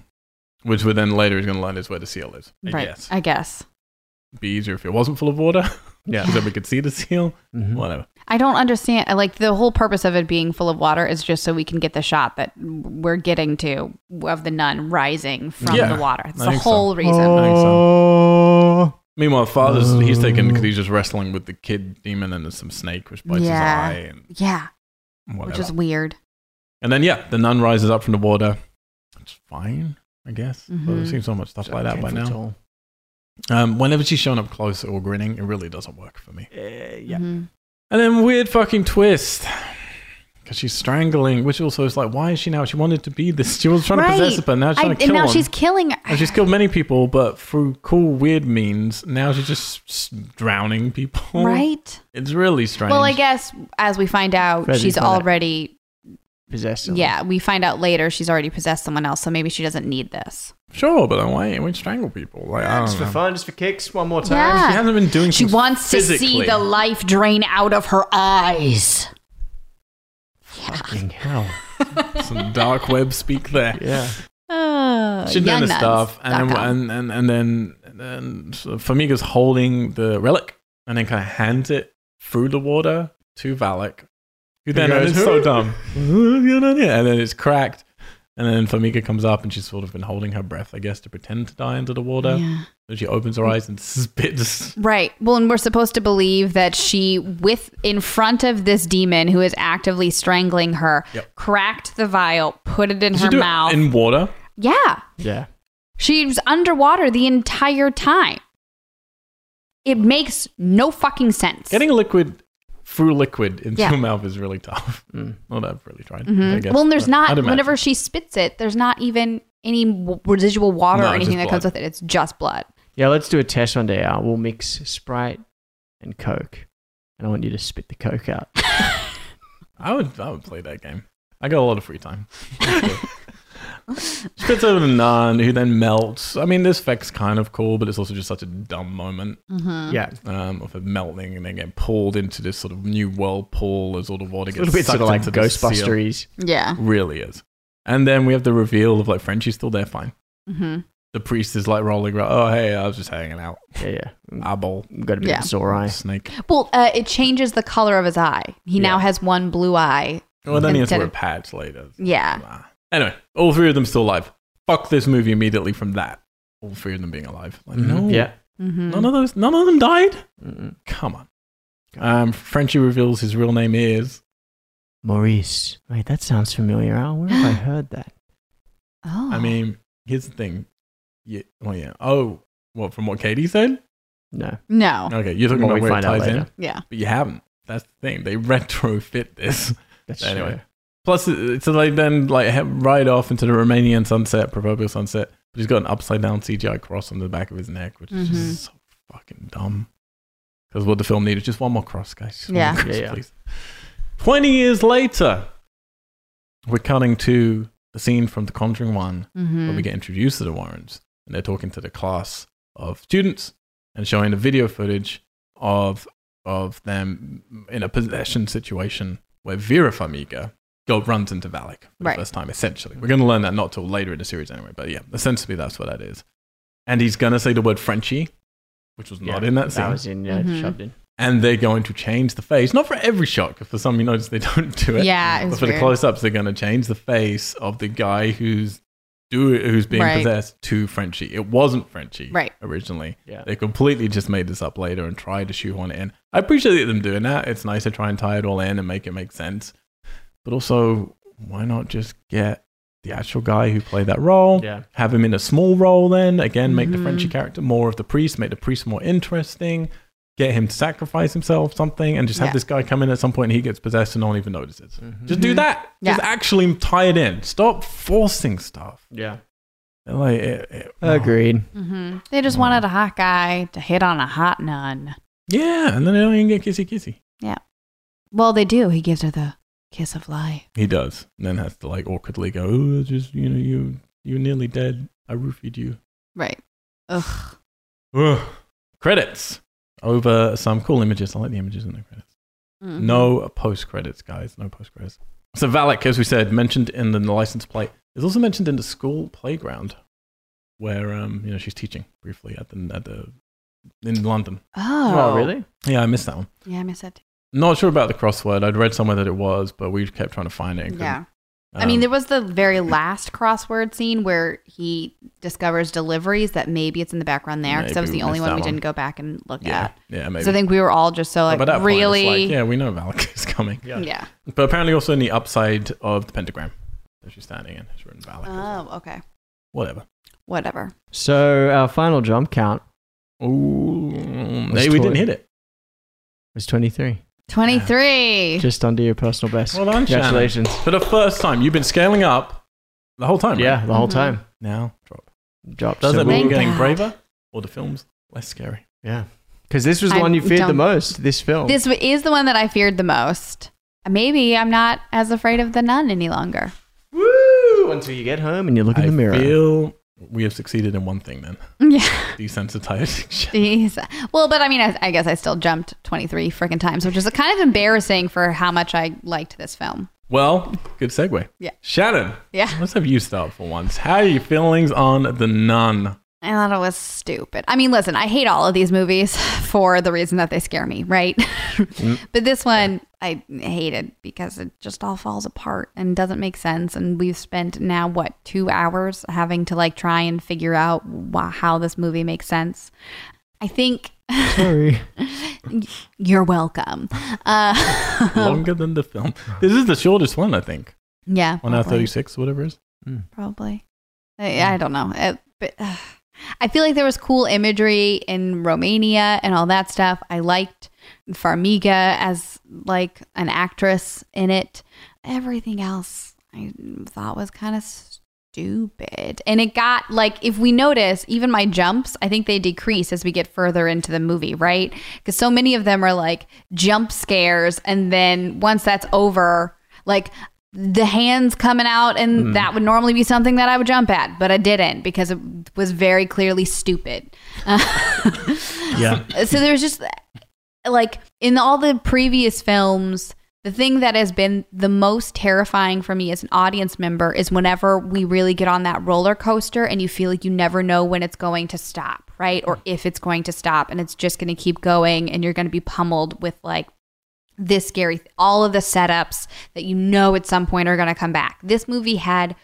[SPEAKER 1] which would then later he's going to learn is where the seal is. I
[SPEAKER 2] Right.
[SPEAKER 1] guess.
[SPEAKER 2] I guess.
[SPEAKER 1] It'd be easier if it wasn't full of water,
[SPEAKER 3] Yeah, Hmm.
[SPEAKER 1] so we could see the seal. Whatever.
[SPEAKER 2] I don't understand. I- Like the whole purpose of it being full of water is just so we can get the shot that we're getting to of the nun rising from
[SPEAKER 1] Yeah,
[SPEAKER 2] the water. It's
[SPEAKER 1] I
[SPEAKER 2] the
[SPEAKER 1] think so. Oh.
[SPEAKER 2] whole reason.
[SPEAKER 1] think so.
[SPEAKER 3] Oh,
[SPEAKER 1] Meanwhile, father's he's taken because he's just wrestling with the kid demon and there's some snake which bites
[SPEAKER 2] Yeah.
[SPEAKER 1] his eye
[SPEAKER 2] Yeah,
[SPEAKER 1] and
[SPEAKER 2] which
[SPEAKER 1] whatever.
[SPEAKER 2] is weird.
[SPEAKER 1] and then yeah, the nun rises up from the water. It's fine, I guess. But
[SPEAKER 2] Mhm.
[SPEAKER 1] we've seen so much stuff like that by
[SPEAKER 3] 10 foot
[SPEAKER 1] now.
[SPEAKER 3] tall.
[SPEAKER 1] Um, whenever she's shown up close or grinning, it really doesn't work for me.
[SPEAKER 3] Uh, yeah.
[SPEAKER 2] Mhm.
[SPEAKER 1] And then weird fucking twist. Because she's strangling, which also is like, why is she now? She wanted to be this. She was trying to possess
[SPEAKER 2] Right.
[SPEAKER 1] it, but now she's
[SPEAKER 2] I,
[SPEAKER 1] trying to
[SPEAKER 2] and
[SPEAKER 1] kill
[SPEAKER 2] now
[SPEAKER 1] one.
[SPEAKER 2] she's killing.
[SPEAKER 1] And she's killed many people, but through cool, weird means. Now she's just s- drowning people.
[SPEAKER 2] Right.
[SPEAKER 1] It's really strange.
[SPEAKER 2] Well, I guess as we find out,
[SPEAKER 3] Freddy
[SPEAKER 2] she's
[SPEAKER 3] found out.
[SPEAKER 2] already.
[SPEAKER 3] Possessed.
[SPEAKER 2] Yeah, we find out later she's already possessed someone else, so maybe she doesn't need this.
[SPEAKER 1] Sure, but then why we strangle people? Like, I don't
[SPEAKER 3] Just for
[SPEAKER 1] know.
[SPEAKER 3] fun, just for kicks, one more time.
[SPEAKER 2] Yeah.
[SPEAKER 1] She hasn't been doing
[SPEAKER 2] She
[SPEAKER 1] things
[SPEAKER 2] wants to see
[SPEAKER 1] physically.
[SPEAKER 2] the life drain out of her eyes.
[SPEAKER 3] Fucking hell.
[SPEAKER 1] Some dark web speak there.
[SPEAKER 3] Yeah.
[SPEAKER 2] Uh,
[SPEAKER 1] She's doing
[SPEAKER 2] young
[SPEAKER 1] the
[SPEAKER 2] nuns
[SPEAKER 1] stuff, and
[SPEAKER 2] dot com.
[SPEAKER 1] then, and, and, and then and then so Famiga's holding the relic, and then kind of hands it through the water to Valak, who then
[SPEAKER 3] goes,
[SPEAKER 1] goes, "It's so dumb," and then it's cracked, and then Famiga comes up, and she's sort of been holding her breath, I guess, to pretend to die into the water.
[SPEAKER 2] Yeah.
[SPEAKER 1] Then she opens her eyes and spits.
[SPEAKER 2] Right. Well, and we're supposed to believe that she, with in front of this demon who is actively strangling her,
[SPEAKER 1] Yep.
[SPEAKER 2] cracked the vial, put it in
[SPEAKER 1] Does she
[SPEAKER 2] her
[SPEAKER 1] do it
[SPEAKER 2] mouth.
[SPEAKER 1] in water.
[SPEAKER 2] yeah,
[SPEAKER 3] Yeah.
[SPEAKER 2] she was underwater the entire time. It makes no fucking sense.
[SPEAKER 1] Getting a liquid through liquid into
[SPEAKER 2] Yeah.
[SPEAKER 1] your mouth is really tough.
[SPEAKER 3] Mm.
[SPEAKER 1] Well, I've really tried. I
[SPEAKER 2] Mhm.
[SPEAKER 1] guess,
[SPEAKER 2] Well, and there's
[SPEAKER 1] but I'd
[SPEAKER 2] not
[SPEAKER 1] imagine.
[SPEAKER 2] whenever she spits it, there's not even any w- residual water
[SPEAKER 1] No,
[SPEAKER 2] or
[SPEAKER 1] it's
[SPEAKER 2] anything
[SPEAKER 1] just
[SPEAKER 2] that comes
[SPEAKER 1] blood.
[SPEAKER 2] with it. It's just blood.
[SPEAKER 3] Yeah, let's do a test one day. Uh, we'll mix Sprite and Coke. And I want you to spit the Coke out.
[SPEAKER 1] I would I would play that game. I got a lot of free time. Spits over the nun, who then melts. I mean, this effect's kind of cool, but it's also just such a dumb moment
[SPEAKER 2] Mm-hmm.
[SPEAKER 3] Yeah.
[SPEAKER 1] um, of her melting and then getting pulled into this sort of new whirlpool as all the water
[SPEAKER 3] It's a
[SPEAKER 1] gets
[SPEAKER 3] little bit
[SPEAKER 1] sucked
[SPEAKER 3] sort of like
[SPEAKER 1] into the seal.
[SPEAKER 3] Ghostbusteries.
[SPEAKER 2] Yeah.
[SPEAKER 1] Really is. And then we have the reveal of like Frenchie's still there, fine.
[SPEAKER 2] hmm
[SPEAKER 1] The priest is like rolling around. Oh hey, I was just hanging out.
[SPEAKER 3] Yeah, yeah.
[SPEAKER 1] Eyeball
[SPEAKER 3] Got a bit
[SPEAKER 2] Yeah.
[SPEAKER 3] of a sore eye.
[SPEAKER 1] snake.
[SPEAKER 2] Well, uh, it changes the color of his eye. He now
[SPEAKER 3] Yeah.
[SPEAKER 2] has one blue eye.
[SPEAKER 1] Well, then he has to
[SPEAKER 2] Instead
[SPEAKER 1] wear a
[SPEAKER 2] of-
[SPEAKER 1] patch later.
[SPEAKER 2] Yeah.
[SPEAKER 1] Nah. Anyway, all three of them still alive. Fuck this movie immediately from that. All three of them being alive. Like, no,
[SPEAKER 3] Yeah.
[SPEAKER 2] Mm-hmm.
[SPEAKER 1] none of those, none of them died.
[SPEAKER 3] Mm-mm.
[SPEAKER 1] Come on. Um, Frenchie reveals his real name is.
[SPEAKER 3] Maurice. Wait, that sounds familiar. Oh, where have I heard that?
[SPEAKER 2] Oh.
[SPEAKER 1] I mean, here's the thing. Yeah. Oh yeah. Oh, what from what Katie said?
[SPEAKER 3] No.
[SPEAKER 2] no.
[SPEAKER 1] Okay, you're talking
[SPEAKER 3] Well,
[SPEAKER 1] about
[SPEAKER 3] we
[SPEAKER 1] where it
[SPEAKER 3] find out
[SPEAKER 1] ties in,
[SPEAKER 3] later.
[SPEAKER 2] Yeah.
[SPEAKER 1] but you haven't. That's the thing. They retrofit this.
[SPEAKER 3] That's
[SPEAKER 1] Anyway.
[SPEAKER 3] anyway.
[SPEAKER 1] Plus, uh, so they then like he- ride off into the Romanian sunset, proverbial sunset. But he's got an upside down CGI cross on the back of his neck, which is
[SPEAKER 2] Mhm.
[SPEAKER 1] just so fucking dumb. Because what the film needed just one more cross, guys. Just one
[SPEAKER 2] Yeah.
[SPEAKER 1] more cross,
[SPEAKER 3] Yeah, yeah.
[SPEAKER 1] please. Twenty years later, we're cutting to the scene from The Conjuring One, where
[SPEAKER 2] Mm-hmm.
[SPEAKER 1] we get introduced to the Warrens, and they're talking to the class of students and showing the video footage of of them in a possession situation where Vera Farmiga go runs into Valak for
[SPEAKER 2] Right.
[SPEAKER 1] the first time. Essentially, we're going to learn that not till later in the series, anyway. But yeah, essentially that's what that is. And he's going to say the word Frenchie, which was not
[SPEAKER 3] Yeah,
[SPEAKER 1] in that scene.
[SPEAKER 3] That was in, yeah,
[SPEAKER 2] Mhm.
[SPEAKER 3] shoved in.
[SPEAKER 1] and they're going to change the face, not for every shot, because for some you notice they don't do it.
[SPEAKER 2] Yeah. It
[SPEAKER 1] But
[SPEAKER 2] was
[SPEAKER 1] for the
[SPEAKER 2] weird.
[SPEAKER 1] close-ups, they're going to change the face of the guy who's do who's being
[SPEAKER 2] Right.
[SPEAKER 1] possessed to Frenchie. It wasn't Frenchie
[SPEAKER 2] Right.
[SPEAKER 1] originally.
[SPEAKER 3] Yeah.
[SPEAKER 1] They completely just made this up later and tried to shoehorn it in. I appreciate them doing that. It's nice to try and tie it all in and make it make sense. But also, why not just get the actual guy who played that role?
[SPEAKER 3] Yeah.
[SPEAKER 1] Have him in a small role then. Again, make the
[SPEAKER 2] Mhm.
[SPEAKER 1] Frenchie character more of the priest, make the priest more interesting, get him to sacrifice himself, something, and just have
[SPEAKER 2] Yeah.
[SPEAKER 1] this guy come in at some point and he gets possessed and no one even notices.
[SPEAKER 3] Mm-hmm.
[SPEAKER 1] Just do
[SPEAKER 2] Mhm.
[SPEAKER 1] that. Just
[SPEAKER 2] Yeah.
[SPEAKER 1] actually tie it in. Stop forcing stuff.
[SPEAKER 3] Yeah.
[SPEAKER 1] Like, it, it-
[SPEAKER 3] Agreed.
[SPEAKER 2] hmm They just wanted a hot guy to hit on a hot nun.
[SPEAKER 1] Yeah, and then they don't even get kissy kissy.
[SPEAKER 2] Well, they do. He gives her the kiss of life.
[SPEAKER 1] He does, and then has to like awkwardly go, "Oh, just you know, you you're nearly dead. I roofied you."
[SPEAKER 2] Right. Ugh.
[SPEAKER 1] Ugh. Credits over some cool images. I like the images in the credits.
[SPEAKER 2] Mhm.
[SPEAKER 1] No post credits, guys. No post credits. So Valak, as we said, mentioned in the license plate, is also mentioned in the school playground, where um you know she's teaching briefly at the at the in London.
[SPEAKER 2] Oh.
[SPEAKER 3] Oh, really?
[SPEAKER 1] Yeah, I missed that one.
[SPEAKER 2] Yeah, I missed it.
[SPEAKER 1] Not sure about the crossword. I'd read somewhere that it was, but we kept trying to find it. And couldn't.
[SPEAKER 2] Yeah. I
[SPEAKER 1] Um,
[SPEAKER 2] mean, there was the very last crossword scene where he discovers deliveries that maybe it's in the background there because that was
[SPEAKER 1] Maybe
[SPEAKER 2] the
[SPEAKER 1] we
[SPEAKER 2] only
[SPEAKER 1] missed
[SPEAKER 2] one we
[SPEAKER 1] that one.
[SPEAKER 2] didn't go back and look
[SPEAKER 1] Yeah.
[SPEAKER 2] at.
[SPEAKER 1] Yeah, maybe.
[SPEAKER 2] So I think we were all just so like
[SPEAKER 1] By that point, it's
[SPEAKER 2] really,
[SPEAKER 1] like, yeah, we know Valak is coming.
[SPEAKER 2] yeah.
[SPEAKER 1] But apparently also in the upside of the pentagram that she's standing in. It's written Valak.
[SPEAKER 2] Oh, okay.
[SPEAKER 1] Whatever.
[SPEAKER 2] Whatever.
[SPEAKER 3] So our final jump count
[SPEAKER 1] Ooh, hey, we
[SPEAKER 3] toy.
[SPEAKER 1] didn't hit it.
[SPEAKER 3] was 23.
[SPEAKER 2] Twenty three.
[SPEAKER 3] Just under your personal best.
[SPEAKER 1] Well done, Shannon.
[SPEAKER 3] Congratulations.
[SPEAKER 1] For the first time, you've been scaling up the whole time. right?
[SPEAKER 3] Yeah, the whole
[SPEAKER 2] Mm-hmm.
[SPEAKER 3] time.
[SPEAKER 1] Now drop.
[SPEAKER 3] Dropped.
[SPEAKER 1] Does that
[SPEAKER 3] we-
[SPEAKER 1] mean we're getting
[SPEAKER 2] Thank God.
[SPEAKER 1] braver, or the film's less scary?
[SPEAKER 3] Yeah. Because this was the
[SPEAKER 2] I
[SPEAKER 3] one you feared the
[SPEAKER 2] don't-
[SPEAKER 3] most, this film.
[SPEAKER 2] This w- is the one that I feared the most. Maybe I'm not as afraid of the nun any longer.
[SPEAKER 3] Woo! Until you get home and you look in
[SPEAKER 1] I
[SPEAKER 3] the mirror.
[SPEAKER 1] feel we have succeeded in one thing then:
[SPEAKER 2] Yeah.
[SPEAKER 1] desensitization.
[SPEAKER 2] Jeez. Well, but I mean, I, I guess I still jumped 23 freaking times, which is kind of embarrassing for how much I liked this film.
[SPEAKER 1] Well, good segue.
[SPEAKER 2] Yeah.
[SPEAKER 1] Shannon.
[SPEAKER 2] Yeah.
[SPEAKER 1] Let's have you start for once. How are your feelings on the nun?
[SPEAKER 2] I thought it was stupid. I mean, listen, I hate all of these movies for the reason that they scare me, right? but this one I hated because it just all falls apart and doesn't make sense. And we've spent now, what, two hours having to like try and figure out wh- how this movie makes sense. I think
[SPEAKER 3] Sorry.
[SPEAKER 2] you're welcome. Uh,
[SPEAKER 1] Longer than the film. This is the shortest one, I think.
[SPEAKER 2] yeah.
[SPEAKER 1] One hour
[SPEAKER 2] probably.
[SPEAKER 1] thirty six, whatever it is.
[SPEAKER 2] probably. I, I don't know. Uh, but, uh, I feel like there was cool imagery in Romania and all that stuff. I liked Farmiga as like an actress in it. Everything else I thought was kind of stupid. And it got like if we notice, even my jumps, I think they decrease as we get further into the movie, right? Cuz so many of them are like jump scares and then once that's over, like the hands coming out and that would normally be something that I would jump at, but I didn't because it was very clearly stupid.
[SPEAKER 1] Yeah.
[SPEAKER 2] so there's just like in all the previous films the thing that has been the most terrifying for me as an audience member is whenever we really get on that roller coaster and you feel like you never know when it's going to stop right or if it's going to stop and it's just going to keep going and you're going to be pummeled with like this scary all of the setups that you know at some point are going to come back this movie had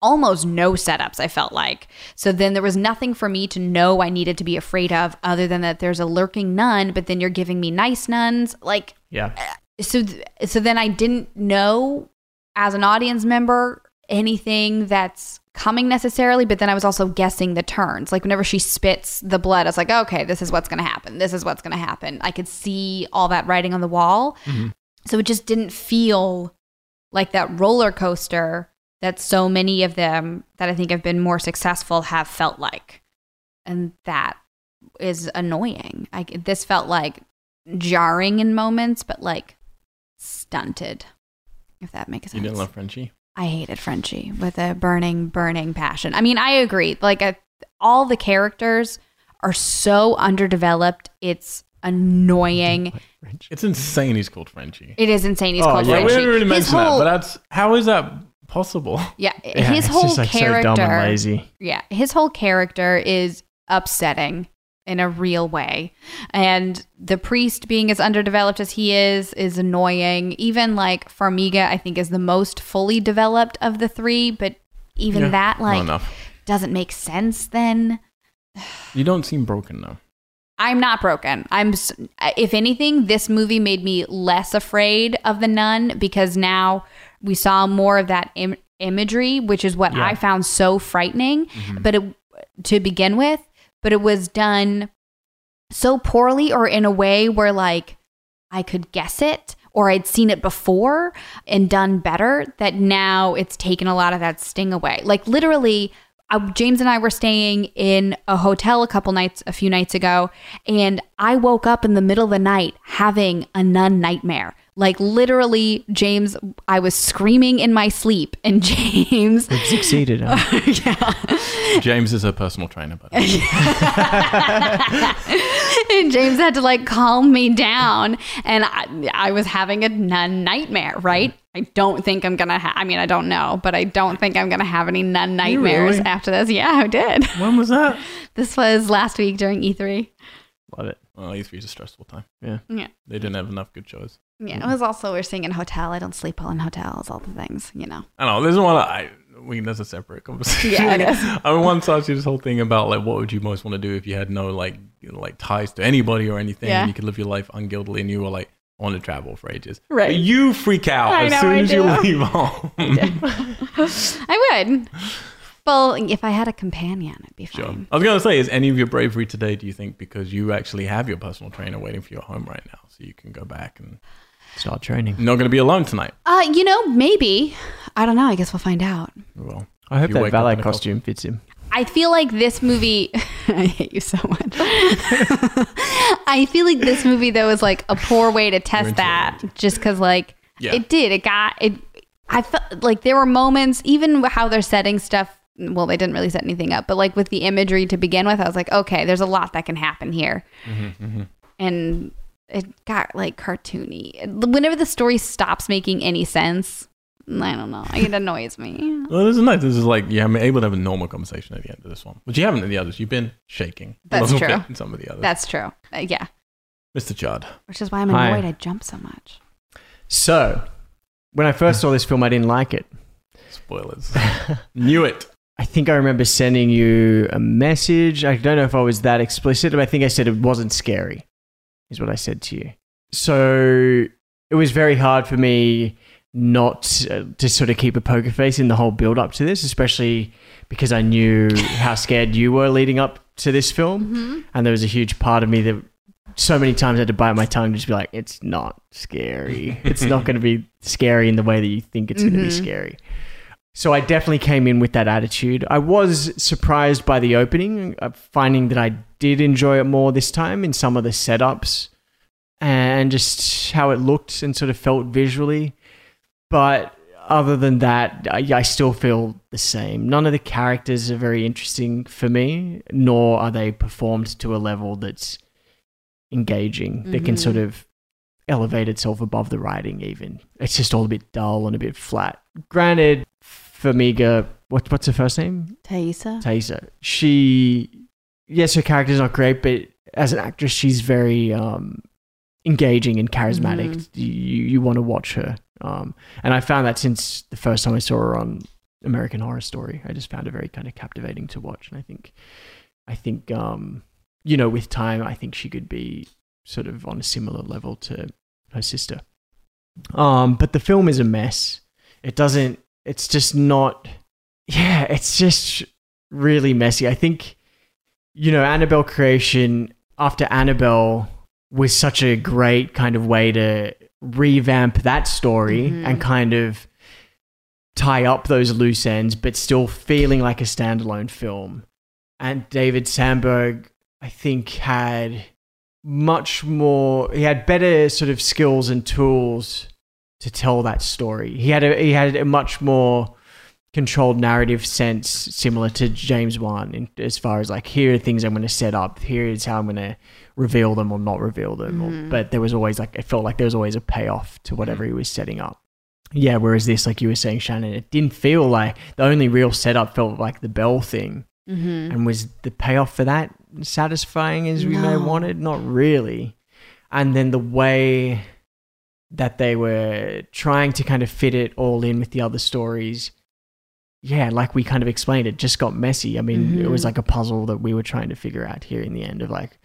[SPEAKER 2] almost no setups i felt like so then there was nothing for me to know i needed to be afraid of other than that there's a lurking nun but then you're giving me nice nuns like
[SPEAKER 3] Yeah.
[SPEAKER 2] so th- so then I didn't know as an audience member anything that's coming necessarily but then I was also guessing the turns like whenever she spits the blood I was like okay this is what's going to happen this is what's going to happen I could see all that writing on the wall so it just didn't feel like that roller coaster that so many of them that I think have been more successful have felt like and that is annoying I, this felt like jarring in moments, but like stunted, if that makes
[SPEAKER 1] You
[SPEAKER 2] sense.
[SPEAKER 1] didn't love Frenchie?
[SPEAKER 2] I hated Frenchie with a burning, burning passion. I mean, I agree. Like, I, all the characters are so underdeveloped. It's annoying.
[SPEAKER 1] It's insane he's called Frenchie.
[SPEAKER 2] It is insane. He's
[SPEAKER 3] Oh,
[SPEAKER 2] called
[SPEAKER 3] yeah.
[SPEAKER 1] Yeah, we
[SPEAKER 2] Frenchie.
[SPEAKER 1] didn't really
[SPEAKER 2] His
[SPEAKER 1] mention
[SPEAKER 2] whole-
[SPEAKER 1] that, but that's how is that possible?
[SPEAKER 2] yeah,
[SPEAKER 3] Yeah,
[SPEAKER 2] his
[SPEAKER 3] it's
[SPEAKER 2] whole
[SPEAKER 3] just, like,
[SPEAKER 2] character.
[SPEAKER 3] So dumb and lazy.
[SPEAKER 2] yeah, his whole character is upsetting in a real way. And the priest being as underdeveloped as he is is annoying. Even like Farmiga, I think, is the most fully developed of the three, but even
[SPEAKER 1] Yeah,
[SPEAKER 2] that,
[SPEAKER 1] not
[SPEAKER 2] like,
[SPEAKER 1] enough.
[SPEAKER 2] doesn't make sense then.
[SPEAKER 1] You don't seem broken though.
[SPEAKER 2] I'm not broken. I'm s- if anything, this movie made me less afraid of the nun because now we saw more of that Im- imagery, which is what
[SPEAKER 3] Yeah.
[SPEAKER 2] I found so frightening. But it to begin with, but it was done so poorly or in a way where like I could guess it or I'd seen it before and done better that now it's taken a lot of that sting away. Like literally I, James and I were staying in a hotel a couple nights a few nights ago and I woke up in the middle of the night having a nun nightmare. Like literally James I was screaming in my sleep and James
[SPEAKER 3] We've succeeded. huh?
[SPEAKER 1] James is her personal trainer, but
[SPEAKER 2] and James had to like calm me down, and I, I was having a nun nightmare. Right? I don't think I'm gonna. Ha- I mean, I don't know, but I don't think I'm gonna have any nun nightmares
[SPEAKER 1] really?
[SPEAKER 2] after this. Yeah, I did.
[SPEAKER 1] when was that?
[SPEAKER 2] This was last week during E E3.
[SPEAKER 3] Love it.
[SPEAKER 1] Well, E3 is a stressful time.
[SPEAKER 3] Yeah.
[SPEAKER 4] Yeah.
[SPEAKER 1] They didn't have enough good shows.
[SPEAKER 4] Yeah, it was also we're staying in a hotel. I don't sleep well in hotels. All the things, you know.
[SPEAKER 1] I don't know. There's one I we that's a separate conversation.
[SPEAKER 4] Yeah, I guess.
[SPEAKER 1] I mean, once asked you this whole thing about like what would you most want to do if you had no like you know, like ties to anybody or anything,
[SPEAKER 4] Yeah.
[SPEAKER 1] and you could live your life unguiltily, and you were like I want to travel for ages.
[SPEAKER 4] Right.
[SPEAKER 1] But you freak out
[SPEAKER 4] I
[SPEAKER 1] as
[SPEAKER 4] know,
[SPEAKER 1] soon
[SPEAKER 4] I
[SPEAKER 1] as you
[SPEAKER 4] do.
[SPEAKER 1] leave home.
[SPEAKER 4] I would. Well, if I had a companion, it'd be
[SPEAKER 1] Sure.
[SPEAKER 4] fine.
[SPEAKER 1] I was gonna say, is any of your bravery today? Do you think because you actually have your personal trainer waiting for you at home right now, so you can go back and
[SPEAKER 3] Start training.
[SPEAKER 1] you're not gonna be alone tonight?
[SPEAKER 4] Uh, you know, maybe. I don't know. I guess we'll find out.
[SPEAKER 1] Well,
[SPEAKER 3] I hope
[SPEAKER 1] You
[SPEAKER 3] that
[SPEAKER 1] wake up
[SPEAKER 3] valet
[SPEAKER 1] in a
[SPEAKER 3] costume fits him.
[SPEAKER 4] I feel like this movie. I hate you so much. I feel like this movie though is like a poor way to test that, just because like
[SPEAKER 1] Yeah.
[SPEAKER 4] it did. It got it. I felt like there were moments, even how they're setting stuff. Well, they didn't really set anything up, but like with the imagery to begin with, I was like, okay, there's a lot that can happen here,
[SPEAKER 1] Mm-hmm,
[SPEAKER 4] and it got like cartoony. Whenever the story stops making any sense, I don't know. It annoys me.
[SPEAKER 1] well, this is nice. This is like yeah, I'm able to have a normal conversation at the end of this one, which you haven't in the others. You've been shaking. a
[SPEAKER 4] That's
[SPEAKER 1] little
[SPEAKER 4] true.
[SPEAKER 1] bit in some of the others.
[SPEAKER 4] That's true. Uh, yeah.
[SPEAKER 1] Mr. Judd.
[SPEAKER 4] which is why I'm
[SPEAKER 3] Hi.
[SPEAKER 4] annoyed I jump so much.
[SPEAKER 3] So, when I first saw this film, I didn't like it.
[SPEAKER 1] Spoilers. Knew it.
[SPEAKER 3] I think I remember sending you a message. I don't know if I was that explicit, but I think I said it wasn't scary, is what I said to you. So it was very hard for me not uh, to sort of keep a poker face in the whole build up to this, especially because I knew how scared you were leading up to this film. And there was a huge part of me that so many times I had to bite my tongue to just be like, it's not scary. it's not going to be scary in the way that you think it's going to be
[SPEAKER 4] Mhm.
[SPEAKER 3] scary. So I definitely came in with that attitude. I was surprised by the opening, uh, finding that I did enjoy it more this time in some of the setups and just how it looked and sort of felt visually. But other than that, I, I still feel the same. None of the characters are very interesting for me, nor are they performed to a level that's engaging. That can
[SPEAKER 4] Mhm.
[SPEAKER 3] sort of elevate itself above the writing. Even it's just all a bit dull and a bit flat. Granted, Famiga, what, what's her first name?
[SPEAKER 4] Thaisa?
[SPEAKER 3] Taser. She, yes, her character's not great, but as an actress, she's very um, engaging and charismatic.
[SPEAKER 4] Mhm.
[SPEAKER 3] You, you want to watch her. Um, and I found that since the first time I saw her on American Horror Story, I just found her very kind of captivating to watch. And I think, I think, um, you know, with time, I think she could be sort of on a similar level to her sister. Um, but the film is a mess. It doesn't. It's just not. Yeah, it's just really messy. I think, you know, Annabelle creation after Annabelle was such a great kind of way to revamp that story
[SPEAKER 4] Mhm.
[SPEAKER 3] and kind of tie up those loose ends, but still feeling like a standalone film. And David Sandberg, I think, had much more. He had better sort of skills and tools to tell that story. He had a he had a much more controlled narrative sense, similar to James Wan, in, as far as like here are things I'm going to set up. Here is how I'm going to reveal them or not reveal them. or-
[SPEAKER 4] Mhm.
[SPEAKER 3] but there was always like it felt like there was always a payoff to whatever he was setting up. Yeah, whereas this, like you were saying, Shannon, it didn't feel like the only real setup felt like the bell thing.
[SPEAKER 2] Mm.
[SPEAKER 4] Mm-hmm.
[SPEAKER 3] And was the payoff for that satisfying as we may
[SPEAKER 4] No.
[SPEAKER 3] have wanted? Not really. And then the way that they were trying to kind of fit it all in with the other stories, yeah, like we kind of explained, it just got messy. I mean, it was
[SPEAKER 4] Mhm.
[SPEAKER 3] like a puzzle that we were trying to figure out here in the end of like,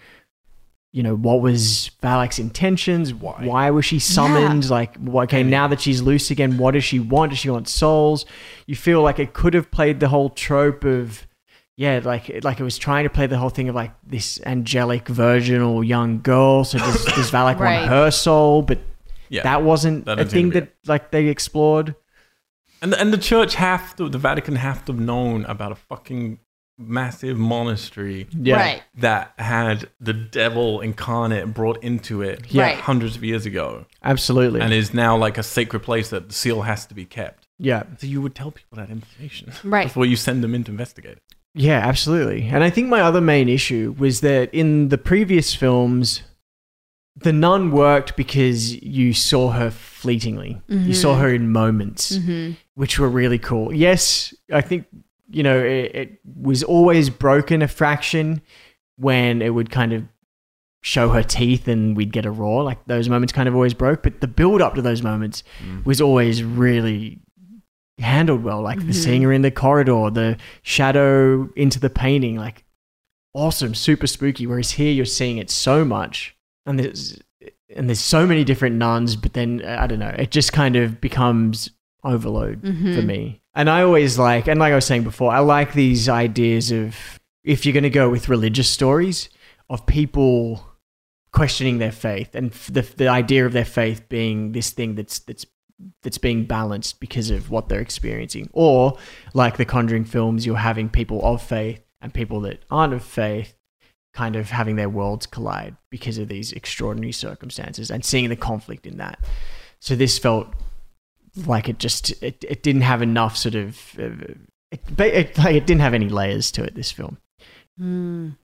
[SPEAKER 3] you know, what was Valak's intentions?
[SPEAKER 1] Why?
[SPEAKER 3] Why was she summoned? Like, wh- okay, now that she's loose again, what does she want? Does she want souls? You feel like it could have played the whole trope of yeah, like it- like it was trying to play the whole thing of like this angelic virginal young girl. So does does Valak
[SPEAKER 4] Right.
[SPEAKER 3] want her soul? But
[SPEAKER 1] Yeah.
[SPEAKER 3] that wasn't
[SPEAKER 1] That
[SPEAKER 3] a
[SPEAKER 1] didn't seem to
[SPEAKER 3] thing
[SPEAKER 1] be
[SPEAKER 3] that like they explored.
[SPEAKER 1] And and the church have to, the Vatican have to have known about a fucking massive monastery
[SPEAKER 3] Yeah,
[SPEAKER 4] Right.
[SPEAKER 1] that had the devil incarnate brought into it
[SPEAKER 3] Yeah.
[SPEAKER 4] Right.
[SPEAKER 1] hundreds of years ago,
[SPEAKER 3] absolutely.
[SPEAKER 1] and is now like a sacred place that the seal has to be kept.
[SPEAKER 3] yeah,
[SPEAKER 1] So you would tell people that information
[SPEAKER 4] Right.
[SPEAKER 1] before you send them in to investigate.
[SPEAKER 3] yeah, absolutely. And I think my other main issue was that in the previous films, the nun worked because you saw her fleetingly. You saw her in moments.
[SPEAKER 4] Mm-hmm.
[SPEAKER 3] which were really cool. Yes, I think you know it, it was always broken a fraction when it would kind of show her teeth and we'd get a roar. Like those moments kind of always broke, but the build up to those moments was always really handled well. Like the seeing her in the corridor, the shadow into the painting, like awesome, super spooky. Whereas here you're seeing it so much, and there's and there's so many different nuns, but then uh, I don't know, it just kind of becomes overload for me. And I always like, and like I was saying before, I like these ideas of if you're going to go with religious stories of people questioning their faith and f- the the idea of their faith being this thing that's that's that's being balanced because of what they're experiencing or like the conjuring films you're having people of faith and people that aren't of faith kind of having their worlds collide because of these extraordinary circumstances and seeing the conflict in that so this felt like it just it, it didn't have enough sort of uh, it, ba- it, like it didn't have any layers to it this film
[SPEAKER 4] Mm.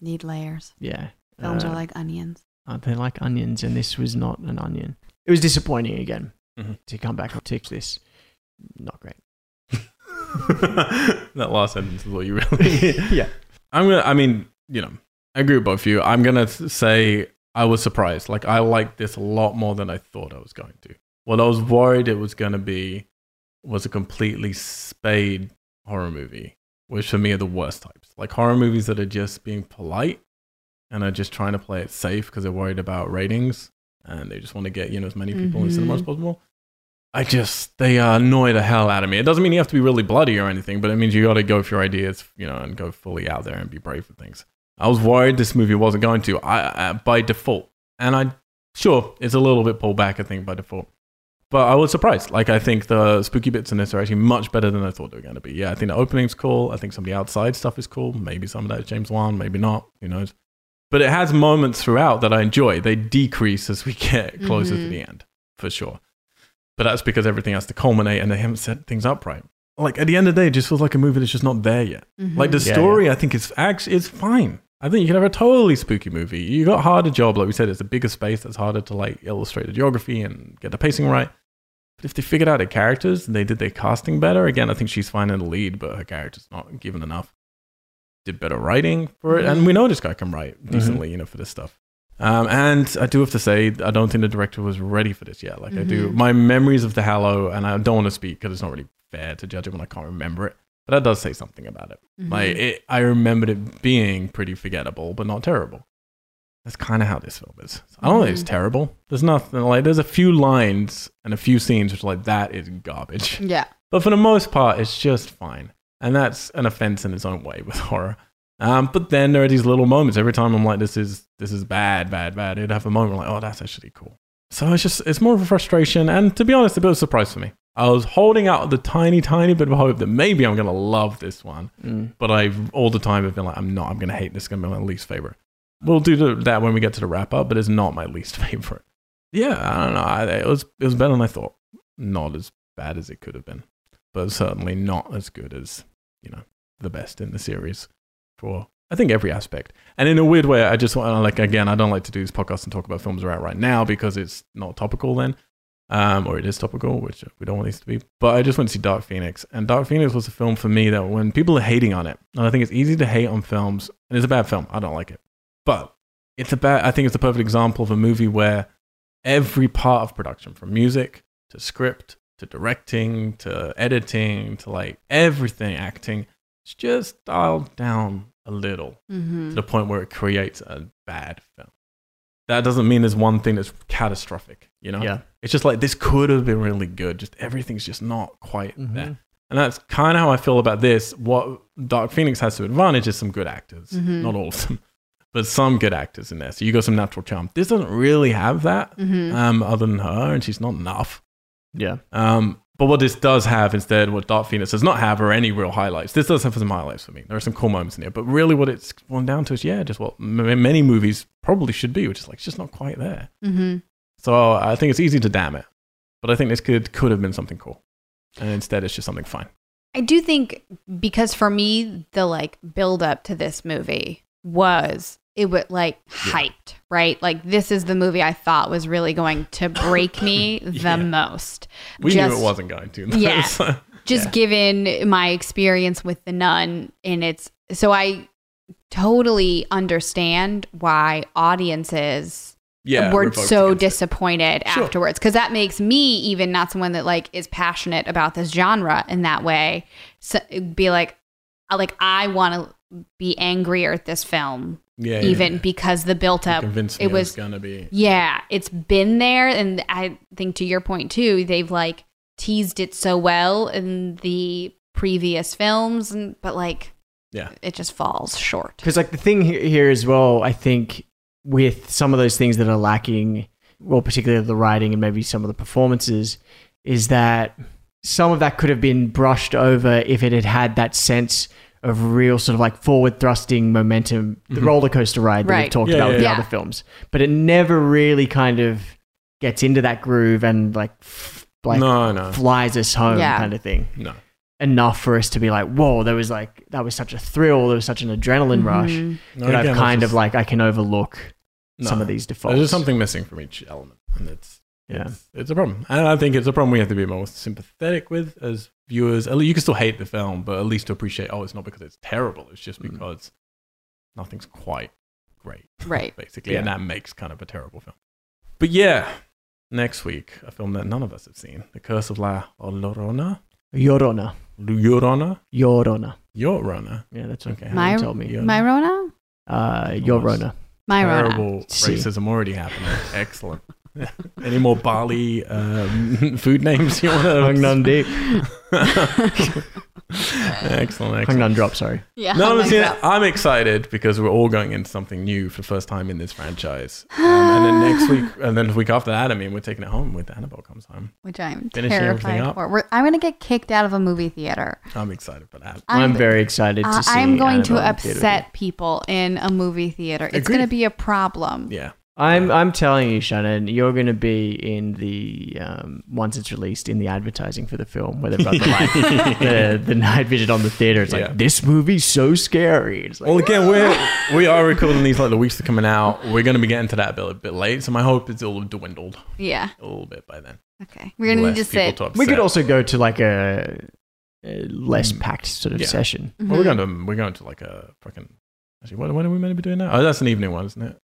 [SPEAKER 4] Need layers.
[SPEAKER 3] yeah
[SPEAKER 4] Films
[SPEAKER 3] Uh,
[SPEAKER 4] are like onions.
[SPEAKER 3] aren't they like onions? And this was not an onion. It was disappointing again
[SPEAKER 1] Mhm.
[SPEAKER 3] to come back to this. Not great.
[SPEAKER 1] that last sentence is all you really.
[SPEAKER 3] yeah.
[SPEAKER 1] I'm gonna. I mean, you know, I agree with both of you. I'm gonna s- say I was surprised. Like I liked this a lot more than I thought I was going to. What I was worried it was gonna be was a completely spade horror movie, which for me are the worst types. Like horror movies that are just being polite and are just trying to play it safe because they're worried about ratings and they just want to get you know as many people in the cinema as
[SPEAKER 4] Mhm.
[SPEAKER 1] possible. I just they uh, annoy the hell out of me. It doesn't mean you have to be really bloody or anything, but it means you got to go for your ideas, you know, and go fully out there and be brave for things. I was worried this movie wasn't going to I, I by default, and I sure it's a little bit pulled back, I think, by default. But I was surprised. Like I think the spooky bits in this are actually much better than I thought they were going to be. Yeah, I think the opening's cool. I think some of the outside stuff is cool. Maybe some of that is James Wan, maybe not. Who knows? But it has moments throughout that I enjoy. They decrease as we get closer to
[SPEAKER 4] Mhm.
[SPEAKER 1] the end, for sure. But that's because everything has to culminate and they haven't set things up right. Like at the end of the day, it just feels like a movie that's just not there yet.
[SPEAKER 4] Mm-hmm.
[SPEAKER 2] Mm-hmm.
[SPEAKER 1] Like the
[SPEAKER 3] Yeah,
[SPEAKER 1] story, I think is actually it's fine. I think you can have a totally spooky movie. You got harder job, like we said, it's a bigger space that's harder to like illustrate the geography and get the pacing right. But if they figured out her characters and they did their casting better, again, I think she's fine in the lead, but her character's not given enough. Did better writing for it, and we know this guy can write
[SPEAKER 3] Mm-hmm.
[SPEAKER 1] decently, you know, for this stuff. Um, and I do have to say, I don't think the director was ready for this yet. Like I do, my memories of the Hallow, and I don't want to speak because it's not really fair to judge it when I can't remember it. But that does say something about it.
[SPEAKER 4] Mm-hmm.
[SPEAKER 1] Like
[SPEAKER 2] Mm-hmm.
[SPEAKER 1] it, I remembered it being pretty forgettable, but not terrible. That's kind of how this film is. I don't think it's terrible. There's nothing like there's a few lines and a few scenes which like that is garbage.
[SPEAKER 4] Yeah.
[SPEAKER 1] But for the most part, it's just fine. And that's an offense in its own way with horror. Um, but then there are these little moments. Every time I'm like, this is this is bad, bad, bad. It'd have a moment like, oh, that's actually cool. So it's just it's more of a frustration and to be honest, a bit of a surprise for me. I was holding out the tiny, tiny bit of hope that maybe I'm gonna love this one.
[SPEAKER 3] Mm.
[SPEAKER 1] But I've all the time have been like, I'm not, I'm gonna hate this, it's gonna be my least favorite. We'll do the, that when we get to the wrap up, but it's not my least favorite. Yeah, I don't know. I, it was it was better than I thought. Not as bad as it could have been but certainly not as good as you know the best in the series for I think every aspect. And in a weird way, I just want like again, I don't like to do these podcasts and talk about films that are out right now because it's not topical then, um, or it is topical, which we don't want these to be. But I just went to see Dark Phoenix, and Dark Phoenix was a film for me that when people are hating on it, and I think it's easy to hate on films, and it's a bad film. I don't like it, but it's a bad. I think it's a perfect example of a movie where every part of production, from music to script to directing to editing to like everything acting it's just dialed down a little
[SPEAKER 4] Mm-hmm.
[SPEAKER 1] to the point where it creates a bad film that doesn't mean there's one thing that's catastrophic you know
[SPEAKER 3] Yeah.
[SPEAKER 1] it's just like this could have been really good just everything's just not quite
[SPEAKER 3] Mhm.
[SPEAKER 1] there and that's kind of how i feel about this what dark phoenix has to advantage is some good actors
[SPEAKER 4] Mhm.
[SPEAKER 1] not all of them but some good actors in there so you got some natural charm this doesn't really have that
[SPEAKER 4] Mm-hmm.
[SPEAKER 1] um, other than her and she's not enough
[SPEAKER 3] Yeah.
[SPEAKER 1] um, but what this does have instead, what Dark Phoenix does not have, are any real highlights. This does have some highlights for me. There are some cool moments in here, but really, what it's gone down to is yeah, just what m- many movies probably should be, which is like it's just not quite there.
[SPEAKER 4] Mm-hmm.
[SPEAKER 1] So I think it's easy to damn it, but I think this could could have been something cool, and instead it's just something fine.
[SPEAKER 4] I do think because for me the like build up to this movie was it would like hyped, right? Like this is the movie I thought was really going to break me the
[SPEAKER 1] Yeah.
[SPEAKER 4] most.
[SPEAKER 1] We knew
[SPEAKER 4] Just-
[SPEAKER 1] it wasn't going to. uh,
[SPEAKER 4] Yeah.
[SPEAKER 1] So-
[SPEAKER 4] Just given my experience with the nun and it's so I
[SPEAKER 2] totally understand why audiences
[SPEAKER 1] yeah,
[SPEAKER 2] were
[SPEAKER 1] revoked
[SPEAKER 2] so
[SPEAKER 1] against it.
[SPEAKER 2] disappointed
[SPEAKER 1] Sure.
[SPEAKER 2] afterwards because that makes me even not someone that like is passionate about this genre in that way so, be like I- like i want to be angrier at this film
[SPEAKER 1] yeah, yeah,
[SPEAKER 2] even
[SPEAKER 1] yeah.
[SPEAKER 2] because the built up
[SPEAKER 1] convinced me
[SPEAKER 2] it
[SPEAKER 1] it was
[SPEAKER 2] was
[SPEAKER 1] gonna be.
[SPEAKER 2] yeah, it's been there, and I think to your point too, they've like teased it so well in the previous films, and but like
[SPEAKER 1] Yeah.
[SPEAKER 2] it just falls short.
[SPEAKER 3] Because like the thing he- here as well, I think with some of those things that are lacking, well, particularly the writing and maybe some of the performances, is that some of that could have been brushed over if it had had that sense of real sort of like forward thrusting momentum, the
[SPEAKER 1] Mhm.
[SPEAKER 3] roller coaster ride that we've
[SPEAKER 2] Right.
[SPEAKER 3] talked
[SPEAKER 1] Yeah,
[SPEAKER 3] about with
[SPEAKER 1] yeah,
[SPEAKER 3] the
[SPEAKER 2] yeah.
[SPEAKER 3] other films. But it never really kind of gets into that groove and like f- like
[SPEAKER 1] no, no,
[SPEAKER 3] flies us home
[SPEAKER 2] Yeah.
[SPEAKER 3] kind of thing
[SPEAKER 1] no.
[SPEAKER 3] enough for us to be like, whoa, there was like that was such a thrill, there was such an adrenaline rush
[SPEAKER 2] Mhm.
[SPEAKER 1] no
[SPEAKER 3] that
[SPEAKER 1] again,
[SPEAKER 3] I've kind
[SPEAKER 1] that's
[SPEAKER 3] of like I can overlook
[SPEAKER 1] just-
[SPEAKER 3] some
[SPEAKER 1] no.
[SPEAKER 3] of these defaults.
[SPEAKER 1] There's just something missing from each element, and it's
[SPEAKER 3] Yeah.
[SPEAKER 1] it's, it's a problem. And I think it's a problem we have to be more sympathetic with as viewers. At least you can still hate the film, but at least to appreciate. Oh, it's not because it's terrible. It's just
[SPEAKER 3] Mm.
[SPEAKER 1] because nothing's quite great,
[SPEAKER 2] Right.
[SPEAKER 1] basically, and
[SPEAKER 3] Yeah.
[SPEAKER 1] that makes kind of a terrible film. But yeah, next week a film that none of us have seen, The Curse of La Llorona,
[SPEAKER 3] Yorona.
[SPEAKER 1] Llorona,
[SPEAKER 3] Yorona.
[SPEAKER 1] Llorona.
[SPEAKER 3] Yeah, that's what
[SPEAKER 1] Okay.
[SPEAKER 3] okay.
[SPEAKER 2] My-
[SPEAKER 3] told me.
[SPEAKER 1] Yeah.
[SPEAKER 2] My Rona?
[SPEAKER 3] Uh,
[SPEAKER 1] Almost.
[SPEAKER 3] Yorona.
[SPEAKER 2] My Rona.
[SPEAKER 1] Terrible
[SPEAKER 3] See.
[SPEAKER 1] racism already happening. Excellent. Any more Bali um, food names you want to?
[SPEAKER 3] Hungnun Deep.
[SPEAKER 1] excellent, excellent.
[SPEAKER 3] Hungnun Drop, sorry.
[SPEAKER 2] Yeah. Oh
[SPEAKER 1] No,
[SPEAKER 2] I'm
[SPEAKER 1] I'm,
[SPEAKER 2] like
[SPEAKER 1] seeing-
[SPEAKER 2] that.
[SPEAKER 1] I'm excited because we're all going into something new for the first time in this franchise. Um, and then next week, and then the week after that, I mean, we're taking it home with Annabelle comes home.
[SPEAKER 2] Which I'm
[SPEAKER 1] Finishing everything
[SPEAKER 2] terrified
[SPEAKER 1] up.
[SPEAKER 2] for. We're, I'm gonna get kicked out of a movie theater.
[SPEAKER 1] I'm excited for that.
[SPEAKER 3] I'm, very excited to
[SPEAKER 2] I-
[SPEAKER 3] see
[SPEAKER 2] I'm going to
[SPEAKER 3] Annabelle in theater with you.
[SPEAKER 2] upset people in a movie theater. It's
[SPEAKER 1] Agreed.
[SPEAKER 2] gonna be a problem.
[SPEAKER 1] Yeah.
[SPEAKER 3] I'm I'm telling you, Shannon, you're going to be in the um, once it's released in the advertising for the film where they've got the, like, the the night vision on the theater. It's
[SPEAKER 1] Yeah.
[SPEAKER 3] like this movie's so scary. It's like,
[SPEAKER 1] Well, again, we're we are recording these like the weeks that are coming out. We're going to be getting to that bit a bit late, so my hope is it'll have dwindled
[SPEAKER 2] Yeah.
[SPEAKER 1] a little bit by then.
[SPEAKER 2] Okay. We're gonna
[SPEAKER 1] Less
[SPEAKER 2] need to
[SPEAKER 1] people
[SPEAKER 2] sit.
[SPEAKER 1] to upset.
[SPEAKER 3] we could also go to like a, a less
[SPEAKER 1] Mm.
[SPEAKER 3] packed sort of
[SPEAKER 1] Yeah.
[SPEAKER 3] session.
[SPEAKER 2] Mhm.
[SPEAKER 1] Well, we're going to we're going to like a fucking. Actually, what, what are we meant to be doing now? Oh, that's an evening one, isn't it?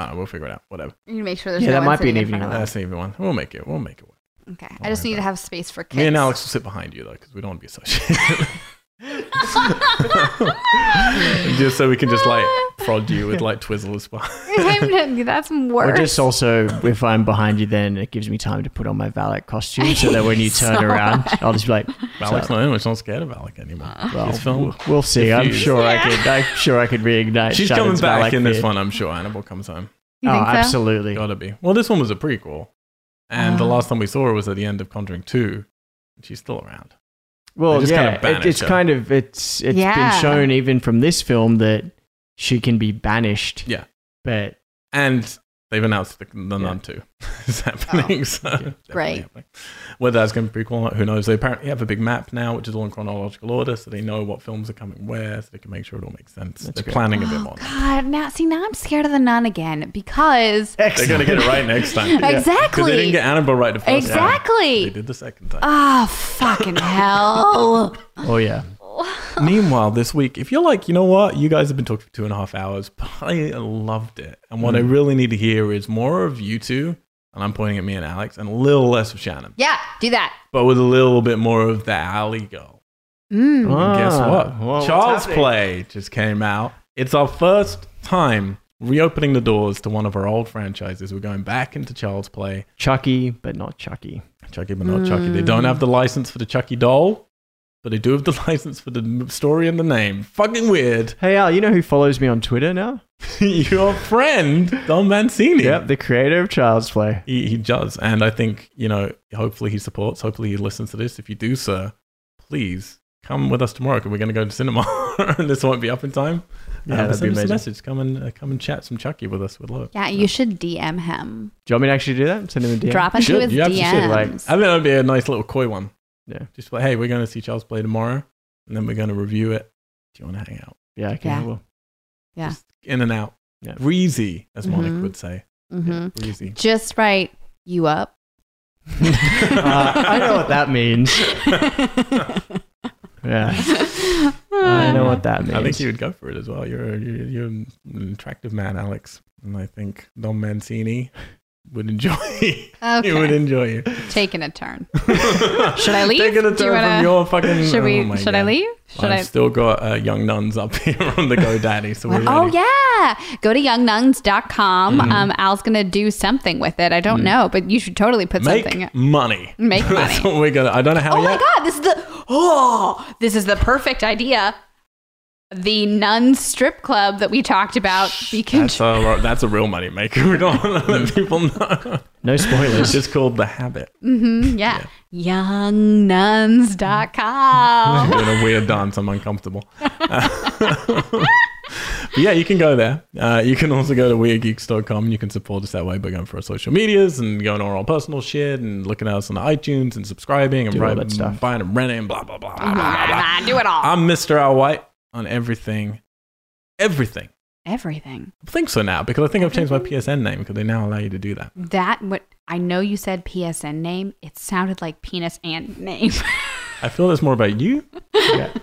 [SPEAKER 1] Ah, we'll figure it out. Whatever.
[SPEAKER 2] You need to make sure there's
[SPEAKER 3] Yeah,
[SPEAKER 2] no
[SPEAKER 3] that
[SPEAKER 2] one
[SPEAKER 3] might be an
[SPEAKER 2] sitting in
[SPEAKER 3] evening
[SPEAKER 2] front of
[SPEAKER 1] That's an evening one. We'll make it. We'll make it. work.
[SPEAKER 2] us. Okay.
[SPEAKER 1] Oh
[SPEAKER 2] I just
[SPEAKER 1] my
[SPEAKER 2] need to
[SPEAKER 1] God.
[SPEAKER 2] have space for kids.
[SPEAKER 1] Me and Alex will sit behind you though, because we don't want to be associated. just so we can just like prod you with like twizzlers.
[SPEAKER 2] That's
[SPEAKER 3] Or
[SPEAKER 2] worse.
[SPEAKER 3] just also, if I'm behind you, then it gives me time to put on my valet costume so that when you turn
[SPEAKER 2] So-
[SPEAKER 3] around, I'll just be like,
[SPEAKER 1] Alec's not in. She's not scared of Alec anymore. This film.
[SPEAKER 3] well, we'll see. I'm
[SPEAKER 1] Diffused.
[SPEAKER 3] sure I could. I'm sure I could reignite.
[SPEAKER 1] She's coming
[SPEAKER 3] Shannon's
[SPEAKER 1] back
[SPEAKER 3] valet
[SPEAKER 1] in this
[SPEAKER 3] fear.
[SPEAKER 1] one, I'm sure. Annabelle comes home.
[SPEAKER 2] You
[SPEAKER 3] oh,
[SPEAKER 2] think so?
[SPEAKER 3] absolutely.
[SPEAKER 1] Gotta be. Well, this one was a prequel, and the
[SPEAKER 2] Ah.
[SPEAKER 1] last time we saw her was at the end of Conjuring Two. and She's still around. They
[SPEAKER 3] Well,
[SPEAKER 1] just kinda
[SPEAKER 3] yeah,
[SPEAKER 1] banish
[SPEAKER 3] it, it's
[SPEAKER 1] her.
[SPEAKER 3] kind of it's it's
[SPEAKER 2] Yeah.
[SPEAKER 3] been shown even from this film that she can be banished.
[SPEAKER 1] Yeah.
[SPEAKER 3] but
[SPEAKER 1] And they've announced the, the
[SPEAKER 3] Yeah. Oh.
[SPEAKER 1] Nun 2 is happening. so definitely
[SPEAKER 2] Great.
[SPEAKER 1] happening. Whether that's going to be prequel or not, who knows? They apparently have a big map now, which is all in chronological order, so they know what films are coming where, so they can make sure it all makes sense.
[SPEAKER 3] That's
[SPEAKER 1] They're
[SPEAKER 3] great.
[SPEAKER 1] planning a bit
[SPEAKER 2] Oh
[SPEAKER 1] more. now.
[SPEAKER 2] God! Now, see, now I'm scared of the nun again because
[SPEAKER 1] They're going to get it right next time. Because they didn't
[SPEAKER 2] exactly,
[SPEAKER 1] get Annabelle right the first time. They
[SPEAKER 2] exactly.
[SPEAKER 1] did the second time.
[SPEAKER 2] Ah, fucking hell!
[SPEAKER 3] oh yeah,
[SPEAKER 1] Meanwhile, this week, if you're like, you know what, you guys have been talking for two and a half hours, but I loved it. And what I
[SPEAKER 3] Mm.
[SPEAKER 1] really need to hear is more of you two, and I'm pointing at me and Alex, and a little less of Shannon,
[SPEAKER 2] Yeah, do that.
[SPEAKER 1] but with a little bit more of the alley girl.
[SPEAKER 2] Mm.
[SPEAKER 1] And guess
[SPEAKER 3] Ah,
[SPEAKER 1] what?
[SPEAKER 3] well, what's
[SPEAKER 1] Child's
[SPEAKER 3] happening?
[SPEAKER 1] Play just came out. It's our first time reopening the doors to one of our old franchises. We're going back into Child's Play.
[SPEAKER 3] Chucky, but not Chucky.
[SPEAKER 1] Chucky, but not Chucky. They don't have the license for the Chucky doll, but they do have the license for the m- story and the name. Fucking weird.
[SPEAKER 3] Hey Al, you know who follows me on Twitter now?
[SPEAKER 1] Your friend, Don Mancini.
[SPEAKER 3] Yep, the creator of Child's Play.
[SPEAKER 1] He, he does. And I think, you know, hopefully he supports. Hopefully he listens to this. If you do, sir, please come with us tomorrow because we're going to go to cinema and this won't be up in time.
[SPEAKER 3] Yeah,
[SPEAKER 1] Uh,
[SPEAKER 3] that'd
[SPEAKER 1] send
[SPEAKER 3] be
[SPEAKER 1] us a
[SPEAKER 3] amazing.
[SPEAKER 1] message. Come and, uh, come and chat some Chucky with us. We'd love it.
[SPEAKER 2] Yeah, you should DM him.
[SPEAKER 3] Do you want me to actually do that? Send him a DM.
[SPEAKER 2] Drop into
[SPEAKER 1] should.
[SPEAKER 2] his
[SPEAKER 1] You absolutely
[SPEAKER 2] DMs.
[SPEAKER 3] should, like-
[SPEAKER 1] I think that'd be a nice little coy one.
[SPEAKER 3] Yeah.
[SPEAKER 1] Just like, hey, we're going to see Charles play tomorrow and then we're going to review it. Do you want to hang out?
[SPEAKER 3] Yeah, okay.
[SPEAKER 2] Yeah.
[SPEAKER 3] Well,
[SPEAKER 1] In and out.
[SPEAKER 3] Yeah.
[SPEAKER 1] Breezy, as Monica
[SPEAKER 2] Mhm.
[SPEAKER 1] would say.
[SPEAKER 2] hmm
[SPEAKER 1] Breezy.
[SPEAKER 2] Just write you up.
[SPEAKER 1] Uh,
[SPEAKER 3] uh, I know what that means. Yeah.
[SPEAKER 2] Ah,
[SPEAKER 3] I know what that means.
[SPEAKER 1] I think you would go for it as well. You're, you're you're an attractive man, Alex, and I think Don Mancini would enjoy. he would
[SPEAKER 2] Okay,
[SPEAKER 1] enjoy you.
[SPEAKER 2] taking a turn. should I leave?
[SPEAKER 1] Taking a turn
[SPEAKER 2] Do you wanna-
[SPEAKER 1] from your fucking.
[SPEAKER 2] Should we?
[SPEAKER 1] oh my
[SPEAKER 2] should I
[SPEAKER 1] God.
[SPEAKER 2] leave? Should
[SPEAKER 1] I've
[SPEAKER 2] I?
[SPEAKER 1] still got uh, young nuns up here on the GoDaddy, so we're
[SPEAKER 2] Oh
[SPEAKER 1] ready.
[SPEAKER 2] yeah, go to youngnuns.com.
[SPEAKER 1] Mm-hmm.
[SPEAKER 2] Um, Al's gonna do something with it. I don't know, but you should totally put something.
[SPEAKER 1] Make money.
[SPEAKER 2] Make
[SPEAKER 1] That's
[SPEAKER 2] money.
[SPEAKER 1] what we're gonna. I don't know how
[SPEAKER 2] Oh my
[SPEAKER 1] yet.
[SPEAKER 2] god, this is the oh, this is the perfect idea. The nun strip club that we talked about. Be
[SPEAKER 1] That's a, that's a real money maker. We don't want to
[SPEAKER 3] Mm.
[SPEAKER 1] let people know.
[SPEAKER 3] No spoilers.
[SPEAKER 1] It's just called the habit.
[SPEAKER 2] Mhm, yeah. Youngnuns.com.
[SPEAKER 1] doing a weird dance. I'm uncomfortable. Uh, but yeah, you can go there. Uh, you can also go to weirdgeeks.com and you can support us that way by going for our social medias and going on our personal shit and looking at us on iTunes and subscribing and
[SPEAKER 3] Do all
[SPEAKER 1] writing,
[SPEAKER 3] that stuff.
[SPEAKER 1] buying and renting, blah, blah, blah, blah, blah, blah.
[SPEAKER 2] Ah, do it all.
[SPEAKER 1] I'm Mr. Al White on everything. Everything.
[SPEAKER 2] Everything.
[SPEAKER 1] I think so now because I think I've changed my PSN name because they now allow you to do that.
[SPEAKER 2] That what I know you said PSN name. It sounded like penis and name.
[SPEAKER 1] I feel that's more about you.
[SPEAKER 3] Yeah.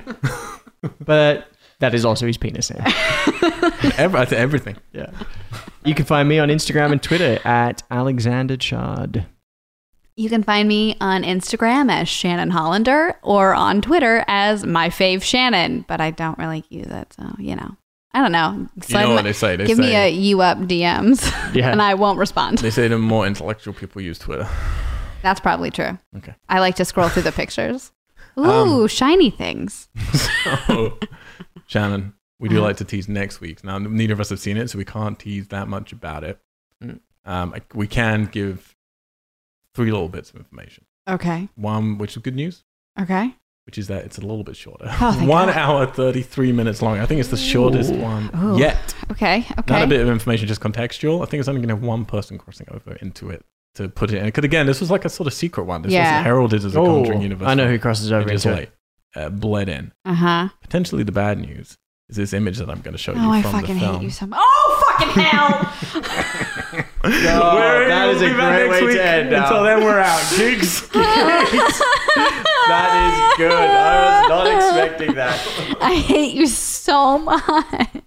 [SPEAKER 3] but that is also his penis. Sam.
[SPEAKER 1] Every, I say everything.
[SPEAKER 3] Yeah. You can find me on Instagram and Twitter at Alexander Chard.
[SPEAKER 2] you can find me on Instagram as Shannon Hollander or on Twitter as my fave Shannon, but I don't really use it, so you know. I don't know.
[SPEAKER 1] You
[SPEAKER 2] Slide
[SPEAKER 1] know
[SPEAKER 2] my-
[SPEAKER 1] what they say. They
[SPEAKER 2] give
[SPEAKER 1] say,
[SPEAKER 2] me a you up DMs
[SPEAKER 3] Yeah.
[SPEAKER 2] and I won't respond.
[SPEAKER 1] they say the more intellectual people use Twitter.
[SPEAKER 2] That's probably true.
[SPEAKER 1] Okay.
[SPEAKER 2] I like to scroll through the pictures. Ooh,
[SPEAKER 1] Um,
[SPEAKER 2] shiny things.
[SPEAKER 1] so, Shannon, we do
[SPEAKER 3] Uh-huh.
[SPEAKER 1] like to tease next week's. Now, neither of us have seen it, so we can't tease that much about it.
[SPEAKER 3] Mm.
[SPEAKER 1] Um, I- we can give three little bits of information.
[SPEAKER 2] Okay.
[SPEAKER 1] One, which is good news,
[SPEAKER 2] Okay.
[SPEAKER 1] which is that it's a little bit shorter.
[SPEAKER 2] Oh,
[SPEAKER 1] One
[SPEAKER 2] thank God.
[SPEAKER 1] hour, 33 minutes long. I think it's the shortest
[SPEAKER 3] Ooh. Oh,
[SPEAKER 1] one
[SPEAKER 2] Ooh.
[SPEAKER 1] yet.
[SPEAKER 2] Okay.
[SPEAKER 1] Not a
[SPEAKER 2] Okay.
[SPEAKER 1] bit of information, just contextual. I think it's only going to have one person crossing over into it to put it in. Because again, this was like a sort of secret one. This
[SPEAKER 2] Yeah.
[SPEAKER 1] was heralded as a Conjuring universe.
[SPEAKER 3] Oh, I know who crosses
[SPEAKER 1] It
[SPEAKER 3] over
[SPEAKER 1] just
[SPEAKER 3] into
[SPEAKER 1] like
[SPEAKER 3] it.
[SPEAKER 1] uh, bled in.
[SPEAKER 2] Uh huh.
[SPEAKER 1] Potentially the bad news is this image that I'm going to show
[SPEAKER 2] Oh,
[SPEAKER 1] you
[SPEAKER 2] I
[SPEAKER 1] from
[SPEAKER 2] fucking
[SPEAKER 1] the film.
[SPEAKER 2] hate you so much. Oh, fucking hell.
[SPEAKER 3] Oh,
[SPEAKER 1] We're-
[SPEAKER 3] that
[SPEAKER 1] we'll
[SPEAKER 3] is a
[SPEAKER 1] be back
[SPEAKER 3] great
[SPEAKER 1] next
[SPEAKER 3] way
[SPEAKER 1] week.
[SPEAKER 3] to end. now.
[SPEAKER 1] Until then, we're out. Geeks.
[SPEAKER 3] that is good. I was not expecting that.
[SPEAKER 2] I hate you so much.